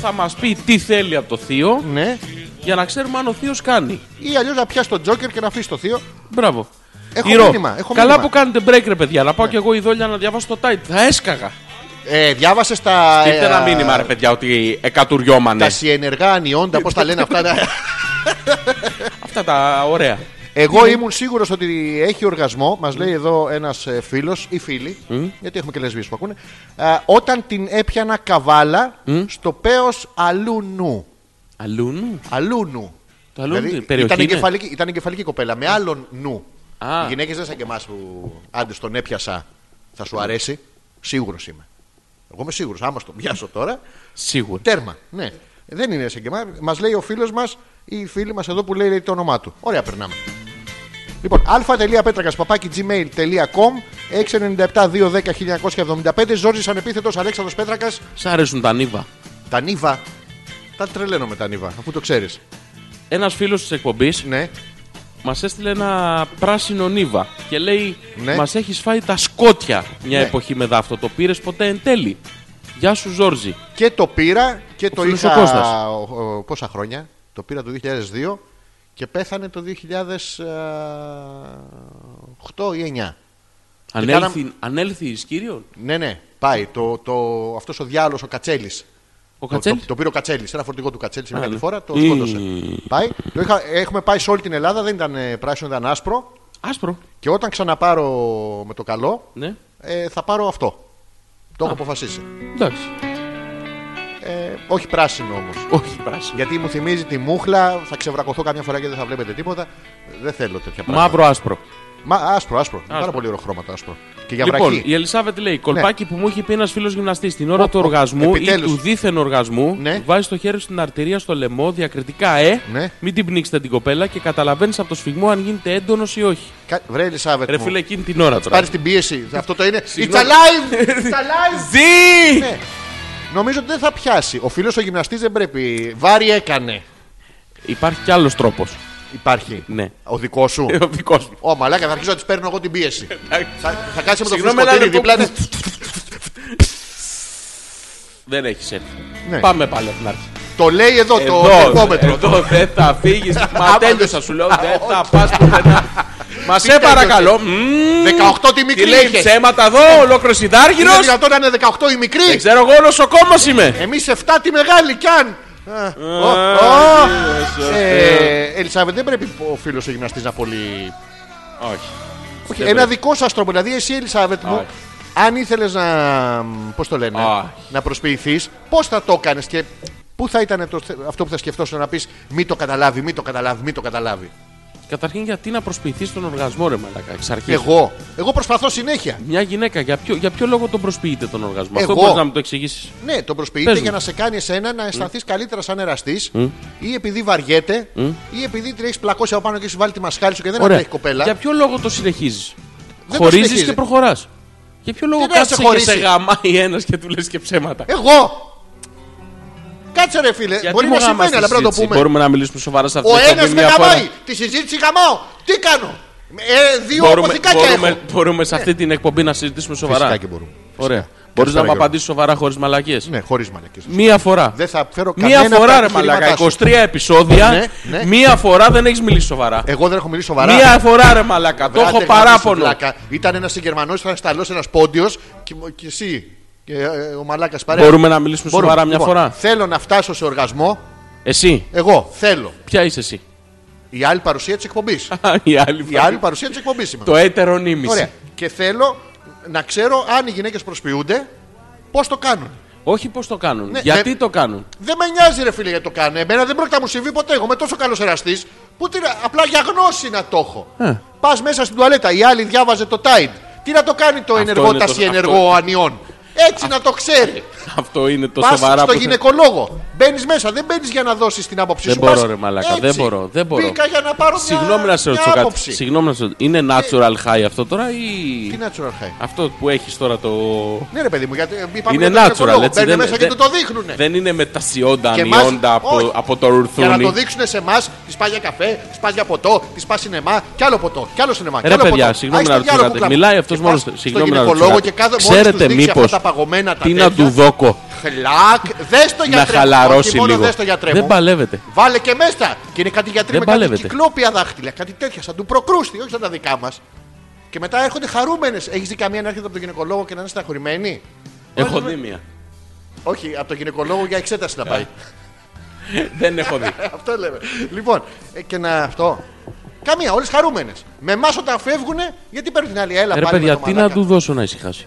Speaker 2: Θα μα πει τι θέλει από το θείο
Speaker 1: Ναι.
Speaker 2: για να ξέρουμε αν ο θείος κάνει.
Speaker 1: Ή αλλιώς να πιάσει τον τζόκερ και να αφήσει το θείο.
Speaker 2: Μπράβο.
Speaker 1: Έχω
Speaker 2: Ηρώ.
Speaker 1: μήνυμα, έχω
Speaker 2: Καλά
Speaker 1: μήνυμα. Ναι.
Speaker 2: που κάνετε break, ρε παιδιά. Να πάω κι εγώ η δόλια να διαβάσω το title. Θα έσκαγα.
Speaker 1: Ε, διάβασες τα.
Speaker 2: Ήρθε
Speaker 1: ε,
Speaker 2: ένα
Speaker 1: α,
Speaker 2: μήνυμα, ρε παιδιά, ότι εκατουριόμανε.
Speaker 1: Τα συνεργά ανιόντα, πώς τα λένε αυτά. ναι.
Speaker 2: Αυτά τα ωραία. Ναι.
Speaker 1: Εγώ ήμουν σίγουρος ότι έχει οργασμό, μας λέει εδώ ένας φίλος ή φίλη, γιατί έχουμε και λεσβείε που ακούνε, ε, όταν την έπιανα καβάλα στο πέος αλούνου.
Speaker 2: Αλλού νου.
Speaker 1: Αλούνου.
Speaker 2: Το αλλού τι, περιοχή
Speaker 1: ήταν,
Speaker 2: είναι?
Speaker 1: εγκεφαλική, ήταν εγκεφαλική κοπέλα με άλλον νου.
Speaker 2: Α.
Speaker 1: Οι γυναίκες δεν σαν και εμάς που άντε τον έπιασα θα σου αρέσει. Σίγουρος είμαι. Εγώ είμαι σίγουρος. Άμα στον πιάσω τώρα,
Speaker 2: Σίγουρα.
Speaker 1: τέρμα. Ναι. Δεν είναι σαν και εμάς. Μας λέει ο φίλος μας ή η φίλη μας εδώ που λέει, λέει το όνομά του. Ωραία, περνάμε. Λοιπόν, α.πέτρακα παπάκι gmail.com 697-210-1975 Ζόρζης ανεπίθετος Αλέξανδρος Πέτρακας.
Speaker 2: Σ' αρέσουν τα νύβα.
Speaker 1: Τα νύβα. Τα τρελαίνω με τα νύβα, αφού το ξέρεις.
Speaker 2: Ένας φίλος της εκπομπής
Speaker 1: Ναι.
Speaker 2: μας έστειλε ένα πράσινο νύβα και λέει:
Speaker 1: Ναι.
Speaker 2: Μας έχεις φάει τα σκότια μια
Speaker 1: Ναι.
Speaker 2: εποχή με δάφτο. Το πήρες ποτέ εν τέλει. Γεια σου, Ζόρζη.
Speaker 1: Και το πήρα και το
Speaker 2: φίλος ο
Speaker 1: είχα
Speaker 2: Κώστας.
Speaker 1: ο- ο- πόσα χρόνια. Το πήρα το 2002 και πέθανε το 2008 ή 9.
Speaker 2: Ανέλθει, ανέλθει εις κύριον.
Speaker 1: Ναι, ναι, πάει. Το, το, αυτός ο διάλογος ο Κατσέλης.
Speaker 2: Ο
Speaker 1: Το, το,
Speaker 2: Κατσέλη.
Speaker 1: το πήρε ο Κατσέλης. Ένα φορτηγό του Κατσέλη σε μια
Speaker 2: Α, ναι.
Speaker 1: κατηφόρα, το
Speaker 2: Ή.
Speaker 1: σκότωσε. Πάει. Το είχα, έχουμε πάει σε όλη την Ελλάδα, δεν ήταν ε, πράσινο, ήταν άσπρο.
Speaker 2: Άσπρο.
Speaker 1: Και όταν ξαναπάρω με το καλό,
Speaker 2: Ναι.
Speaker 1: ε, θα πάρω αυτό. Το έχω αποφασίσει.
Speaker 2: Εντάξει.
Speaker 1: Ε, όχι πράσινο όμως.
Speaker 2: Όχι, πράσινο.
Speaker 1: Γιατί μου θυμίζει τη μούχλα, θα ξεβρακωθώ καμιά φορά και δεν θα βλέπετε τίποτα. Δεν θέλω τέτοια πράγματα.
Speaker 2: Μαύρο, άσπρο.
Speaker 1: Μα, άσπρο, άσπρο. Είναι Πάρα
Speaker 2: Άσπρο.
Speaker 1: πολύ ωραίο χρώμα το άσπρο. Και για Ναι.
Speaker 2: λοιπόν,
Speaker 1: βρακή.
Speaker 2: η Ελισάβετ λέει: Κολπάκι που μου είχε πει ένας φίλος γυμναστής στην ώρα
Speaker 1: Ω,
Speaker 2: του
Speaker 1: ω,
Speaker 2: οργασμού
Speaker 1: επιτέλους.
Speaker 2: ή του δίθεν οργασμού,
Speaker 1: Ναι.
Speaker 2: βάζει το χέρι στην αρτηρία στο λαιμό διακριτικά, ε!
Speaker 1: Ναι.
Speaker 2: Μην την πνίξετε την κοπέλα και καταλαβαίνεις από το σφιγμό αν γίνεται έντονος ή όχι.
Speaker 1: Κα... Βρέ, Ελισάβετ.
Speaker 2: Ρε φίλε, εκείνη την ώρα τώρα.
Speaker 1: Πάρεις την πίεση. Αυτό το είναι. It's
Speaker 2: Συγγνώμη.
Speaker 1: alive! It's alive!
Speaker 2: Ζή!
Speaker 1: ναι. Νομίζω ότι δεν θα πιάσει. Ο φίλος ο γυμναστής δεν πρέπει. Βάρη έκανε.
Speaker 2: Υπάρχει κι άλλος τρόπος.
Speaker 1: Υπάρχει.
Speaker 2: Ναι.
Speaker 1: Ο δικός σου.
Speaker 2: Ο δικός μου.
Speaker 1: Ω, μαλάκα, θα αρχίσω να τη παίρνω εγώ την πίεση. θα, θα κάτσει με το
Speaker 2: Συγγνώμη,
Speaker 1: φουσκωτήρι
Speaker 2: αλλά ρε,
Speaker 1: δίπλα.
Speaker 2: πω-
Speaker 1: της.
Speaker 2: Δεν έχεις έρθει.
Speaker 1: Ναι.
Speaker 2: Πάμε πάλι από την αρχή.
Speaker 1: το λέει εδώ, το θερμόμετρο.
Speaker 2: εδώ δεν θα φύγεις. Μα
Speaker 1: Άμα
Speaker 2: τέλειωσα,
Speaker 1: δεν-
Speaker 2: σου λέω. Δεν θα πας πουθενά. Μα σε
Speaker 1: τέλειωσες?
Speaker 2: παρακαλώ. μμμ,
Speaker 1: 18 τη
Speaker 2: Τι
Speaker 1: μικρή.
Speaker 2: λέει
Speaker 1: είχες.
Speaker 2: ψέματα εδώ, ολόκληρος συντάργυρος.
Speaker 1: Είναι Ε, δυνατόν να είναι 18 η
Speaker 2: Δεν
Speaker 1: μικρή.
Speaker 2: ξέρω, εγώ νοσοκόμα είμαι.
Speaker 1: Εμείς 7 τη μεγάλη κι αν. Α, ω, ω. Ε, Ελισάβετ, δεν πρέπει ο φίλος ο γυμναστής να πολύ.
Speaker 2: Όχι.
Speaker 1: Όχι,
Speaker 2: Δεν
Speaker 1: Ένα
Speaker 2: πρέπει.
Speaker 1: δικό σας τρόπο. Δηλαδή, εσύ, Ελισάβετ μου,
Speaker 2: Όχι.
Speaker 1: αν ήθελες να. Πώς το λένε,
Speaker 2: Όχι.
Speaker 1: να προσποιηθείς, πώς θα το έκανε και πού θα ήταν το θε- αυτό που θα σκεφτόσαι να πεις Μη το καταλάβει, μη το καταλάβει, μη το καταλάβει.
Speaker 2: Καταρχήν, γιατί να προσποιηθείς τον οργασμό, ρε Μαλακά, εξ αρχής.
Speaker 1: Εγώ. Εγώ προσπαθώ συνέχεια.
Speaker 2: Μια γυναίκα, για ποιο, για ποιο λόγο τον προσποιείται τον οργασμό. Αυτό
Speaker 1: Εγώ.
Speaker 2: μπορείς να μου το εξηγήσεις.
Speaker 1: Ναι, τον προσποιείται
Speaker 2: Πες μου.
Speaker 1: για να σε κάνει εσένα να αισθανθείς καλύτερα σαν εραστής ή επειδή βαριέται ή επειδή την έχει πλακώσει από πάνω και σου βάλει τη μασχάλη σου και δεν αντέχει κοπέλα.
Speaker 2: Για ποιο λόγο το συνεχίζεις.
Speaker 1: το
Speaker 2: Χωρίζεις
Speaker 1: συνεχίζει.
Speaker 2: και προχωράς. Για ποιο λόγο
Speaker 1: Τι να σε
Speaker 2: κάθεσαι και
Speaker 1: χωρίσει.
Speaker 2: σε γαμάει ένας και του λες και ψέματα.
Speaker 1: Εγώ! Κάτσε ρε φίλε,
Speaker 2: Γιατί
Speaker 1: Ε, μπορεί
Speaker 2: μου
Speaker 1: να
Speaker 2: γαμάς
Speaker 1: συμβαίνει,
Speaker 2: τη
Speaker 1: αλλά πρέπει να το
Speaker 2: συζήτηση.
Speaker 1: πούμε.
Speaker 2: Μπορούμε να μιλήσουμε σοβαρά σε αυτό
Speaker 1: Ο ένα με γαμάει, τη συζήτηση γαμάω. Τι κάνω, ε, δύο
Speaker 2: Μπορούμε,
Speaker 1: αποθηκάκια έχω. Ε.
Speaker 2: μπορούμε, μπορούμε σε αυτή την εκπομπή να συζητήσουμε σοβαρά.
Speaker 1: Φυσικά και μπορούμε.
Speaker 2: Ωραία. Μπορείς να μου
Speaker 1: Γιώργο.
Speaker 2: απαντήσεις σοβαρά χωρίς μαλακίες.
Speaker 1: Ναι, χωρίς μαλακές.
Speaker 2: Μία φορά.
Speaker 1: Δεν θα φέρω
Speaker 2: Μία
Speaker 1: κανένα
Speaker 2: φορά,
Speaker 1: από τα
Speaker 2: ρε Μαλακά.
Speaker 1: επιχειρήματά σου.
Speaker 2: 23 επεισόδια.
Speaker 1: Ναι, ναι.
Speaker 2: Μία φορά δεν έχεις μιλήσει σοβαρά.
Speaker 1: Εγώ δεν έχω μιλήσει σοβαρά.
Speaker 2: Μία φορά, ρε Μαλακά. Το
Speaker 1: Βράδυ,
Speaker 2: έχω
Speaker 1: γαμίσου,
Speaker 2: παράπονο.
Speaker 1: πλάκα. Ήταν ένας Γερμανό, ήταν σταλός, ένας πόντιος και, και εσύ. Και, ε, ο μαλάκας παρέα.
Speaker 2: Μπορούμε να μιλήσουμε
Speaker 1: Μπορούμε.
Speaker 2: σοβαρά μια
Speaker 1: Λοιπόν,
Speaker 2: φορά.
Speaker 1: Θέλω να φτάσω σε οργασμό.
Speaker 2: Εσύ,
Speaker 1: Εγώ θέλω.
Speaker 2: ποια είσαι εσύ.
Speaker 1: Η άλλη παρουσία της εκπομπής.
Speaker 2: Α, Η άλλη
Speaker 1: Η
Speaker 2: φορά.
Speaker 1: άλλη παρουσία της εκπομπής είμαι.
Speaker 2: Το έτερο νήμιση.
Speaker 1: Ωραία. Και θέλω να ξέρω αν οι γυναίκες προσποιούνται, πώς το κάνουν.
Speaker 2: Όχι πώς το κάνουν.
Speaker 1: Ναι,
Speaker 2: Γιατί
Speaker 1: δεν-
Speaker 2: το κάνουν.
Speaker 1: Δεν με νοιάζει, ρε φίλε, γιατί το κάνω. Εμένα δεν πρόκειται να μου συμβεί ποτέ. Εγώ είμαι τόσο καλός εραστής που τι να- απλά για γνώση να το έχω.
Speaker 2: Ε.
Speaker 1: Πας μέσα στην τουαλέτα, η άλλη διάβαζε το Tide. Τι να το κάνει το ενεργό
Speaker 2: είναι το-
Speaker 1: ταση ενεργό
Speaker 2: αυτό-
Speaker 1: ανιών. Έτσι να το ξέρει.
Speaker 2: Αυτό είναι το
Speaker 1: Πας
Speaker 2: σοβαρά
Speaker 1: στο
Speaker 2: που. θε-
Speaker 1: γυναικολόγο. Μπαίνεις μέσα, δεν μπαίνεις για να δώσεις την άποψή
Speaker 2: Δεν
Speaker 1: σου. Πας
Speaker 2: μπορώ, ρε Μαλάκα. Δεν
Speaker 1: έτσι.
Speaker 2: μπορώ. Δεν μπορώ.
Speaker 1: Μπήκα για να πάρω μια,
Speaker 2: Συγγνώμη να σε
Speaker 1: μια
Speaker 2: ρωτήσω κάτι.
Speaker 1: άποψη.
Speaker 2: Συγγνώμη να σε ρωτήσω. Είναι natural high αυτό τώρα ή.
Speaker 1: Τι natural high.
Speaker 2: Αυτό που έχεις τώρα το.
Speaker 1: Ναι, ρε παιδί μου, γιατί ε, είπαμε
Speaker 2: Είναι
Speaker 1: για τον
Speaker 2: natural
Speaker 1: γυναικολόγο.
Speaker 2: έτσι.
Speaker 1: Μπαίνουν
Speaker 2: δεν-
Speaker 1: μέσα και του
Speaker 2: δεν-
Speaker 1: το δείχνουνε.
Speaker 2: Δεν είναι μετασιόντα,
Speaker 1: Και μας-
Speaker 2: ανιόντα από,
Speaker 1: όχι.
Speaker 2: από το
Speaker 1: Για να
Speaker 2: ρουρθούνι.
Speaker 1: το δείξουν σε εμάς, τη πάει για καφέ, τη πάει για ποτό, τη πάει σινεμά, κι άλλο ποτό, κι άλλο σινεμά. κι
Speaker 2: Ρε
Speaker 1: άλλο
Speaker 2: παιδιά,
Speaker 1: ποτό.
Speaker 2: συγγνώμη
Speaker 1: Άχιστε
Speaker 2: να
Speaker 1: κι
Speaker 2: ρωτήσω
Speaker 1: άλλο
Speaker 2: κάτι.
Speaker 1: κουκλάκι.
Speaker 2: Μιλάει
Speaker 1: Και
Speaker 2: αυτό
Speaker 1: πας
Speaker 2: μόνο.
Speaker 1: στον
Speaker 2: Συγγνώμη να ρωτήσω
Speaker 1: γυναικολόγο
Speaker 2: κάτι.
Speaker 1: και κάθε μόλις τους
Speaker 2: Ξέρετε
Speaker 1: δείξει
Speaker 2: μήπω.
Speaker 1: αυτά τα παγωμένα τα
Speaker 2: Τι να
Speaker 1: τέτοια,
Speaker 2: του δώκω.
Speaker 1: Χλακ, δες το γιατρέ.
Speaker 2: Να
Speaker 1: μου.
Speaker 2: χαλαρώσει
Speaker 1: Όχι μόνο
Speaker 2: λίγο.
Speaker 1: δες το γιατρέ.
Speaker 2: Δεν
Speaker 1: μου.
Speaker 2: παλεύεται.
Speaker 1: Βάλε και μέσα. Και είναι κάτι γιατροί
Speaker 2: Δεν
Speaker 1: με κάτι
Speaker 2: παλεύετε.
Speaker 1: κυκλόπια δάχτυλα. Κάτι τέτοια, σαν του προκρούστη, όχι σαν τα δικά μας. Και μετά έρχονται χαρούμενες. Έχεις δει καμία να έρχεται από τον γυναικολόγο και να είναι στεναχωρημένη.
Speaker 2: Έχω δει μία.
Speaker 1: Όχι, από τον γυναικολόγο για εξέταση να πάει.
Speaker 2: Δεν έχω δει.
Speaker 1: αυτό λέμε. Λοιπόν, ε, και να αυτό. Καμία, όλες χαρούμενες. Με εμάς όταν φεύγουν, γιατί παίρνουν την άλλη. Έλα,
Speaker 2: Ε, Ρε
Speaker 1: πάλι
Speaker 2: παιδιά,
Speaker 1: με το
Speaker 2: τι να
Speaker 1: μαλάκα.
Speaker 2: του δώσω να ησυχάσει.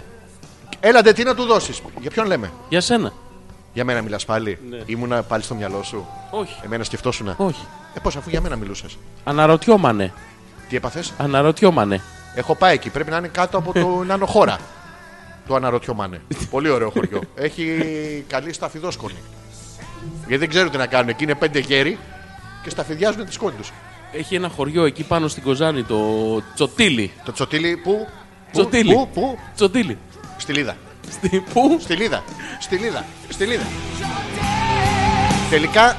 Speaker 1: Έλα, ντε, τι να του δώσεις. Για ποιον λέμε.
Speaker 2: Για σένα.
Speaker 1: Για μένα μιλάς πάλι. Ήμουνα πάλι στο μυαλό σου.
Speaker 2: Όχι.
Speaker 1: Εμένα σκεφτόσουνα.
Speaker 2: Όχι.
Speaker 1: Ε, πώς, αφού για μένα μιλούσες.
Speaker 2: Αναρωτιόμανε.
Speaker 1: Τι έπαθες.
Speaker 2: Αναρωτιόμανε.
Speaker 1: Έχω πάει εκεί. Πρέπει να είναι κάτω από το άνω χώρα. Το αναρωτιόμανε. Πολύ ωραίο χωριό. Έχει καλή σταφιδόσκονη. Γιατί δεν ξέρουν τι να κάνουν. Εκεί είναι πέντε γέροι και σταφιδιάζουν τη σκόνη τους.
Speaker 2: Έχει ένα χωριό εκεί πάνω στην Κοζάνη, το Τσοτήλι.
Speaker 1: Το τσοτήλι που. που-
Speaker 2: Τσοτήλι.
Speaker 1: Που, που,
Speaker 2: Τσοτήλι.
Speaker 1: στη Λίδα.
Speaker 2: Στη πού?
Speaker 1: Στη Λίδα. Στη Λίδα. Στη Λίδα. Τελικά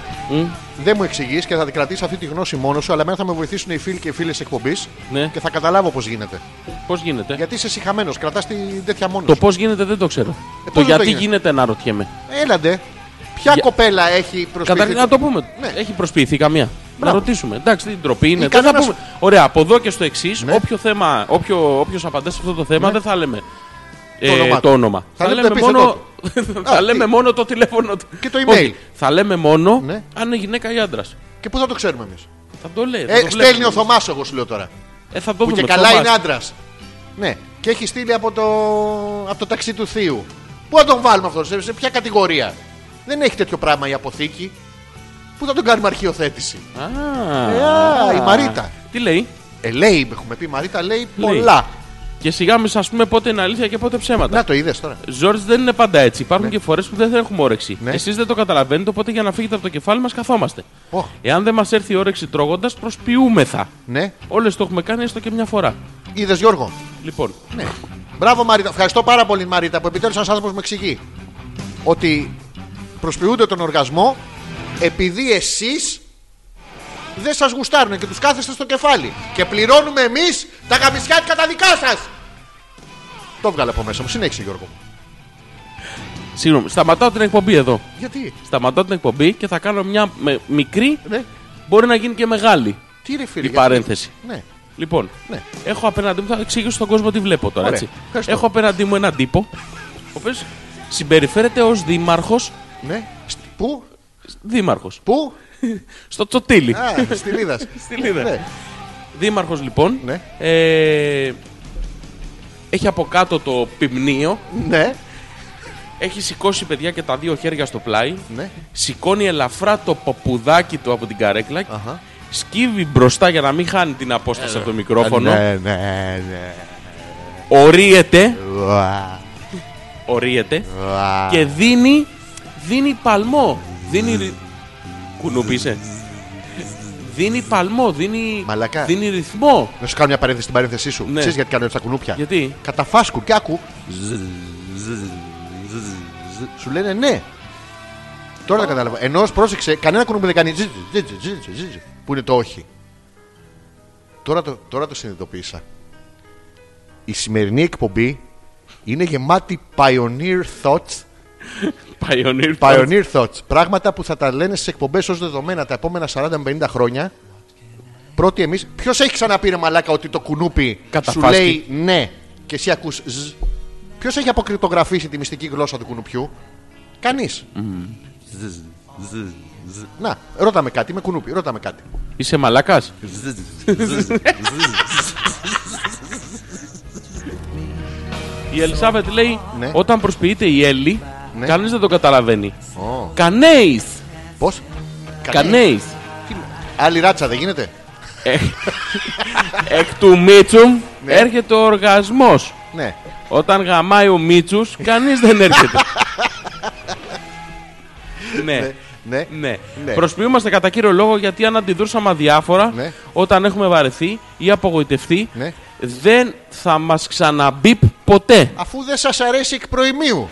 Speaker 1: δεν μου εξηγείς και θα την κρατήσεις αυτή τη γνώση μόνος σου, αλλά εμένα θα με βοηθήσουν οι φίλοι και οι φίλες εκπομπής
Speaker 2: Ναι.
Speaker 1: και θα καταλάβω πώς γίνεται.
Speaker 2: Πώς γίνεται.
Speaker 1: Γιατί είσαι συχαμένο, κρατά την τέτοια μόνος.
Speaker 2: Το πώς γίνεται δεν το ξέρω.
Speaker 1: Ε, πώς
Speaker 2: το
Speaker 1: δεν
Speaker 2: γιατί
Speaker 1: το γίνεται.
Speaker 2: γίνεται αναρωτιέμαι.
Speaker 1: Έλαντε. Ποια
Speaker 2: Για-
Speaker 1: κοπέλα έχει προσπαθεί.
Speaker 2: Καταρχήν να το πούμε.
Speaker 1: Ναι.
Speaker 2: Έχει προσποιηθεί καμία. Να
Speaker 1: Μπράβο.
Speaker 2: ρωτήσουμε. Εντάξει, τι ντροπή είναι.
Speaker 1: Ή
Speaker 2: Δεν θα
Speaker 1: κανένας-
Speaker 2: πούμε. Ωραία, από εδώ και στο εξής,
Speaker 1: Ναι.
Speaker 2: όποιο θέμα, όποιο, όποιος απαντά σε αυτό το θέμα, δεν θα λέμε ε,
Speaker 1: όνομά του.
Speaker 2: το όνομα.
Speaker 1: Θα λέμε το
Speaker 2: μόνο,
Speaker 1: Α,
Speaker 2: θα
Speaker 1: τι.
Speaker 2: λέμε μόνο το τηλέφωνο του.
Speaker 1: Και το email.
Speaker 2: Όχι, θα λέμε μόνο
Speaker 1: Ναι.
Speaker 2: αν είναι γυναίκα ή άντρας.
Speaker 1: Και πού θα το ξέρουμε εμείς.
Speaker 2: Θα το λέει. θα
Speaker 1: Ε,
Speaker 2: το
Speaker 1: στέλνει
Speaker 2: βλέπουμε.
Speaker 1: ο Θωμάς, εγώ σου λέω τώρα.
Speaker 2: Ε, θα το
Speaker 1: Που
Speaker 2: δούμε.
Speaker 1: και καλά
Speaker 2: Θωμάς.
Speaker 1: είναι άντρας. Ναι. Και έχει στείλει από το, από το ταξί του Θείου. Πού θα τον βάλουμε αυτό, σε, σε ποια κατηγορία. Δεν έχει τέτοιο πράγμα η αποθήκη. Πού θα τον κάνουμε αρχιοθέτηση. Ε,
Speaker 2: Α,
Speaker 1: α, η Μαρίτα.
Speaker 2: Τι λέει.
Speaker 1: Ε, λέει, έχουμε πει η Μαρίτα, λέει
Speaker 2: Λέει.
Speaker 1: πολλά.
Speaker 2: Και σιγά μη σας πούμε πότε είναι αλήθεια και πότε ψέματα.
Speaker 1: Να το είδες τώρα.
Speaker 2: Ζόρτζ δεν είναι πάντα έτσι. Υπάρχουν και φορές που δεν θα έχουμε όρεξη.
Speaker 1: Ναι.
Speaker 2: Εσείς δεν το καταλαβαίνετε, οπότε για να φύγετε από το κεφάλι μας καθόμαστε.
Speaker 1: Ω.
Speaker 2: Εάν δεν μας έρθει η όρεξη τρώγοντας, προσποιούμεθα.
Speaker 1: Ναι,
Speaker 2: Όλες το έχουμε κάνει έστω και μια φορά.
Speaker 1: είδες Γιώργο.
Speaker 2: Λοιπόν,
Speaker 1: Ναι. Μπράβο Μαρίτα. Ευχαριστώ πάρα πολύ Μαρίτα που επιτέλους ένας άνθρωπος με εξηγεί. Ότι προσποιούνται τον οργασμό επειδή εσείς δεν σας γουστάρουν και τους κάθεστε στο κεφάλι. Και πληρώνουμε εμείς τα γαμισιάτικα τα δικά σας. Το βγάλα από μέσα μου. Συνέχισε Γιώργο. μου.
Speaker 2: συγγνώμη, σταματάω την εκπομπή εδώ.
Speaker 1: Γιατί.
Speaker 2: Σταματάω την εκπομπή και θα κάνω μια με- μικρή,
Speaker 1: Ναι.
Speaker 2: μπορεί να γίνει και μεγάλη
Speaker 1: Τι ρε φίλε.
Speaker 2: η
Speaker 1: γιατί-
Speaker 2: παρένθεση.
Speaker 1: Ναι.
Speaker 2: Λοιπόν,
Speaker 1: Ναι.
Speaker 2: έχω απέναντί μου, θα εξηγήσω στον κόσμο τι βλέπω τώρα.
Speaker 1: Ωραία.
Speaker 2: Έτσι.
Speaker 1: Ευχαριστώ.
Speaker 2: Έχω απέναντί μου έναν τύπο, ο οποίος συμπεριφέρεται ως δήμαρχος.
Speaker 1: Ναι. Στι- Πού.
Speaker 2: Δήμαρχος.
Speaker 1: Πού.
Speaker 2: Στο τσοτήλι.
Speaker 1: Α, στη Λίδα.
Speaker 2: Στη Λίδας.
Speaker 1: Ναι.
Speaker 2: Δήμαρχος λοιπόν.
Speaker 1: Ναι.
Speaker 2: Ε, έχει από κάτω το πυμνίο.
Speaker 1: ναι.
Speaker 2: Έχει σηκώσει παιδιά και τα δύο χέρια στο πλάι.
Speaker 1: Ναι.
Speaker 2: Σηκώνει ελαφρά το ποπουδάκι του από την καρέκλα.
Speaker 1: Αχα.
Speaker 2: Σκύβει μπροστά για να μην χάνει την απόσταση από το μικρόφωνο.
Speaker 1: Ναι, Ε. ναι, ναι.
Speaker 2: Ορίεται.
Speaker 1: Ουα,
Speaker 2: ορίεται
Speaker 1: ουα.
Speaker 2: και δίνει, δίνει παλμό. Δίνει. ρυ- Κουνούπισε. Δίνει παλμό, δίνει,
Speaker 1: Mm. Μαλακά.
Speaker 2: δίνει ρυθμό.
Speaker 1: Να σου κάνω μια παρένθεση στην παρένθεσή σου.
Speaker 2: Ναι.
Speaker 1: Ξέρεις γιατί κάνω έτσι τα κουνούπια.
Speaker 2: Γιατί?
Speaker 1: Καταφάσκουν και άκου. Σου λένε ναι. Τώρα τα κατάλαβα. Ενώ πρόσεξε, κανένα κουνούπι δεν κάνει. ζζζ, ζζζ, ζζζ, ζζζ, Που είναι το όχι. Τώρα το, τώρα το συνειδητοποίησα. Η σημερινή εκπομπή είναι γεμάτη pioneer thoughts.
Speaker 2: Pioneer.
Speaker 1: Pioneer thoughts. Πράγματα που θα τα λένε στις εκπομπές ως δεδομένα τα επόμενα 40 με 50 χρόνια. Πρώτοι εμείς. Ποιος έχει ξαναπεί ρε μαλάκα ότι το κουνούπι
Speaker 2: Καταφάσκει.
Speaker 1: σου λέει ναι και εσύ ακούς ζ. Ποιος έχει αποκρυπτογραφήσει τη μυστική γλώσσα του κουνουπιού. Κανείς. Να, ρώτα με κάτι, με κουνούπι, ρώτα με κάτι.
Speaker 2: Είσαι μαλακά. Η Ελισάβετ λέει:
Speaker 1: Ναι.
Speaker 2: Όταν προσποιείται η Έλλη,
Speaker 1: Ναι.
Speaker 2: κανείς δεν το καταλαβαίνει.
Speaker 1: Ω.
Speaker 2: Κανέις!
Speaker 1: Πώς?
Speaker 2: Κανέις!
Speaker 1: Άλλη ράτσα δεν γίνεται.
Speaker 2: Εκ του Μίτσουμ έρχεται ο οργασμός
Speaker 1: Ναι.
Speaker 2: Όταν γαμάει ο Μίτσους, κανείς δεν έρχεται. ναι.
Speaker 1: Ναι.
Speaker 2: Ναι.
Speaker 1: Ναι.
Speaker 2: Προσποιούμαστε κατά κύριο λόγο γιατί αν αντιδρούσαμε αδιάφορα
Speaker 1: Ναι.
Speaker 2: όταν έχουμε βαρεθεί ή απογοητευτεί,
Speaker 1: Ναι.
Speaker 2: δεν θα μας ξαναμπίπ ποτέ.
Speaker 1: Αφού δεν σας αρέσει εκ προημίου.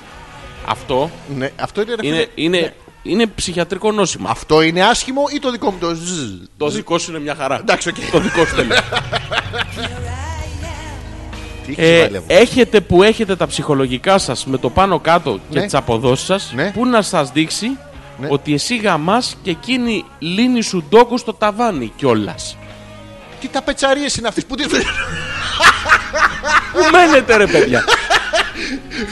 Speaker 2: Αυτό
Speaker 1: Ναι, αυτό είναι, ρε
Speaker 2: είναι,
Speaker 1: φίλε,
Speaker 2: είναι, είναι ψυχιατρικό νόσημα.
Speaker 1: Αυτό είναι άσχημο ή το δικό μου το ζζ.
Speaker 2: Το δικό σου είναι μια χαρά.
Speaker 1: Εντάξει, οκ.
Speaker 2: Το δικό σου
Speaker 1: Ναι.
Speaker 2: τέλειο.
Speaker 1: Τι
Speaker 2: Ε,
Speaker 1: χειμαλεύω.
Speaker 2: έχετε που έχετε τα ψυχολογικά σας με το πάνω κάτω και
Speaker 1: Ναι.
Speaker 2: τις αποδόσεις σας,
Speaker 1: Ναι.
Speaker 2: που να σας δείξει
Speaker 1: Ναι.
Speaker 2: ότι εσύ γαμάς και εκείνη λύνει σου ντόκους στο ταβάνι κιόλας.
Speaker 1: Τι τα πετσαρίες είναι αυτές που τις...
Speaker 2: Πού μένετε, ρε παιδιά.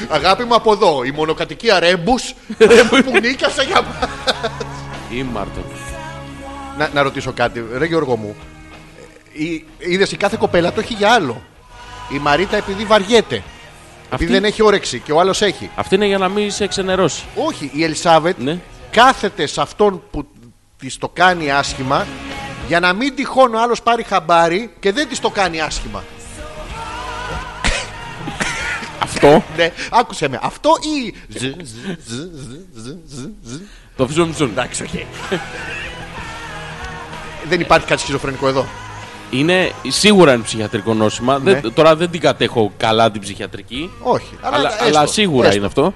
Speaker 1: Αγάπη μου από εδώ, η μονοκατοικία Ρέμπους που νίκιασα για...
Speaker 2: Ή Μάρτον.
Speaker 1: να, να ρωτήσω κάτι, ρε Γιώργο μου. Είδες η κάθε κοπέλα το έχει για άλλο. Η Μαρίτα επειδή βαριέται.
Speaker 2: Αυτή-
Speaker 1: Επειδή δεν έχει όρεξη και ο άλλος έχει.
Speaker 2: Αυτή είναι για να μην σε ξενερώσει.
Speaker 1: Όχι, η Ελισάβετ
Speaker 2: Ναι.
Speaker 1: κάθεται σε αυτόν που της το κάνει άσχημα για να μην τυχόν ο άλλος πάρει χαμπάρι και δεν της το κάνει άσχημα.
Speaker 2: Αυτό.
Speaker 1: Ναι, άκουσε με. Αυτό ή. Ζ, ζ, ζ, ζ, ζ, ζ, ζ.
Speaker 2: Το ψούμ ψούμ.
Speaker 1: Εντάξει, οκ. Δεν υπάρχει κάτι σχizοφρενικό εδώ.
Speaker 2: Είναι σίγουρα είναι ψυχιατρικό νόσημα.
Speaker 1: Ναι.
Speaker 2: Δεν, τώρα δεν την κατέχω καλά την ψυχιατρική.
Speaker 1: Όχι.
Speaker 2: Αλλά,
Speaker 1: ναι, έστω,
Speaker 2: αλλά σίγουρα
Speaker 1: έστω.
Speaker 2: είναι αυτό.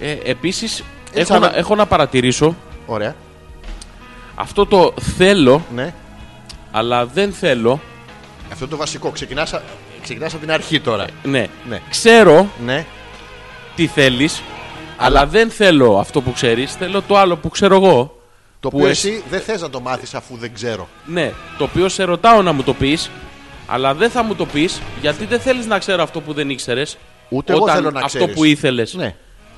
Speaker 2: Ε, Επίσης, έχω,
Speaker 1: Ελισάβετ.
Speaker 2: να- έχω να παρατηρήσω
Speaker 1: Ωραία.
Speaker 2: αυτό το θέλω,
Speaker 1: Ναι.
Speaker 2: αλλά δεν θέλω.
Speaker 1: Αυτό είναι το βασικό. Ξεκινάς, α- ξεκινάς από την αρχή τώρα.
Speaker 2: Ναι.
Speaker 1: Ναι.
Speaker 2: Ξέρω
Speaker 1: Ναι.
Speaker 2: τι θέλεις, αλλά δεν θέλω αυτό που ξέρεις, θέλω το άλλο που ξέρω εγώ.
Speaker 1: Το
Speaker 2: Που
Speaker 1: οποίο
Speaker 2: εσύ-
Speaker 1: εσύ δεν θες να το μάθεις αφού δεν ξέρω.
Speaker 2: Ναι, το οποίο σε ρωτάω να μου το πεις, αλλά δεν θα μου το πεις, γιατί δεν θέλεις να ξέρω αυτό που δεν ήξερες.
Speaker 1: Ούτε εγώ
Speaker 2: όταν
Speaker 1: θέλω να
Speaker 2: αυτό
Speaker 1: ξέρεις.
Speaker 2: που ήθελες
Speaker 1: Ναι.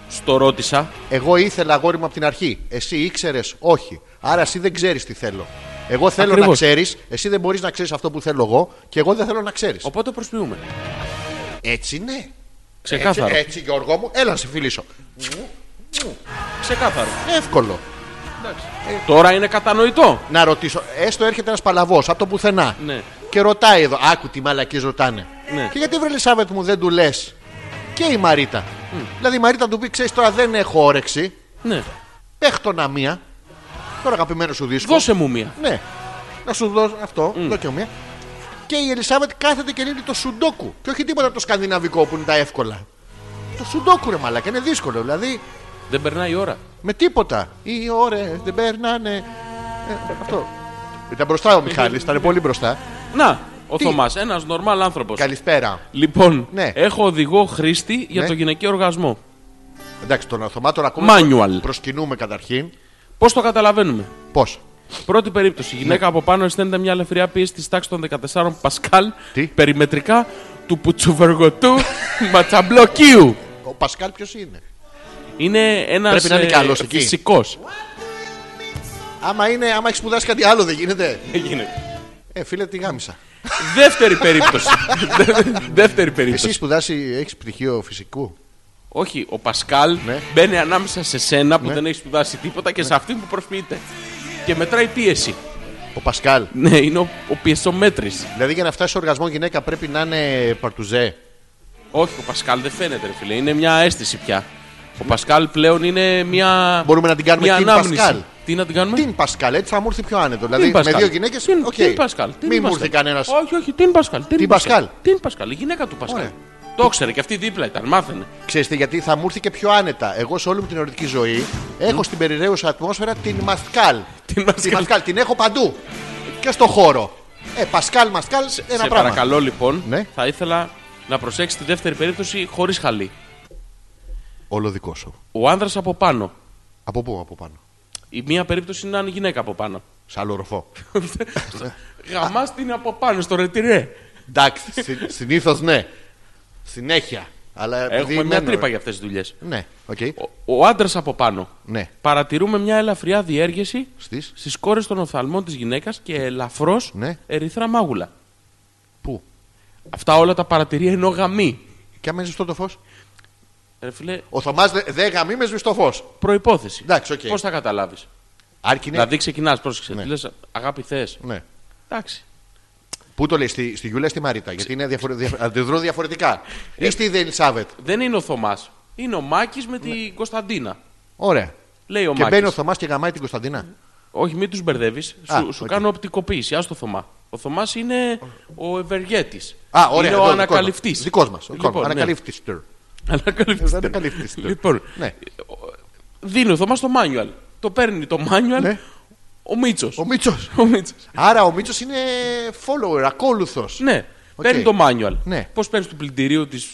Speaker 2: στο ρώτησα.
Speaker 1: Εγώ ήθελα αγόρι μου από την αρχή. Εσύ ήξερες όχι. Άρα εσύ δεν ξέρεις τι θέλω. Εγώ θέλω να
Speaker 2: Ακριβώς.
Speaker 1: ξέρεις, εσύ δεν μπορείς να ξέρεις αυτό που θέλω εγώ και εγώ δεν θέλω να ξέρεις.
Speaker 2: Οπότε προσποιούμε.
Speaker 1: Ε, Έτσι ναι.
Speaker 2: Ξεκάθαρο.
Speaker 1: Έτσι, έτσι Γιώργο μου, έλα να σε φιλήσω.
Speaker 2: Ξεκάθαρο.
Speaker 1: Εύκολο.
Speaker 2: Τώρα είναι κατανοητό.
Speaker 1: Να ρωτήσω, έστω έρχεται ένας παλαβός από το πουθενά
Speaker 2: Ναι.
Speaker 1: και ρωτάει εδώ, άκου τι μαλακίες ρωτάνε.
Speaker 2: Ναι.
Speaker 1: Και γιατί βρε Ελισάβετ μου δεν του λες και η Μαρίτα. Δηλαδή η Μαρίτα του πει: Ξέρεις τώρα δεν έχω όρεξη,
Speaker 2: Ναι.
Speaker 1: παίχτω να μία. Τώρα αγαπημένο σου δίσκο.
Speaker 2: Δώσε μου μία.
Speaker 1: Ναι. Να σου δώσω αυτό, mm. και μία. Και η Ελισάβετ κάθεται και λύνει το σουντόκου. Και όχι τίποτα από το σκανδιναβικό που είναι τα εύκολα. Το σουντόκου ρε μαλάκα, είναι δύσκολο. Δηλαδή
Speaker 2: Δεν περνάει η ώρα.
Speaker 1: με τίποτα. Οι ώρες δεν περνάνε. Ε, αυτό. Ήταν μπροστά ο Μιχάλης, ήταν πολύ μπροστά.
Speaker 2: Να, ο
Speaker 1: Τι?
Speaker 2: Θωμάς, ένας νορμάλ άνθρωπος.
Speaker 1: Καλησπέρα.
Speaker 2: Λοιπόν,
Speaker 1: Ναι.
Speaker 2: έχω οδηγό χρήστη για
Speaker 1: Ναι.
Speaker 2: το γυναικείο οργασμό.
Speaker 1: Εντάξει, τον αθωμάτων ακόμα
Speaker 2: Manual.
Speaker 1: προσκυνούμε καταρχήν.
Speaker 2: Πώς το καταλαβαίνουμε.
Speaker 1: Πώς.
Speaker 2: Πρώτη περίπτωση. Η
Speaker 1: Ναι.
Speaker 2: γυναίκα από πάνω αισθάνεται μια ελευθερία πίεση της τάξης των 14 Πασκάλ
Speaker 1: Τι?
Speaker 2: περιμετρικά του πουτσουβεργωτού ματσαμπλοκίου.
Speaker 1: Ο Πασκάλ ποιος είναι.
Speaker 2: Είναι ε, ένας
Speaker 1: Πρέπει να είναι καλός εκεί.
Speaker 2: φυσικός.
Speaker 1: Άμα, είναι, άμα έχει σπουδάσει κάτι άλλο, δεν γίνεται.
Speaker 2: γίνεται.
Speaker 1: Ε, φίλε, τη γάμισα.
Speaker 2: Δεύτερη περίπτωση. Δε- Δεύτερη περίπτωση.
Speaker 1: Εσύ σπουδάσει, έχεις πτυχίο φυσικού.
Speaker 2: Όχι, ο Πασκάλ
Speaker 1: Ναι.
Speaker 2: μπαίνει ανάμεσα σε σένα που δεν έχει σπουδάσει τίποτα και σε αυτήν που προσποιείται. Και μετράει πίεση.
Speaker 1: Ο Πασκάλ.
Speaker 2: Ναι, είναι ο, ο πιεσομέτρης.
Speaker 1: Δηλαδή για να φτάσει στο οργασμό γυναίκα πρέπει να είναι παρτουζέ.
Speaker 2: Όχι, ο Πασκάλ δεν φαίνεται, ρε φίλε. Είναι μια αίσθηση πια. Ο Πασκάλ πλέον είναι μια.
Speaker 1: Μπορούμε να την κάνουμε
Speaker 2: μια
Speaker 1: Team
Speaker 2: ανάμνηση.
Speaker 1: Πασκάλ.
Speaker 2: Τι να την κάνουμε.
Speaker 1: Την Πασκάλ, έτσι θα μου έρθει πιο άνετο.
Speaker 2: Team
Speaker 1: Δηλαδή με
Speaker 2: Πασκάλ.
Speaker 1: δύο γυναίκες.
Speaker 2: Team- Team Πασκάλ. Team
Speaker 1: Μην μου
Speaker 2: Πασκάλ.
Speaker 1: έρθει κανένας.
Speaker 2: Όχι, όχι, την Πασκάλ.
Speaker 1: Team
Speaker 2: Την
Speaker 1: Πασκάλ.
Speaker 2: Πασκάλ. Την Πασκάλ. Η γυναίκα του Πασκάλ.
Speaker 1: Ωραία.
Speaker 2: Το ήξερε και αυτή δίπλα ήταν, μάθαινε.
Speaker 1: Ξέρετε γιατί θα μου έρθει και πιο άνετα. Εγώ σε όλη μου την ερωτική ζωή έχω στην περιραίουσα ατμόσφαιρα την Μασκάλ.
Speaker 2: Την
Speaker 1: Τη
Speaker 2: Πασκάλ.
Speaker 1: Μασκάλ την έχω παντού. Και στο χώρο. Ε, Πασκάλ, Μασκάλ, σε ένα
Speaker 2: Σε
Speaker 1: πράγμα.
Speaker 2: παρακαλώ λοιπόν,
Speaker 1: Ναι.
Speaker 2: θα ήθελα να προσέξεις τη δεύτερη περίπτωση χωρίς χαλί.
Speaker 1: Όλο δικό σου.
Speaker 2: Ο άνδρας από πάνω.
Speaker 1: Από πού, από πάνω.
Speaker 2: Η μία περίπτωση είναι αν η γυναίκα από πάνω.
Speaker 1: Σ' άλλο ροφό.
Speaker 2: Γαμάς την από πάνω στο ρετυρέ.
Speaker 1: Εντάξει, συ, συνήθως ναι. Συνέχεια. Αλλά επειδή
Speaker 2: Έχουμε μια
Speaker 1: μένω-
Speaker 2: τρύπα για αυτές τις δουλειές.
Speaker 1: Ναι, οκ.
Speaker 2: Ο, ο άντρας από πάνω.
Speaker 1: Ναι.
Speaker 2: Παρατηρούμε μια ελαφριά διέργεση
Speaker 1: Στις?
Speaker 2: στις κόρες των οφθαλμών της γυναίκας και ελαφρώς
Speaker 1: Ναι.
Speaker 2: ερυθρά μάγουλα.
Speaker 1: Πού.
Speaker 2: Αυτά όλα τα παρατηρεί ενώ γαμί. Ε,
Speaker 1: Και άμα είναι σβηστό το φως.
Speaker 2: Ρε φίλε,
Speaker 1: Ο Θωμάς δεν δε γαμεί με σβηστό φω.
Speaker 2: προπόθεση.
Speaker 1: Εντάξει, οκ.
Speaker 2: Πώς θα καταλάβεις.
Speaker 1: Άρκινε.
Speaker 2: Δηλαδή ξεκινάς, πρόσεξε.
Speaker 1: Ναι.
Speaker 2: Ναι. Λες αγάπη θες.
Speaker 1: Ναι.
Speaker 2: Εντάξει.
Speaker 1: Πού Πού το λέει, στη, στη Γιούλα ή στη Μαρίτα, γιατί είναι διαφορε... δια- αντιδρούν διαφορετικά. Ή στη Δελισάβετ.
Speaker 2: Δεν είναι ο Θωμάς. Είναι ο Μάκης με την Κωνσταντίνα.
Speaker 1: Ωραία.
Speaker 2: Λέει ο
Speaker 1: Ναι. και μπαίνει ο
Speaker 2: Μάκη.
Speaker 1: Θωμάς και γαμάει την Κωνσταντίνα.
Speaker 2: Όχι, μην τους μπερδεύεις.
Speaker 1: Α,
Speaker 2: Σου, σου
Speaker 1: οκ.
Speaker 2: κάνω οπτικοποίηση. Ας το Θωμά. Ο Θωμάς είναι ο ευεργέτης.
Speaker 1: Α, ωραία.
Speaker 2: Είναι ο ανακαλυφτής.
Speaker 1: Δικός μας.
Speaker 2: Λοιπόν, ναι.
Speaker 1: Ανακαλύφτη.
Speaker 2: Ανακαλυφτής.
Speaker 1: Ανακαλύφτης.
Speaker 2: Λοιπόν,
Speaker 1: Ναι.
Speaker 2: δίνει ο Θωμάς το manual. Το παίρνει το manual
Speaker 1: Ναι.
Speaker 2: ο Μίτσος.
Speaker 1: Ο Μίτσος.
Speaker 2: Ο Μίτσος.
Speaker 1: Άρα ο Μίτσος είναι follower, ακόλουθος.
Speaker 2: Ναι.
Speaker 1: Οκ.
Speaker 2: Παίρνει το manual.
Speaker 1: Ναι.
Speaker 2: Πώς παίρνεις του πλυντηρίου τη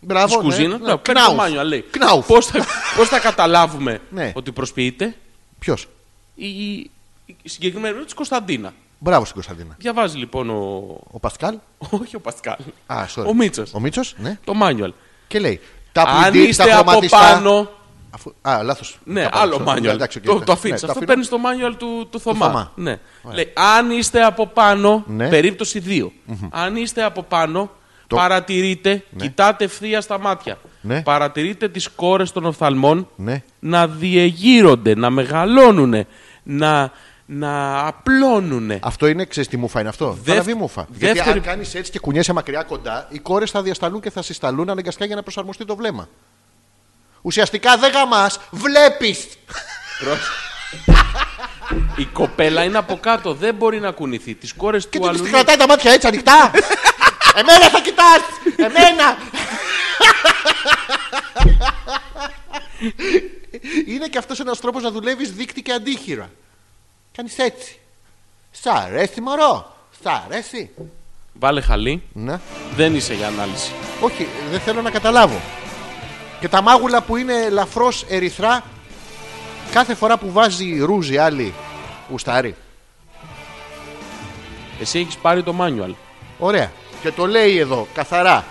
Speaker 1: Μπράβο. ναι.
Speaker 2: κουζίνας.
Speaker 1: Ναι.
Speaker 2: Ναι, Παίρνει το
Speaker 1: Κνάουφ.
Speaker 2: manual. Λέει
Speaker 1: Κνάουφ.
Speaker 2: πώς θα, πώς θα καταλάβουμε
Speaker 1: Ναι.
Speaker 2: ότι προσποιείται
Speaker 1: Ποιος.
Speaker 2: η, η- η συγκεκριμένη περίπτωση Κωνσταντίνα.
Speaker 1: Μπράβο στην Κωνσταντίνα.
Speaker 2: Διαβάζει λοιπόν ο.
Speaker 1: Ο Πασκάλ.
Speaker 2: Όχι ο Πασκάλ.
Speaker 1: Α, sorry.
Speaker 2: Ο Μίτσος.
Speaker 1: Ο Μίτσος, ναι.
Speaker 2: Το manual.
Speaker 1: Και λέει. Τα
Speaker 2: Αν
Speaker 1: πλυντή-
Speaker 2: είστε
Speaker 1: τα
Speaker 2: από
Speaker 1: χρωματιστά-
Speaker 2: πάνω.
Speaker 1: Αφού... Α, λάθος.
Speaker 2: Ναι, άλλο manual. το το αφήνεις.
Speaker 1: Ναι,
Speaker 2: αυτό παίρνεις το manual του, του Θωμά.
Speaker 1: Θωμά.
Speaker 2: Ναι. Λέει, αν είστε από πάνω,
Speaker 1: Ναι.
Speaker 2: περίπτωση 2. Αν είστε από πάνω,
Speaker 1: Το-
Speaker 2: παρατηρείτε, κοιτάτε ευθεία στα μάτια.
Speaker 1: Ναι.
Speaker 2: Παρατηρείτε τις κόρες των οφθαλμών
Speaker 1: Ναι.
Speaker 2: να διεγείρονται, να μεγαλώνουν, να, να απλώνουν.
Speaker 1: Αυτό είναι, ξέρεις τι μουφα είναι αυτό. Παραβή μουφα. Γιατί
Speaker 2: δεύτερη-
Speaker 1: αν κάνεις έτσι και κουνιέσαι μακριά κοντά, οι κόρες θα διασταλούν και θα συσταλούν αναγκαστικά για να προσαρμοστεί το βλέμμα. Ουσιαστικά δεν γαμάς, βλέπεις.
Speaker 2: Η κοπέλα είναι από κάτω, δεν μπορεί να κουνηθεί. Τις κόρες
Speaker 1: Και
Speaker 2: του
Speaker 1: του
Speaker 2: αλλού.
Speaker 1: της κρατάει τα μάτια έτσι ανοιχτά. Εμένα θα κοιτάς! Εμένα! είναι και αυτός ένας τρόπος να δουλεύεις δίκτυ και αντίχειρα. Κάνεις έτσι. Σ' αρέσει, μωρό. Σ' αρέσει.
Speaker 2: Βάλε χαλί,
Speaker 1: Ναι.
Speaker 2: δεν είσαι για ανάλυση.
Speaker 1: Όχι, δεν θέλω να καταλάβω. Και τα μάγουλα που είναι ελαφρώς ερυθρά, κάθε φορά που βάζει ρούζι άλλη ουστάρι.
Speaker 2: Εσύ έχεις πάρει το manual.
Speaker 1: Ωραία. Και το λέει εδώ, καθαρά.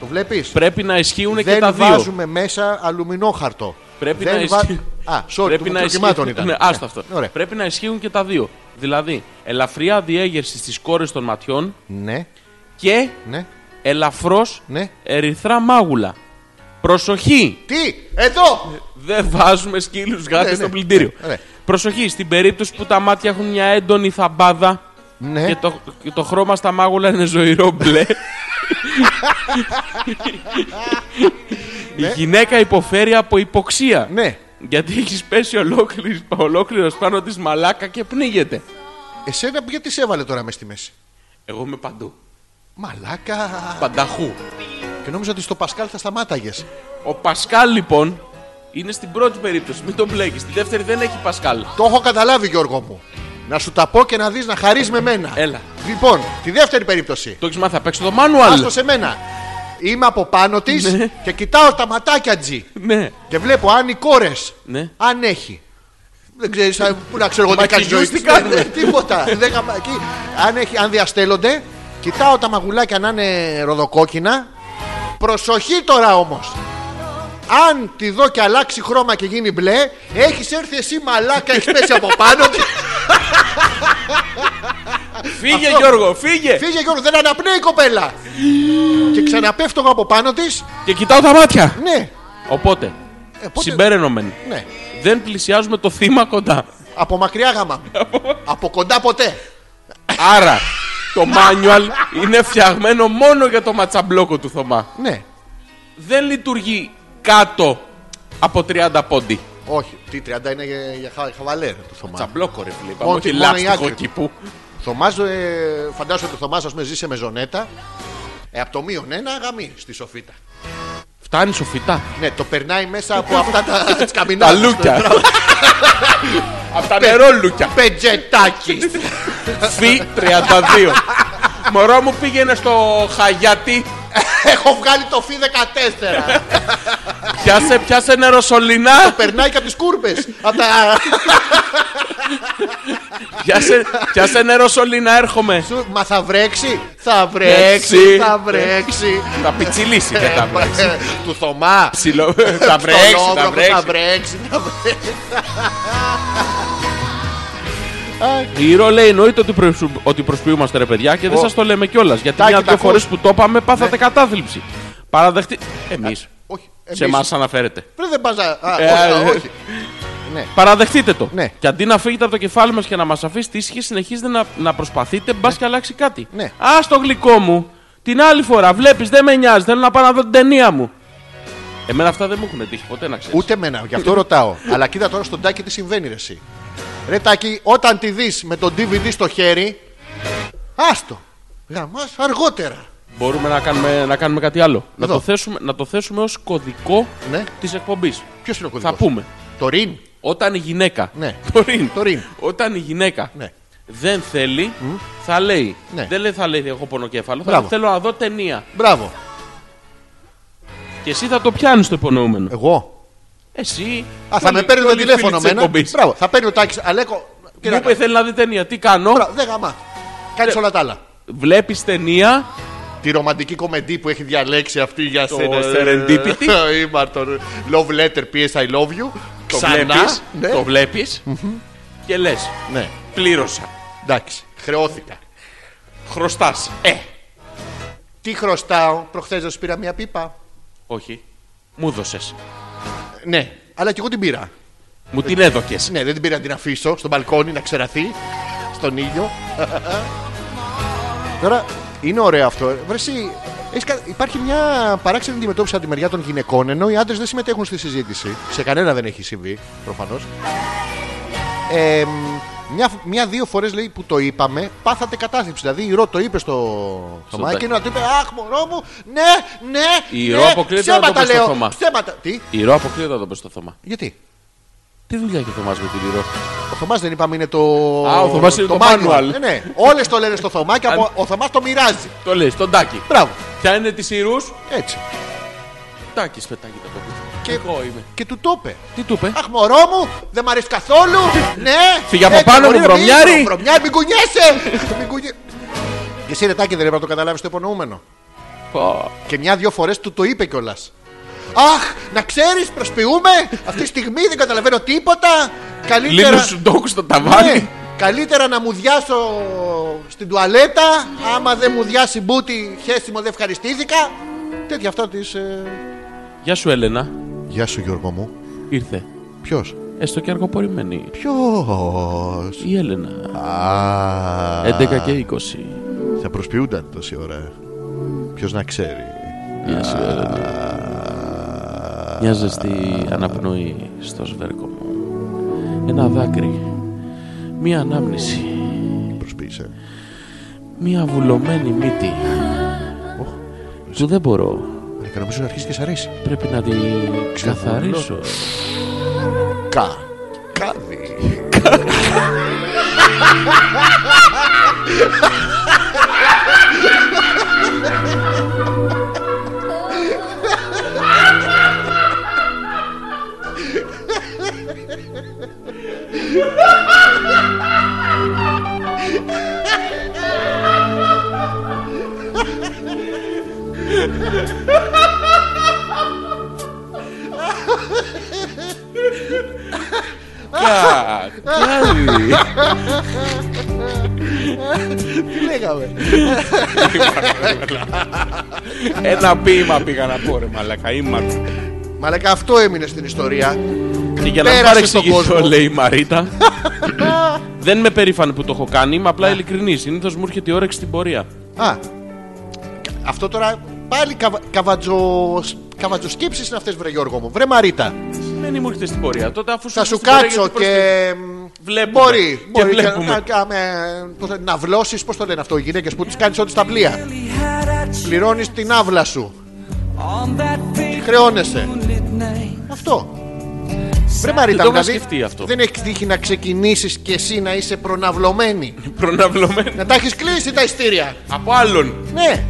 Speaker 1: Το βλέπεις.
Speaker 2: Πρέπει να ισχύουν και τα
Speaker 1: Δεν
Speaker 2: δύο.
Speaker 1: βάζουμε μέσα αλουμινόχαρτο.
Speaker 2: Πρέπει
Speaker 1: Δεν
Speaker 2: να
Speaker 1: βα-
Speaker 2: ισχύει.
Speaker 1: Α, sorry, του μικροκυμάτων ήταν.
Speaker 2: Ναι, άστα αυτό.
Speaker 1: Ναι, Ωραία.
Speaker 2: Πρέπει να ισχύουν και τα δύο. Δηλαδή, ελαφριά διέγερση στις κόρες των ματιών
Speaker 1: Ναι,
Speaker 2: και
Speaker 1: ναι.
Speaker 2: ελαφρώς
Speaker 1: Ναι.
Speaker 2: ερυθρά μάγουλα. Προσοχή!
Speaker 1: Τι, εδώ!
Speaker 2: Δεν βάζουμε σκύλους γάτες
Speaker 1: Ναι,
Speaker 2: στο
Speaker 1: ναι,
Speaker 2: πλυντήριο.
Speaker 1: ναι, ναι.
Speaker 2: Προσοχή! Στην περίπτωση που τα μάτια έχουν μια έντονη θαμπάδα
Speaker 1: Ναι.
Speaker 2: και, το, και το χρώμα στα μάγουλα είναι ζωηρό μπλε. Η γυναίκα υποφέρει από υποξία.
Speaker 1: Ναι.
Speaker 2: Γιατί έχεις πέσει ολόκληρη- ολόκληρος πάνω της μαλάκα και πνίγεται.
Speaker 1: Εσένα γιατί σε έβαλε τώρα μες στη μέση.
Speaker 2: Εγώ είμαι παντού.
Speaker 1: Μαλάκα.
Speaker 2: Πανταχού.
Speaker 1: Και νόμιζα ότι στο Πασκάλ θα σταμάταγες.
Speaker 2: Ο Πασκάλ λοιπόν είναι στην πρώτη περίπτωση. Μην τον μπλέκεις. Στη δεύτερη δεν έχει Πασκάλ.
Speaker 1: Το έχω καταλάβει, Γιώργο μου. Να σου τα πω και να δεις να χαρείς με μένα.
Speaker 2: Έλα.
Speaker 1: Λοιπόν, τη δεύτερη περίπτωση.
Speaker 2: Το έχεις μάθει απ' έξω το manual.
Speaker 1: Άστο σε μένα. Είμαι από πάνω της
Speaker 2: Ναι.
Speaker 1: και κοιτάω τα ματάκια τζι.
Speaker 2: Ναι.
Speaker 1: Και βλέπω αν οι κόρες.
Speaker 2: Ναι.
Speaker 1: Αν έχει. Δεν ξέρεις πού να ξέρω εγώ τι κάνει η ζωή της.
Speaker 2: Μακρινιούς τι
Speaker 1: Ναι, ναι, Τίποτα. Δεν γαμα- εκεί. αν, έχει, αν διαστέλλονται, κοιτάω τα μαγουλάκια να είναι ροδοκόκκινα. Προσοχή τώρα όμως. Αν τη δω και αλλάξει χρώμα και γίνει μπλε, έχεις έρθει εσύ μαλάκα, έχεις πέσει από πάνω. της.
Speaker 2: Φύγε Γιώργο, φύγε.
Speaker 1: Φύγε Γιώργο, δεν αναπνέει η κοπέλα. και ξαναπέφτω εγώ από πάνω της.
Speaker 2: Και κοιτάω τα μάτια.
Speaker 1: Ναι.
Speaker 2: Οπότε,
Speaker 1: Ε, πότε-
Speaker 2: συμπέρενομεν,
Speaker 1: ναι.
Speaker 2: δεν πλησιάζουμε το θύμα κοντά.
Speaker 1: Από μακριά γάμα. από κοντά ποτέ.
Speaker 2: Άρα, το manual είναι φτιαγμένο μόνο για το ματσαμπλόκο του Θωμά.
Speaker 1: Ναι.
Speaker 2: Δεν λειτουργεί κάτω από 30 πόντι.
Speaker 1: Όχι, τι 30 είναι για, για χα- χαβαλέ ρε, του Θωμά.
Speaker 2: Τσαμπλόκο ρε φίλε, είπαμε,
Speaker 1: Μόνο
Speaker 2: όχι
Speaker 1: τη- μόνο η
Speaker 2: λάστιχο
Speaker 1: άκρη.
Speaker 2: κήπου.
Speaker 1: Θωμάς, ε, φαντάζομαι ότι ο Θωμάς ας πούμε ζήσε με ζωνέτα. Ε, από το μείον ένα γαμί στη σοφίτα.
Speaker 2: Φτάνει σοφιτά.
Speaker 1: Ναι, το περνάει μέσα από αυτά τα τις καμινάδες.
Speaker 2: Τα λούκια. Απ' τα νερόλουκια.
Speaker 1: Πετζετάκι.
Speaker 2: Φι 32. Μωρό μου πήγαινε στο χαγιάτι,
Speaker 1: Έχω βγάλει το φι 14.
Speaker 2: πιάσε, πιάσε νεροσολινά,
Speaker 1: περνάει και από τις κούρπες. Απ' τα...
Speaker 2: πιάσε, πιάσε νεροσολινά έρχομαι.
Speaker 1: Σου- Μα θα βρέξει. Θα βρέξει.
Speaker 2: Βρέξει.
Speaker 1: θα βρέξει.
Speaker 2: Θα πιτσιλίσει δεν τα βρέξει.
Speaker 1: Του Θωμά.
Speaker 2: Ψιλο... τα βρέξει,
Speaker 1: Στολόβροχο,
Speaker 2: τα
Speaker 1: Θα
Speaker 2: βρέξει.
Speaker 1: βρέξει. θα βρέξει.
Speaker 2: Η Ρο λέει εννοείται ότι, προσου- ότι προσποιούμαστε ρε παιδιά και δεν
Speaker 1: Ω.
Speaker 2: σας το λέμε κιόλας. Γιατί
Speaker 1: Τάκη, τα
Speaker 2: μια-δυο
Speaker 1: ακούς?
Speaker 2: φορέ που το είπαμε πάθατε κατάθλιψη. Παραδεχτεί. Εμείς.
Speaker 1: Όχι,
Speaker 2: Σε
Speaker 1: εμείς-
Speaker 2: εμάς αναφέρεται.
Speaker 1: Πρέπει δεν πας να... α,
Speaker 2: Ε,
Speaker 1: όχι, α,
Speaker 2: ε,
Speaker 1: όχι. ναι.
Speaker 2: Παραδεχτείτε το.
Speaker 1: Ναι.
Speaker 2: Και αντί να φύγετε από το κεφάλι μας και να μας αφήσετε ήσυχοι, συνεχίζετε να, να προσπαθείτε, μπας και αλλάξει κάτι.
Speaker 1: Ναι.
Speaker 2: Α το γλυκό μου, την άλλη φορά βλέπεις, δεν με νοιάζει, θέλω να πάω να δω την ταινία μου. Εμένα αυτά δεν μου έχουν τύχει ποτέ να ξέρεις.
Speaker 1: Ούτε εμένα, γι' αυτό ρωτάω. Αλλά κοίτα τώρα στον Τάκη τι συμβαίνει, ρε, εσύ. Ρε Τάκη, όταν τη δεις με το DVD στο χέρι, άστο. Γαμάς αργότερα.
Speaker 2: Μπορούμε να κάνουμε, να κάνουμε κάτι άλλο. Να
Speaker 1: Εδώ.
Speaker 2: το, θέσουμε, να το θέσουμε ως κωδικό
Speaker 1: Ναι.
Speaker 2: της εκπομπής.
Speaker 1: Ποιος είναι ο κωδικό.
Speaker 2: Θα πούμε.
Speaker 1: Το ριν.
Speaker 2: Όταν η γυναίκα.
Speaker 1: Ναι.
Speaker 2: Το ριν.
Speaker 1: Το ριν.
Speaker 2: Όταν η γυναίκα
Speaker 1: Ναι.
Speaker 2: δεν θέλει, θα λέει.
Speaker 1: Ναι.
Speaker 2: Δεν λέει θα λέει έχω πονοκέφαλο. Θα
Speaker 1: Μπράβο.
Speaker 2: λέει, θέλω να δω ταινία.
Speaker 1: Μπράβο.
Speaker 2: Και εσύ θα το πιάνεις το υπονοούμενο.
Speaker 1: Εγώ.
Speaker 2: Εσύ.
Speaker 1: Α, θα
Speaker 2: όλοι-
Speaker 1: με παίρνουν
Speaker 2: όλοι οι
Speaker 1: τηλέφωνο
Speaker 2: φίλοι της
Speaker 1: εμένα.
Speaker 2: εκπομπής.
Speaker 1: Μπράβο. Θα παίρνει ο Τάκη. Αλέκο. Τι
Speaker 2: Μου
Speaker 1: να
Speaker 2: είπε Ε-
Speaker 1: κάνω.
Speaker 2: θέλει να δει ταινία. Τι κάνω.
Speaker 1: Μπράβο, Δεν γαμά. Κάνεις όλα τα άλλα.
Speaker 2: Βλέπεις ταινία.
Speaker 1: Τη ρομαντική κομμεντή που έχει διαλέξει αυτή για σένα. ε,
Speaker 2: serendipity.
Speaker 1: Είμαι το love letter PS I love you.
Speaker 2: Το
Speaker 1: Ξανά.
Speaker 2: βλέπεις,
Speaker 1: Ναι.
Speaker 2: Το βλέπεις. Και λες.
Speaker 1: Ναι.
Speaker 2: Πλήρωσα.
Speaker 1: Εντάξει. Χρεώθηκα.
Speaker 2: Χρωστάς. Ε.
Speaker 1: Τι χρωστάω, προχθές δεν σου πήρα μια πίπα.
Speaker 2: Όχι. Μου δώσες.
Speaker 1: Ναι, αλλά και εγώ την πήρα.
Speaker 2: Μου την έδωκες.
Speaker 1: Ναι, δεν την πήρα να την αφήσω στο μπαλκόνι να ξεραθεί στον ήλιο. Τώρα είναι ωραίο αυτό. Βρεσί, υπάρχει μια παράξενη αντιμετώπιση από τη μεριά των γυναικών ενώ οι άντρες δεν συμμετέχουν στη συζήτηση. Σε κανένα δεν έχει συμβεί προφανώς. Ε, μ, μια, μια-δύο φορές λέει που το είπαμε, πάθατε κατάθλιψη. Δηλαδή η Ρο το είπε στο, στο
Speaker 2: Στον
Speaker 1: Μάικ
Speaker 2: Τάκη.
Speaker 1: και να του είπε Αχ, μωρό μου, ναι, ναι,
Speaker 2: Η
Speaker 1: ναι,
Speaker 2: Ρο αποκλείεται να το
Speaker 1: ψέματα
Speaker 2: πει στο
Speaker 1: λέω,
Speaker 2: Θωμά».
Speaker 1: ψέματα». Τι,
Speaker 2: Η Ρο αποκλείεται να τον πει στο Θωμά.
Speaker 1: γιατί.
Speaker 2: Τι δουλειά έχει ο Θωμάς με την Ρο.
Speaker 1: Ο Θωμάς δεν είπαμε είναι το.
Speaker 2: Α, ο Θωμάς είναι το manual.
Speaker 1: Ναι, ναι. Όλες το λένε στο Θωμά και από...
Speaker 2: Αν-
Speaker 1: ο Θωμάς το μοιράζει.
Speaker 2: Το λέει στον Τάκη.
Speaker 1: Μπράβο.
Speaker 2: Ποια είναι τη Ιρού.
Speaker 1: Έτσι.
Speaker 2: Τάκης πετάγει τα παπούτσια.
Speaker 1: Και-
Speaker 2: Και εγώ είμαι.
Speaker 1: Και του το είπε.
Speaker 2: Τι του είπε.
Speaker 1: Αχ, μωρό μου, δεν μ' αρέσει καθόλου. ναι.
Speaker 2: Φύγε από
Speaker 1: ναι,
Speaker 2: πάνω
Speaker 1: και μπορεί
Speaker 2: μου,
Speaker 1: να μην-
Speaker 2: βρωμιάρη.
Speaker 1: Βρωμιάρη, μην κουνιέσαι. Μην κουνιέ- Και εσύ ρετάκι δεν έπρεπε να το καταλάβεις το υπονοούμενο.
Speaker 2: Πω.
Speaker 1: Και μια-δυο φορές του το είπε κιόλας. Αχ, να ξέρεις, προσποιούμε. Αυτή τη στιγμή δεν καταλαβαίνω τίποτα. Καλύτερα.
Speaker 2: Λίνο σου ντόκου στο
Speaker 1: Ναι,
Speaker 2: ταβάνι.
Speaker 1: καλύτερα να μου διάσω στην τουαλέτα. Άμα δεν μου διάσει μπούτι, χέσιμο δεν ευχαριστήθηκα. Τέτοια αυτά ε, τη.
Speaker 2: Γεια σου, Έλενα.
Speaker 1: Γεια σου, Γιώργο μου.
Speaker 2: Ήρθε.
Speaker 1: Ποιος.
Speaker 2: Έστω και αργοπορημένη.
Speaker 1: Ποιος.
Speaker 2: Η Έλενα.
Speaker 1: Α.
Speaker 2: 11 και 20.
Speaker 1: Θα προσποιούνταν τόση ώρα. Ποιος να ξέρει.
Speaker 2: Γεια σου, Έλενα. Μια ζεστή αναπνοή στο σβέρκο μου. Ένα δάκρυ. Μια ανάμνηση.
Speaker 1: Προσποίησε.
Speaker 2: Μια βουλωμένη μύτη που δεν μπορώ.
Speaker 1: Μαλάκα, νομίζω να αρχίσει Ε, και σ' αρέσει.
Speaker 2: Πρέπει να την καθαρίσω.
Speaker 1: Κα. Κάδι.
Speaker 2: Κα- Κάδι.
Speaker 1: Τι λέγαμε.
Speaker 2: Ένα ποίημα πήγα να πω ρε μαλακα ήμαρτ.
Speaker 1: Μαλάκα, αυτό έμεινε στην ιστορία.
Speaker 2: Και για να μην
Speaker 1: Πέρασε στον
Speaker 2: παρεξηγήσω
Speaker 1: κόσμο.
Speaker 2: λέει η Μαρίτα Δεν είμαι περήφανη που το έχω κάνει Είμαι
Speaker 1: Ναι.
Speaker 2: απλά ειλικρινής Συνήθως μου έρχεται η όρεξη στην πορεία
Speaker 1: Α. Αυτό τώρα πάλι καβα, καβατζος, καβατζοσκέψεις είναι αυτές βρε Γιώργο μου. Βρε Μαρίτα.
Speaker 2: Δεν μου έρχεται στην πορεία Τότε αφού
Speaker 1: Θα σου
Speaker 2: έρχεται στην πορεία,
Speaker 1: κάτσω
Speaker 2: γιατί
Speaker 1: και.
Speaker 2: Βλέπουμε.
Speaker 1: Μπορεί,
Speaker 2: Και
Speaker 1: μπορεί και
Speaker 2: βλέπουμε.
Speaker 1: να, κάμε- πώς θα- να βλώσει, πώς το λένε αυτό, οι γυναίκες που τις κάνεις ό,τι στα πλοία. Πληρώνεις την άβλα σου. Χρεώνεσαι. Αυτό. Βρε Μαρίτα,
Speaker 2: το είχα
Speaker 1: δηλαδή,
Speaker 2: σκεφτεί αυτό.
Speaker 1: δεν έχεις τύχει να ξεκινήσεις κι εσύ να είσαι προναυλωμένη.
Speaker 2: προσπαθείς Προναυλωμένη
Speaker 1: να τα έχεις κλείσει τα ειστήρια.
Speaker 2: Από άλλον
Speaker 1: Ναι.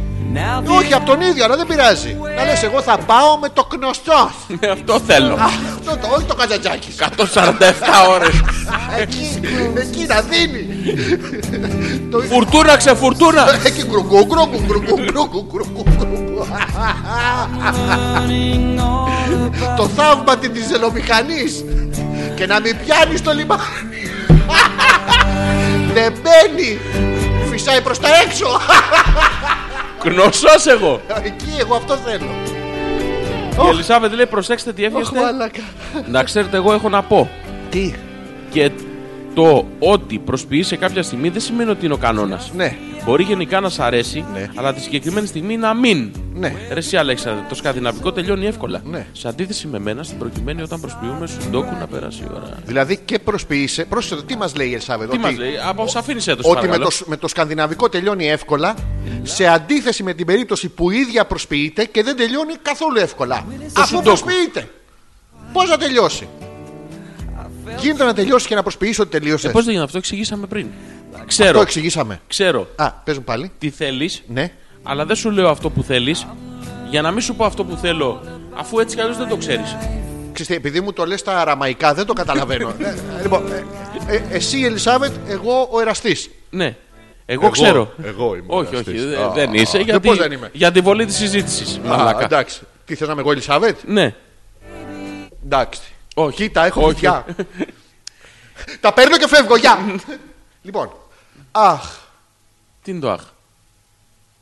Speaker 1: Όχι από τον ίδιο, αλλά δεν πειράζει. Να λες, εγώ θα πάω με το γνωστό.
Speaker 2: Ναι, Αυτό θέλω
Speaker 1: Αυτό το, όχι το κατζατζάκι.
Speaker 2: 147 ώρες
Speaker 1: Εκεί, εκεί να δίνει. Το-
Speaker 2: Φουρτούνα ξεφουρτούνα
Speaker 1: Εκεί γκρουγκού, γκρουγκού, γκρουγκού, γκρουγκού, γκρουγκού, γκρουγκού. Το θαύμα της διζελομηχανής Και να μην πιάνει το λιμάνι. Δεν μπαίνει. Φυσάει προς τα έξω.
Speaker 2: Γνωσός εγώ
Speaker 1: Εκεί εγώ αυτό θέλω.
Speaker 2: Η Ελισάβετ λέει: Προσέξτε τι
Speaker 1: Αχ,
Speaker 2: έφυγε.
Speaker 1: μαλάκα.
Speaker 2: Να ξέρετε, εγώ έχω να πω.
Speaker 1: Τι.
Speaker 2: Και το ότι προσποιεί σε κάποια στιγμή δεν σημαίνει ότι είναι ο κανόνας.
Speaker 1: Ναι.
Speaker 2: Μπορεί γενικά να σ' αρέσει,
Speaker 1: Ναι.
Speaker 2: αλλά τη συγκεκριμένη στιγμή να μην.
Speaker 1: Ναι.
Speaker 2: Ρε εσύ Αλέξανδρε, το σκανδιναβικό τελειώνει εύκολα.
Speaker 1: Ναι.
Speaker 2: Σε αντίθεση με μένα, στην προκειμένη όταν προσποιούμε σου ντόκου να περάσει η ώρα.
Speaker 1: Δηλαδή και προσποιείσαι. Πρόσεχε, το, τι μας λέει η Ελισάβετ.
Speaker 2: Τι
Speaker 1: ότι-
Speaker 2: μας λέει, αποσαφήνισε το
Speaker 1: Ότι με
Speaker 2: σπαργαλό.
Speaker 1: το, σ- με το σκανδιναβικό τελειώνει εύκολα, σε αντίθεση με την περίπτωση που η ίδια προσποιείται και δεν τελειώνει καθόλου εύκολα. Αφού
Speaker 2: Σουντόκου.
Speaker 1: προσποιείται, πώς να τελειώσει. Γίνεται να τελειώσει και να προσποιήσει ότι τελείωσες.
Speaker 2: Ε, Πώς δεν γίνεται αυτό, εξηγήσαμε πριν. Ξέρω,
Speaker 1: Το εξηγήσαμε.
Speaker 2: ξέρω
Speaker 1: Α, παίζουν πάλι.
Speaker 2: τι θέλεις,
Speaker 1: Ναι.
Speaker 2: αλλά δεν σου λέω αυτό που θέλεις για να μην σου πω αυτό που θέλω, αφού έτσι κι αλλιώς δεν το ξέρεις.
Speaker 1: Ξέρεις, τι, επειδή μου το λες στα αραμαϊκά, δεν το καταλαβαίνω. Ε, ε, λοιπόν, ε, ε, εσύ η Ελισάβετ, εγώ ο εραστής.
Speaker 2: Ναι. Εγώ, ξέρω.
Speaker 1: εγώ είμαι
Speaker 2: Όχι, όχι,
Speaker 1: εραστής.
Speaker 2: δε-
Speaker 1: Α,
Speaker 2: δεν είσαι.
Speaker 1: δε,
Speaker 2: γιατί,
Speaker 1: πώς δεν είμαι.
Speaker 2: Για τη βολή της συζήτησης.
Speaker 1: Α, εντάξει. Τι θες να είμαι εγώ, Ελισάβετ.
Speaker 2: Ναι.
Speaker 1: Εντάξει.
Speaker 2: Όχι.
Speaker 1: Κοίτα, έχω
Speaker 2: Όχι.
Speaker 1: φωτιά. Τα παίρνω και φεύγω, γεια. λοιπόν. Αχ.
Speaker 2: Τι είναι το αχ.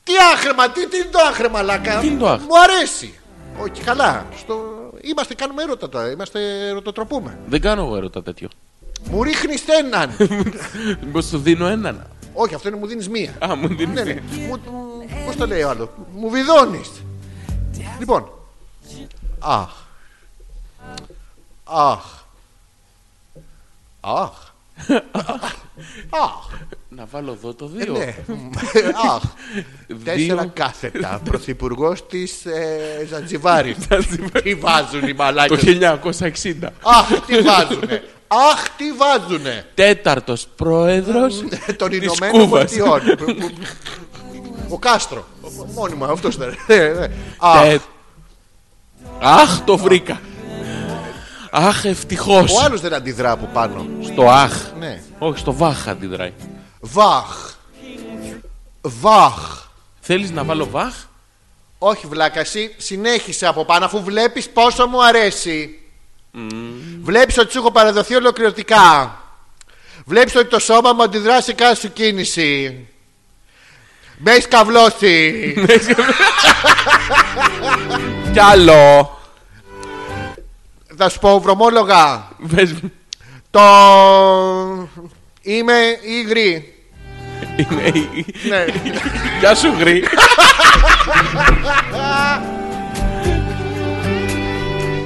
Speaker 1: Τι άχρεμα, τι, τι είναι το άχρεμα, λάκα.
Speaker 2: Τι είναι το αχ?
Speaker 1: Μου αρέσει. Όχι, καλά. Στο... Είμαστε, κάνουμε έρωτα τώρα. Είμαστε, ερωτοτροπούμε.
Speaker 2: Δεν κάνω εγώ έρωτα τέτοιο.
Speaker 1: Μου ρίχνεις έναν.
Speaker 2: Μήπως του δίνω έναν.
Speaker 1: Όχι, αυτό είναι μου δίνεις μία.
Speaker 2: Α, μου δίνεις.
Speaker 1: ναι, ναι. Μου, πώς το λέει ο άλλος. Μου βιδώνεις. λοιπόν. Αχ. Αχ. Αχ. Αχ.
Speaker 2: Να βάλω εδώ το
Speaker 1: Ε,
Speaker 2: δύο.
Speaker 1: Ναι. Αχ. Τέσσερα κάθετα. Πρωθυπουργός της Ζαντζιβάρη. Τι βάζουν οι
Speaker 2: Το
Speaker 1: μαλάκες
Speaker 2: 1960.
Speaker 1: Αχ, τι βάζουνε. Αχ, τι βάζουνε.
Speaker 2: Τέταρτος πρόεδρος
Speaker 1: των
Speaker 2: της
Speaker 1: Ηνωμένων
Speaker 2: Κούβας.
Speaker 1: Πολιτειών. Ο Κάστρο. Μόνιμα, αυτός ήταν. Ε, ναι. Αχ.
Speaker 2: Αχ, το βρήκα. Αχ, ευτυχώς.
Speaker 1: Ο άλλος δεν αντιδρά από πάνω.
Speaker 2: Στο αχ.
Speaker 1: Ναι.
Speaker 2: Όχι, στο βάχ αντιδράει.
Speaker 1: Βαχ. Βαχ.
Speaker 2: Θέλεις να βάλω βάχ.
Speaker 1: Όχι, βλάκα, εσύ συνέχισε από πάνω αφού βλέπεις πόσο μου αρέσει. Βλέπεις ότι σου έχω παραδοθεί ολοκληρωτικά. Βλέπεις ότι το σώμα μου αντιδρά σε κάθε σου κίνηση. Με έχεις καυλώσει.
Speaker 2: Κι άλλο.
Speaker 1: Θα σου πω βρωμόλογα.
Speaker 2: Πες μου.
Speaker 1: Το. Είμαι υγρή.
Speaker 2: Είναι η-
Speaker 1: Ναι.
Speaker 2: Γεια σου, Γρή.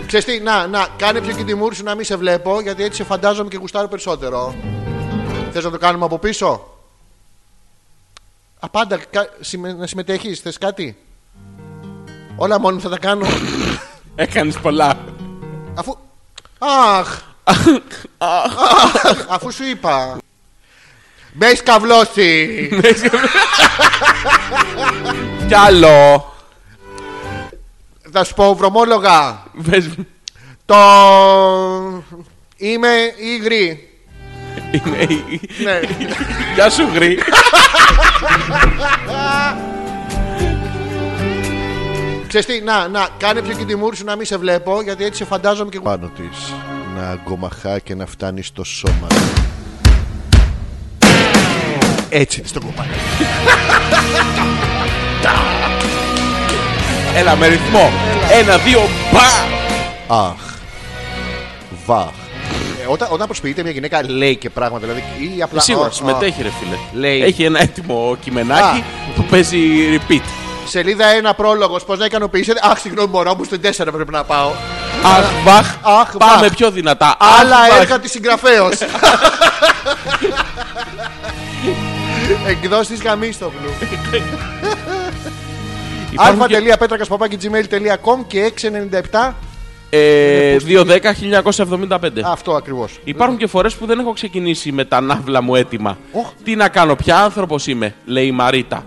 Speaker 1: Ξέρεις τι, να, να, κάνε πιο και τη μούρη σου να μην σε βλέπω, γιατί έτσι σε φαντάζομαι και γουστάρω περισσότερο. Θες να το κάνουμε από πίσω. Απάντα, κα- συμμε- να συμμετέχεις, θες κάτι. Όλα μόνο θα τα κάνω.
Speaker 2: Έκανες πολλά.
Speaker 1: Αφού... Αχ! Αχ, Αφού σου είπα. Με έχεις καυλώσει.
Speaker 2: Κι άλλο.
Speaker 1: Θα σου πω βρωμόλογα.
Speaker 2: Πες μου.
Speaker 1: Το... Είμαι υγρή.
Speaker 2: Είναι η-
Speaker 1: Ναι.
Speaker 2: Γεια σου, Γρή.
Speaker 1: Ξέρεις τι, να, να, κάνε πιο και τη μούρη σου να μην σε βλέπω, γιατί έτσι σε φαντάζομαι και... Πάνω της, να αγκομαχά και να φτάνει στο σώμα. Έτσι της το κομμάτι.
Speaker 2: Έλα με ρυθμό. Ένα, δύο, μπα.
Speaker 1: Αχ. Βαχ. Ε, όταν, όταν προσποιείται μια γυναίκα λέει και πράγματα, δηλαδή ή απλά...
Speaker 2: Σίγουρα
Speaker 1: «Αχ,
Speaker 2: συμμετέχει, ρε φίλε.
Speaker 1: Λέει.
Speaker 2: Έχει ένα έτοιμο κειμενάκι
Speaker 1: Α.
Speaker 2: που παίζει repeat.
Speaker 1: αχ». Σελίδα ένα πρόλογος, πώς να ικανοποιήσετε. Αχ, συγγνώμη μωρό μου, στην 4 πρέπει να πάω.
Speaker 2: Αχ, βαχ.
Speaker 1: Αχ,
Speaker 2: Πάμε
Speaker 1: βαχ.
Speaker 2: πιο δυνατά. Αχ,
Speaker 1: Άλλα
Speaker 2: βαχ.
Speaker 1: έργα της συγγραφέως. Εκδόσεις γαμίστοβλου.
Speaker 2: Υπάρχουν και-
Speaker 1: αλφα.πέτρακα.gmail.com και 697.
Speaker 2: Ε, 2-10-1975.
Speaker 1: Αυτό ακριβώς.
Speaker 2: Υπάρχουν και φορές που δεν έχω ξεκινήσει με τα ναύλα μου έτοιμα.
Speaker 1: Οχ.
Speaker 2: Τι να κάνω, ποια άνθρωπος είμαι, λέει η Μαρίτα.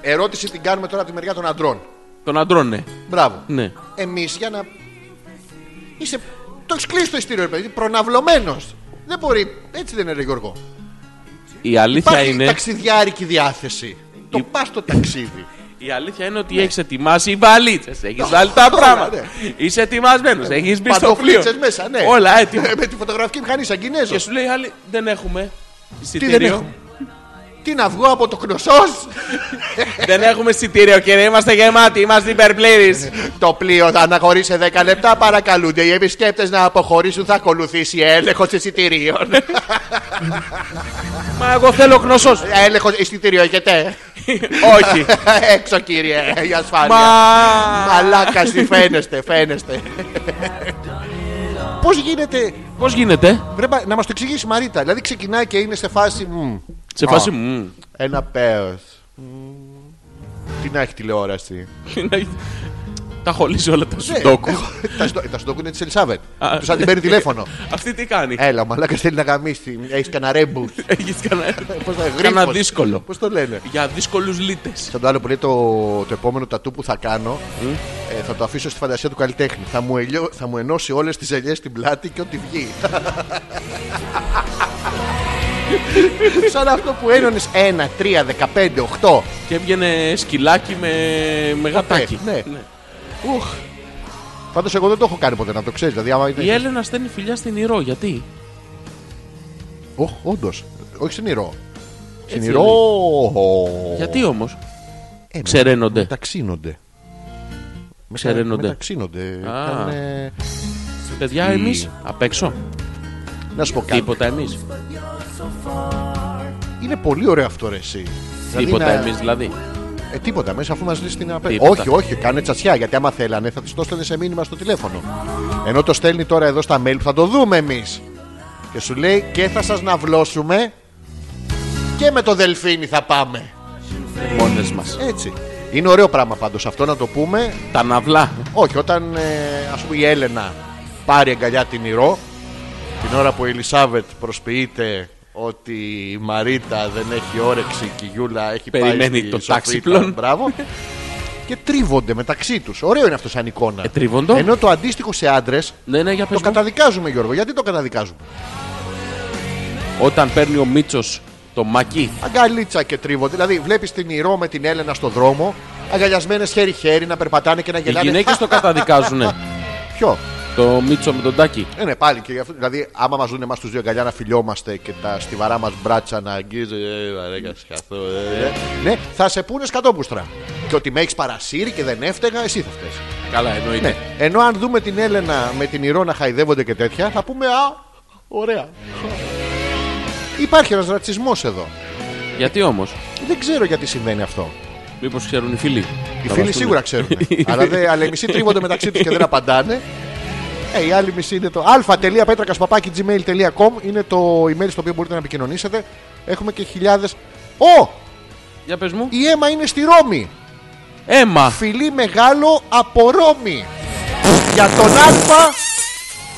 Speaker 1: Ερώτηση την κάνουμε τώρα από τη μεριά των αντρών.
Speaker 2: Τον αντρών, ναι.
Speaker 1: Μπράβο.
Speaker 2: ναι.
Speaker 1: Εμείς για να. Είσαι. Το έχεις κλείσει το ειστήριο, ρε παιδί. Προναυλωμένος. Δεν μπορεί. Έτσι δεν είναι, ρε Γιώργο.
Speaker 2: Η αλήθεια
Speaker 1: Υπάρχει
Speaker 2: είναι.
Speaker 1: ταξιδιάρικη διάθεση. Το πας στο ταξίδι.
Speaker 2: Η αλήθεια είναι ότι έχεις ετοιμάσει οι βαλίτσες, έχεις βάλει τα πράγματα.
Speaker 1: ναι.
Speaker 2: Είσαι ετοιμασμένος, έχεις μπει στο πλοίο.
Speaker 1: Παντοφλίτσες μέσα, ναι.
Speaker 2: Όλα έτοιμα.
Speaker 1: Με τη φωτογραφική μηχανή σαν Κινέζος.
Speaker 2: Και σου λέει οι άλλοι, δεν έχουμε
Speaker 1: Τι δεν
Speaker 2: εισιτήριο.
Speaker 1: έχουμε. Τι Τι να βγω από το κνωσός
Speaker 2: Δεν έχουμε εισιτήριο, κύριε. Είμαστε γεμάτοι. Είμαστε υπερπλήρεις.
Speaker 1: Το πλοίο θα αναχωρεί σε 10 λεπτά. Παρακαλούνται οι επισκέπτες να αποχωρήσουν. Θα ακολουθήσει έλεγχος εισιτηρίων.
Speaker 2: Μα εγώ θέλω γνωσό.
Speaker 1: έλεγχος εισιτήριο έχετε.
Speaker 2: Όχι.
Speaker 1: Έξω κύριε, η ασφάλεια.
Speaker 2: Μα.
Speaker 1: Μαλάκα τι φαίνεστε, φαίνεστε. Πώς γίνεται.
Speaker 2: Πώς γίνεται.
Speaker 1: Βρε, μπα- να μας το εξηγήσει η Μαρίτα. Δηλαδή ξεκινάει και είναι σε φάση. μμ,
Speaker 2: Σε
Speaker 1: Α.
Speaker 2: φάση μου.
Speaker 1: Ένα πέος. Μμ. Τι να έχει τηλεόραση.
Speaker 2: Τα έχω λύσει όλα τα
Speaker 1: Ναι,
Speaker 2: σουντόκου.
Speaker 1: έχω- τα σντο- ε, Τα σντόκου είναι της Ελισάβετ.
Speaker 2: Α.
Speaker 1: Τους αντιμπέρει τηλέφωνο. Ε.
Speaker 2: Αυτή τι κάνει.
Speaker 1: Έλα, ο μαλάκα θέλει να γαμίσει. Έχεις κανένα ρέμπου.
Speaker 2: Έχεις κανένα.
Speaker 1: Πώς
Speaker 2: Κάνα δύσκολο.
Speaker 1: Πώς το λένε.
Speaker 2: Για δύσκολους λίτες.
Speaker 1: Σαν το άλλο που λέει το, το επόμενο τατού που θα κάνω, ε, θα το αφήσω στη φαντασία του καλλιτέχνη. Θα μου, ελιώ, θα μου ενώσει όλες τις ελιές στην πλάτη και ό,τι βγει. Σαν αυτό που ένωνε 1, 3, 15, 8.
Speaker 2: Και έβγαινε σκυλάκι με, με γατάκι.
Speaker 1: Ναι, ναι. Ουχ. Πάντως εγώ δεν το έχω κάνει ποτέ να το ξέρεις. Δηλαδή, άμα
Speaker 2: Η
Speaker 1: είναι.
Speaker 2: Έλενα στέλνει φιλιά στην Ηρώ. Γιατί.
Speaker 1: Οχ, όντως. Όχι στην Ηρώ. Στην
Speaker 2: Έτσι
Speaker 1: Ηρώ.
Speaker 2: Γιατί όμως.
Speaker 1: Ε,
Speaker 2: Ξεραίνονται.
Speaker 1: Μεταξύνονται.
Speaker 2: Ξεραίνονται.
Speaker 1: Μεταξύνονται.
Speaker 2: Α.
Speaker 1: Κάνουνε-
Speaker 2: Παιδιά, εμείς απ' έξω.
Speaker 1: Να σου πω κάτι.
Speaker 2: Τίποτα εμείς.
Speaker 1: Δηλαδή Είναι πολύ ωραίο αυτό ρε εσύ. Δηλαδή
Speaker 2: Τίποτα
Speaker 1: να-
Speaker 2: εμείς δηλαδή.
Speaker 1: Ε, τίποτα μέσα αφού μας λύσει την απέναντι.
Speaker 2: Τίποτα.
Speaker 1: Όχι, όχι, κάνε τσατσιά γιατί άμα θέλανε θα τη το στέλνε σε μήνυμα στο τηλέφωνο. Ενώ το στέλνει τώρα εδώ στα mail που θα το δούμε εμείς. Και σου λέει και θα σας ναυλώσουμε και με το δελφίνι θα πάμε.
Speaker 2: Μόνες μας.
Speaker 1: Έτσι. Είναι ωραίο πράγμα πάντως αυτό να το πούμε.
Speaker 2: Τα ναυλά.
Speaker 1: Όχι, όταν ε, ας πούμε η Έλενα πάρει αγκαλιά την Ηρώ, την ώρα που η Ελισάβετ προσποιείται ότι η Μαρίτα δεν έχει όρεξη και η Γιούλα έχει
Speaker 2: Περιμένει
Speaker 1: πάει στη
Speaker 2: το
Speaker 1: Σοφίτα,
Speaker 2: ταξιπλόν.
Speaker 1: Μπράβο. και τρίβονται μεταξύ τους. Ωραίο είναι αυτό σαν εικόνα.
Speaker 2: Ε, τρίβοντο.
Speaker 1: Ενώ το αντίστοιχο σε άντρες
Speaker 2: Ναι, ναι, για πες
Speaker 1: το
Speaker 2: μου.
Speaker 1: καταδικάζουμε, Γιώργο. Γιατί το καταδικάζουμε.
Speaker 2: Όταν παίρνει ο Μίτσος το μακί.
Speaker 1: Αγκαλίτσα και τρίβονται. Δηλαδή, βλέπεις την Ηρώ με την Έλενα στο δρόμο, αγκαλιασμένες χέρι-χέρι να περπατάνε και να
Speaker 2: Οι
Speaker 1: γελάνε.
Speaker 2: γυναίκες το καταδικάζουν.
Speaker 1: Ποιο.
Speaker 2: Το Μίτσο με τον Τάκι.
Speaker 1: Ε, ναι, πάλι και γι' αυτό. Δηλαδή, άμα μας δουν εμάς τους δύο αγκαλιά να φιλιόμαστε και τα στιβαρά μας μπράτσα να αγγίζει. Ε, βαρέκα, σκαθώ, ε, ε, ναι, θα σε πούνε σκατόπουστρα. Και ότι με έχεις παρασύρει και δεν έφταιγα, εσύ θα φταίει.
Speaker 2: Καλά, εννοείται.
Speaker 1: Ναι. Ενώ αν δούμε την Έλενα με την Ηρώ να χαϊδεύονται και τέτοια, θα πούμε Α, ωραία. Υπάρχει ένας ρατσισμός εδώ.
Speaker 2: Γιατί όμως.
Speaker 1: Δεν ξέρω γιατί συμβαίνει αυτό.
Speaker 2: Μήπως ξέρουν οι φίλοι.
Speaker 1: Οι φίλοι σίγουρα ξέρουν. αλλά, δε, αλλά οι μισοί τρίβονται μεταξύ τους και δεν απαντάνε. Ε, η άλλη μισή είναι το α.πέτρακα.gmail.com είναι το email στο οποίο μπορείτε να επικοινωνήσετε. Έχουμε και χιλιάδες. Ω!
Speaker 2: Για πες μου.
Speaker 1: Η αίμα είναι στη Ρώμη.
Speaker 2: Έμα.
Speaker 1: Φιλί μεγάλο από Ρώμη. Για τον Α.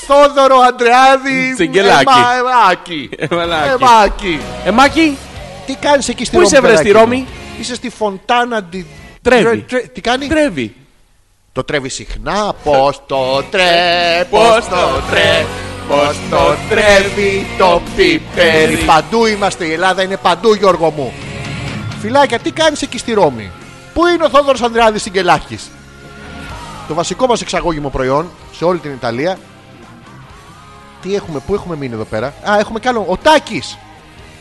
Speaker 1: Θόδωρο Αντρεάδη.
Speaker 2: Τσιγκελάκη.
Speaker 1: Έμα- Εμάκη.
Speaker 2: Ε, Εμαλάκι.
Speaker 1: Εμάκη.
Speaker 2: Ε, Εμάκι.
Speaker 1: Τι κάνεις εκεί στη
Speaker 2: Πού
Speaker 1: Ρώμη.
Speaker 2: είσαι, βρε,
Speaker 1: παιδάκι
Speaker 2: στη
Speaker 1: μου?
Speaker 2: Ρώμη?
Speaker 1: Είσαι στη Φοντάνα. ντι-
Speaker 2: Τρέβει.
Speaker 1: τρε- τρε- Τι κάνει.
Speaker 2: Τρέβει.
Speaker 1: Το τρέβει συχνά. Πώς το τρέ, πώς το τρέ, πώς το τρέβει το πιπέρι. Παντού είμαστε, η Ελλάδα είναι παντού, Γιώργο μου. Φιλάκια, τι κάνεις εκεί στη Ρώμη. Πού είναι ο Θόδωρος Ανδρεάδης Συγκελάκη. Το βασικό μας εξαγώγημο προϊόν σε όλη την Ιταλία. Τι έχουμε, πού έχουμε μείνει εδώ πέρα. Α, έχουμε κι άλλο. Ο Τάκης.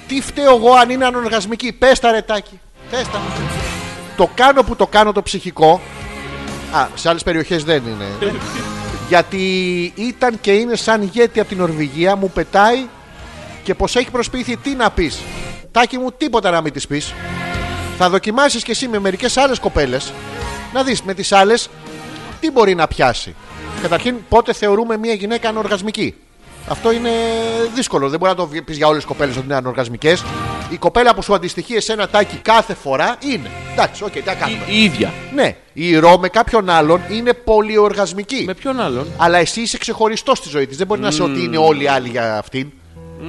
Speaker 1: Τι φταίω εγώ αν είναι ανοργασμική. Πες τα ρε Τάκη. Πες τα. Το κάνω που το κάνω το ψυχικό. Α, σε άλλες περιοχές δεν είναι. Γιατί ήταν και είναι σαν γέτη από την Νορβηγία, μου πετάει και πως έχει προσποιηθεί τι να πεις. Τάκι μου, τίποτα να μην της πεις. Θα δοκιμάσεις κι εσύ με μερικές άλλες κοπέλες να δεις με τις άλλες τι μπορεί να πιάσει. Καταρχήν, πότε θεωρούμε μια γυναίκα ανοργασμική. Αυτό είναι δύσκολο. Δεν μπορεί να το πεις για όλες τις κοπέλες ότι είναι ανοργασμικές. Η κοπέλα που σου αντιστοιχεί εσένα τάκι κάθε φορά είναι. Εντάξει, οκ, τι να κάνουμε.
Speaker 2: Η, η ίδια.
Speaker 1: Ναι, η Ρο με κάποιον άλλον είναι πολυοργασμική.
Speaker 2: Με ποιον άλλον.
Speaker 1: Αλλά εσύ είσαι ξεχωριστός στη ζωή της. Δεν μπορεί να είσαι ότι είναι όλοι οι άλλοι για αυτήν.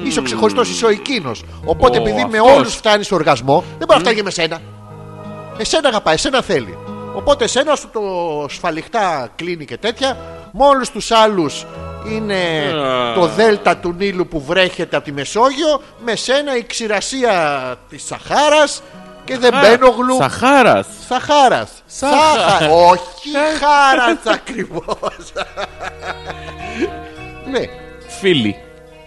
Speaker 1: Είσαι ο ξεχωριστός, είσαι ο εκείνος. Οπότε
Speaker 2: Ο,
Speaker 1: επειδή με
Speaker 2: αυτός.
Speaker 1: όλους φτάνει στο οργασμό, δεν μπορεί να φτάνει και με σένα. Εσένα αγαπάει, εσένα θέλει. Οπότε εσένα σου το σφαλιχτά κλείνει και τέτοια. Με όλους τους άλλους είναι
Speaker 2: Ε.
Speaker 1: το δέλτα του Νείλου που βρέχεται από τη Μεσόγειο. Με σένα η ξηρασία της Σαχάρας. Και δεν μπαίνω γλου.
Speaker 2: Σαχάρας.
Speaker 1: Σαχάρας.
Speaker 2: Σάχα-
Speaker 1: Σάχα. Όχι,
Speaker 2: Ε.
Speaker 1: χάρας ακριβώς. ναι.
Speaker 2: Φίλοι.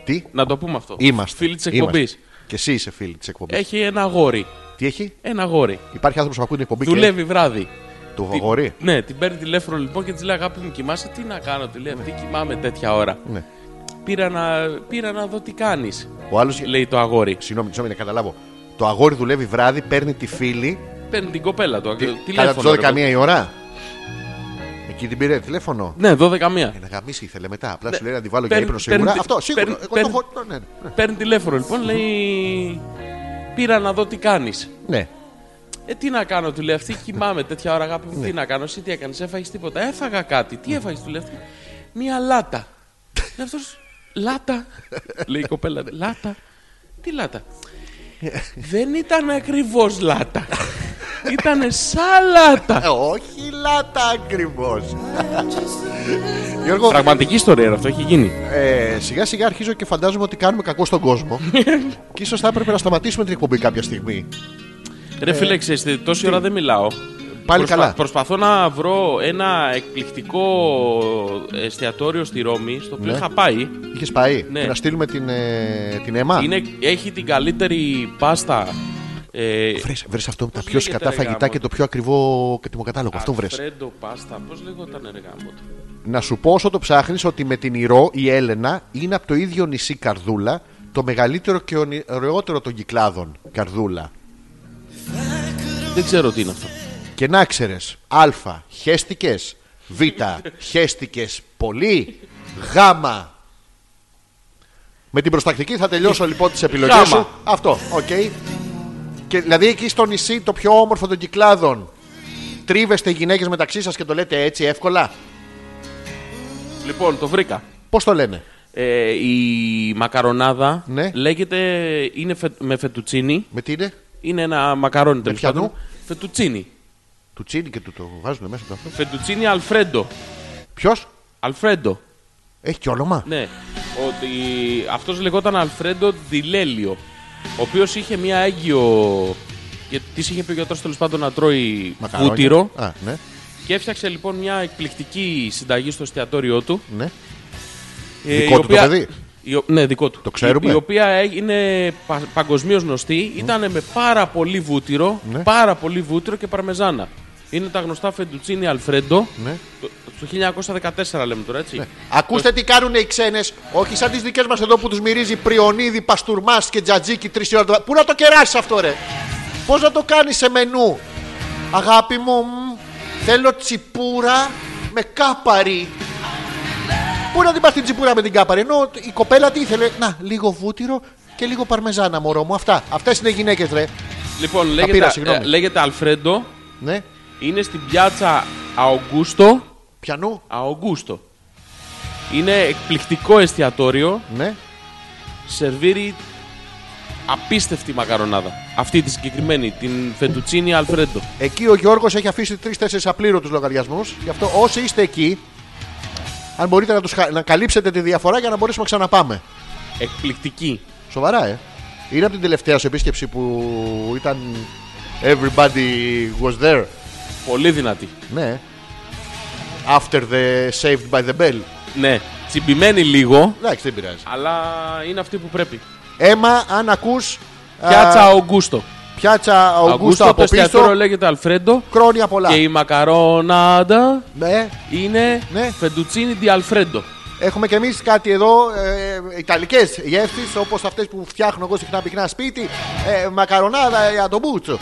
Speaker 1: Τι.
Speaker 2: Να το πούμε αυτό.
Speaker 1: Είμαστε.
Speaker 2: Φίλοι της εκπομπή.
Speaker 1: Ναι. Είμαστε. Και εσύ είσαι φίλη της εκπομπής.
Speaker 2: Έχει ένα αγόρι.
Speaker 1: Τι έχει,
Speaker 2: Ένα αγόρι.
Speaker 1: υπάρχει άνθρωπος που ακούει την εκπομπή
Speaker 2: Δουλεύει βράδυ.
Speaker 1: και του
Speaker 2: Τι-
Speaker 1: αγόρι.
Speaker 2: Ναι, την παίρνει τηλέφωνο λοιπόν και της λέει Αγάπη μου, κοιμάσαι. Τι να κάνω, τη λέει αυτή, κοιμάμαι τέτοια ώρα.
Speaker 1: Ναι.
Speaker 2: Πήρα να, πήρα να δω τι κάνεις,
Speaker 1: Ο άλλος.
Speaker 2: λέει το αγόρι.
Speaker 1: Συγγνώμη, συγγνώμη, να καταλάβω. Το αγόρι δουλεύει βράδυ, παίρνει τη φίλη.
Speaker 2: Παίρνει την κοπέλα του.
Speaker 1: Τι- Κατά τι
Speaker 2: τηλέφωνο. ρε
Speaker 1: 12
Speaker 2: παιδί.
Speaker 1: μία η ώρα. Εκεί την πήρε τηλέφωνο.
Speaker 2: Ναι, 12 μία.
Speaker 1: Ε, Να γαμίσει ήθελε μετά. Απλά
Speaker 2: Ναι.
Speaker 1: σου λέει να τη βάλω για
Speaker 2: Παίρν-
Speaker 1: ύπνο σίγουρα.
Speaker 2: παίρν-
Speaker 1: Αυτό σίγουρα.
Speaker 2: παίρν-
Speaker 1: Εγώ το
Speaker 2: παίρν-
Speaker 1: έχω. ναι, ναι, ναι.
Speaker 2: Παίρνει τηλέφωνο λοιπόν, λέει. Πήρα να δω τι κάνεις.
Speaker 1: Ναι.
Speaker 2: Ε, τι να κάνω, του λέει αυτή. Κοιμάμαι τέτοια ώρα, αγάπη
Speaker 1: Ναι.
Speaker 2: μου. τι να κάνω, εσύ τι έκανες, έφαγες τίποτα. Έφαγα κάτι. Τι έφαγες, του λέει αυτή. Μία λάτα. λέει αυτός. Λάτα. λέει η κοπέλα. Λάτα. Τι λάτα. Δεν ήταν ακριβώς λάτα. Ήτανε
Speaker 1: Ε,
Speaker 2: σαλάτα.
Speaker 1: Όχι λάτα ακριβώς. Γιώργο,
Speaker 2: Πραγματική ιστορία είναι αυτό, έχει γίνει.
Speaker 1: ε, σιγά σιγά αρχίζω και φαντάζομαι ότι κάνουμε κακό στον κόσμο. και ίσως θα έπρεπε να σταματήσουμε την εκπομπή κάποια στιγμή.
Speaker 2: Ρε φίλε, ξέρεις, τι, τόση ώρα δεν μιλάω.
Speaker 1: Ε, Πάλι καλά.
Speaker 2: Προσπαθώ να βρω ένα εκπληκτικό εστιατόριο στη Ρώμη, στο οποίο
Speaker 1: Ναι.
Speaker 2: είχα πάει.
Speaker 1: Είχες πάει
Speaker 2: Ναι.
Speaker 1: και να στείλουμε την, ε, την αίμα.
Speaker 2: Είναι, έχει την καλύτερη πάστα. Ε,
Speaker 1: Βρες, βρες αυτό με τα
Speaker 2: Πώς
Speaker 1: πιο
Speaker 2: λέγεται,
Speaker 1: σκατά
Speaker 2: ρε
Speaker 1: φαγητά
Speaker 2: γάμο
Speaker 1: και
Speaker 2: το.
Speaker 1: το πιο ακριβό κατημοκατάλογο. Αυτό βρες.
Speaker 2: Αλφρέντο πάστα, πώς λεγόταν ρε γάμο του.
Speaker 1: Να σου πω όσο το ψάχνεις ότι με την Ηρώ η Έλενα είναι από το ίδιο νησί Καρδούλα, το μεγαλύτερο και ονει- ωραιότερο των κυκλάδων Καρδούλα.
Speaker 2: Δεν ξέρω τι είναι αυτό.
Speaker 1: Και να ξέρε, Α. Χέστηκες. Β. Χέστηκες πολύ. Γ. Με την προστακτική θα τελειώσω λοιπόν τις επιλογές
Speaker 2: Γ.
Speaker 1: σου. Αυτό, οκ. Και δηλαδή εκεί στο νησί το πιο όμορφο των κυκλάδων. Τρίβεστε οι γυναίκες μεταξύ σας και το λέτε έτσι εύκολα.
Speaker 2: Λοιπόν, το βρήκα.
Speaker 1: Πώς το λένε.
Speaker 2: Ε, η μακαρονάδα
Speaker 1: Ναι.
Speaker 2: λέγεται. είναι φε- με φετουτσίνι.
Speaker 1: Με τι είναι.
Speaker 2: Είναι ένα μακαρόνι τέλο
Speaker 1: ποιανού?
Speaker 2: Φετουτσίνι.
Speaker 1: Του τσίνι και του το βάζουν μέσα το αυτό.
Speaker 2: Φετουτσίνι Αλφρέντο.
Speaker 1: Ποιος
Speaker 2: Αλφρέντο.
Speaker 1: έχει και όνομα.
Speaker 2: Ναι. Ότι αυτός λεγόταν Αλφρέντο Ντιλέλιο. Ο οποίος είχε μία έγκυο. Και τη είχε πει ο γιατρός τέλος πάντων να τρώει
Speaker 1: Μακαρόνια.
Speaker 2: βούτυρο.
Speaker 1: Α, ναι,
Speaker 2: Και έφτιαξε λοιπόν μια εκπληκτική συνταγή στο εστιατόριό του.
Speaker 1: ναι.
Speaker 2: ε,
Speaker 1: Δικό
Speaker 2: η
Speaker 1: του το παιδί?
Speaker 2: η ο- ναι, δικό του.
Speaker 1: Το ξέρουμε?
Speaker 2: Η, η οποία έγινε πα, παγκοσμίως γνωστή. Ήταν με πάρα πολύ βούτυρο,
Speaker 1: Ναι.
Speaker 2: πάρα πολύ βούτυρο και παρμεζάνα. Είναι τα γνωστά φεντουτσίνι Αλφρέντο.
Speaker 1: Ναι.
Speaker 2: Το, το 1914 λέμε τώρα, έτσι.
Speaker 1: Ακούστε τι κάνουν οι ξένες, όχι σαν τις δικές μας εδώ που τους μυρίζει πριονίδι, παστούρμα και τζατζίκι τρεις ώρα. το βράδυ. Πού να το κεράσει αυτό, ρε. Πώς να το κάνει σε μενού. Αγάπη μου, μ, θέλω τσιπούρα με κάπαρη. Πού να την πας την τσιπούρα με την κάπαρη, ενώ η κοπέλα τι ήθελε. Να, λίγο βούτυρο και λίγο παρμεζάνα, μωρό μου. Αυτά. Αυτές είναι οι γυναίκες, ρε.
Speaker 2: Λοιπόν,
Speaker 1: πήρα,
Speaker 2: λέγεται,
Speaker 1: συγγνώμη.
Speaker 2: ε, λέγεται Αλφρέντο.
Speaker 1: Ναι,
Speaker 2: Είναι στην πιάτσα Αογκούστο.
Speaker 1: πιανού,
Speaker 2: Αογκούστο. Είναι εκπληκτικό εστιατόριο.
Speaker 1: ναι.
Speaker 2: σερβίρει απίστευτη μακαρονάδα. Αυτή τη συγκεκριμένη, την φετουτσίνη Αλφρέντο.
Speaker 1: Εκεί ο Γιώργος έχει αφήσει τρει-τέσσερι απλήρωτους λογαριασμούς. Γι' αυτό όσοι είστε εκεί, αν μπορείτε να, τους, χα- να καλύψετε τη διαφορά για να μπορέσουμε να ξαναπάμε.
Speaker 2: Εκπληκτική.
Speaker 1: Σοβαρά, ε. Είναι από την τελευταία σου επίσκεψη που ήταν. Everybody was there.
Speaker 2: Πολύ δυνατή.
Speaker 1: Ναι. After the saved by the bell.
Speaker 2: Ναι, τσιμπημένη λίγο,
Speaker 1: Εντάξει, δεν πειράζει.
Speaker 2: αλλά είναι αυτή που
Speaker 1: Ε,
Speaker 2: πρέπει.
Speaker 1: Έμα, αν ακούς.
Speaker 2: Πιάτσα Αογκούστο.
Speaker 1: Πιάτσα Αυγούστα
Speaker 2: το
Speaker 1: από
Speaker 2: εστιατόριο
Speaker 1: πίσω.
Speaker 2: λέγεται Αλφρέντο
Speaker 1: Χρόνια πολλά.
Speaker 2: και η μακαρονάδα
Speaker 1: Ναι.
Speaker 2: είναι
Speaker 1: Ναι.
Speaker 2: φεντουτσίνη di Αλφρέντο.
Speaker 1: Έχουμε και εμείς κάτι εδώ, ε, ιταλικές γεύσεις όπως αυτές που φτιάχνω εγώ συχνά πυκνά σπίτι. Ε, μακαρονάδα για τον μπούτσο.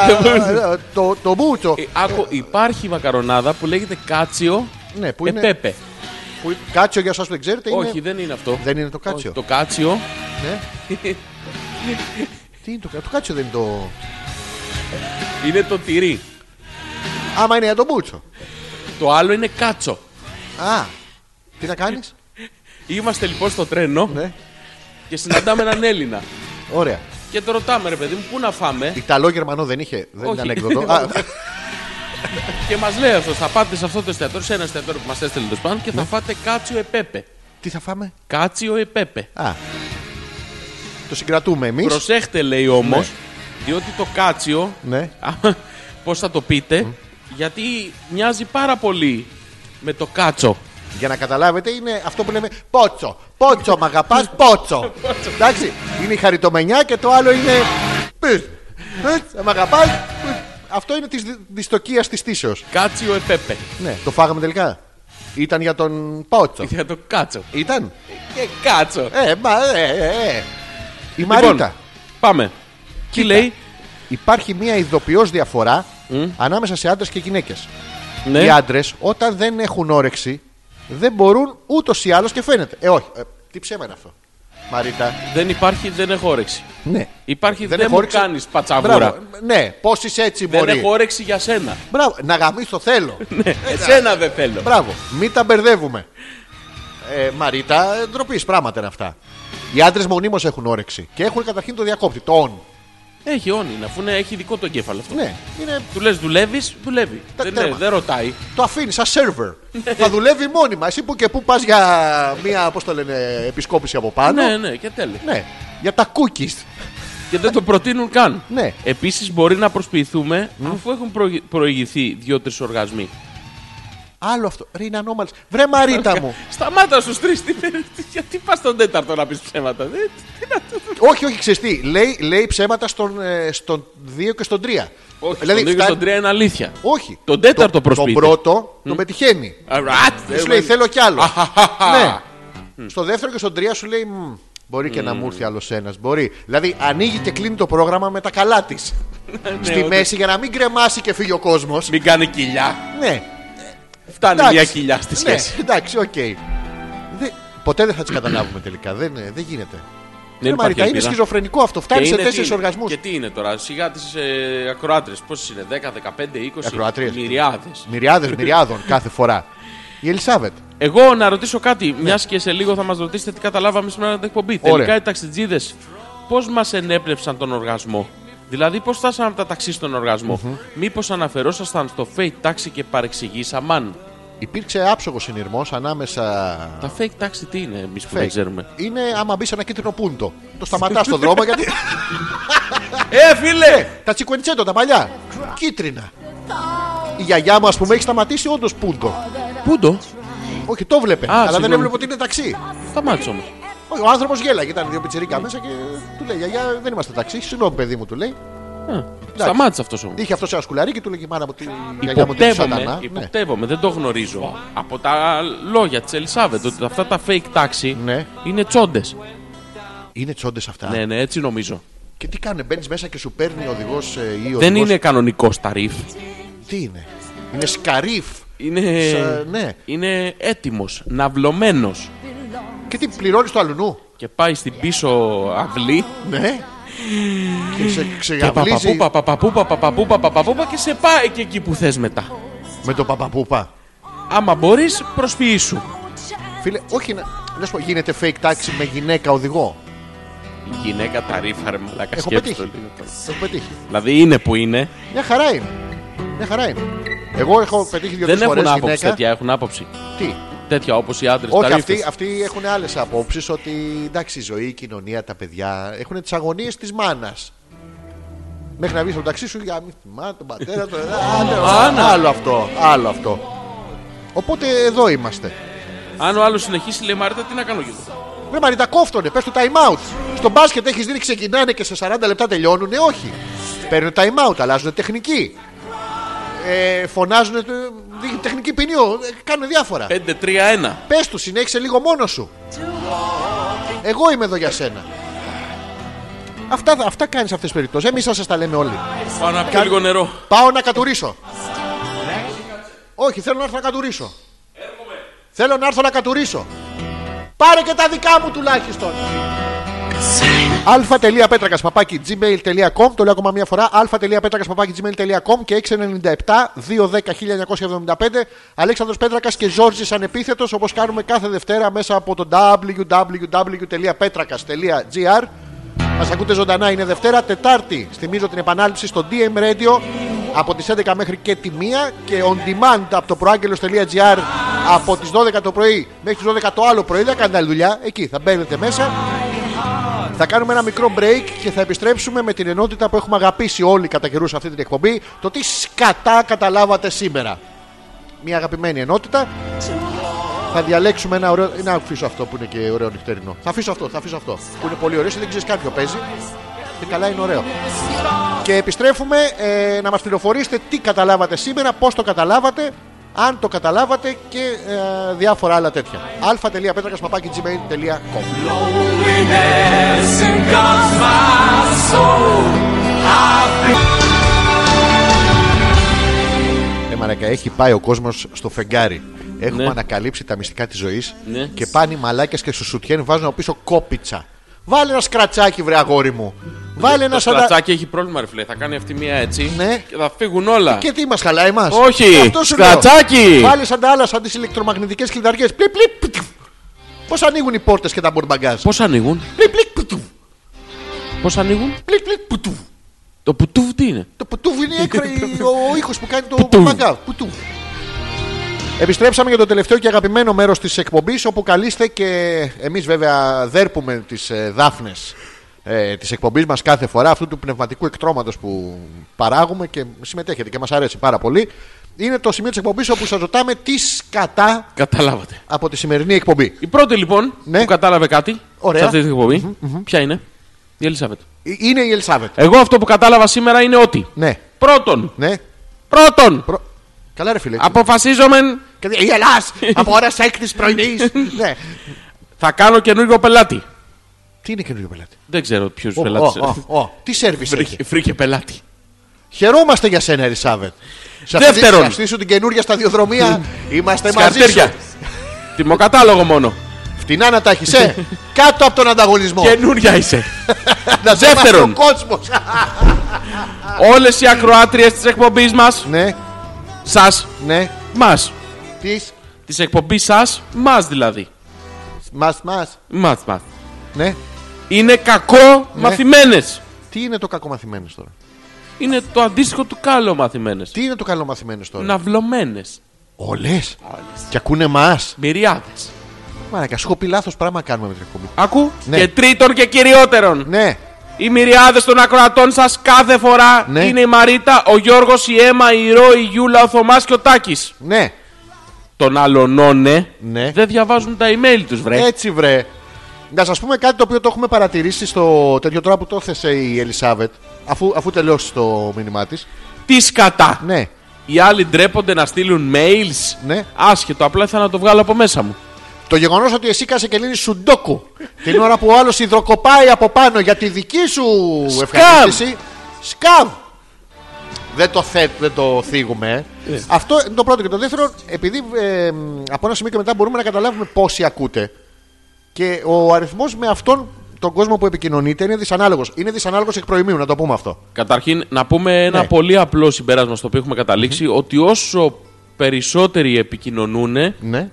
Speaker 1: Α, ε, το, το μπούτσο.
Speaker 2: Ε, άκου, υπάρχει μακαρονάδα που λέγεται κάτσιο
Speaker 1: Ναι, που
Speaker 2: e
Speaker 1: είναι.
Speaker 2: pepe.
Speaker 1: που είναι- Κάτσιο για εσά που δεν ξέρετε είναι.
Speaker 2: Όχι, δεν είναι αυτό.
Speaker 1: Δεν είναι το κάτσιο.
Speaker 2: Όχι, το κάτσιο
Speaker 1: Ναι. Τι είναι το κάτσιο. Το κάτσιο δεν είναι το.
Speaker 2: είναι το τυρί.
Speaker 1: Άμα είναι για τον μπούτσο.
Speaker 2: Το άλλο είναι κάτσο.
Speaker 1: Α, τι να κάνεις.
Speaker 2: Είμαστε λοιπόν στο τρένο
Speaker 1: ναι,
Speaker 2: και συναντάμε έναν Έλληνα.
Speaker 1: ωραία.
Speaker 2: Και το ρωτάμε, ρε παιδί μου, πού να φάμε.
Speaker 1: Ιταλό-Γερμανό δεν είχε. Δεν
Speaker 2: Όχι.
Speaker 1: ήταν έκδοτο. Α,
Speaker 2: και μας λέει αυτός, θα πάτε σε αυτό το εστιατόριο, σε ένα εστιατόριο που μας έστειλε το σπάν και
Speaker 1: Ναι.
Speaker 2: θα φάτε κάτσιο επέπε.
Speaker 1: τι θα φάμε.
Speaker 2: Κάτσιο επέπε.
Speaker 1: Α. Το συγκρατούμε εμείς.
Speaker 2: Προσέχτε, λέει όμως, διότι το κάτσιο.
Speaker 1: Ναι.
Speaker 2: Πώς θα το πείτε, γιατί μοιάζει πάρα πολύ με το κάτσο.
Speaker 1: Για να καταλάβετε, είναι αυτό που λέμε πότσο. Πότσο, μ' αγαπάς, πότσο. Εντάξει, είναι η χαριτομενιά και το άλλο είναι. «Πις». «Πις, Μ' αγαπάς. Αυτό είναι της δυστοκίας της τύσεω.
Speaker 2: Κάτσιο επέπε.
Speaker 1: Ναι, το φάγαμε τελικά. Ήταν για τον Πότσο.
Speaker 2: Για το κάτσο.
Speaker 1: Ήταν.
Speaker 2: Και κάτσο.
Speaker 1: Ε, μα, ε, ε, ε. Η
Speaker 2: Λοιπόν,
Speaker 1: Μαρίτα.
Speaker 2: Πάμε. Τι λέει.
Speaker 1: Υπάρχει μια ειδοποιώς διαφορά ανάμεσα σε άντρες και γυναίκες.
Speaker 2: Ναι.
Speaker 1: Οι άντρες, όταν δεν έχουν όρεξη, δεν μπορούν ούτως ή άλλως και φαίνεται. Ε, όχι. Ε, τι ψέμα είναι αυτό. Μαρίτα.
Speaker 2: Δεν υπάρχει, δεν έχω όρεξη.
Speaker 1: Ναι.
Speaker 2: Υπάρχει, δεν,
Speaker 1: έχω
Speaker 2: μου
Speaker 1: όρεξη.
Speaker 2: κάνεις πατσαβούρα.
Speaker 1: Μπράβο. Ναι, πώς είσαι έτσι,
Speaker 2: Δεν
Speaker 1: Μωρή.
Speaker 2: έχω όρεξη για σένα.
Speaker 1: Μπράβο. Να γαμίσω θέλω.
Speaker 2: Εσένα δεν θέλω.
Speaker 1: Ε, Μπράβο. Μην τα μπερδεύουμε. Ε, Μαρίτα, ε, ντροπή πράγματα είναι αυτά. Οι άντρες μονίμως έχουν όρεξη και έχουν καταρχήν το διακόπτη, το on.
Speaker 2: Έχει όνει, αφού είναι, έχει δικό το εγκέφαλο αυτό.
Speaker 1: Ναι, είναι,
Speaker 2: Του λες δουλεύεις, δουλεύει.
Speaker 1: Τα
Speaker 2: Δεν, ναι,
Speaker 1: τέρμα.
Speaker 2: δεν ρωτάει.
Speaker 1: το αφήνεις σαν σερβερ. Θα δουλεύει μόνιμα. Εσύ που και που πας για μία πώς το λένε, επισκόπηση από πάνω.
Speaker 2: Ναι, ναι, και τέλει.
Speaker 1: Ναι, για τα cookies.
Speaker 2: Και δεν το προτείνουν καν.
Speaker 1: Ναι.
Speaker 2: Επίσης μπορεί να προσποιηθούμε αφού έχουν προηγη- προηγηθεί δύο-τρει οργασμοί.
Speaker 1: Άλλο αυτό. Ρε είναι ανώμαλες. Βρε Μαρίτα μου.
Speaker 2: Σταμάτα στου τρει. Γιατί πας στον τέταρτο να πεις ψέματα. δεν- τι να το-
Speaker 1: όχι, όχι, ξέρεις τι. Λέει, λέει ψέματα στον, ε, στον 2 και στον 3.
Speaker 2: Όχι, στον δύο και
Speaker 1: φτάνει-
Speaker 2: στον τρία είναι αλήθεια.
Speaker 1: Όχι.
Speaker 2: Τον τέταρτο
Speaker 1: Δηλαδή, Τον
Speaker 2: προσποιείται.
Speaker 1: πρώτο τον πετυχαίνει.
Speaker 2: Alright.
Speaker 1: Σου λέει θέλω κι άλλο. ναι. Στο δεύτερο και στον τρία σου λέει «Μμ, μπορεί και να μου έρθει άλλος ένας. Μπορεί. Δηλαδή ανοίγει και κλείνει το πρόγραμμα με τα καλά της. Στη
Speaker 2: όντως.
Speaker 1: μέση για να μην κρεμάσει και φύγει ο κόσμος.
Speaker 2: Μην κάνει κοιλιά.
Speaker 1: Ναι.
Speaker 2: Φτάνει
Speaker 1: Εντάξει.
Speaker 2: μια κοιλιά στη σχέση.
Speaker 1: Ναι, εντάξει, οκ. Δε- Ποτέ δεν θα τις καταλάβουμε τελικά. Δεν, ε, δεν γίνεται.
Speaker 2: Δεν
Speaker 1: Ναι, Μαρίτα, είναι
Speaker 2: ελπίδα.
Speaker 1: σχιζοφρενικό αυτό.
Speaker 2: Και
Speaker 1: Φτάνει σε
Speaker 2: είναι τι
Speaker 1: τέσσερις
Speaker 2: είναι.
Speaker 1: οργασμούς.
Speaker 2: Και τι είναι τώρα, σιγά τις ε, ακροάτρε. Πόσες είναι, 10, 15, 20.
Speaker 1: Ακροάτριες.
Speaker 2: Μυριάδες.
Speaker 1: Μυριάδες μυριάδων κάθε φορά. Η Ελισάβετ.
Speaker 2: Εγώ να ρωτήσω κάτι, μιας και σε λίγο θα μας ρωτήσετε τι καταλάβαμε σήμερα την εκπομπή.
Speaker 1: Ναι. Ωραία.
Speaker 2: Τελικά οι ταξιτζίδες πώς μας ενέπνευσαν τον οργασμό. Δηλαδή, πώς φτάσαμε από τα ταξί στον οργασμό. Μήπως αναφερόσασταν στο fake taxi και παρεξηγήσαμαν.
Speaker 1: Υπήρξε άψογος συνειρμός ανάμεσα.
Speaker 2: Τα fake taxi τι είναι, εμείς που
Speaker 1: Fake.
Speaker 2: δεν ξέρουμε.
Speaker 1: Είναι άμα μπεις σε ένα κίτρινο πούντο. Το σταματάς στον δρόμο γιατί.
Speaker 2: Ε, φίλε!
Speaker 1: τα τσικουεντσέτο τα παλιά. Κίτρινα. Η γιαγιά μου, ας πούμε, έχει σταματήσει όντως πούντο.
Speaker 2: Πού το?
Speaker 1: Όχι, το βλέπε.
Speaker 2: Α,
Speaker 1: αλλά δεν
Speaker 2: συγγνώμη.
Speaker 1: έβλεπε ότι είναι ταξί.
Speaker 2: Σταμάτησε όμως.
Speaker 1: Όχι, ο άνθρωπος γέλαγε. Ήταν δύο πιτσιρίκα μέσα και του λέει: Γιαγιά, δεν είμαστε ταξί. Συγγνώμη, παιδί μου, του λέει.
Speaker 2: Σταμάτησε αυτός όμω.
Speaker 1: Είχε αυτός σε ένα σκουλαρί και του λέει: Μάνα μου, τη γιαγιά μου, τη
Speaker 2: Υποπτεύομαι,
Speaker 1: σατανά. Ναι.
Speaker 2: υποπτεύομαι, δεν το γνωρίζω από τα λόγια της Ελισάβετ ότι αυτά τα fake taxi
Speaker 1: Ναι.
Speaker 2: είναι τσόντες.
Speaker 1: Είναι τσόντες αυτά.
Speaker 2: Ναι, ναι, έτσι νομίζω.
Speaker 1: Και τι κάνουν, μπαίνεις μέσα και σου παίρνει ο οδηγό ή ο
Speaker 2: Δεν
Speaker 1: οδηγός-
Speaker 2: είναι κανονικός τα ριφ.
Speaker 1: Τι είναι. Είναι σκαρίφ.
Speaker 2: Είναι,
Speaker 1: Σα- ναι.
Speaker 2: είναι έτοιμος, ναυλωμένος.
Speaker 1: Και τι πληρώνεις το αλουνού.
Speaker 2: Και πάει στην πίσω αυλή.
Speaker 1: Ναι. και σε
Speaker 2: Και
Speaker 1: ξεγαβλίζει
Speaker 2: παπαπούπα, παπαπούπα, παπαπούπα, παπαπούπα και σε πάει και εκεί που θες μετά.
Speaker 1: με τον παπαπούπα.
Speaker 2: Άμα μπορείς, προσποιήσου.
Speaker 1: Φίλε, όχι να. Να σου πω, γίνεται fake taxi με γυναίκα οδηγό.
Speaker 2: Η γυναίκα τα ρίφα, ρε μαλάκα,
Speaker 1: Έχω
Speaker 2: σκέψου το
Speaker 1: πετύχει.
Speaker 2: λίγο τώρα.
Speaker 1: Έχω πετύχει.
Speaker 2: Δηλαδή είναι που είναι.
Speaker 1: Μια χαρά είναι. Μια χαρά είναι. Εγώ έχω πετύχει δύο-τρει
Speaker 2: Δεν
Speaker 1: φορέ
Speaker 2: έχουν άποψη
Speaker 1: γυναίκα.
Speaker 2: τέτοια, έχουν άποψη.
Speaker 1: Τι.
Speaker 2: Τέτοια όπως οι άντρες
Speaker 1: Όχι,
Speaker 2: τα
Speaker 1: αυτοί,
Speaker 2: ρίφτες.
Speaker 1: αυτοί έχουν άλλες απόψεις ότι εντάξει, η ζωή, η κοινωνία, τα παιδιά έχουν τις αγωνίες της μάνας. Μέχρι να βγεις από το ταξί σου για μη θυμά, τον πατέρα, τον άντε,
Speaker 2: Μάνα.
Speaker 1: Άλλο αυτό, άλλο αυτό. Οπότε εδώ είμαστε.
Speaker 2: Αν ο άλλος συνεχίσει, λέει Μαρίτα, τι να κάνω γι' αυτό.
Speaker 1: Ρε Μαρίτα, κόφτονε, πες το time out. Στο μπάσκετ έχεις δει, ξεκινάνε και σε 40 λεπτά τελειώνουν. Ε, όχι. Παίρνουν time out, αλλάζουν τεχνική. Ε, φωνάζουν ε, τεχνική ποινή, ε, κάνουν διάφορα.
Speaker 2: 5-3-1.
Speaker 1: Πες του, συνέχισε λίγο μόνος σου. Εγώ είμαι εδώ για σένα. Αυτά, αυτά κάνεις σε αυτές τις περιπτώσεις. Εμείς θα σας τα λέμε όλοι.
Speaker 2: Πάω να πιω λίγο νερό.
Speaker 1: Πάω να κατουρίσω. Όχι, θέλω να έρθω να κατουρίσω. Θέλω να έρθω να κατουρίσω. Πάρε και τα δικά μου τουλάχιστον. αλφα.πέτρακα παπάκι gmail.com Το λέω ακόμα μία φορά. αλφα.πέτρακα παπάκι gmail.com και 697-210-1975 Αλέξανδρος Πέτρακας και Ζόρζης Ανεπίθετος όπως κάνουμε κάθε Δευτέρα μέσα από το www.petrakas.gr Μας ακούτε ζωντανά, είναι Δευτέρα. Τετάρτη, θυμίζω την επανάληψη στο DM Radio από τις 11 μέχρι και τη 1 και on demand από το προάγγελος.gr από τις 12 το πρωί μέχρι τις 12 το άλλο πρωί. Δεν κάνετε άλλη δουλειά. Εκεί θα μπαίνετε μέσα. Θα κάνουμε ένα μικρό break και θα επιστρέψουμε με την ενότητα που έχουμε αγαπήσει όλοι κατά καιρούς σε αυτή την εκπομπή. Το τι σκατά καταλάβατε σήμερα. Μια αγαπημένη ενότητα. Θα διαλέξουμε ένα ωραίο. Να αφήσω αυτό που είναι και ωραίο νυχτερινό. Θα αφήσω αυτό, θα αφήσω αυτό. Που είναι πολύ ωραίο και δεν ξέρεις καν ποιο παίζει. Και καλά είναι ωραίο. Και επιστρέφουμε ε, να μας πληροφορήσετε τι καταλάβατε σήμερα, πώς το καταλάβατε, αν το καταλάβατε και ε, διάφορα άλλα τέτοια. α.πέτρακα.gmail.com Ε, μαλάκα, έχει πάει ο κόσμος στο φεγγάρι. Έχουμε
Speaker 2: Ναι.
Speaker 1: ανακαλύψει τα μυστικά της ζωής
Speaker 2: Ναι.
Speaker 1: και πάνε οι μαλάκες και στο σουτιέν βάζουν από πίσω κόπιτσα. Βάλε ένα σκρατσάκι, βρε αγόρι μου. Βάλε ένα
Speaker 2: Το
Speaker 1: σαντα...
Speaker 2: σκρατσάκι έχει πρόβλημα, ρε φίλε. Θα κάνει αυτή μία έτσι.
Speaker 1: Ναι.
Speaker 2: Και θα φύγουν όλα.
Speaker 1: Και τι μας χαλάει Ε, μα.
Speaker 2: Όχι, σκρατσάκι!
Speaker 1: Βάλε σαν τα άλλα, σαν τις ηλεκτρομαγνητικές κλειδαριέ. Πλιπ, πλιπ. Πώς ανοίγουν οι πόρτες και τα μπορμπαγκάζ.
Speaker 2: Πώς ανοίγουν,
Speaker 1: Πλιπ, πλιπ, πουτου.
Speaker 2: πώς ανοίγουν.
Speaker 1: Πλιπ, πλιπ, πουτου.
Speaker 2: Το πουτούβ τι είναι.
Speaker 1: Το πουτούβ είναι η έκρα- η- ο ήχος που κάνει το
Speaker 2: Πουτούβ.
Speaker 1: μπαγκά. Πουτούβ. Επιστρέψαμε για το τελευταίο και αγαπημένο μέρος της εκπομπής, όπου καλείστε και εμείς βέβαια δέρπουμε τις ε, δάφνες ε, της εκπομπής μας κάθε φορά, αυτού του πνευματικού εκτρώματος που παράγουμε και συμμετέχετε και μας αρέσει πάρα πολύ. Είναι το σημείο της εκπομπής όπου σας ρωτάμε τι σκατά
Speaker 2: Καταλάβατε.
Speaker 1: από τη σημερινή εκπομπή.
Speaker 2: Η πρώτη λοιπόν
Speaker 1: Ναι.
Speaker 2: που κατάλαβε κάτι
Speaker 1: Ωραία.
Speaker 2: σε αυτή την εκπομπη ποια είναι. Η Ελισάβετ.
Speaker 1: Ε, Είναι η Ελισάβετ.
Speaker 2: Εγώ αυτό που κατάλαβα σήμερα είναι ότι.
Speaker 1: Ναι,
Speaker 2: Πρώτον,
Speaker 1: ναι.
Speaker 2: πρώτον,
Speaker 1: Προ... Καλά, ρε φίλε.
Speaker 2: αποφασίζομαι
Speaker 1: Και- Η Ελλάς από ώρα 6 τη πρωινής. ναι.
Speaker 2: θα κάνω καινούριο πελάτη.
Speaker 1: Τι είναι καινούριο πελάτη.
Speaker 2: Δεν ξέρω ποιους
Speaker 1: Ω,
Speaker 2: πελάτη.
Speaker 1: ω, ω, ω. Τι σερβις έχει.
Speaker 2: Βρήκε πελάτη.
Speaker 1: Χαιρόμαστε για σένα, Ελισάβετ. Σε αυτή-
Speaker 2: Δεύτερον.
Speaker 1: σε αυτή σου την καινούργια σταδιοδρομία είμαστε μαζί σου.
Speaker 2: Σκαρτέρια. Τιμοκατάλογο μόνο.
Speaker 1: Φτηνά να τα έχεις, ε. Κάτω από τον ανταγωνισμό.
Speaker 2: Καινούρια είσαι.
Speaker 1: να σε μάθει ο
Speaker 2: δεύτερον.
Speaker 1: κόσμος.
Speaker 2: Όλες οι ακροάτριες της εκπομπής μας,
Speaker 1: ναι,
Speaker 2: σας,
Speaker 1: ναι.
Speaker 2: μας.
Speaker 1: Τις.
Speaker 2: Της εκπομπής σας, μας δηλαδή.
Speaker 1: Μας, μας.
Speaker 2: Μας, μας.
Speaker 1: Ναι.
Speaker 2: Είναι κακό μαθημένες.
Speaker 1: Τι είναι το κακομαθημένος τώρα.
Speaker 2: Είναι το αντίστοιχο του καλό μαθημένες.
Speaker 1: Τι είναι το καλομαθημένος τώρα.
Speaker 2: Ναυλωμένες.
Speaker 1: Όλες. Και ακούνε μας.
Speaker 2: Μυριάδες.
Speaker 1: Μαρακα, σου έχω πει λάθος πράγμα κάνουμε με την εκπομπή.
Speaker 2: Ακού.
Speaker 1: Ναι.
Speaker 2: Και τρίτον και κυριότερον.
Speaker 1: Ναι.
Speaker 2: Οι μυριάδες των ακροατών σας κάθε φορά
Speaker 1: Ναι.
Speaker 2: είναι η Μαρίτα, ο Γιώργος, η Έμα, η Ρο, η Γιούλα, ο Θωμάς και ο Τάκης.
Speaker 1: Ναι.
Speaker 2: Τον αλωνώνε.
Speaker 1: Ναι. Ε,
Speaker 2: Δεν διαβάζουν τα email τους, βρε.
Speaker 1: Έτσι βρε. Να σας πούμε κάτι το οποίο το έχουμε παρατηρήσει στο τέτοιο τώρα που το έθεσε η Ελισάβετ, αφού, αφού τελειώσει το μήνυμά της.
Speaker 2: Τι σκατά.
Speaker 1: Ναι,
Speaker 2: Οι άλλοι ντρέπονται να στείλουν mails.
Speaker 1: Ναι.
Speaker 2: Άσχετο, απλά ήθελα να το βγάλω από μέσα μου.
Speaker 1: Το γεγονός ότι εσύ κασε και λύνεις σουντόκου την ώρα που ο άλλος υδροκοπάει από πάνω για τη δική σου ευχαρίστηση. Σκάβ! Δεν το, θε, δεν το θίγουμε. ε. Αυτό είναι το πρώτο. Και το δεύτερο, επειδή ε, μ, από ένα σημείο και μετά μπορούμε να καταλάβουμε πόσοι ακούτε. Και ο αριθμός με αυτόν τον κόσμο που επικοινωνείται είναι δυσανάλογος. Είναι δυσανάλογος εκ προημίου, να το πούμε αυτό.
Speaker 2: Καταρχήν, να πούμε ένα
Speaker 1: Ναι.
Speaker 2: πολύ απλό συμπέρασμα στο οποίο έχουμε καταλήξει, ότι όσο περισσότεροι επικοινωνούν,
Speaker 1: Ναι.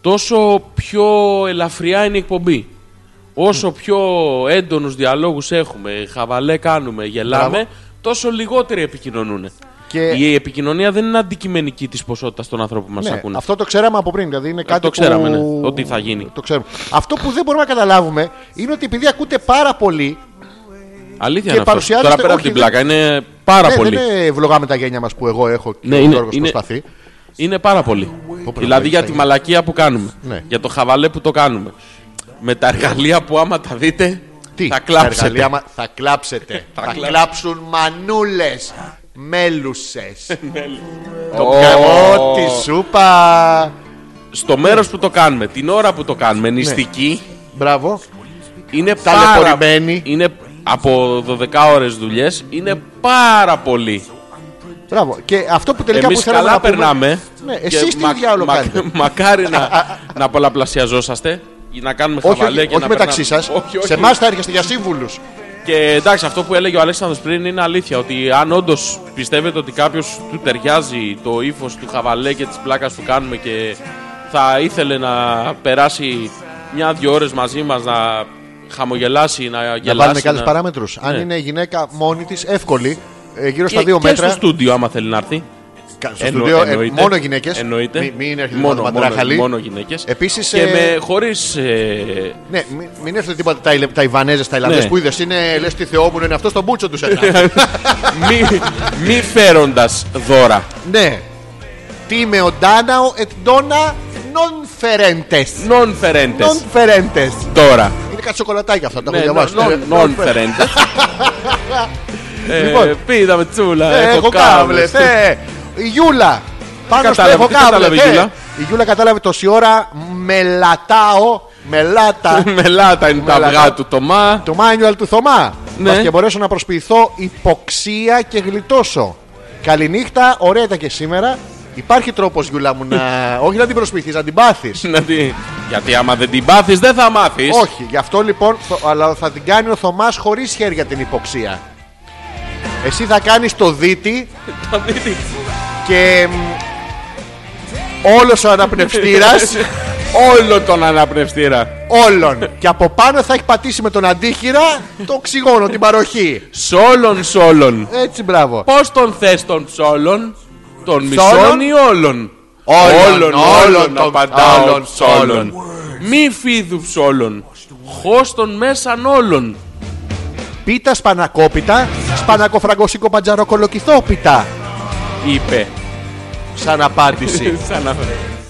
Speaker 2: τόσο πιο ελαφριά είναι η εκπομπή. Όσο πιο έντονους διαλόγους έχουμε, χαβαλέ κάνουμε, γελάμε,
Speaker 1: Μπράβο.
Speaker 2: τόσο λιγότεροι επικοινωνούν.
Speaker 1: Και-
Speaker 2: Η επικοινωνία δεν είναι αντικειμενική της ποσότητας των ανθρώπων που μας
Speaker 1: Ναι,
Speaker 2: ακούνε. Ε,
Speaker 1: αυτό το ξέραμε από πριν. Δηλαδή είναι κάτι
Speaker 2: το ξέραμε,
Speaker 1: που...
Speaker 2: ναι, ότι θα γίνει.
Speaker 1: Το ξέρουμε. Αυτό που δεν μπορούμε να καταλάβουμε είναι ότι επειδή ακούτε πάρα πολύ.
Speaker 2: Αλήθεια
Speaker 1: και
Speaker 2: είναι αυτό.
Speaker 1: παρουσιάζεται-
Speaker 2: Τώρα πέρα από
Speaker 1: όχι,
Speaker 2: την
Speaker 1: δεν-
Speaker 2: πλάκα, είναι πάρα
Speaker 1: ναι,
Speaker 2: πολύ.
Speaker 1: Δεν είναι ευλογάμε τα γένια μας που εγώ έχω και
Speaker 2: Ναι,
Speaker 1: ο
Speaker 2: είναι-
Speaker 1: Γιώργος
Speaker 2: είναι-
Speaker 1: προσπαθεί.
Speaker 2: Είναι πάρα πολύ.
Speaker 1: πρέπει να
Speaker 2: Δηλαδή για
Speaker 1: έχεις
Speaker 2: τη
Speaker 1: τα
Speaker 2: μαλακία που κάνουμε.
Speaker 1: Ναι.
Speaker 2: Για το χαβαλέ που το κάνουμε. Με τα εργαλεία που άμα τα δείτε,
Speaker 1: Τι,
Speaker 2: θα
Speaker 1: τα
Speaker 2: κλάψετε.
Speaker 1: εργαλεία μα- θα κλάψετε.
Speaker 2: Θα
Speaker 1: θα
Speaker 2: κλάψ-
Speaker 1: κλάψουν μανούλες. Μέλουσες. το
Speaker 2: Ω.
Speaker 1: πιαμό τη σούπα.
Speaker 2: Στο μέρος που το κάνουμε, την ώρα που το
Speaker 1: Ναι.
Speaker 2: κάνουμε, νηστική,
Speaker 1: Μπράβο.
Speaker 2: είναι πάρα
Speaker 1: Ταλαιπωρημένη.
Speaker 2: Είναι από 12 ώρες δουλειές, είναι πάρα πολύ.
Speaker 1: Μπράβο. Και αυτό που τελικά
Speaker 2: Εμείς
Speaker 1: που θέλαμε
Speaker 2: καλά
Speaker 1: να πούμε-
Speaker 2: περνάμε.
Speaker 1: Ναι,
Speaker 2: και
Speaker 1: εσείς τι
Speaker 2: μα-
Speaker 1: διάολο
Speaker 2: μα-
Speaker 1: κάνετε.
Speaker 2: Μακάρι να, να πολλαπλασιαζόσαστε. για Να κάνουμε
Speaker 1: Όχι,
Speaker 2: χαβαλέ
Speaker 1: όχι,
Speaker 2: και
Speaker 1: όχι
Speaker 2: να
Speaker 1: μεταξύ σα.
Speaker 2: περνάμε- Όχι,
Speaker 1: Σε
Speaker 2: όχι.
Speaker 1: εμάς θα έρχεστε για σύμβουλους.
Speaker 2: Και εντάξει, αυτό που έλεγε ο Αλέξανδρος πριν είναι αλήθεια. Ότι αν όντως πιστεύετε ότι κάποιος του ταιριάζει το ύφος του χαβαλέ και τη πλάκα που κάνουμε και θα ήθελε να περάσει μια-δυο ώρες μαζί μας να χαμογελάσει, να γελάσει.
Speaker 1: Να βάλουμε και άλλε
Speaker 2: να-
Speaker 1: παράμετρους. Αν
Speaker 2: Ναι.
Speaker 1: είναι γυναίκα μόνη της, εύκολη. ε, Γύρω στα
Speaker 2: Και,
Speaker 1: δύο
Speaker 2: και
Speaker 1: μέτρα.
Speaker 2: στο στούντιο, άμα θέλει να έρθει.
Speaker 1: Κα- Στο
Speaker 2: Εννο-
Speaker 1: στούντιο, ε,
Speaker 2: εννοείται.
Speaker 1: μόνο γυναίκες.
Speaker 2: Εννοείται.
Speaker 1: Μην, μην έρχεται
Speaker 2: μόνο,
Speaker 1: τίποτα
Speaker 2: μόνο,
Speaker 1: μαντράχαλι.
Speaker 2: μόνο γυναίκες.
Speaker 1: Επίσης,
Speaker 2: Και
Speaker 1: ε,
Speaker 2: με, χωρίς, ε,
Speaker 1: Ναι, μην, μην έρχονται τίποτα τα, Ιλε- τα Ιβανέζε, τα Ιλανδέ
Speaker 2: Ναι.
Speaker 1: που είδες. Είναι λες τι Θεόμουν είναι αυτό στον μπούτσο τους έκανε.
Speaker 2: μη, μη φέροντας δώρα.
Speaker 1: ναι. Time o Danao et dona non ferentes.
Speaker 2: Non ferentes.
Speaker 1: Non ferentes.
Speaker 2: Τώρα.
Speaker 1: Είναι κάτι σοκολατάκια αυτά, τα
Speaker 2: Ναι,
Speaker 1: έχω διαβάσει.
Speaker 2: non- non ferentes. Ε, Πίδα με τσούλα.
Speaker 1: Λοιπόν. Ε,
Speaker 2: Ε,
Speaker 1: Έχω κάβλες. Η Γιούλα. Πάνω στο
Speaker 2: κατάλαβε,
Speaker 1: έχω
Speaker 2: τι κατάλαβε η
Speaker 1: κάβλε.
Speaker 2: Γιούλα?
Speaker 1: Η Γιούλα κατάλαβε τόση ώρα μελατάω. Μελάτα.
Speaker 2: Μελάτα είναι τα
Speaker 1: Μελάτα.
Speaker 2: αυγά του Τωμά.
Speaker 1: Το manual του Θωμά.
Speaker 2: Ναι.
Speaker 1: Μπας και μπορέσω να προσποιηθώ υποξία και γλιτώσω. Καληνύχτα, ωραία ήταν και σήμερα. Υπάρχει τρόπος, Γιούλα μου, να. Όχι να την προσποιηθείς, να την πάθεις.
Speaker 2: Να τη- Γιατί άμα δεν την πάθεις, δεν θα μάθεις.
Speaker 1: Όχι, γι' αυτό λοιπόν. θο- Αλλά θα την κάνει ο Θωμάς χωρίς χέρια την υποξία. Εσύ θα κάνεις το δίτη και. Όλος ο αναπνευστήρας
Speaker 2: Όλο τον αναπνευστήρα.
Speaker 1: όλων. και από πάνω θα έχει πατήσει με τον αντίχειρα το οξυγόνο, την παροχή.
Speaker 2: Σόλον, σόλον.
Speaker 1: Έτσι, μπράβο.
Speaker 2: Πώς τον θες τον ψόλον, τον μισόν
Speaker 1: Ψόλον?
Speaker 2: ή όλον.
Speaker 1: Όλον, όλον,
Speaker 2: τον
Speaker 1: όλον,
Speaker 2: παντάω
Speaker 1: όλον.
Speaker 2: ψόλον. Μη φίδου ψόλον. Χώ τον μέσαν όλων.
Speaker 1: Πίτα σπανακόπιτα, σπανακοφραγκοσίκο παντζαροκολοκυθόπιτα.
Speaker 2: Είπε.
Speaker 1: Σαν απάντηση.
Speaker 2: Σαν να-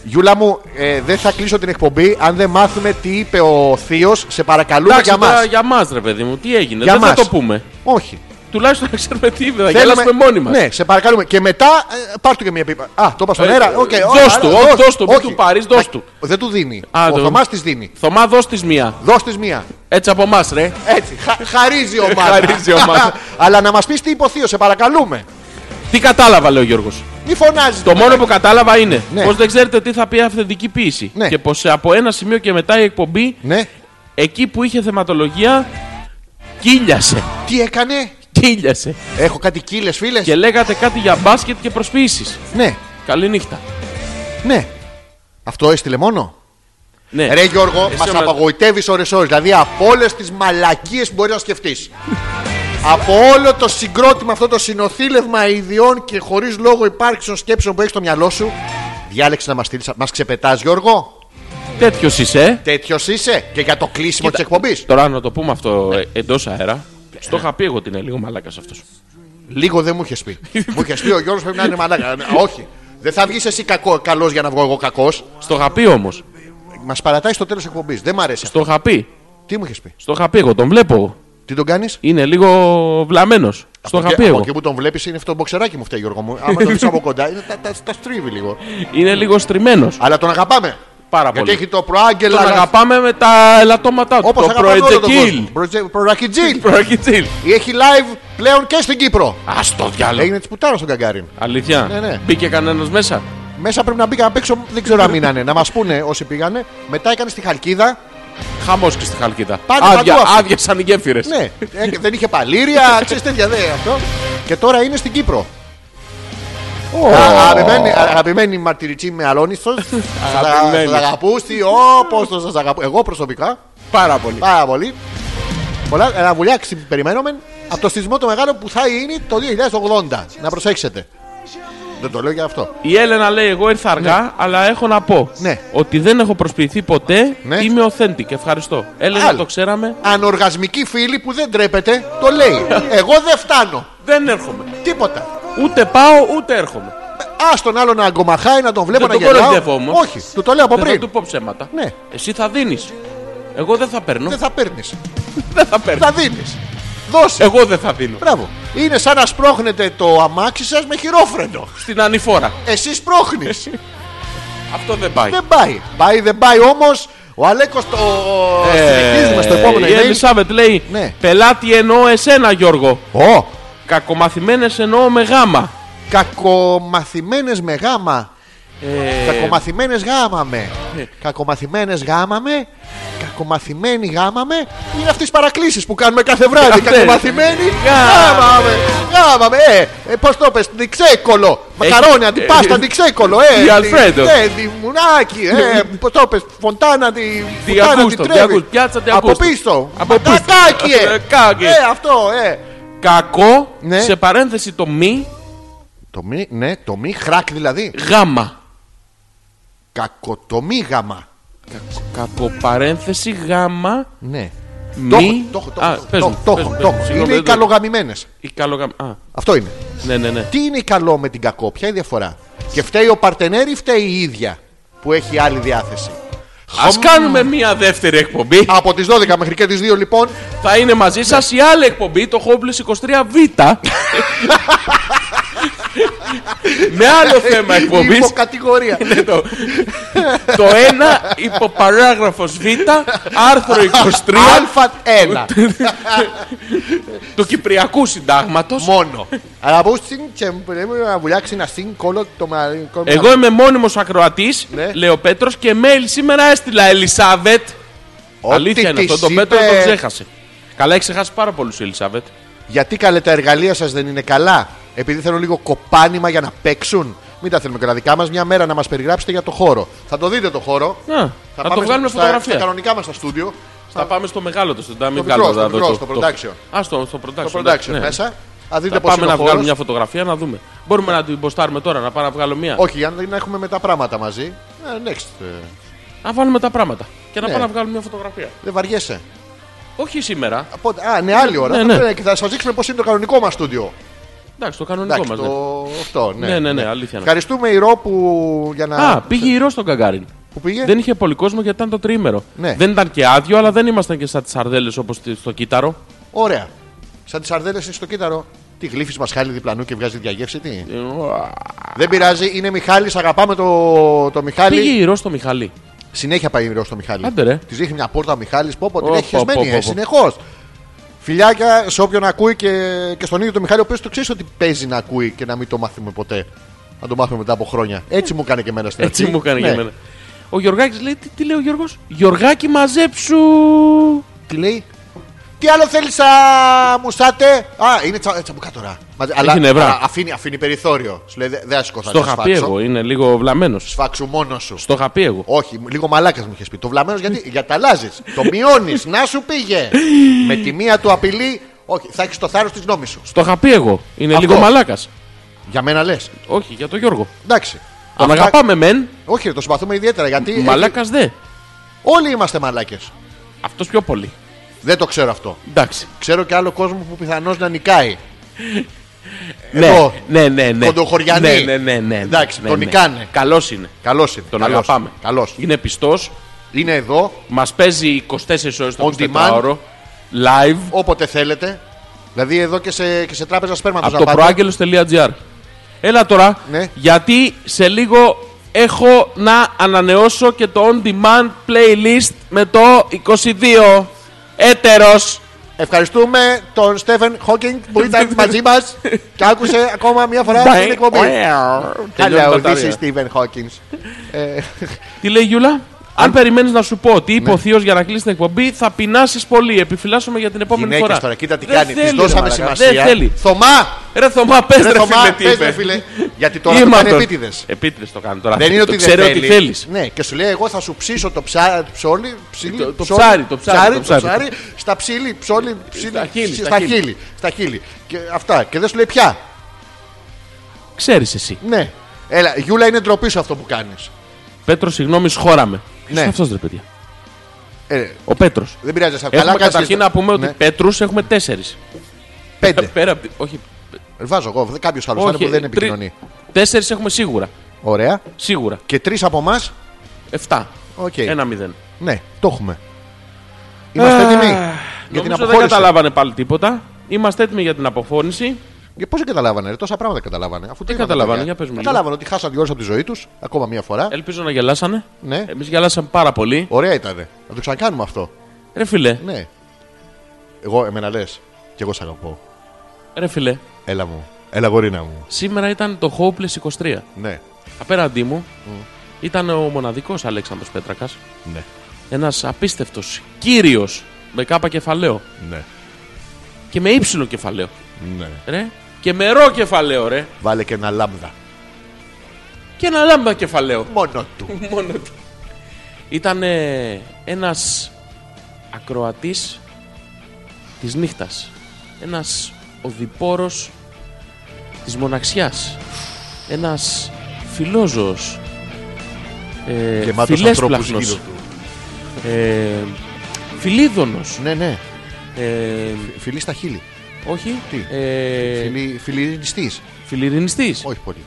Speaker 1: Γιούλα μου, ε, δεν θα κλείσω την εκπομπή αν δεν μάθουμε τι είπε ο Θείος. Σε παρακαλούμε
Speaker 2: Εντάξει,
Speaker 1: για
Speaker 2: τώρα
Speaker 1: μας.
Speaker 2: για μας, ρε παιδί μου, τι έγινε.
Speaker 1: Για
Speaker 2: δεν θα
Speaker 1: μας.
Speaker 2: το πούμε.
Speaker 1: Όχι.
Speaker 2: Τουλάχιστον να ξέρουμε τι είπε. Θα γελάσουμε μόνοι μας.
Speaker 1: Ναι, σε παρακαλούμε. Και μετά ε, πάρ του και μια πίπα. Α, το είπα στον
Speaker 2: Ε,
Speaker 1: αέρα.
Speaker 2: ε,
Speaker 1: Οκ,
Speaker 2: δώσ'
Speaker 1: ωραία,
Speaker 2: του,
Speaker 1: άρα,
Speaker 2: ό,
Speaker 1: δώσ'
Speaker 2: δώσ' του, μη
Speaker 1: Όχι.
Speaker 2: του πάρεις, δώσ'
Speaker 1: Α,
Speaker 2: του.
Speaker 1: Δεν του δίνει.
Speaker 2: Α,
Speaker 1: ο
Speaker 2: το-
Speaker 1: Θωμάς της δίνει.
Speaker 2: Θωμά, δώσ' της μία.
Speaker 1: Δώσ' της μία.
Speaker 2: Έτσι από εμάς, ρε.
Speaker 1: Έτσι. χα- χαρίζει η ομάδα.
Speaker 2: Χαρίζει η ομάδα.
Speaker 1: Αλλά να μας πεις τι είπε ο Θείος, σε παρακαλούμε.
Speaker 2: Τι κατάλαβα, λέει ο Γιώργος.
Speaker 1: Μη φωνάζεις.
Speaker 2: Το μόνο που κατάλαβα είναι
Speaker 1: Ναι.
Speaker 2: πως δεν ξέρετε τι θα πει αυθεντική ποίηση.
Speaker 1: Ναι.
Speaker 2: Και πως από ένα σημείο και μετά η εκπομπή,
Speaker 1: Ναι,
Speaker 2: εκεί που είχε θεματολογία, κύλιασε.
Speaker 1: τι έκανε.
Speaker 2: Κύλιασε.
Speaker 1: Έχω κάτι κύλες, φίλες.
Speaker 2: Και λέγατε κάτι για μπάσκετ και προσποιήσει.
Speaker 1: Ναι,
Speaker 2: Καληνύχτα.
Speaker 1: ναι. Αυτό έστειλε μόνο.
Speaker 2: Ναι.
Speaker 1: Ρε Γιώργο,
Speaker 2: Εσύ
Speaker 1: μας
Speaker 2: όλα-
Speaker 1: απαγοητεύει ώρε-ώρε. Δηλαδή από όλες τις μαλακίες που μπορείς να σκεφτείς. από όλο το συγκρότημα, αυτό το συνοθήλευμα ιδιών και χωρίς λόγο υπάρξεων σκέψεων που έχεις στο μυαλό σου. Διάλεξε να μας στείλεις. Μας ξεπετάς, Γιώργο.
Speaker 2: Τέτοιος είσαι. ε.
Speaker 1: Τέτοιος είσαι. Και για το κλείσιμο της εκπομπής.
Speaker 2: Τώρα να το πούμε αυτό
Speaker 1: Ναι.
Speaker 2: εντός αέρα. Στο είχα πει εγώ ότι είναι λίγο μαλάκας αυτός.
Speaker 1: Λίγο δεν μου είχες πει. μου είχες πει ο Γιώργος πρέπει να είναι μαλάκα. Ε, Όχι. Δεν θα βγεις εσύ καλός για να βγω εγώ κακός.
Speaker 2: Στο είχα πει όμως.
Speaker 1: Μας παρατάει στο τέλος εκπομπής. Δεν μ' αρέσει. αυτό.
Speaker 2: Στο είχα πει.
Speaker 1: Τι μου είχες πει.
Speaker 2: Στο είχα πει εγώ. Τον βλέπω.
Speaker 1: Τι τον κάνεις.
Speaker 2: Είναι λίγο βλαμμένος. Στο είχα πει εγώ.
Speaker 1: Εκεί που τον βλέπεις είναι αυτό το μποξεράκι μου φταίει, Γιώργο μου. Άμα το δεις από κοντά, είναι- τα, τα, τα στρίβει λίγο.
Speaker 2: Είναι λίγο στριμμένος.
Speaker 1: Αλλά τον αγαπάμε.
Speaker 2: Πάρα
Speaker 1: Γιατί
Speaker 2: πολύ.
Speaker 1: έχει το προάγγελα.
Speaker 2: Τον αγαπάμε με τα ελαττώματά του.
Speaker 1: Όπως
Speaker 2: Το προετζεκίλ.
Speaker 1: Προακιτζίλ.
Speaker 2: Προετζεκίλ.
Speaker 1: Έχει live πλέον και στην Κύπρο.
Speaker 2: Ας το διάλογο.
Speaker 1: Έγινε της πουτάρας στον Καγκάριν.
Speaker 2: Αλήθεια.
Speaker 1: Ναι, ναι.
Speaker 2: Μπήκε κανένας μέσα.
Speaker 1: Μέσα πρέπει να μπήκαν απ' έξω, δεν ξέρω αν μείνανε. Να μας πούνε όσοι πήγανε. Μετά έκανε στη Χαλκίδα.
Speaker 2: Χαμός και στη χαλκίδα.
Speaker 1: Πάνε
Speaker 2: Άδεια,
Speaker 1: παντού αυτοί.
Speaker 2: άδειασαν οι γέφυρες.
Speaker 1: Ναι, ε, δεν είχε παλήρια, ξέρεις τέτοια δε αυτό. Και τώρα είναι στην Κύπρο. Α, Αγαπημένη, αγαπημένη μαρτυριτσή με αλόνιστος.
Speaker 2: Αγαπημένη.
Speaker 1: Σας αγαπούστη, όπως το σας αγαπώ. Εγώ προσωπικά
Speaker 2: Πάρα πολύ.
Speaker 1: πάρα πολύ. Πολλά να βουλιάξει περιμένουμε από το σεισμό το μεγάλο που θα είναι το 2080. Να προσέξετε. Δεν το λέω για αυτό.
Speaker 2: Η Έλενα λέει: Εγώ ήρθα αργά, αλλά έχω να πω
Speaker 1: Ναι.
Speaker 2: ότι δεν έχω προσποιηθεί ποτέ.
Speaker 1: Ναι.
Speaker 2: Είμαι authentic. Ευχαριστώ. Έλενα,
Speaker 1: Άλλο.
Speaker 2: το ξέραμε.
Speaker 1: Ανοργασμική φίλη που δεν τρέπεται, το λέει. Εγώ δεν φτάνω.
Speaker 2: Δεν έρχομαι.
Speaker 1: Τίποτα.
Speaker 2: Ούτε πάω, ούτε έρχομαι.
Speaker 1: Α τον άλλο να αγκομαχάει, να τον βλέπω
Speaker 2: Δεν
Speaker 1: να
Speaker 2: τον κοροϊδεύω
Speaker 1: γελάω.
Speaker 2: όμως.
Speaker 1: Όχι, του το λέω από
Speaker 2: δεν θα
Speaker 1: πριν.
Speaker 2: του πω ψέματα.
Speaker 1: Ναι.
Speaker 2: Εσύ θα δίνεις. Εγώ δεν θα παίρνω.
Speaker 1: Δεν θα παίρνεις.
Speaker 2: Δεν θα παίρνω.
Speaker 1: Θα δίνεις. Δώσε.
Speaker 2: Εγώ δεν θα δίνω.
Speaker 1: Μπράβο. Είναι σαν να σπρώχνετε το αμάξι σας με χειρόφρενο.
Speaker 2: Στην ανηφόρα.
Speaker 1: Εσύ σπρώχνει.
Speaker 2: Αυτό δεν πάει.
Speaker 1: δεν πάει. Πάει, δεν πάει όμως. Ο Αλέκος το.
Speaker 2: Ε,
Speaker 1: Συνεχίζουμε στο επόμενο
Speaker 2: Η
Speaker 1: email.
Speaker 2: Ελισάβετ λέει:
Speaker 1: Ναι.
Speaker 2: Πελάτη εννοώ εσένα, Γιώργο.
Speaker 1: Ω!
Speaker 2: Κακομαθημένες εννοώ με γάμα.
Speaker 1: Κακομαθημένες με γάμα.
Speaker 2: Ε,
Speaker 1: Κακομαθημένες γάμα με.
Speaker 2: Ε.
Speaker 1: Κακομαθημένες γάμα με. Κακομαθημένη γάμα με. Είναι αυτές τι παρακλήσεις που κάνουμε κάθε βράδυ.
Speaker 2: Αυτές.
Speaker 1: Κακομαθημένη
Speaker 2: Γάμα
Speaker 1: γάμα με. Γάμα με. Ε, πώς το πες, νιξέκολο. Μακαρόνι, αντιπάστα, νιξέκολο. Ε,
Speaker 2: Τι
Speaker 1: τη-
Speaker 2: ε, Αλφρέντο.
Speaker 1: Ναι, τη μουνάκι. Ε, πώς το πες, φωντάνα, τη.
Speaker 2: Τι
Speaker 1: φωντάνα, τη
Speaker 2: ακούστο, τι
Speaker 1: τρέβει.
Speaker 2: ακούς, πιάτσα, τι
Speaker 1: Από
Speaker 2: ακούστο.
Speaker 1: πίσω.
Speaker 2: Από πίσω.
Speaker 1: Ματακάκι, ε.
Speaker 2: Ε, κάκι.
Speaker 1: Ε, αυτό, ε.
Speaker 2: κακό
Speaker 1: Ναι.
Speaker 2: σε παρένθεση το μη
Speaker 1: Το μη, ναι, το μη, χράκ δηλαδή.
Speaker 2: γάμα.
Speaker 1: Κακοτομίγαμα.
Speaker 2: Κακοπαρένθεση γάμα
Speaker 1: Ναι.
Speaker 2: μη.
Speaker 1: Το έχω, το έχω, το
Speaker 2: Α,
Speaker 1: έχω,
Speaker 2: πες
Speaker 1: το
Speaker 2: μου,
Speaker 1: έχω, το
Speaker 2: πες
Speaker 1: έχω,
Speaker 2: μου,
Speaker 1: το έχω.
Speaker 2: συγγνώμη,
Speaker 1: Είναι οι
Speaker 2: δεν το-
Speaker 1: καλογαμημένε.
Speaker 2: Η καλογαμ- Α,
Speaker 1: Αυτό είναι.
Speaker 2: ναι, ναι, ναι.
Speaker 1: Τι είναι καλό με την κακό, ποια είναι η διαφορά. Και φταίει ο παρτενέρ ή φταίει η ίδια που έχει άλλη διάθεση.
Speaker 2: Ας
Speaker 1: Χμ.
Speaker 2: κάνουμε μία δεύτερη εκπομπή.
Speaker 1: Από τις 12 μέχρι και τις 2 λοιπόν
Speaker 2: Θα είναι μαζί σας η άλλη εκπομπή, το Hopeless 23Β. Με άλλο θέμα εκπομπής.
Speaker 1: υποκατηγορία.
Speaker 2: το, το ένα υποπαράγραφος Β, άρθρο 23
Speaker 1: Α1
Speaker 2: του Κυπριακού Συντάγματος.
Speaker 1: μόνο. Αλλά πώ και πρέπει να βουλιάξει ένα συν κόλλο το μαλλί.
Speaker 2: Εγώ είμαι μόνιμος ακροατής,
Speaker 1: Ναι.
Speaker 2: λέει ο Πέτρος, και mail σήμερα έστειλα Ελισάβετ. Αλήθεια είναι αυτό, τον Πέτρο τον ξέχασε. Καλά, έχει ξεχάσει πάρα πολλούς η Ελισάβετ.
Speaker 1: Γιατί καλέ τα εργαλεία σας δεν είναι καλά, επειδή θέλουν λίγο κοπάνημα για να παίξουν. Μην τα θέλουμε και τα δικά μας. Μια μέρα να μας περιγράψετε για το χώρο. Θα το δείτε το χώρο.
Speaker 2: Ναι. Να, θα το
Speaker 1: πάμε
Speaker 2: βγάλουμε
Speaker 1: στα,
Speaker 2: φωτογραφία.
Speaker 1: Στα κανονικά μας στα στούντιο.
Speaker 2: Θα πάμε στο μεγάλο το στούντιο.
Speaker 1: μικρό, στο μικρό, στο production.
Speaker 2: Α, στο, στο production.
Speaker 1: Το
Speaker 2: εντάξει,
Speaker 1: production
Speaker 2: ναι.
Speaker 1: μέσα. Θα δείτε
Speaker 2: Θα
Speaker 1: πώς είναι
Speaker 2: πάμε
Speaker 1: ο
Speaker 2: να βγάλουμε
Speaker 1: χώρος.
Speaker 2: μια φωτογραφία να δούμε. Μπορούμε να την ποστάρουμε τώρα, να πάω να βγάλω μια.
Speaker 1: Όχι, για να έχουμε μετά πράγματα μαζί. Ε, next. ε,
Speaker 2: Να βάλουμε τα πράγματα και να
Speaker 1: Ναι.
Speaker 2: πάω να βγάλουμε μια φωτογραφία.
Speaker 1: Δεν βαριέσαι.
Speaker 2: Όχι σήμερα.
Speaker 1: Από- Α, ναι, άλλη ώρα.
Speaker 2: Ναι,
Speaker 1: θα,
Speaker 2: ναι.
Speaker 1: πρέπει- και θα σας δείξουμε πώς είναι το κανονικό μας στούντιο.
Speaker 2: Εντάξει, το κανονικό
Speaker 1: Εντάξει,
Speaker 2: μας.
Speaker 1: το... αυτό, ναι.
Speaker 2: Ναι, ναι, ναι, αλήθεια. είναι.
Speaker 1: Ευχαριστούμε η Ρο που, για να...
Speaker 2: ναι. Α, πήγε η Ρο στον Καγκάριν.
Speaker 1: που πήγε.
Speaker 2: Δεν είχε πολύ κόσμο γιατί ήταν το τρίμερο.
Speaker 1: Ναι.
Speaker 2: Δεν ήταν και άδειο, αλλά δεν ήμασταν και σαν τις σαρδέλε όπω στο κύτταρο.
Speaker 1: Ωραία. Σαν τις αρδέλες στο κύτταρο. Τι γλύφεις μασχάλη διπλανού και βγάζει διαγεύση, τι.
Speaker 2: Ε, ουα.
Speaker 1: Δεν πειράζει, είναι Μιχάλης, αγαπάμε το, το Μιχάλη.
Speaker 2: Πήγε η Ρο στο Μιχαλή.
Speaker 1: Συνέχεια πάει η Ρο στο Μιχάλη.
Speaker 2: Άντε, ρε.
Speaker 1: Τη δείχνει μια πόρτα ο Μιχάλης, πω πω, την
Speaker 2: Ω,
Speaker 1: έχει
Speaker 2: πω, πω, πω,
Speaker 1: χεσμένη,
Speaker 2: πω.
Speaker 1: συνεχώς. Φιλιάκια σε όποιον ακούει και, και στον ίδιο τον Μιχάλη, ο οποίος το ξέρεις ότι παίζει να ακούει και να μην το μάθουμε ποτέ. Να το μάθουμε μετά από χρόνια. Έτσι μου κάνει και εμένα στην
Speaker 2: Έτσι
Speaker 1: αρχή.
Speaker 2: μου έκανε και
Speaker 1: Ναι.
Speaker 2: εμένα. Ο Γιωργάκης λέει: Τι, τι λέει ο Γιώργος, Γιωργάκη μαζέψου!
Speaker 1: Τι λέει. Τι άλλο θέλεις, μουσάτε. Α, είναι τσα, τσαμπουκά τώρα. Μαζε- αλλά,
Speaker 2: νευρά.
Speaker 1: αλλά αφήνει, αφήνει περιθώριο. Σου λέει, «Δε- δεν ασκώ, θα
Speaker 2: Στο
Speaker 1: σε
Speaker 2: είχα πει
Speaker 1: σφάξω.
Speaker 2: εγώ, είναι λίγο βλαμμένος.
Speaker 1: Σφάξου μόνο σου.
Speaker 2: Στο είχα πει εγώ.
Speaker 1: Όχι, λίγο μαλάκας μου είχες πει. Το βλαμμένος γιατί, γιατί αλλάζεις. Το μειώνεις. να σου πήγε. Με τη μία του απειλή. Όχι, θα έχεις το θάρρος της νόμης σου.
Speaker 2: Στο είχα πει εγώ. Είναι
Speaker 1: Αυτό.
Speaker 2: λίγο μαλάκας.
Speaker 1: Για μένα λες.
Speaker 2: Όχι, για τον Γιώργο.
Speaker 1: Εντάξει.
Speaker 2: Τον
Speaker 1: Αυτά- Ε,
Speaker 2: αγαπάμε μεν,
Speaker 1: Όχι, το συμπαθούμε ιδιαίτερα γιατί.
Speaker 2: μαλάκας δε.
Speaker 1: Όλοι είμαστε μαλάκες.
Speaker 2: Αυτός πιο πολύ.
Speaker 1: Δεν το ξέρω αυτό.
Speaker 2: Εντάξει.
Speaker 1: Ξέρω και άλλο κόσμο που πιθανώς να νικάει.
Speaker 2: Ναι,
Speaker 1: Εγώ.
Speaker 2: ναι, ναι, ναι.
Speaker 1: Κοντοχωριανή.
Speaker 2: Ναι, ναι, ναι, ναι.
Speaker 1: Εντάξει,
Speaker 2: ναι,
Speaker 1: τον
Speaker 2: ναι.
Speaker 1: νικάνε.
Speaker 2: Καλός είναι.
Speaker 1: Καλός είναι.
Speaker 2: Τον
Speaker 1: καλός.
Speaker 2: αγαπάμε.
Speaker 1: Καλός.
Speaker 2: Είναι πιστός,
Speaker 1: Είναι εδώ
Speaker 2: μας παίζει 24 ώρες το
Speaker 1: On
Speaker 2: 24 ώρο. Live
Speaker 1: όποτε θέλετε. Δηλαδή εδώ και σε, και σε τράπεζα σπέρματος
Speaker 2: από το
Speaker 1: να πάτε.
Speaker 2: προάγγελο.gr. Έλα τώρα,
Speaker 1: Ναι.
Speaker 2: γιατί σε λίγο έχω να ανανεώσω και το on demand playlist με το 22 έτερος.
Speaker 1: Ευχαριστούμε τον Στέφεν Χόκινγκ που ήταν μαζί μας και άκουσε ακόμα μια φορά αυτή την εκπομπή.
Speaker 2: ε, Τελειώνει
Speaker 1: Hello,
Speaker 2: τα
Speaker 1: this is
Speaker 2: τάρια.
Speaker 1: Stephen Hawkins. Ε,
Speaker 2: Τι λέει η Γιούλα? Αν περιμένεις να σου πω ότι
Speaker 1: Ναι.
Speaker 2: είπε ο Θείος για να κλείσει την εκπομπή, θα πεινάσεις πολύ. Επιφυλάσσουμε για την επόμενη
Speaker 1: Γυναίκες
Speaker 2: φορά.
Speaker 1: τώρα, κοίτα τι
Speaker 2: Δεν
Speaker 1: κάνει. Της
Speaker 2: θέλει,
Speaker 1: δώσαμε
Speaker 2: ρε μαλάκα,
Speaker 1: σημασία.
Speaker 2: Δεν θέλει.
Speaker 1: Θωμά!
Speaker 2: Ρε Θωμά, πες
Speaker 1: Ρε
Speaker 2: ρε
Speaker 1: Θωμά,
Speaker 2: φίλε, τι
Speaker 1: πες ρε
Speaker 2: είπε.
Speaker 1: φίλε. Γιατί τώρα το
Speaker 2: Ήμα
Speaker 1: κάνει
Speaker 2: τον.
Speaker 1: επίτηδες.
Speaker 2: Επίτηδες το κάνει τώρα.
Speaker 1: Δεν είναι
Speaker 2: Το
Speaker 1: ότι δεν
Speaker 2: ξέρει
Speaker 1: θέλει.
Speaker 2: ότι θέλει.
Speaker 1: Ναι, και σου λέει: Εγώ θα σου ψήσω το ψάρι. Ψόλι, ψήλι,
Speaker 2: Το- το
Speaker 1: ψόλι,
Speaker 2: ψάρι, το ψάρι, το
Speaker 1: ψάρι,
Speaker 2: ψάρι.
Speaker 1: ψάρι, Στα ψήλι, ψόλι, ψήλι.
Speaker 2: Στα χείλη,
Speaker 1: ψ-
Speaker 2: στα
Speaker 1: Στα
Speaker 2: χείλη.
Speaker 1: χείλη. Στα χείλη. Και αυτά. Και δεν σου λέει πια.
Speaker 2: Ξέρεις εσύ.
Speaker 1: Ναι. Έλα, Γιούλα είναι ντροπή σου αυτό που κάνεις.
Speaker 2: Πέτρος, συγγνώμη, σχόραμε.
Speaker 1: Ναι.
Speaker 2: Ναι. Αυτός ρε παιδιά.
Speaker 1: Ε,
Speaker 2: Ο Πέτρος.
Speaker 1: δεν πειράζει αυτό.
Speaker 2: Έχουμε
Speaker 1: κάνεις
Speaker 2: καταρχήν
Speaker 1: και-
Speaker 2: να πούμε ότι
Speaker 1: Ναι,
Speaker 2: Πέτρους έχουμε τέσσερις.
Speaker 1: Πέντε.
Speaker 2: Πέρα από τη- Όχι,
Speaker 1: Βάζω εγώ. Κάποιος άλλος θα είναι που δεν επικοινωνεί.
Speaker 2: Τέσσερις έχουμε σίγουρα.
Speaker 1: Ωραία.
Speaker 2: Σίγουρα.
Speaker 1: Και τρεις από εμάς.
Speaker 2: Εφτά.
Speaker 1: Οκ.
Speaker 2: Ένα μηδέν.
Speaker 1: Ναι, το έχουμε. Είμαστε
Speaker 2: Α,
Speaker 1: έτοιμοι για την
Speaker 2: Νομίζω δεν
Speaker 1: αποχώρηση.
Speaker 2: καταλάβανε πάλι τίποτα. Είμαστε έτοιμοι για την αποφώνηση.
Speaker 1: Και πώ Ε, δεν καταλάβανε, ρε, τόσα πράγματα καταλάβανε. Αφού τι είπαμε,
Speaker 2: Ε, καταλάβανε,
Speaker 1: παιδιά. Ε,
Speaker 2: για πες μου ναι. Ε. λίγο.
Speaker 1: Καταλάβανε ότι χάσαν δύο ώρες από τη ζωή τους, ακόμα μία φορά.
Speaker 2: Ελπίζω να γελάσανε.
Speaker 1: Ναι.
Speaker 2: Εμείς γελάσαμε πάρα πολύ.
Speaker 1: Ωραία ήταν. Να το ξανακάνουμε αυτό.
Speaker 2: Ρε φιλέ,
Speaker 1: Ναι. Εγώ, εμένα λες. Και εγώ σ' αγαπώ.
Speaker 2: ρε φιλέ.
Speaker 1: Έλα μου. Έλα, γορίνα μου.
Speaker 2: Σήμερα ήταν το Hopeless 23.
Speaker 1: Ναι.
Speaker 2: Απέναντί μου
Speaker 1: Mm.
Speaker 2: ήταν ο μοναδικός Αλέξανδρος Πέτρακας.
Speaker 1: Ναι.
Speaker 2: Ένας απίστευτος κύριος με κάπα κεφαλαίο.
Speaker 1: Ναι.
Speaker 2: Και με ύψιλο κεφαλαίο.
Speaker 1: ναι.
Speaker 2: Ρε. Και με ρο κεφαλαίο, ρε.
Speaker 1: Βάλε και ένα λάμδα.
Speaker 2: Και ένα λάμπα κεφαλαίο.
Speaker 1: Μόνο του.
Speaker 2: Μόνο του. Ήταν ε, ένας ακροατής της νύχτας. Ένας οδηπόρος της μοναξιάς. Ένας φιλόζωος. Ε,
Speaker 1: Γεμάτος ανθρώπου
Speaker 2: φιλέσπλαχνος,
Speaker 1: γύρω του.
Speaker 2: Ε, φιλίδωνος.
Speaker 1: Ναι, ναι.
Speaker 2: Ε,
Speaker 1: Φιλή στα χείλη.
Speaker 2: όχι.
Speaker 1: Τι?
Speaker 2: Ε,
Speaker 1: Φιλή, φιλιρινιστής.
Speaker 2: φιλιρινιστής.
Speaker 1: Όχι πολύ.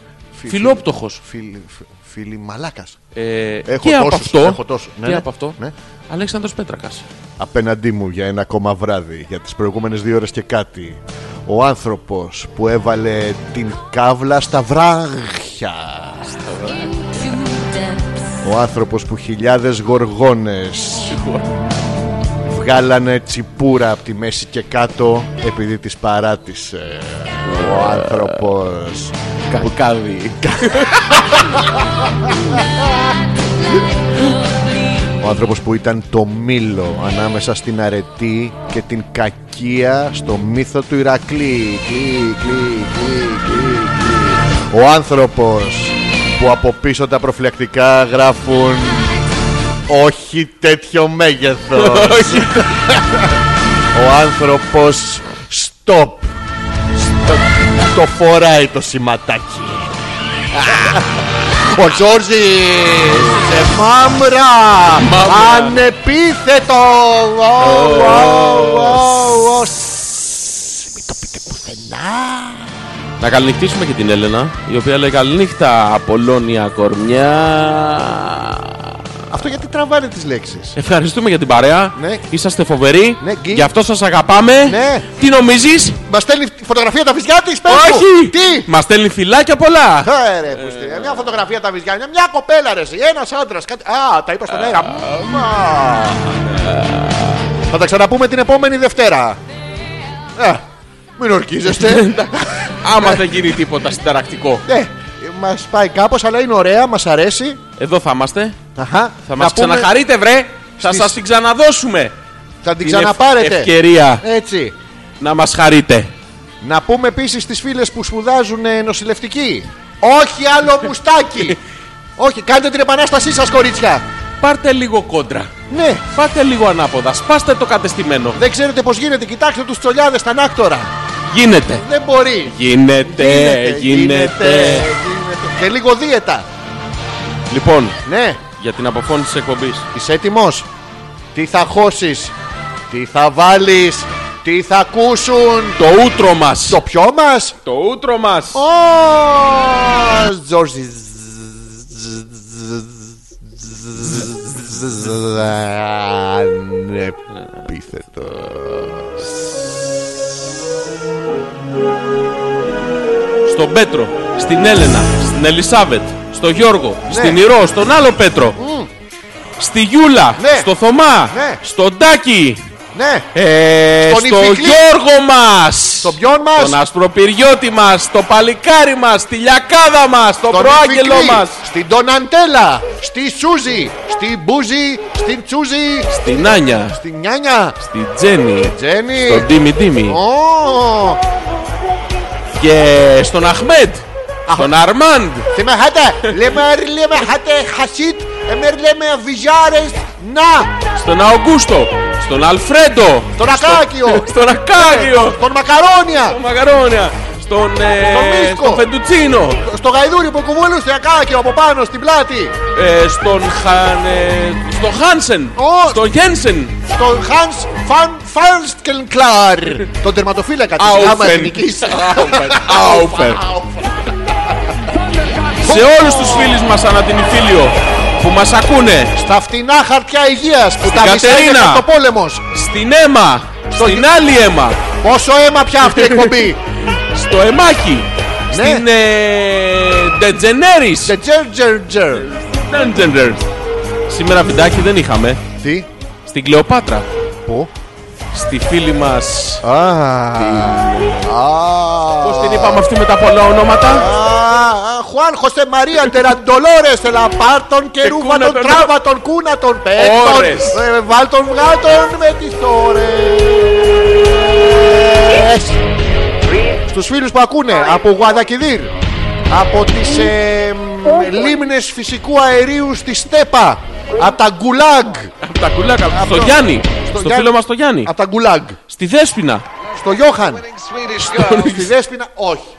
Speaker 2: Φιλόπτωχο.
Speaker 1: Φιλι, φι- φιλι, μαλάκας.
Speaker 2: Ε,
Speaker 1: Έχω
Speaker 2: και από
Speaker 1: τόσους,
Speaker 2: αυτό.
Speaker 1: έχω τόσους. Ναι,
Speaker 2: και
Speaker 1: ναι.
Speaker 2: από αυτό.
Speaker 1: Ναι.
Speaker 2: Αλέξανδρος Πέτρακας.
Speaker 1: Απέναντί μου για ένα ακόμα βράδυ, για τις προηγούμενες δύο ώρες και κάτι. Ο άνθρωπος που έβαλε την κάβλα στα βράχια. Ο άνθρωπος που χιλιάδες γοργόνες βγάλανε τσιπούρα από τη μέση και κάτω επειδή τις παράτησε. Ο άνθρωπος
Speaker 2: Καβκάδι.
Speaker 1: Ο άνθρωπος που ήταν το μήλο ανάμεσα στην αρετή και την κακία στο μύθο του Ηρακλή. Κλή, κλή, κλή, κλή, κλή. Ο άνθρωπος που από πίσω τα προφυλακτικά γράφουν όχι τέτοιο μέγεθος. Ο άνθρωπος stop. Stop. Το φοράει το σηματάκι. Ο Λοιπόν, Τζόρζι σε μάμρα Ανεπίθετο Wow, wow, wow, wow. Μην το πείτε πουθενά
Speaker 2: Να καληνυχτήσουμε και την Έλενα, η οποία λέει καληνύχτα Απολώνια Κορμιά.
Speaker 1: Αυτό γιατί τραβάνε τις λέξεις
Speaker 2: Ευχαριστούμε για την παρέα.
Speaker 1: Ναι.
Speaker 2: Είσαστε φοβεροί.
Speaker 1: Ναι, γκί.
Speaker 2: Γι' αυτό σας αγαπάμε.
Speaker 1: Ναι.
Speaker 2: Τι νομίζεις?
Speaker 1: Μας στέλνει φωτογραφία τα βυζιά της πες μου.
Speaker 2: Όχι!
Speaker 1: Τι
Speaker 2: Μας στέλνει φυλάκια πολλά!
Speaker 1: Ε, ρε, πουστε, μια φωτογραφία τα βυζιά, μια- μια κοπέλα ρε, ένας άντρας. Κάτι... Α, τα είπα στον αέρα. Μα. Θα τα ξαναπούμε την επόμενη Δευτέρα. Ε, μην ορκίζεστε.
Speaker 2: Άμα δεν γίνει τίποτα συνταρακτικό.
Speaker 1: Ναι, μας πάει κάπως αλλά είναι ωραία, μας αρέσει.
Speaker 2: Εδώ θα είμαστε.
Speaker 1: Αχα,
Speaker 2: Θα μας
Speaker 1: πούμε-
Speaker 2: ξαναχαρείτε, βρε! Θα
Speaker 1: στις-
Speaker 2: σας την ξαναδώσουμε!
Speaker 1: Θα την
Speaker 2: Την ευ-
Speaker 1: ξαναπάρετε.
Speaker 2: Ευκαιρία
Speaker 1: Έτσι.
Speaker 2: να μας χαρείτε.
Speaker 1: Να πούμε επίσης στις φίλες που σπουδάζουν ε, νοσηλευτική. Όχι άλλο μουστάκι. Όχι, κάντε την επανάστασή σας, κορίτσια.
Speaker 2: Πάρτε λίγο κόντρα.
Speaker 1: Ναι,
Speaker 2: Πάτε λίγο ανάποδα. Σπάστε το κατεστημένο.
Speaker 1: δεν ξέρετε πώς γίνεται. Κοιτάξτε τους τσολιάδες στα άκτορα.
Speaker 2: Γίνεται.
Speaker 1: Δεν μπορεί. Ε,
Speaker 2: Γίνεται,
Speaker 1: γίνεται.
Speaker 2: γίνεται.
Speaker 1: Και λίγο δίαιτα.
Speaker 2: Λοιπόν,
Speaker 1: Ναι,
Speaker 2: για την αποφώνηση της εκπομπής.
Speaker 1: είσαι έτοιμος. Τι θα χώσεις, τι θα βάλεις, τι θα ακούσουν.
Speaker 2: Το ούτρο μας.
Speaker 1: Το πιό μας
Speaker 2: Το ούτρο μας.
Speaker 1: Ως, Τζόρζι. Ανεπίθετος.
Speaker 2: Στον Πέτρο. Στην Έλενα. Στην Ελισάβετ. Στον Γιώργο.
Speaker 1: Ναι.
Speaker 2: Στην Ηρώ. Στον άλλο Πέτρο. Στη Γιούλα.
Speaker 1: Ναι.
Speaker 2: Στο Θωμά.
Speaker 1: Ναι.
Speaker 2: Στον Τάκη.
Speaker 1: Ναι,
Speaker 2: Ε,
Speaker 1: Στον
Speaker 2: στο
Speaker 1: Ιφικλή.
Speaker 2: Γιώργο μας.
Speaker 1: τον ποιον
Speaker 2: Τον
Speaker 1: μας
Speaker 2: Ασπροπυριώτη μας. Το Παλικάρι μας. Τη Λιακάδα μας.
Speaker 1: τον
Speaker 2: Τον Προάγγελο
Speaker 1: Ιφικλή,
Speaker 2: μας.
Speaker 1: στην Τοναντέλα, στη Σούζη, στην Μπούζη, στην Τσούζη,
Speaker 2: Στην Άνια.
Speaker 1: στην Νιάνια,
Speaker 2: Στην Τζέννη.
Speaker 1: Τζένι.
Speaker 2: Στον Τίμι Τίμι.
Speaker 1: Ω,
Speaker 2: Και στον Αχμέτ. Στον Αρμάντ.
Speaker 1: Θυμε χάτε, λέμε λέμε χάτε χασίτ, εμέρ λέμε βιζάρες, να,
Speaker 2: Στον Αουγκούστο. Στον Αλφρέντο.
Speaker 1: τον Ακάκιο,
Speaker 2: Στον Ακάγιο.
Speaker 1: τον Μακαρόνια,
Speaker 2: Στον Μαγαρόνια. Στον, ε,
Speaker 1: Στον Μίσκο.
Speaker 2: στον Φεντουτσίνο.
Speaker 1: στο γαϊδούρι που κουβουλούσε ακάκιο από πάνω στην πλάτη.
Speaker 2: Ε, στον, Χαν, ε, στον Χάνσεν.
Speaker 1: Ω.
Speaker 2: Στον Γένσεν.
Speaker 1: Στον Hans Van Falskenklaar. Τον τερματοφύλακα της Γάμας Εθνικής.
Speaker 2: Άουφεν. Άουφεν. Σε όλους τους φίλους μας ανά την Ιφίλιο που μας ακούνε.
Speaker 1: Στα φτηνά χαρτιά υγείας που τα μισά
Speaker 2: Κατερίνα.
Speaker 1: είναι αυτοπόλεμος.
Speaker 2: Στην αίμα. Στην άλλη αίμα.
Speaker 1: Πόσο αίμα πια αυτή η εκπομπή.
Speaker 2: Στο αιμάκι.
Speaker 1: Ναι.
Speaker 2: Στην ε, Ντετζενέρης.
Speaker 1: Σε τζερ τζερ τζερ.
Speaker 2: Dungeoners. Σήμερα βιντάκι δεν είχαμε.
Speaker 1: Τι,
Speaker 2: Στην Κλεοπάτρα.
Speaker 1: πού.
Speaker 2: Στη φίλη μας.
Speaker 1: Α, α,
Speaker 2: Πώς την είπαμε αυτή με τα πολλά ονόματα.
Speaker 1: α, Χουάν Χωσέ Μαρία Τεραντολόρε, Ελαπάρ τον και ρούβα
Speaker 2: κούνα
Speaker 1: τον
Speaker 2: τον-
Speaker 1: τράβα τον κούνα τον παίκτον.
Speaker 2: Ώρες.
Speaker 1: Βάλ τον βγάλ τον με τις ώρες. Στους φίλους που ακούνε από Γουαδακιδίρ, από τις ε, μ, λίμνες φυσικού αερίου στη Στέπα, από τα Γκουλάγ,
Speaker 2: Από τα κουλάκα. Στο
Speaker 1: το-
Speaker 2: Γιάννη.
Speaker 1: στο
Speaker 2: Στο
Speaker 1: Γιάννη.
Speaker 2: φίλο μας το Γιάννη.
Speaker 1: από τα Γκουλάγ,
Speaker 2: Στη Δέσποινα.
Speaker 1: στο Γιώχαν,
Speaker 3: Swedish girl.
Speaker 1: στη Δέσποινα όχι,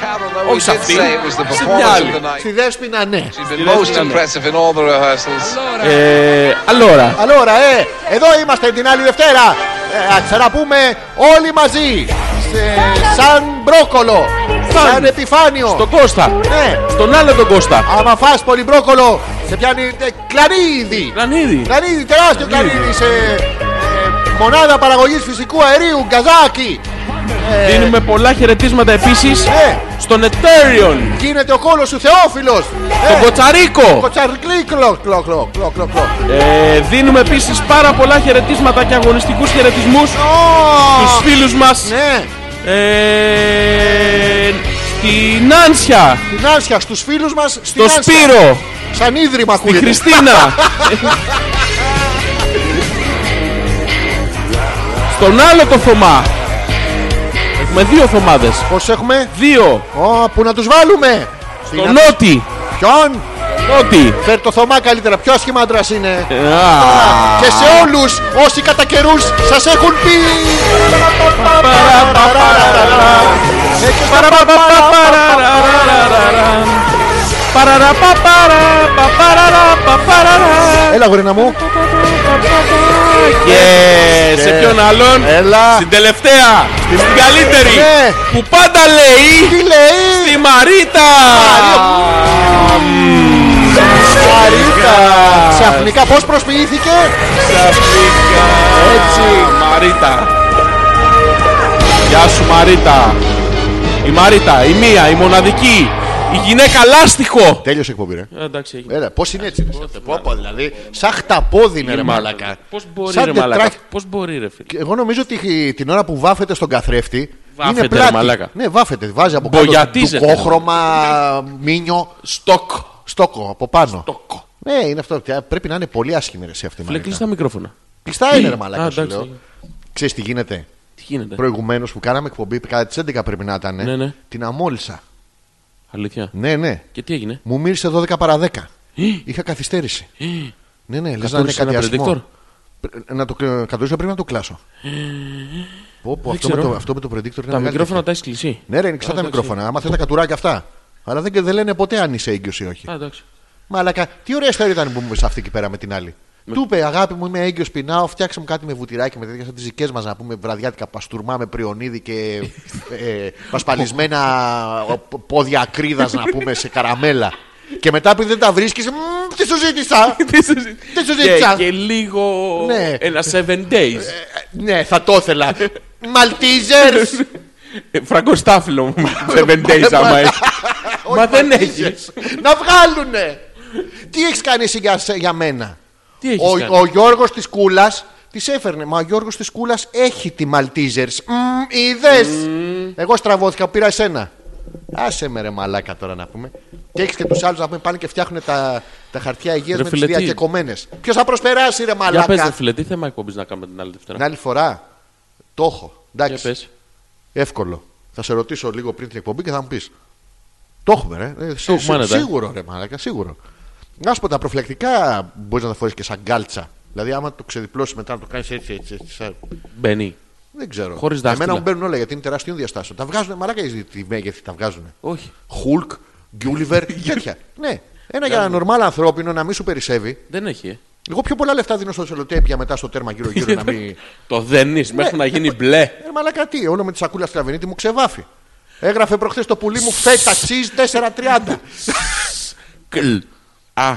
Speaker 3: Carol, though,
Speaker 2: Oh,
Speaker 3: we did
Speaker 2: Sophie.
Speaker 3: say it was the
Speaker 2: Sophie
Speaker 3: performance
Speaker 2: Ali.
Speaker 3: of the night.
Speaker 1: στη Δέσποινα ναι.
Speaker 3: She's been most impressive in all the rehearsals.
Speaker 2: Ε, Αλόρα.
Speaker 1: Allora, ε, εδώ είμαστε την άλλη Δευτέρα. Ε, ας ξαναπούμε όλοι μαζί. Σε, σαν μπρόκολο. Σαν
Speaker 2: κάνει.
Speaker 1: επιφάνειο.
Speaker 2: Στον Κώστα.
Speaker 1: Ναι.
Speaker 2: Στον άλλο τον Κώστα.
Speaker 1: Άμα φας πολυμπρόκολο, σε πιάνει ε, κλαρίδι.
Speaker 2: Λανίδη.
Speaker 1: Κλαρίδι, τεράστιο
Speaker 2: Κλαρίδι.
Speaker 1: κλαρίδι σε ε, μονάδα παραγωγής φυσικού αερίου, γκαζάκι.
Speaker 2: Δίνουμε πολλά χαιρετίσματα επίσης
Speaker 1: Ναι.
Speaker 2: στον Ετέριον.
Speaker 1: Γίνεται ο κόλος σου Θεόφιλος. Ε,
Speaker 2: Τον Κοτσαρίκο.
Speaker 1: Κοτσαρκλίκλο, κλο, κλο, κλο, κλο, κλο.
Speaker 2: Ε, δίνουμε επίσης πάρα πολλά χαιρετίσματα και αγωνιστικούς χαιρετισμούς στους φίλους μας.
Speaker 1: Ναι,
Speaker 2: Στην Άνσια.
Speaker 1: την Άνσια, στους φίλους μας, στην
Speaker 2: Το
Speaker 1: Άνσια.
Speaker 2: Σπύρο.
Speaker 1: Σαν ίδρυμα
Speaker 2: Τη
Speaker 1: ακούγεται.
Speaker 2: Χριστίνα. Στον άλλο το Θωμά. Έχουμε δύο Θωμάδες.
Speaker 1: Πώς έχουμε,
Speaker 2: Δύο.
Speaker 1: Ω, πού να τους βάλουμε.
Speaker 2: Το
Speaker 1: Στην-
Speaker 2: Νότι.
Speaker 1: Ποιον,
Speaker 2: Νότι.
Speaker 1: φέρ το Θωμά καλύτερα, ποιο άσχημα άντρας είναι.
Speaker 2: Ε, α.
Speaker 1: Και σε όλους όσοι κατά καιρούς σας έχουν πει Ε, και στο
Speaker 2: Παραπαπαπαπαραραραραραραραν. Παραραπαπαραπαπαραραπαπαραρα.
Speaker 1: Έλα γορίνα μου
Speaker 2: Και Ε, σε
Speaker 1: Και-
Speaker 2: ποιον άλλον.
Speaker 1: Έλα
Speaker 2: Στην τελευταία. Στην καλύτερη.
Speaker 1: Ναι.
Speaker 2: Που πάντα λέει.
Speaker 1: Τι λέει
Speaker 2: Στη Μαρίτα!
Speaker 1: Μαρίτα Ξαφνικά πως προσποιήθηκε
Speaker 2: Έτσι! Μαρίτα! Γεια σου Μαρίτα! Η Μαρίτα, η μία, η μοναδική, η γυναίκα λάστιχο!
Speaker 1: Τέλειωσε η εκπομπή ρε
Speaker 2: Ε, Εντάξει, έχει.
Speaker 1: Έλα πως είναι έτσι ρε, σε πω, πω, δηλαδή Σαν χταπόδι είναι ρε μαλακά
Speaker 2: Πώς μπορεί
Speaker 1: Σαν
Speaker 2: ρε μαλακά,
Speaker 1: τετράχι-
Speaker 2: πώς μπορεί ρε φίλε.
Speaker 1: Εγώ νομίζω ότι την ώρα που βάφεται στον καθρέφτη
Speaker 2: Βάφεται,
Speaker 1: είναι
Speaker 2: ρε
Speaker 1: πλάτη.
Speaker 2: μαλάκα.
Speaker 1: Ναι, βάφεται. Βάζει από κάτω
Speaker 2: Μπογιατίζεται.
Speaker 1: τουκόχρωμα, μήνιο,
Speaker 2: Στοκ!
Speaker 1: στόκο από πάνω. Ναι, είναι αυτό. Πρέπει να είναι πολύ άσχημη ρε σε αυτή η
Speaker 2: Φίλε,
Speaker 1: μαλακά.
Speaker 2: κλείσε τα μικρόφωνα.
Speaker 1: Κλειστά είναι ρε
Speaker 2: Α,
Speaker 1: μαλάκα σου
Speaker 2: εντάξει. Ναι.
Speaker 1: λέω. Ξέρεις τι γίνεται.
Speaker 2: Τι γίνεται.
Speaker 1: Προηγουμένως που κάναμε εκπομπή, κατά τις 11 πρέπει να ήταν.
Speaker 2: Ναι, ναι.
Speaker 1: Την αμόλυσα.
Speaker 2: Αλήθεια.
Speaker 1: Ναι, ναι.
Speaker 2: Και τι έγινε.
Speaker 1: Μου μύρισε 12 παρά 10. Είχα καθυστέρηση. ναι, ναι, λες να είναι
Speaker 2: Κατούρισε
Speaker 1: κάτι
Speaker 2: Ε. ένα predictor. Ε.
Speaker 1: άσχημο. Πρε- Να το κλε- κατούρισα πριν να το κλάσω. Πω, πω, αυτό, με
Speaker 2: ξέρω.
Speaker 1: το, αυτό με το predictor είναι
Speaker 2: Τα
Speaker 1: μεγάλη τέχνη.
Speaker 2: μικρόφωνα τα έχεις κλεισί.
Speaker 1: Ναι, ρε, είναι ξένα
Speaker 2: Α,
Speaker 1: τα
Speaker 2: εντάξει.
Speaker 1: μικρόφωνα. Άμα θες τα κατουράκια αυτά. Αλλά δεν, δεν λένε ποτέ αν είσαι έγκυος ή όχι.
Speaker 2: Α, εντάξει.
Speaker 1: Μαλακα, τι ωραία ιστορία ήταν που μου σε αυτή εκεί πέρα με την άλλη. Του είπε, Αγάπη μου, είμαι έγκυος, πεινάω, φτιάξε μου κάτι με βουτυράκι με τέτοια σαν τις δικές μας να πούμε βραδιάτικα παστούρμα με πριονίδι και ε, πασπαλισμένα π- πόδια ακρίδας να πούμε σε καραμέλα. Και μετά που δεν τα βρίσκεις, τι σου ζήτησα. Τι σου
Speaker 2: Και-
Speaker 1: ζήτησα.
Speaker 2: Και λίγο
Speaker 1: Ναι.
Speaker 2: ένα 7 days.
Speaker 1: Ε, ναι, θα το ήθελα. Μαλτίζερ!
Speaker 2: Ε, Φραγκοστάφυλλο μου. 7 days άμα έχει. Μα δεν έχεις.
Speaker 1: Να βγάλουνε! Τι έχεις κάνει εσύ για, σε- για μένα.
Speaker 2: Τι έχεις
Speaker 1: ο,
Speaker 2: κάνει?
Speaker 1: ο Γιώργος της Κούλας της έφερνε. Μα ο Γιώργος της Κούλας έχει τη Maltesers. Μμμ, είδες. Εγώ στραβώθηκα, πήρα εσένα. Άσε με ρε μαλάκα τώρα να πούμε. Και έχεις και τους άλλους να πούμε πάνε και φτιάχνουν τα, τα χαρτιά υγείας
Speaker 2: Ρε
Speaker 1: με τις
Speaker 2: φίλε, τι-
Speaker 1: διακεκομένες. Ποιος θα προσπεράσει ρε
Speaker 2: Για πες ρε
Speaker 1: μαλάκα.
Speaker 2: φίλε, τι θέμα εκπομπής να κάνουμε την άλλη Δευτέρα.
Speaker 1: Την άλλη φορά το έχω.
Speaker 2: Για
Speaker 1: Εντάξει.
Speaker 2: πες.
Speaker 1: Εύκολο. Θα σε ρωτήσω λίγο πριν την εκπομπή και θα μου πεις. Το έχουμε, ρε. Ε, σί-
Speaker 2: έχουμε,
Speaker 1: σί-
Speaker 2: άνετα, ε.
Speaker 1: σίγουρο, ρε, μαλάκα, σίγουρο. Να σου πω τα προφυλακτικά μπορείς να τα φορέσεις και σαν κάλτσα. Δηλαδή, άμα το ξεδιπλώσεις μετά να το κάνεις έτσι, έτσι, έτσι. σαν-
Speaker 2: Μπαίνει.
Speaker 1: Δεν ξέρω.
Speaker 2: Χωρίς δάχτυλα.
Speaker 1: Εμένα μου μπαίνουν όλα γιατί είναι τεράστιων διαστάσεων. Τα βγάζουν, μαλάκα, οι- τη μέγεθη τα βγάζουν.
Speaker 2: Όχι.
Speaker 1: Χουλκ, Γκούλιβερ, τέτοια. ναι. Ένα για ένα νορμάλ ανθρώπινο να μην σου περισσεύει.
Speaker 2: Δεν έχει. ε.
Speaker 1: Εγώ πιο πολλά λεφτά δίνω στο σελοτέπια μετά στο τέρμα γύρω-γύρω να μην.
Speaker 2: Το δένεις
Speaker 1: Ναι.
Speaker 2: μέχρι να γίνει μπλε.
Speaker 1: Ε, μαλακά τι, όλο με τη σακούλα στραβενίτη μου ξεβάφει. Έγραφε προχθές το πουλί μου φέτα τσίζ 4.30.
Speaker 2: Κλ. Α,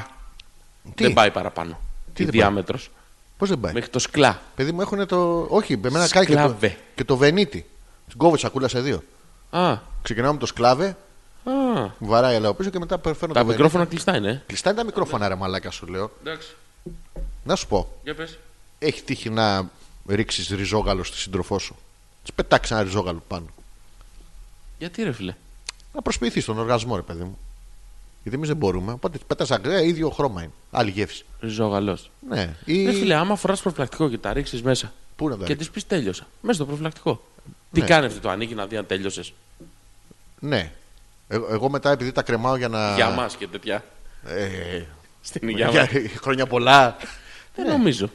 Speaker 1: Τι?
Speaker 2: δεν πάει παραπάνω. Τι
Speaker 1: δεν πάει?
Speaker 2: διάμετρος.
Speaker 1: Πώς δεν πάει.
Speaker 2: Μέχρι το σκλά.
Speaker 1: Παιδί μου έχουν το. Όχι, με μένα κάνει και το,
Speaker 2: Σκλάβε.
Speaker 1: και το βενίτη. Την κόβω τη σακούλα σε δύο.
Speaker 2: Α,
Speaker 1: Ξεκινάω με το σκλάβε,
Speaker 2: α.
Speaker 1: μου βαράει αλλά πίσω και μετά φέρνω
Speaker 2: Τα
Speaker 1: το βενίτη.
Speaker 2: μικρόφωνα κλειστά είναι. ε.
Speaker 1: Κλειστά είναι τα μικρόφωνα, ρε μαλάκα σου λέω.
Speaker 2: Εντάξει,
Speaker 1: Να σου πω,
Speaker 2: για πες.
Speaker 1: έχει τύχει να ρίξεις ριζόγαλο στη σύντροφό σου. Της πετάξεις ένα ριζόγαλο πάνω.
Speaker 2: Γιατί ρε φίλε.
Speaker 1: Να προσποιηθείς τον οργασμό, ρε παιδί μου. Γιατί εμείς δεν μπορούμε. Οπότε πετά αγραία, ίδιο χρώμα είναι. Άλλη γεύση.
Speaker 2: Ριζόγαλος.
Speaker 1: Ναι. Ή...
Speaker 2: Ρε φίλε, άμα φοράς προφυλακτικό και τα ρίξεις μέσα.
Speaker 1: Πού να τα
Speaker 2: Και
Speaker 1: ρίξω.
Speaker 2: τη πεις τέλειωσα. Μέσα στο προφυλακτικό. Τι κάνει αυτό το ανοίγει να δει αν τέλειωσες.
Speaker 1: Ναι. Εγώ, εγώ μετά επειδή τα κρεμάω για να.
Speaker 2: Για μας και τέτοια.
Speaker 1: Ε,
Speaker 2: Στην
Speaker 1: για
Speaker 2: υγεία μας.
Speaker 1: χρόνια πολλά.
Speaker 2: Δεν νομίζω.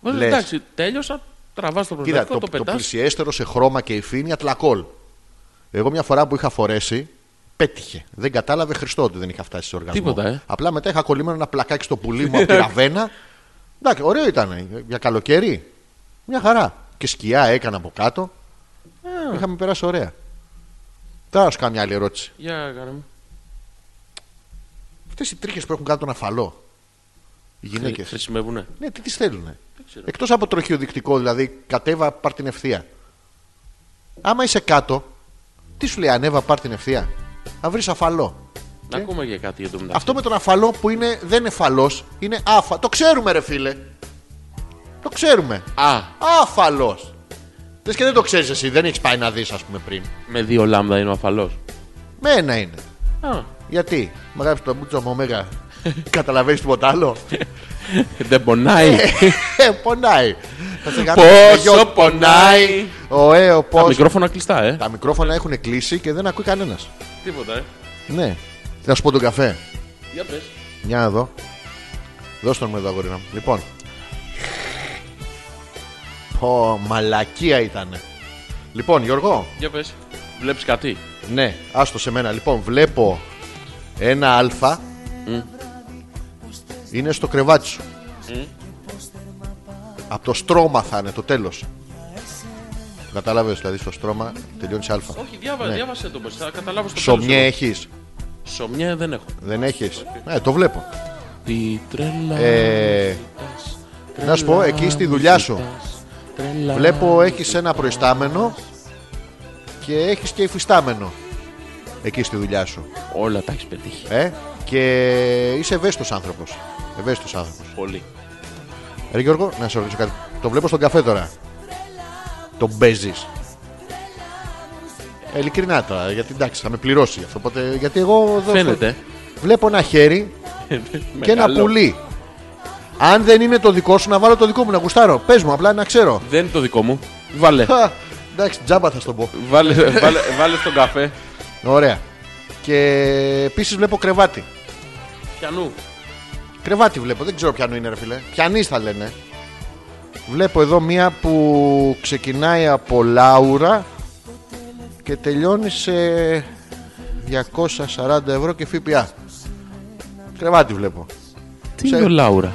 Speaker 2: Βάζω,
Speaker 1: Ναι. Λες.
Speaker 2: εντάξει, τέλειωσα. Τραβάς
Speaker 1: Κοίτα,
Speaker 2: το προφυλακτικό,
Speaker 1: το,
Speaker 2: το,
Speaker 1: το,
Speaker 2: πετάς.
Speaker 1: πλησιέστερο σε χρώμα και υφή είναι η ατλακόλ. Εγώ μια φορά που είχα φορέσει, πέτυχε. Δεν κατάλαβε Χριστό ότι δεν είχα φτάσει σε οργασμό.
Speaker 2: Τίποτα, ε.
Speaker 1: Απλά μετά είχα κολλημένο ένα πλακάκι στο πουλί μου από τη Ραβένα. Εντάξει, ωραίο ήταν. Για καλοκαίρι. Μια χαρά. Και σκιά έκανα από κάτω. Είχαμε περάσει ωραία. Τώρα σου κάνω μια άλλη ερώτηση.
Speaker 2: Για κάνε μου.
Speaker 1: Αυτές οι τρίχες που έχουν κάτω τον αφαλό, οι γυναίκες,
Speaker 2: Χρησιμεύουνε.
Speaker 1: ναι, τι τις θέλουν.
Speaker 2: ξέρω.
Speaker 1: Εκτός από τροχιοδεικτικό, δηλαδή κατέβα, πάρ την ευθεία. Άμα είσαι κάτω, τι σου λέει ανέβα, πάρ την ευθεία. Θα βρεις αφαλό.
Speaker 2: Να ακούμε για κάτι για το μεταξύ.
Speaker 1: Αυτό με τον αφαλό που είναι, δεν είναι φαλός, είναι άφα. Το ξέρουμε, ρε φίλε. Το ξέρουμε.
Speaker 2: Α,
Speaker 1: Άφαλος. Λες και δεν το ξέρεις εσύ, δεν έχεις πάει να δεις, ας πούμε, πριν.
Speaker 2: με δύο λάμδα είναι ο αφαλός.
Speaker 1: Με ένα είναι.
Speaker 2: Α,
Speaker 1: Γιατί, με γράψεις το μπούτσο μου, Ωμέγα. Καταλαβαίνεις τίποτα άλλο.
Speaker 2: δεν πονάει.
Speaker 1: Ε, πονάει. Θα σε κάνω
Speaker 2: Πόσο
Speaker 1: παιδιό,
Speaker 2: πονάει.
Speaker 1: Ωέο,
Speaker 2: Τα
Speaker 1: πόσο.
Speaker 2: μικρόφωνα κλειστά, ε.
Speaker 1: Τα μικρόφωνα έχουν κλείσει και δεν ακούει κανένας.
Speaker 2: Τίποτα, ε.
Speaker 1: Ναι. Θα σου πω τον καφέ.
Speaker 2: Για πες.
Speaker 1: Για να δω. Δώσ' τον μου εδώ, αγόρινα μου. Λοιπόν. Πω, μαλακία ήταν. Λοιπόν, Γιώργο.
Speaker 2: Για πες. Βλέπεις κάτι.
Speaker 1: Ναι, άστο σε μένα. Λοιπόν, βλέπω ένα αλφα. Είναι στο κρεβάτι σου. Από το στρώμα θα είναι το τέλος. Κατάλαβε δηλαδή στο στρώμα τελειώνεις αλφα.
Speaker 2: Όχι, διάβα,
Speaker 1: Ναι.
Speaker 2: διάβασε το μπροστά. Καταλάβω στο
Speaker 1: Σομιέ
Speaker 2: τέλος.
Speaker 1: έχεις.
Speaker 2: Σομιέ δεν έχω.
Speaker 1: Δεν έχεις. Ναι, το βλέπω.
Speaker 2: Τι τρελάς.
Speaker 1: Ε, να σου πω, εκεί στη δουλειά σου.
Speaker 2: Τρελάς.
Speaker 1: Βλέπω έχεις ένα προϊστάμενο και έχεις και υφιστάμενο εκεί στη δουλειά σου.
Speaker 2: Όλα τα έχεις πετύχει.
Speaker 1: Ε? Και είσαι ευαίσθητος άνθρωπος. Ευαίσθητος άνθρωπος.
Speaker 2: Πολύ.
Speaker 1: Ρε Γιώργο, να σε ρωτήσω κάτι. Το βλέπω στον καφέ τώρα. Τον παίζει. Ε, ειλικρινά τώρα, γιατί εντάξει, θα με πληρώσει γι' αυτό. Οπότε, γιατί εγώ εδώ-
Speaker 2: Φαίνεται.
Speaker 1: Βλέπω ένα χέρι και ένα
Speaker 2: Μεγάλο.
Speaker 1: πουλί. Αν δεν είναι το δικό σου, να βάλω το δικό μου να γουστάρω. Πες μου, απλά να ξέρω.
Speaker 2: Δεν είναι το δικό μου. Βάλε.
Speaker 1: Χα, εντάξει, τζάμπα θα σου το πω.
Speaker 2: βάλε, βάλε, βάλε στον καφέ.
Speaker 1: Ωραία. Και επίσης βλέπω κρεβάτι.
Speaker 2: Πιανού.
Speaker 1: Κρεβάτι βλέπω, δεν ξέρω ποιανού είναι, ρε φίλε. Πιανή θα λένε. Βλέπω εδώ μία που ξεκινάει από Λάουρα και τελειώνει σε 240 ευρώ και ΦΠΑ. Κρεβάτι βλέπω.
Speaker 2: Τι
Speaker 1: Ξέρω.
Speaker 2: είναι ο Λάουρα.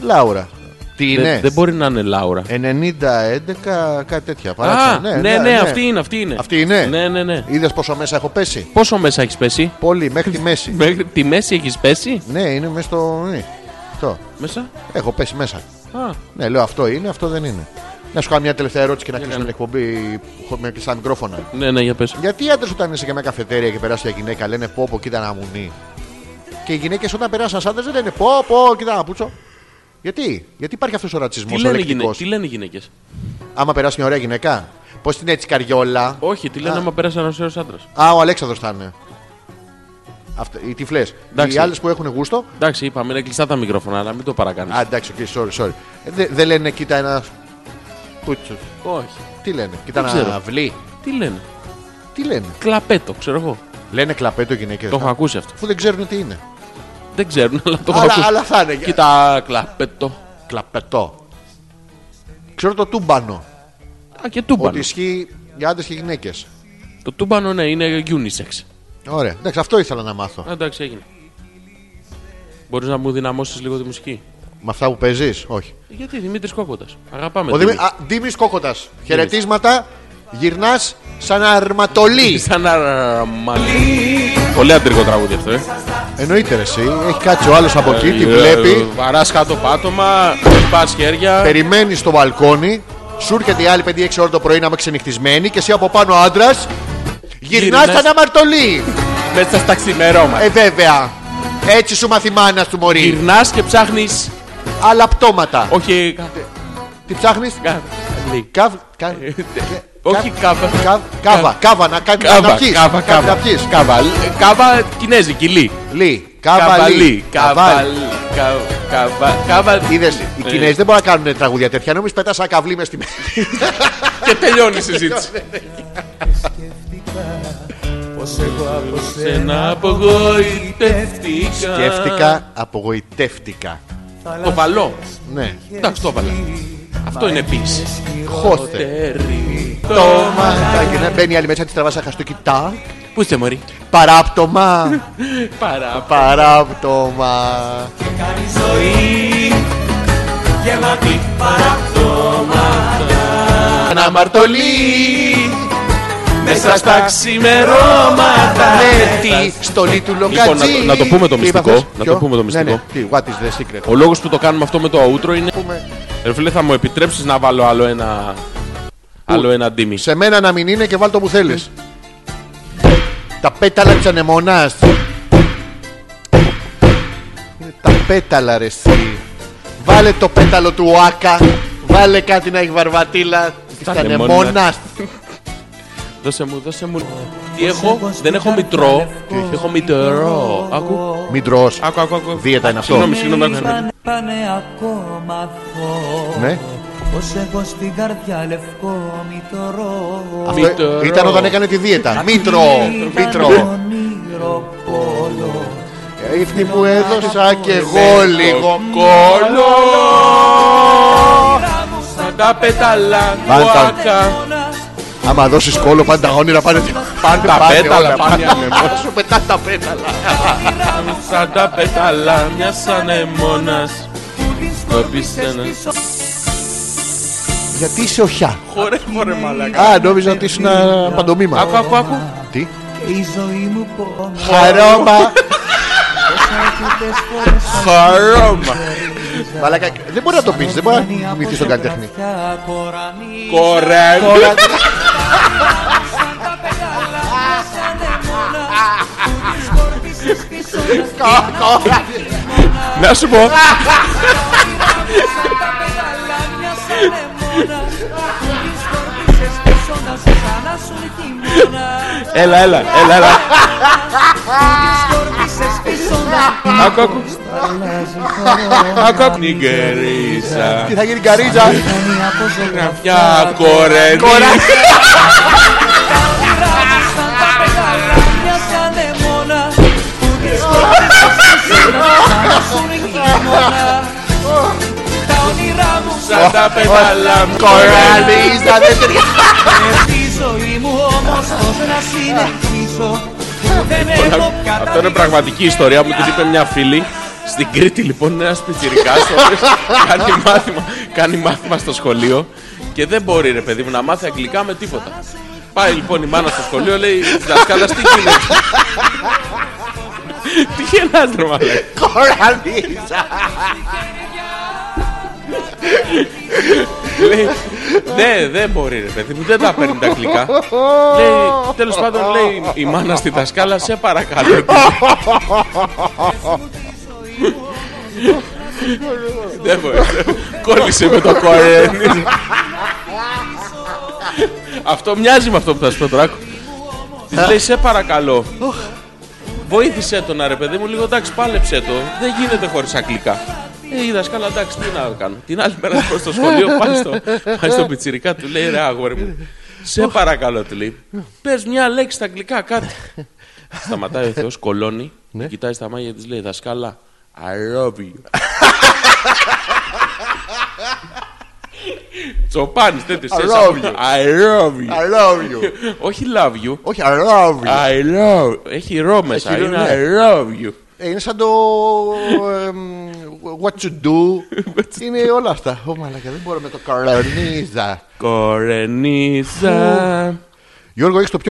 Speaker 1: Λάουρα. Τι
Speaker 2: Δεν-
Speaker 1: είναι,
Speaker 2: Δεν μπορεί να είναι Λάουρα.
Speaker 1: 90-11, κάτι τέτοια.
Speaker 2: Α,
Speaker 1: παράξενο.
Speaker 2: ναι, ναι, αυτή είναι, αυτή είναι.
Speaker 1: Αυτή είναι.
Speaker 2: Ναι, ναι, ναι.
Speaker 1: Είδες πόσο μέσα έχω πέσει.
Speaker 2: Πόσο μέσα έχεις πέσει,
Speaker 1: Πολύ, μέχρι τη μέση.
Speaker 2: Μέχρι τη μέση έχεις πέσει.
Speaker 1: ναι, είναι μέσα στο. ναι. Αυτό.
Speaker 2: Μέσα.
Speaker 1: Έχω πέσει μέσα.
Speaker 2: Α,
Speaker 1: Ναι, λέω αυτό είναι, αυτό δεν είναι. Να σου κάνω μια τελευταία ερώτηση και να κλείσουμε
Speaker 2: κάνε.
Speaker 1: την εκπομπή χω- με κλειστά μικρόφωνα.
Speaker 2: ναι, ναι, για πες.
Speaker 1: Γιατί οι άντρες όταν είσαι και μια καφετέρια και περάσει μια γυναίκα λένε πω πω κοίτα να μουνί. Και οι γυναίκες όταν περάσουν σαν άντρες δεν λένε πω πω κοίτα να πούτσο. Γιατί, γιατί υπάρχει αυτός ο ρατσισμός
Speaker 2: Τι
Speaker 1: ο
Speaker 2: λένε, οι γυναίκες.
Speaker 1: ρεκτικός.
Speaker 2: τι λένε οι γυναίκες.
Speaker 1: Άμα περάσει μια ωραία γυναίκα, πώς την έτσι καριόλα.
Speaker 2: Όχι, τι λένε
Speaker 1: Α.
Speaker 2: άμα πέρασε ένας ωραίος άντρας.
Speaker 1: Α, ο Αλέξανδρος θα είναι. Αυτέ- οι τυφλές.
Speaker 2: Εντάξει.
Speaker 1: Οι άλλες που έχουν γούστο.
Speaker 2: Εντάξει, είπαμε, είναι κλειστά τα μικρόφωνα, αλλά μην το παρακάνεις.
Speaker 1: Α, εντάξει, οκ, sorry, sorry. Ε, δε- Δεν λένε κοίτα ένα. Πούτσος.
Speaker 2: Όχι.
Speaker 1: Τι λένε, κοίτα
Speaker 2: Δεν
Speaker 1: ένα
Speaker 2: ξέρω.
Speaker 1: αυλί.
Speaker 2: Τι λένε.
Speaker 1: Τι λένε.
Speaker 2: Κλαπέτο, ξέρω εγώ.
Speaker 1: Λένε κλαπέτο γυναίκες.
Speaker 2: Το έχω ακούσει αυτό.
Speaker 1: Αφού δεν ξέρουν τι είναι.
Speaker 2: Δεν ξέρουν, αλλά το έχω
Speaker 1: Αλλά,
Speaker 2: ακούσει.
Speaker 1: αλλά θα είναι.
Speaker 2: Κοίτα, κλαπέτο.
Speaker 1: Κλαπετό. Ξέρω το τούμπανο.
Speaker 2: Α, και τούμπανο.
Speaker 1: Ότι ισχύει για άντρες και γυναίκες.
Speaker 2: Το τούμπανο, ναι, είναι unisex.
Speaker 1: Ωραία. Εντάξει, αυτό ήθελα να μάθω.
Speaker 2: Α, εντάξει, έγινε. Μπορείς να μου δυναμώσεις λίγο τη μουσική. Ε,
Speaker 1: Με αυτά που παίζεις, όχι.
Speaker 2: Γιατί Δημήτρης Κόκοτας. Αγαπάμε.
Speaker 1: Ο Δήμη
Speaker 2: Δημήτρη.
Speaker 1: Κόκοτα. Χαιρετίσματα. Γυρνάς σαν αρματολί.
Speaker 2: Σαν αρμαλί. Πολύ αντρικό τραγούδι αυτό, ε.
Speaker 1: Εννοείται ρε, εσύ. Έχει κάτσει ο άλλος από εκεί, τη
Speaker 2: ε,
Speaker 1: βλέπει.
Speaker 2: Βαρά κάτω πάτωμα, πα χέρια.
Speaker 1: Περιμένεις στο μπαλκόνι. Σου έρχεται η άλλη 5-6 ώρα το πρωί να είμαι ξενυχτισμένη και εσύ από πάνω άντρας. Γυρνάς
Speaker 2: Γυρνάς.
Speaker 1: σαν αμαρτωλή.
Speaker 2: Μέσα στα ξημερώματα.
Speaker 1: Ε, βέβαια. Έτσι σου μαθημάνα του Μωρή.
Speaker 2: Γυρνάς και ψάχνεις.
Speaker 1: Άλλα πτώματα.
Speaker 2: Όχι. κάθε-
Speaker 1: Τι ψάχνεις.
Speaker 2: κάθε- Ε, Όχι
Speaker 1: Όχι
Speaker 2: κάβα.
Speaker 1: Κάβα, κάβα, να κάνει να
Speaker 2: Κάβα,
Speaker 1: πιεις.
Speaker 2: κάβα,
Speaker 1: Κάτι να
Speaker 2: κάβα.
Speaker 1: πιεις.
Speaker 2: Κάβα, λ- κάβα κινέζικη, λί.
Speaker 1: Λι, κάβα, λι,
Speaker 2: Καβαλί. Καβαλί. Κα- καβα- καβα-
Speaker 1: Είδες, οι
Speaker 2: Ε,
Speaker 1: Κινέζοι δεν μπορούν να κάνουν τραγούδια τέτοια. Νομίζεις πετάς σαν καβλί μες στη μέση.
Speaker 2: Και τελειώνει η συζήτηση. Σένα απογοητεύτηκα.
Speaker 1: Σκέφτηκα, απογοητεύτηκα.
Speaker 2: Το βαλό.
Speaker 1: Ναι.
Speaker 2: Εντάξει, το έβαλα. Αυτό είναι επίση.
Speaker 1: Χώστε.
Speaker 2: Τόμα.
Speaker 1: Μαλάκα, Μπαίνει η άλλη μέσα της τραβάς σαν χαστοκοιτά.
Speaker 2: Πού είστε, Μωρή.
Speaker 1: Παράπτωμα.
Speaker 2: Παρά.
Speaker 1: Παράπτωμα.
Speaker 2: Αναμαρτωλή. Μέσα στα ξημερώματα.
Speaker 1: Ναι, τη στολή του Λοκατζή.
Speaker 2: Λοιπόν, να το- να το πούμε το
Speaker 1: Τι
Speaker 2: μυστικό,
Speaker 1: είπα χθες?
Speaker 2: να το
Speaker 1: Ποιο?
Speaker 2: πούμε το
Speaker 1: Ναι, ναι.
Speaker 2: μυστικό.
Speaker 1: Τι, What is the secret.
Speaker 2: Ο λόγος που το κάνουμε αυτό με το outro είναι.
Speaker 1: Πούμε,
Speaker 2: Ρε φίλε, θα μου επιτρέψεις να βάλω άλλο ένα. Άλλο ένα ντύμι.
Speaker 1: Σε μένα να μην είναι και βάλ το που θέλεις. Τα πέταλα της ανεμονάς. Είναι τα πέταλα ρε εσύ. Βάλε το πέταλο του Άκα. Βάλε κάτι να έχει βαρβατήλα. Της
Speaker 2: Τα
Speaker 1: ανεμονάς.
Speaker 2: Δώσε μου, δώσε μου. Τι έχω, δεν έχω μητρό. Έχω μητρό. Ακού.
Speaker 1: Μην τρως.
Speaker 2: Ακού, ακού, ακού.
Speaker 1: Δίαιτα είναι αυτό.
Speaker 2: Συγγνώμη, συγγνώμη, άκουσα.
Speaker 5: Πάνε, πάνε ακόμα φω.
Speaker 1: Ναι.
Speaker 5: Πως έχω στην καρδιά λευκό μητρό.
Speaker 1: Αυτό
Speaker 2: Μητρό.
Speaker 1: Ήταν όταν έκανε τη δίαιτα. Μήτρο. Μήτρο. Αυτή που έδωσα κι εγώ λίγο.
Speaker 2: Κόλλο. Σαν τα πέταλα.
Speaker 1: Πάντα.
Speaker 2: Κουάκα.
Speaker 1: Άμα δώσεις κόλλο πάντα τα όνειρα πάνε.
Speaker 2: Πάντα
Speaker 1: πάνε όλα,
Speaker 2: πέταλα.
Speaker 1: πάνε.
Speaker 2: Πάνια ανεμόνα.
Speaker 1: Σου πετά τα πέταλα.
Speaker 2: Σαν τα πέταλα. Μια ανεμόνα. Σκορπίσαι.
Speaker 1: Γιατί είσαι οχιά.
Speaker 2: Χωρέ, χωρέ, μαλακά.
Speaker 1: Α, νόμιζα ότι ήσουν α, παντομήμα.
Speaker 2: Ακού, ακού, ακού.
Speaker 1: Τι.
Speaker 5: Η ζωή μου πόνο.
Speaker 1: Χαρόμα.
Speaker 5: Αρκετές φορές
Speaker 2: Χαρόμα.
Speaker 1: Μαλάκα, δεν μπορεί να το πεις, δεν μπορεί να θυμηθείς τον καλλιτέχνη.
Speaker 5: βαθιά κορανί.
Speaker 2: Κορέ.
Speaker 5: Σαν αιμόνα που τις χόρτισες πίσω να
Speaker 2: Να σου πω.
Speaker 5: τα πέταλα μιας ανεμόνας που τις χόρτισες πίσω να σε χαλάσουν χειμώνα.
Speaker 2: Έλα, έλα, έλα, έλα.
Speaker 5: Τις χόρτισες πίσω να
Speaker 2: Ακού, ακού. Ακού, ακού. Νιγκερίζα.
Speaker 1: Τι θα γίνει καρίζα.
Speaker 5: κάνει από ζωγραφιά
Speaker 2: Μια κορένη.
Speaker 5: Σαν τα πέταλα μιας ανεμόνας που τις χόρτισες πίσω να σε χαλάσουν χειμώνα. Τα όνειρά μου
Speaker 2: Σαν τα πέταλα.
Speaker 1: Κοραλίζα δεν ταιριάζει.
Speaker 5: Στη ζωή μου όμως πως να συνεχίσω Δεν έχω
Speaker 2: Αυτό είναι πραγματική ιστορία, μου την είπε μια φίλη. Στην Κρήτη λοιπόν είναι ένας πιτσιρικάς ο οποίος κάνει, μάθημα, κάνει μάθημα στο σχολείο και δεν μπορεί ρε παιδί μου να μάθει αγγλικά με τίποτα. Πάει λοιπόν η μάνα στο σχολείο, λέει δασκάλα τι γίνεται. Τι γελάς ρε μαλάκα.
Speaker 1: Κοραλίζα.
Speaker 2: Λέει, ναι, δεν μπορεί ρε παιδί μου, δεν τα παίρνει τα αγγλικά. λέει, τέλος πάντων λέει η μάνα στη δασκάλα, σε παρακαλώ. δεν μπορεί, δεν- κόλλησε με το κορένι. αυτό μοιάζει με αυτό που θα σου πω τώρα. άκου. Της λέει, σε παρακαλώ. Βοήθησέ τον ρε παιδί μου, λίγο εντάξει, πάλεψε το. Δεν γίνεται χωρίς αγγλικά. Ε, η δασκάλα, εντάξει, τι να κάνω. Την άλλη μέρα πάω στο σχολείο, πάει στο, πάει στο πιτσιρικά, του λέει ρε αγόρι μου. Σε παρακαλώ, του λέει. Πες μια λέξη στα αγγλικά, κάτι. Σταματάει ο Θεός, κολώνει,
Speaker 1: Ναι.
Speaker 2: την κοιτάει στα μάγια της, λέει δασκάλα. I love you. Τσοπάνι, τέτοιο.
Speaker 1: I love you.
Speaker 2: I love you.
Speaker 1: I love you.
Speaker 2: Όχι love you.
Speaker 1: Όχι, I love you.
Speaker 2: I love. Έχει ρο μέσα.
Speaker 1: Έχει ρο,
Speaker 2: Είναι
Speaker 1: ναι.
Speaker 2: I love you.
Speaker 1: Ε, Είναι σαν το εμ, What you do Είναι όλα αυτά Ω μαλάκα δεν μπορώ με το καρανίζα
Speaker 2: Κορενίζα.
Speaker 1: Γιώργο έχεις το πιο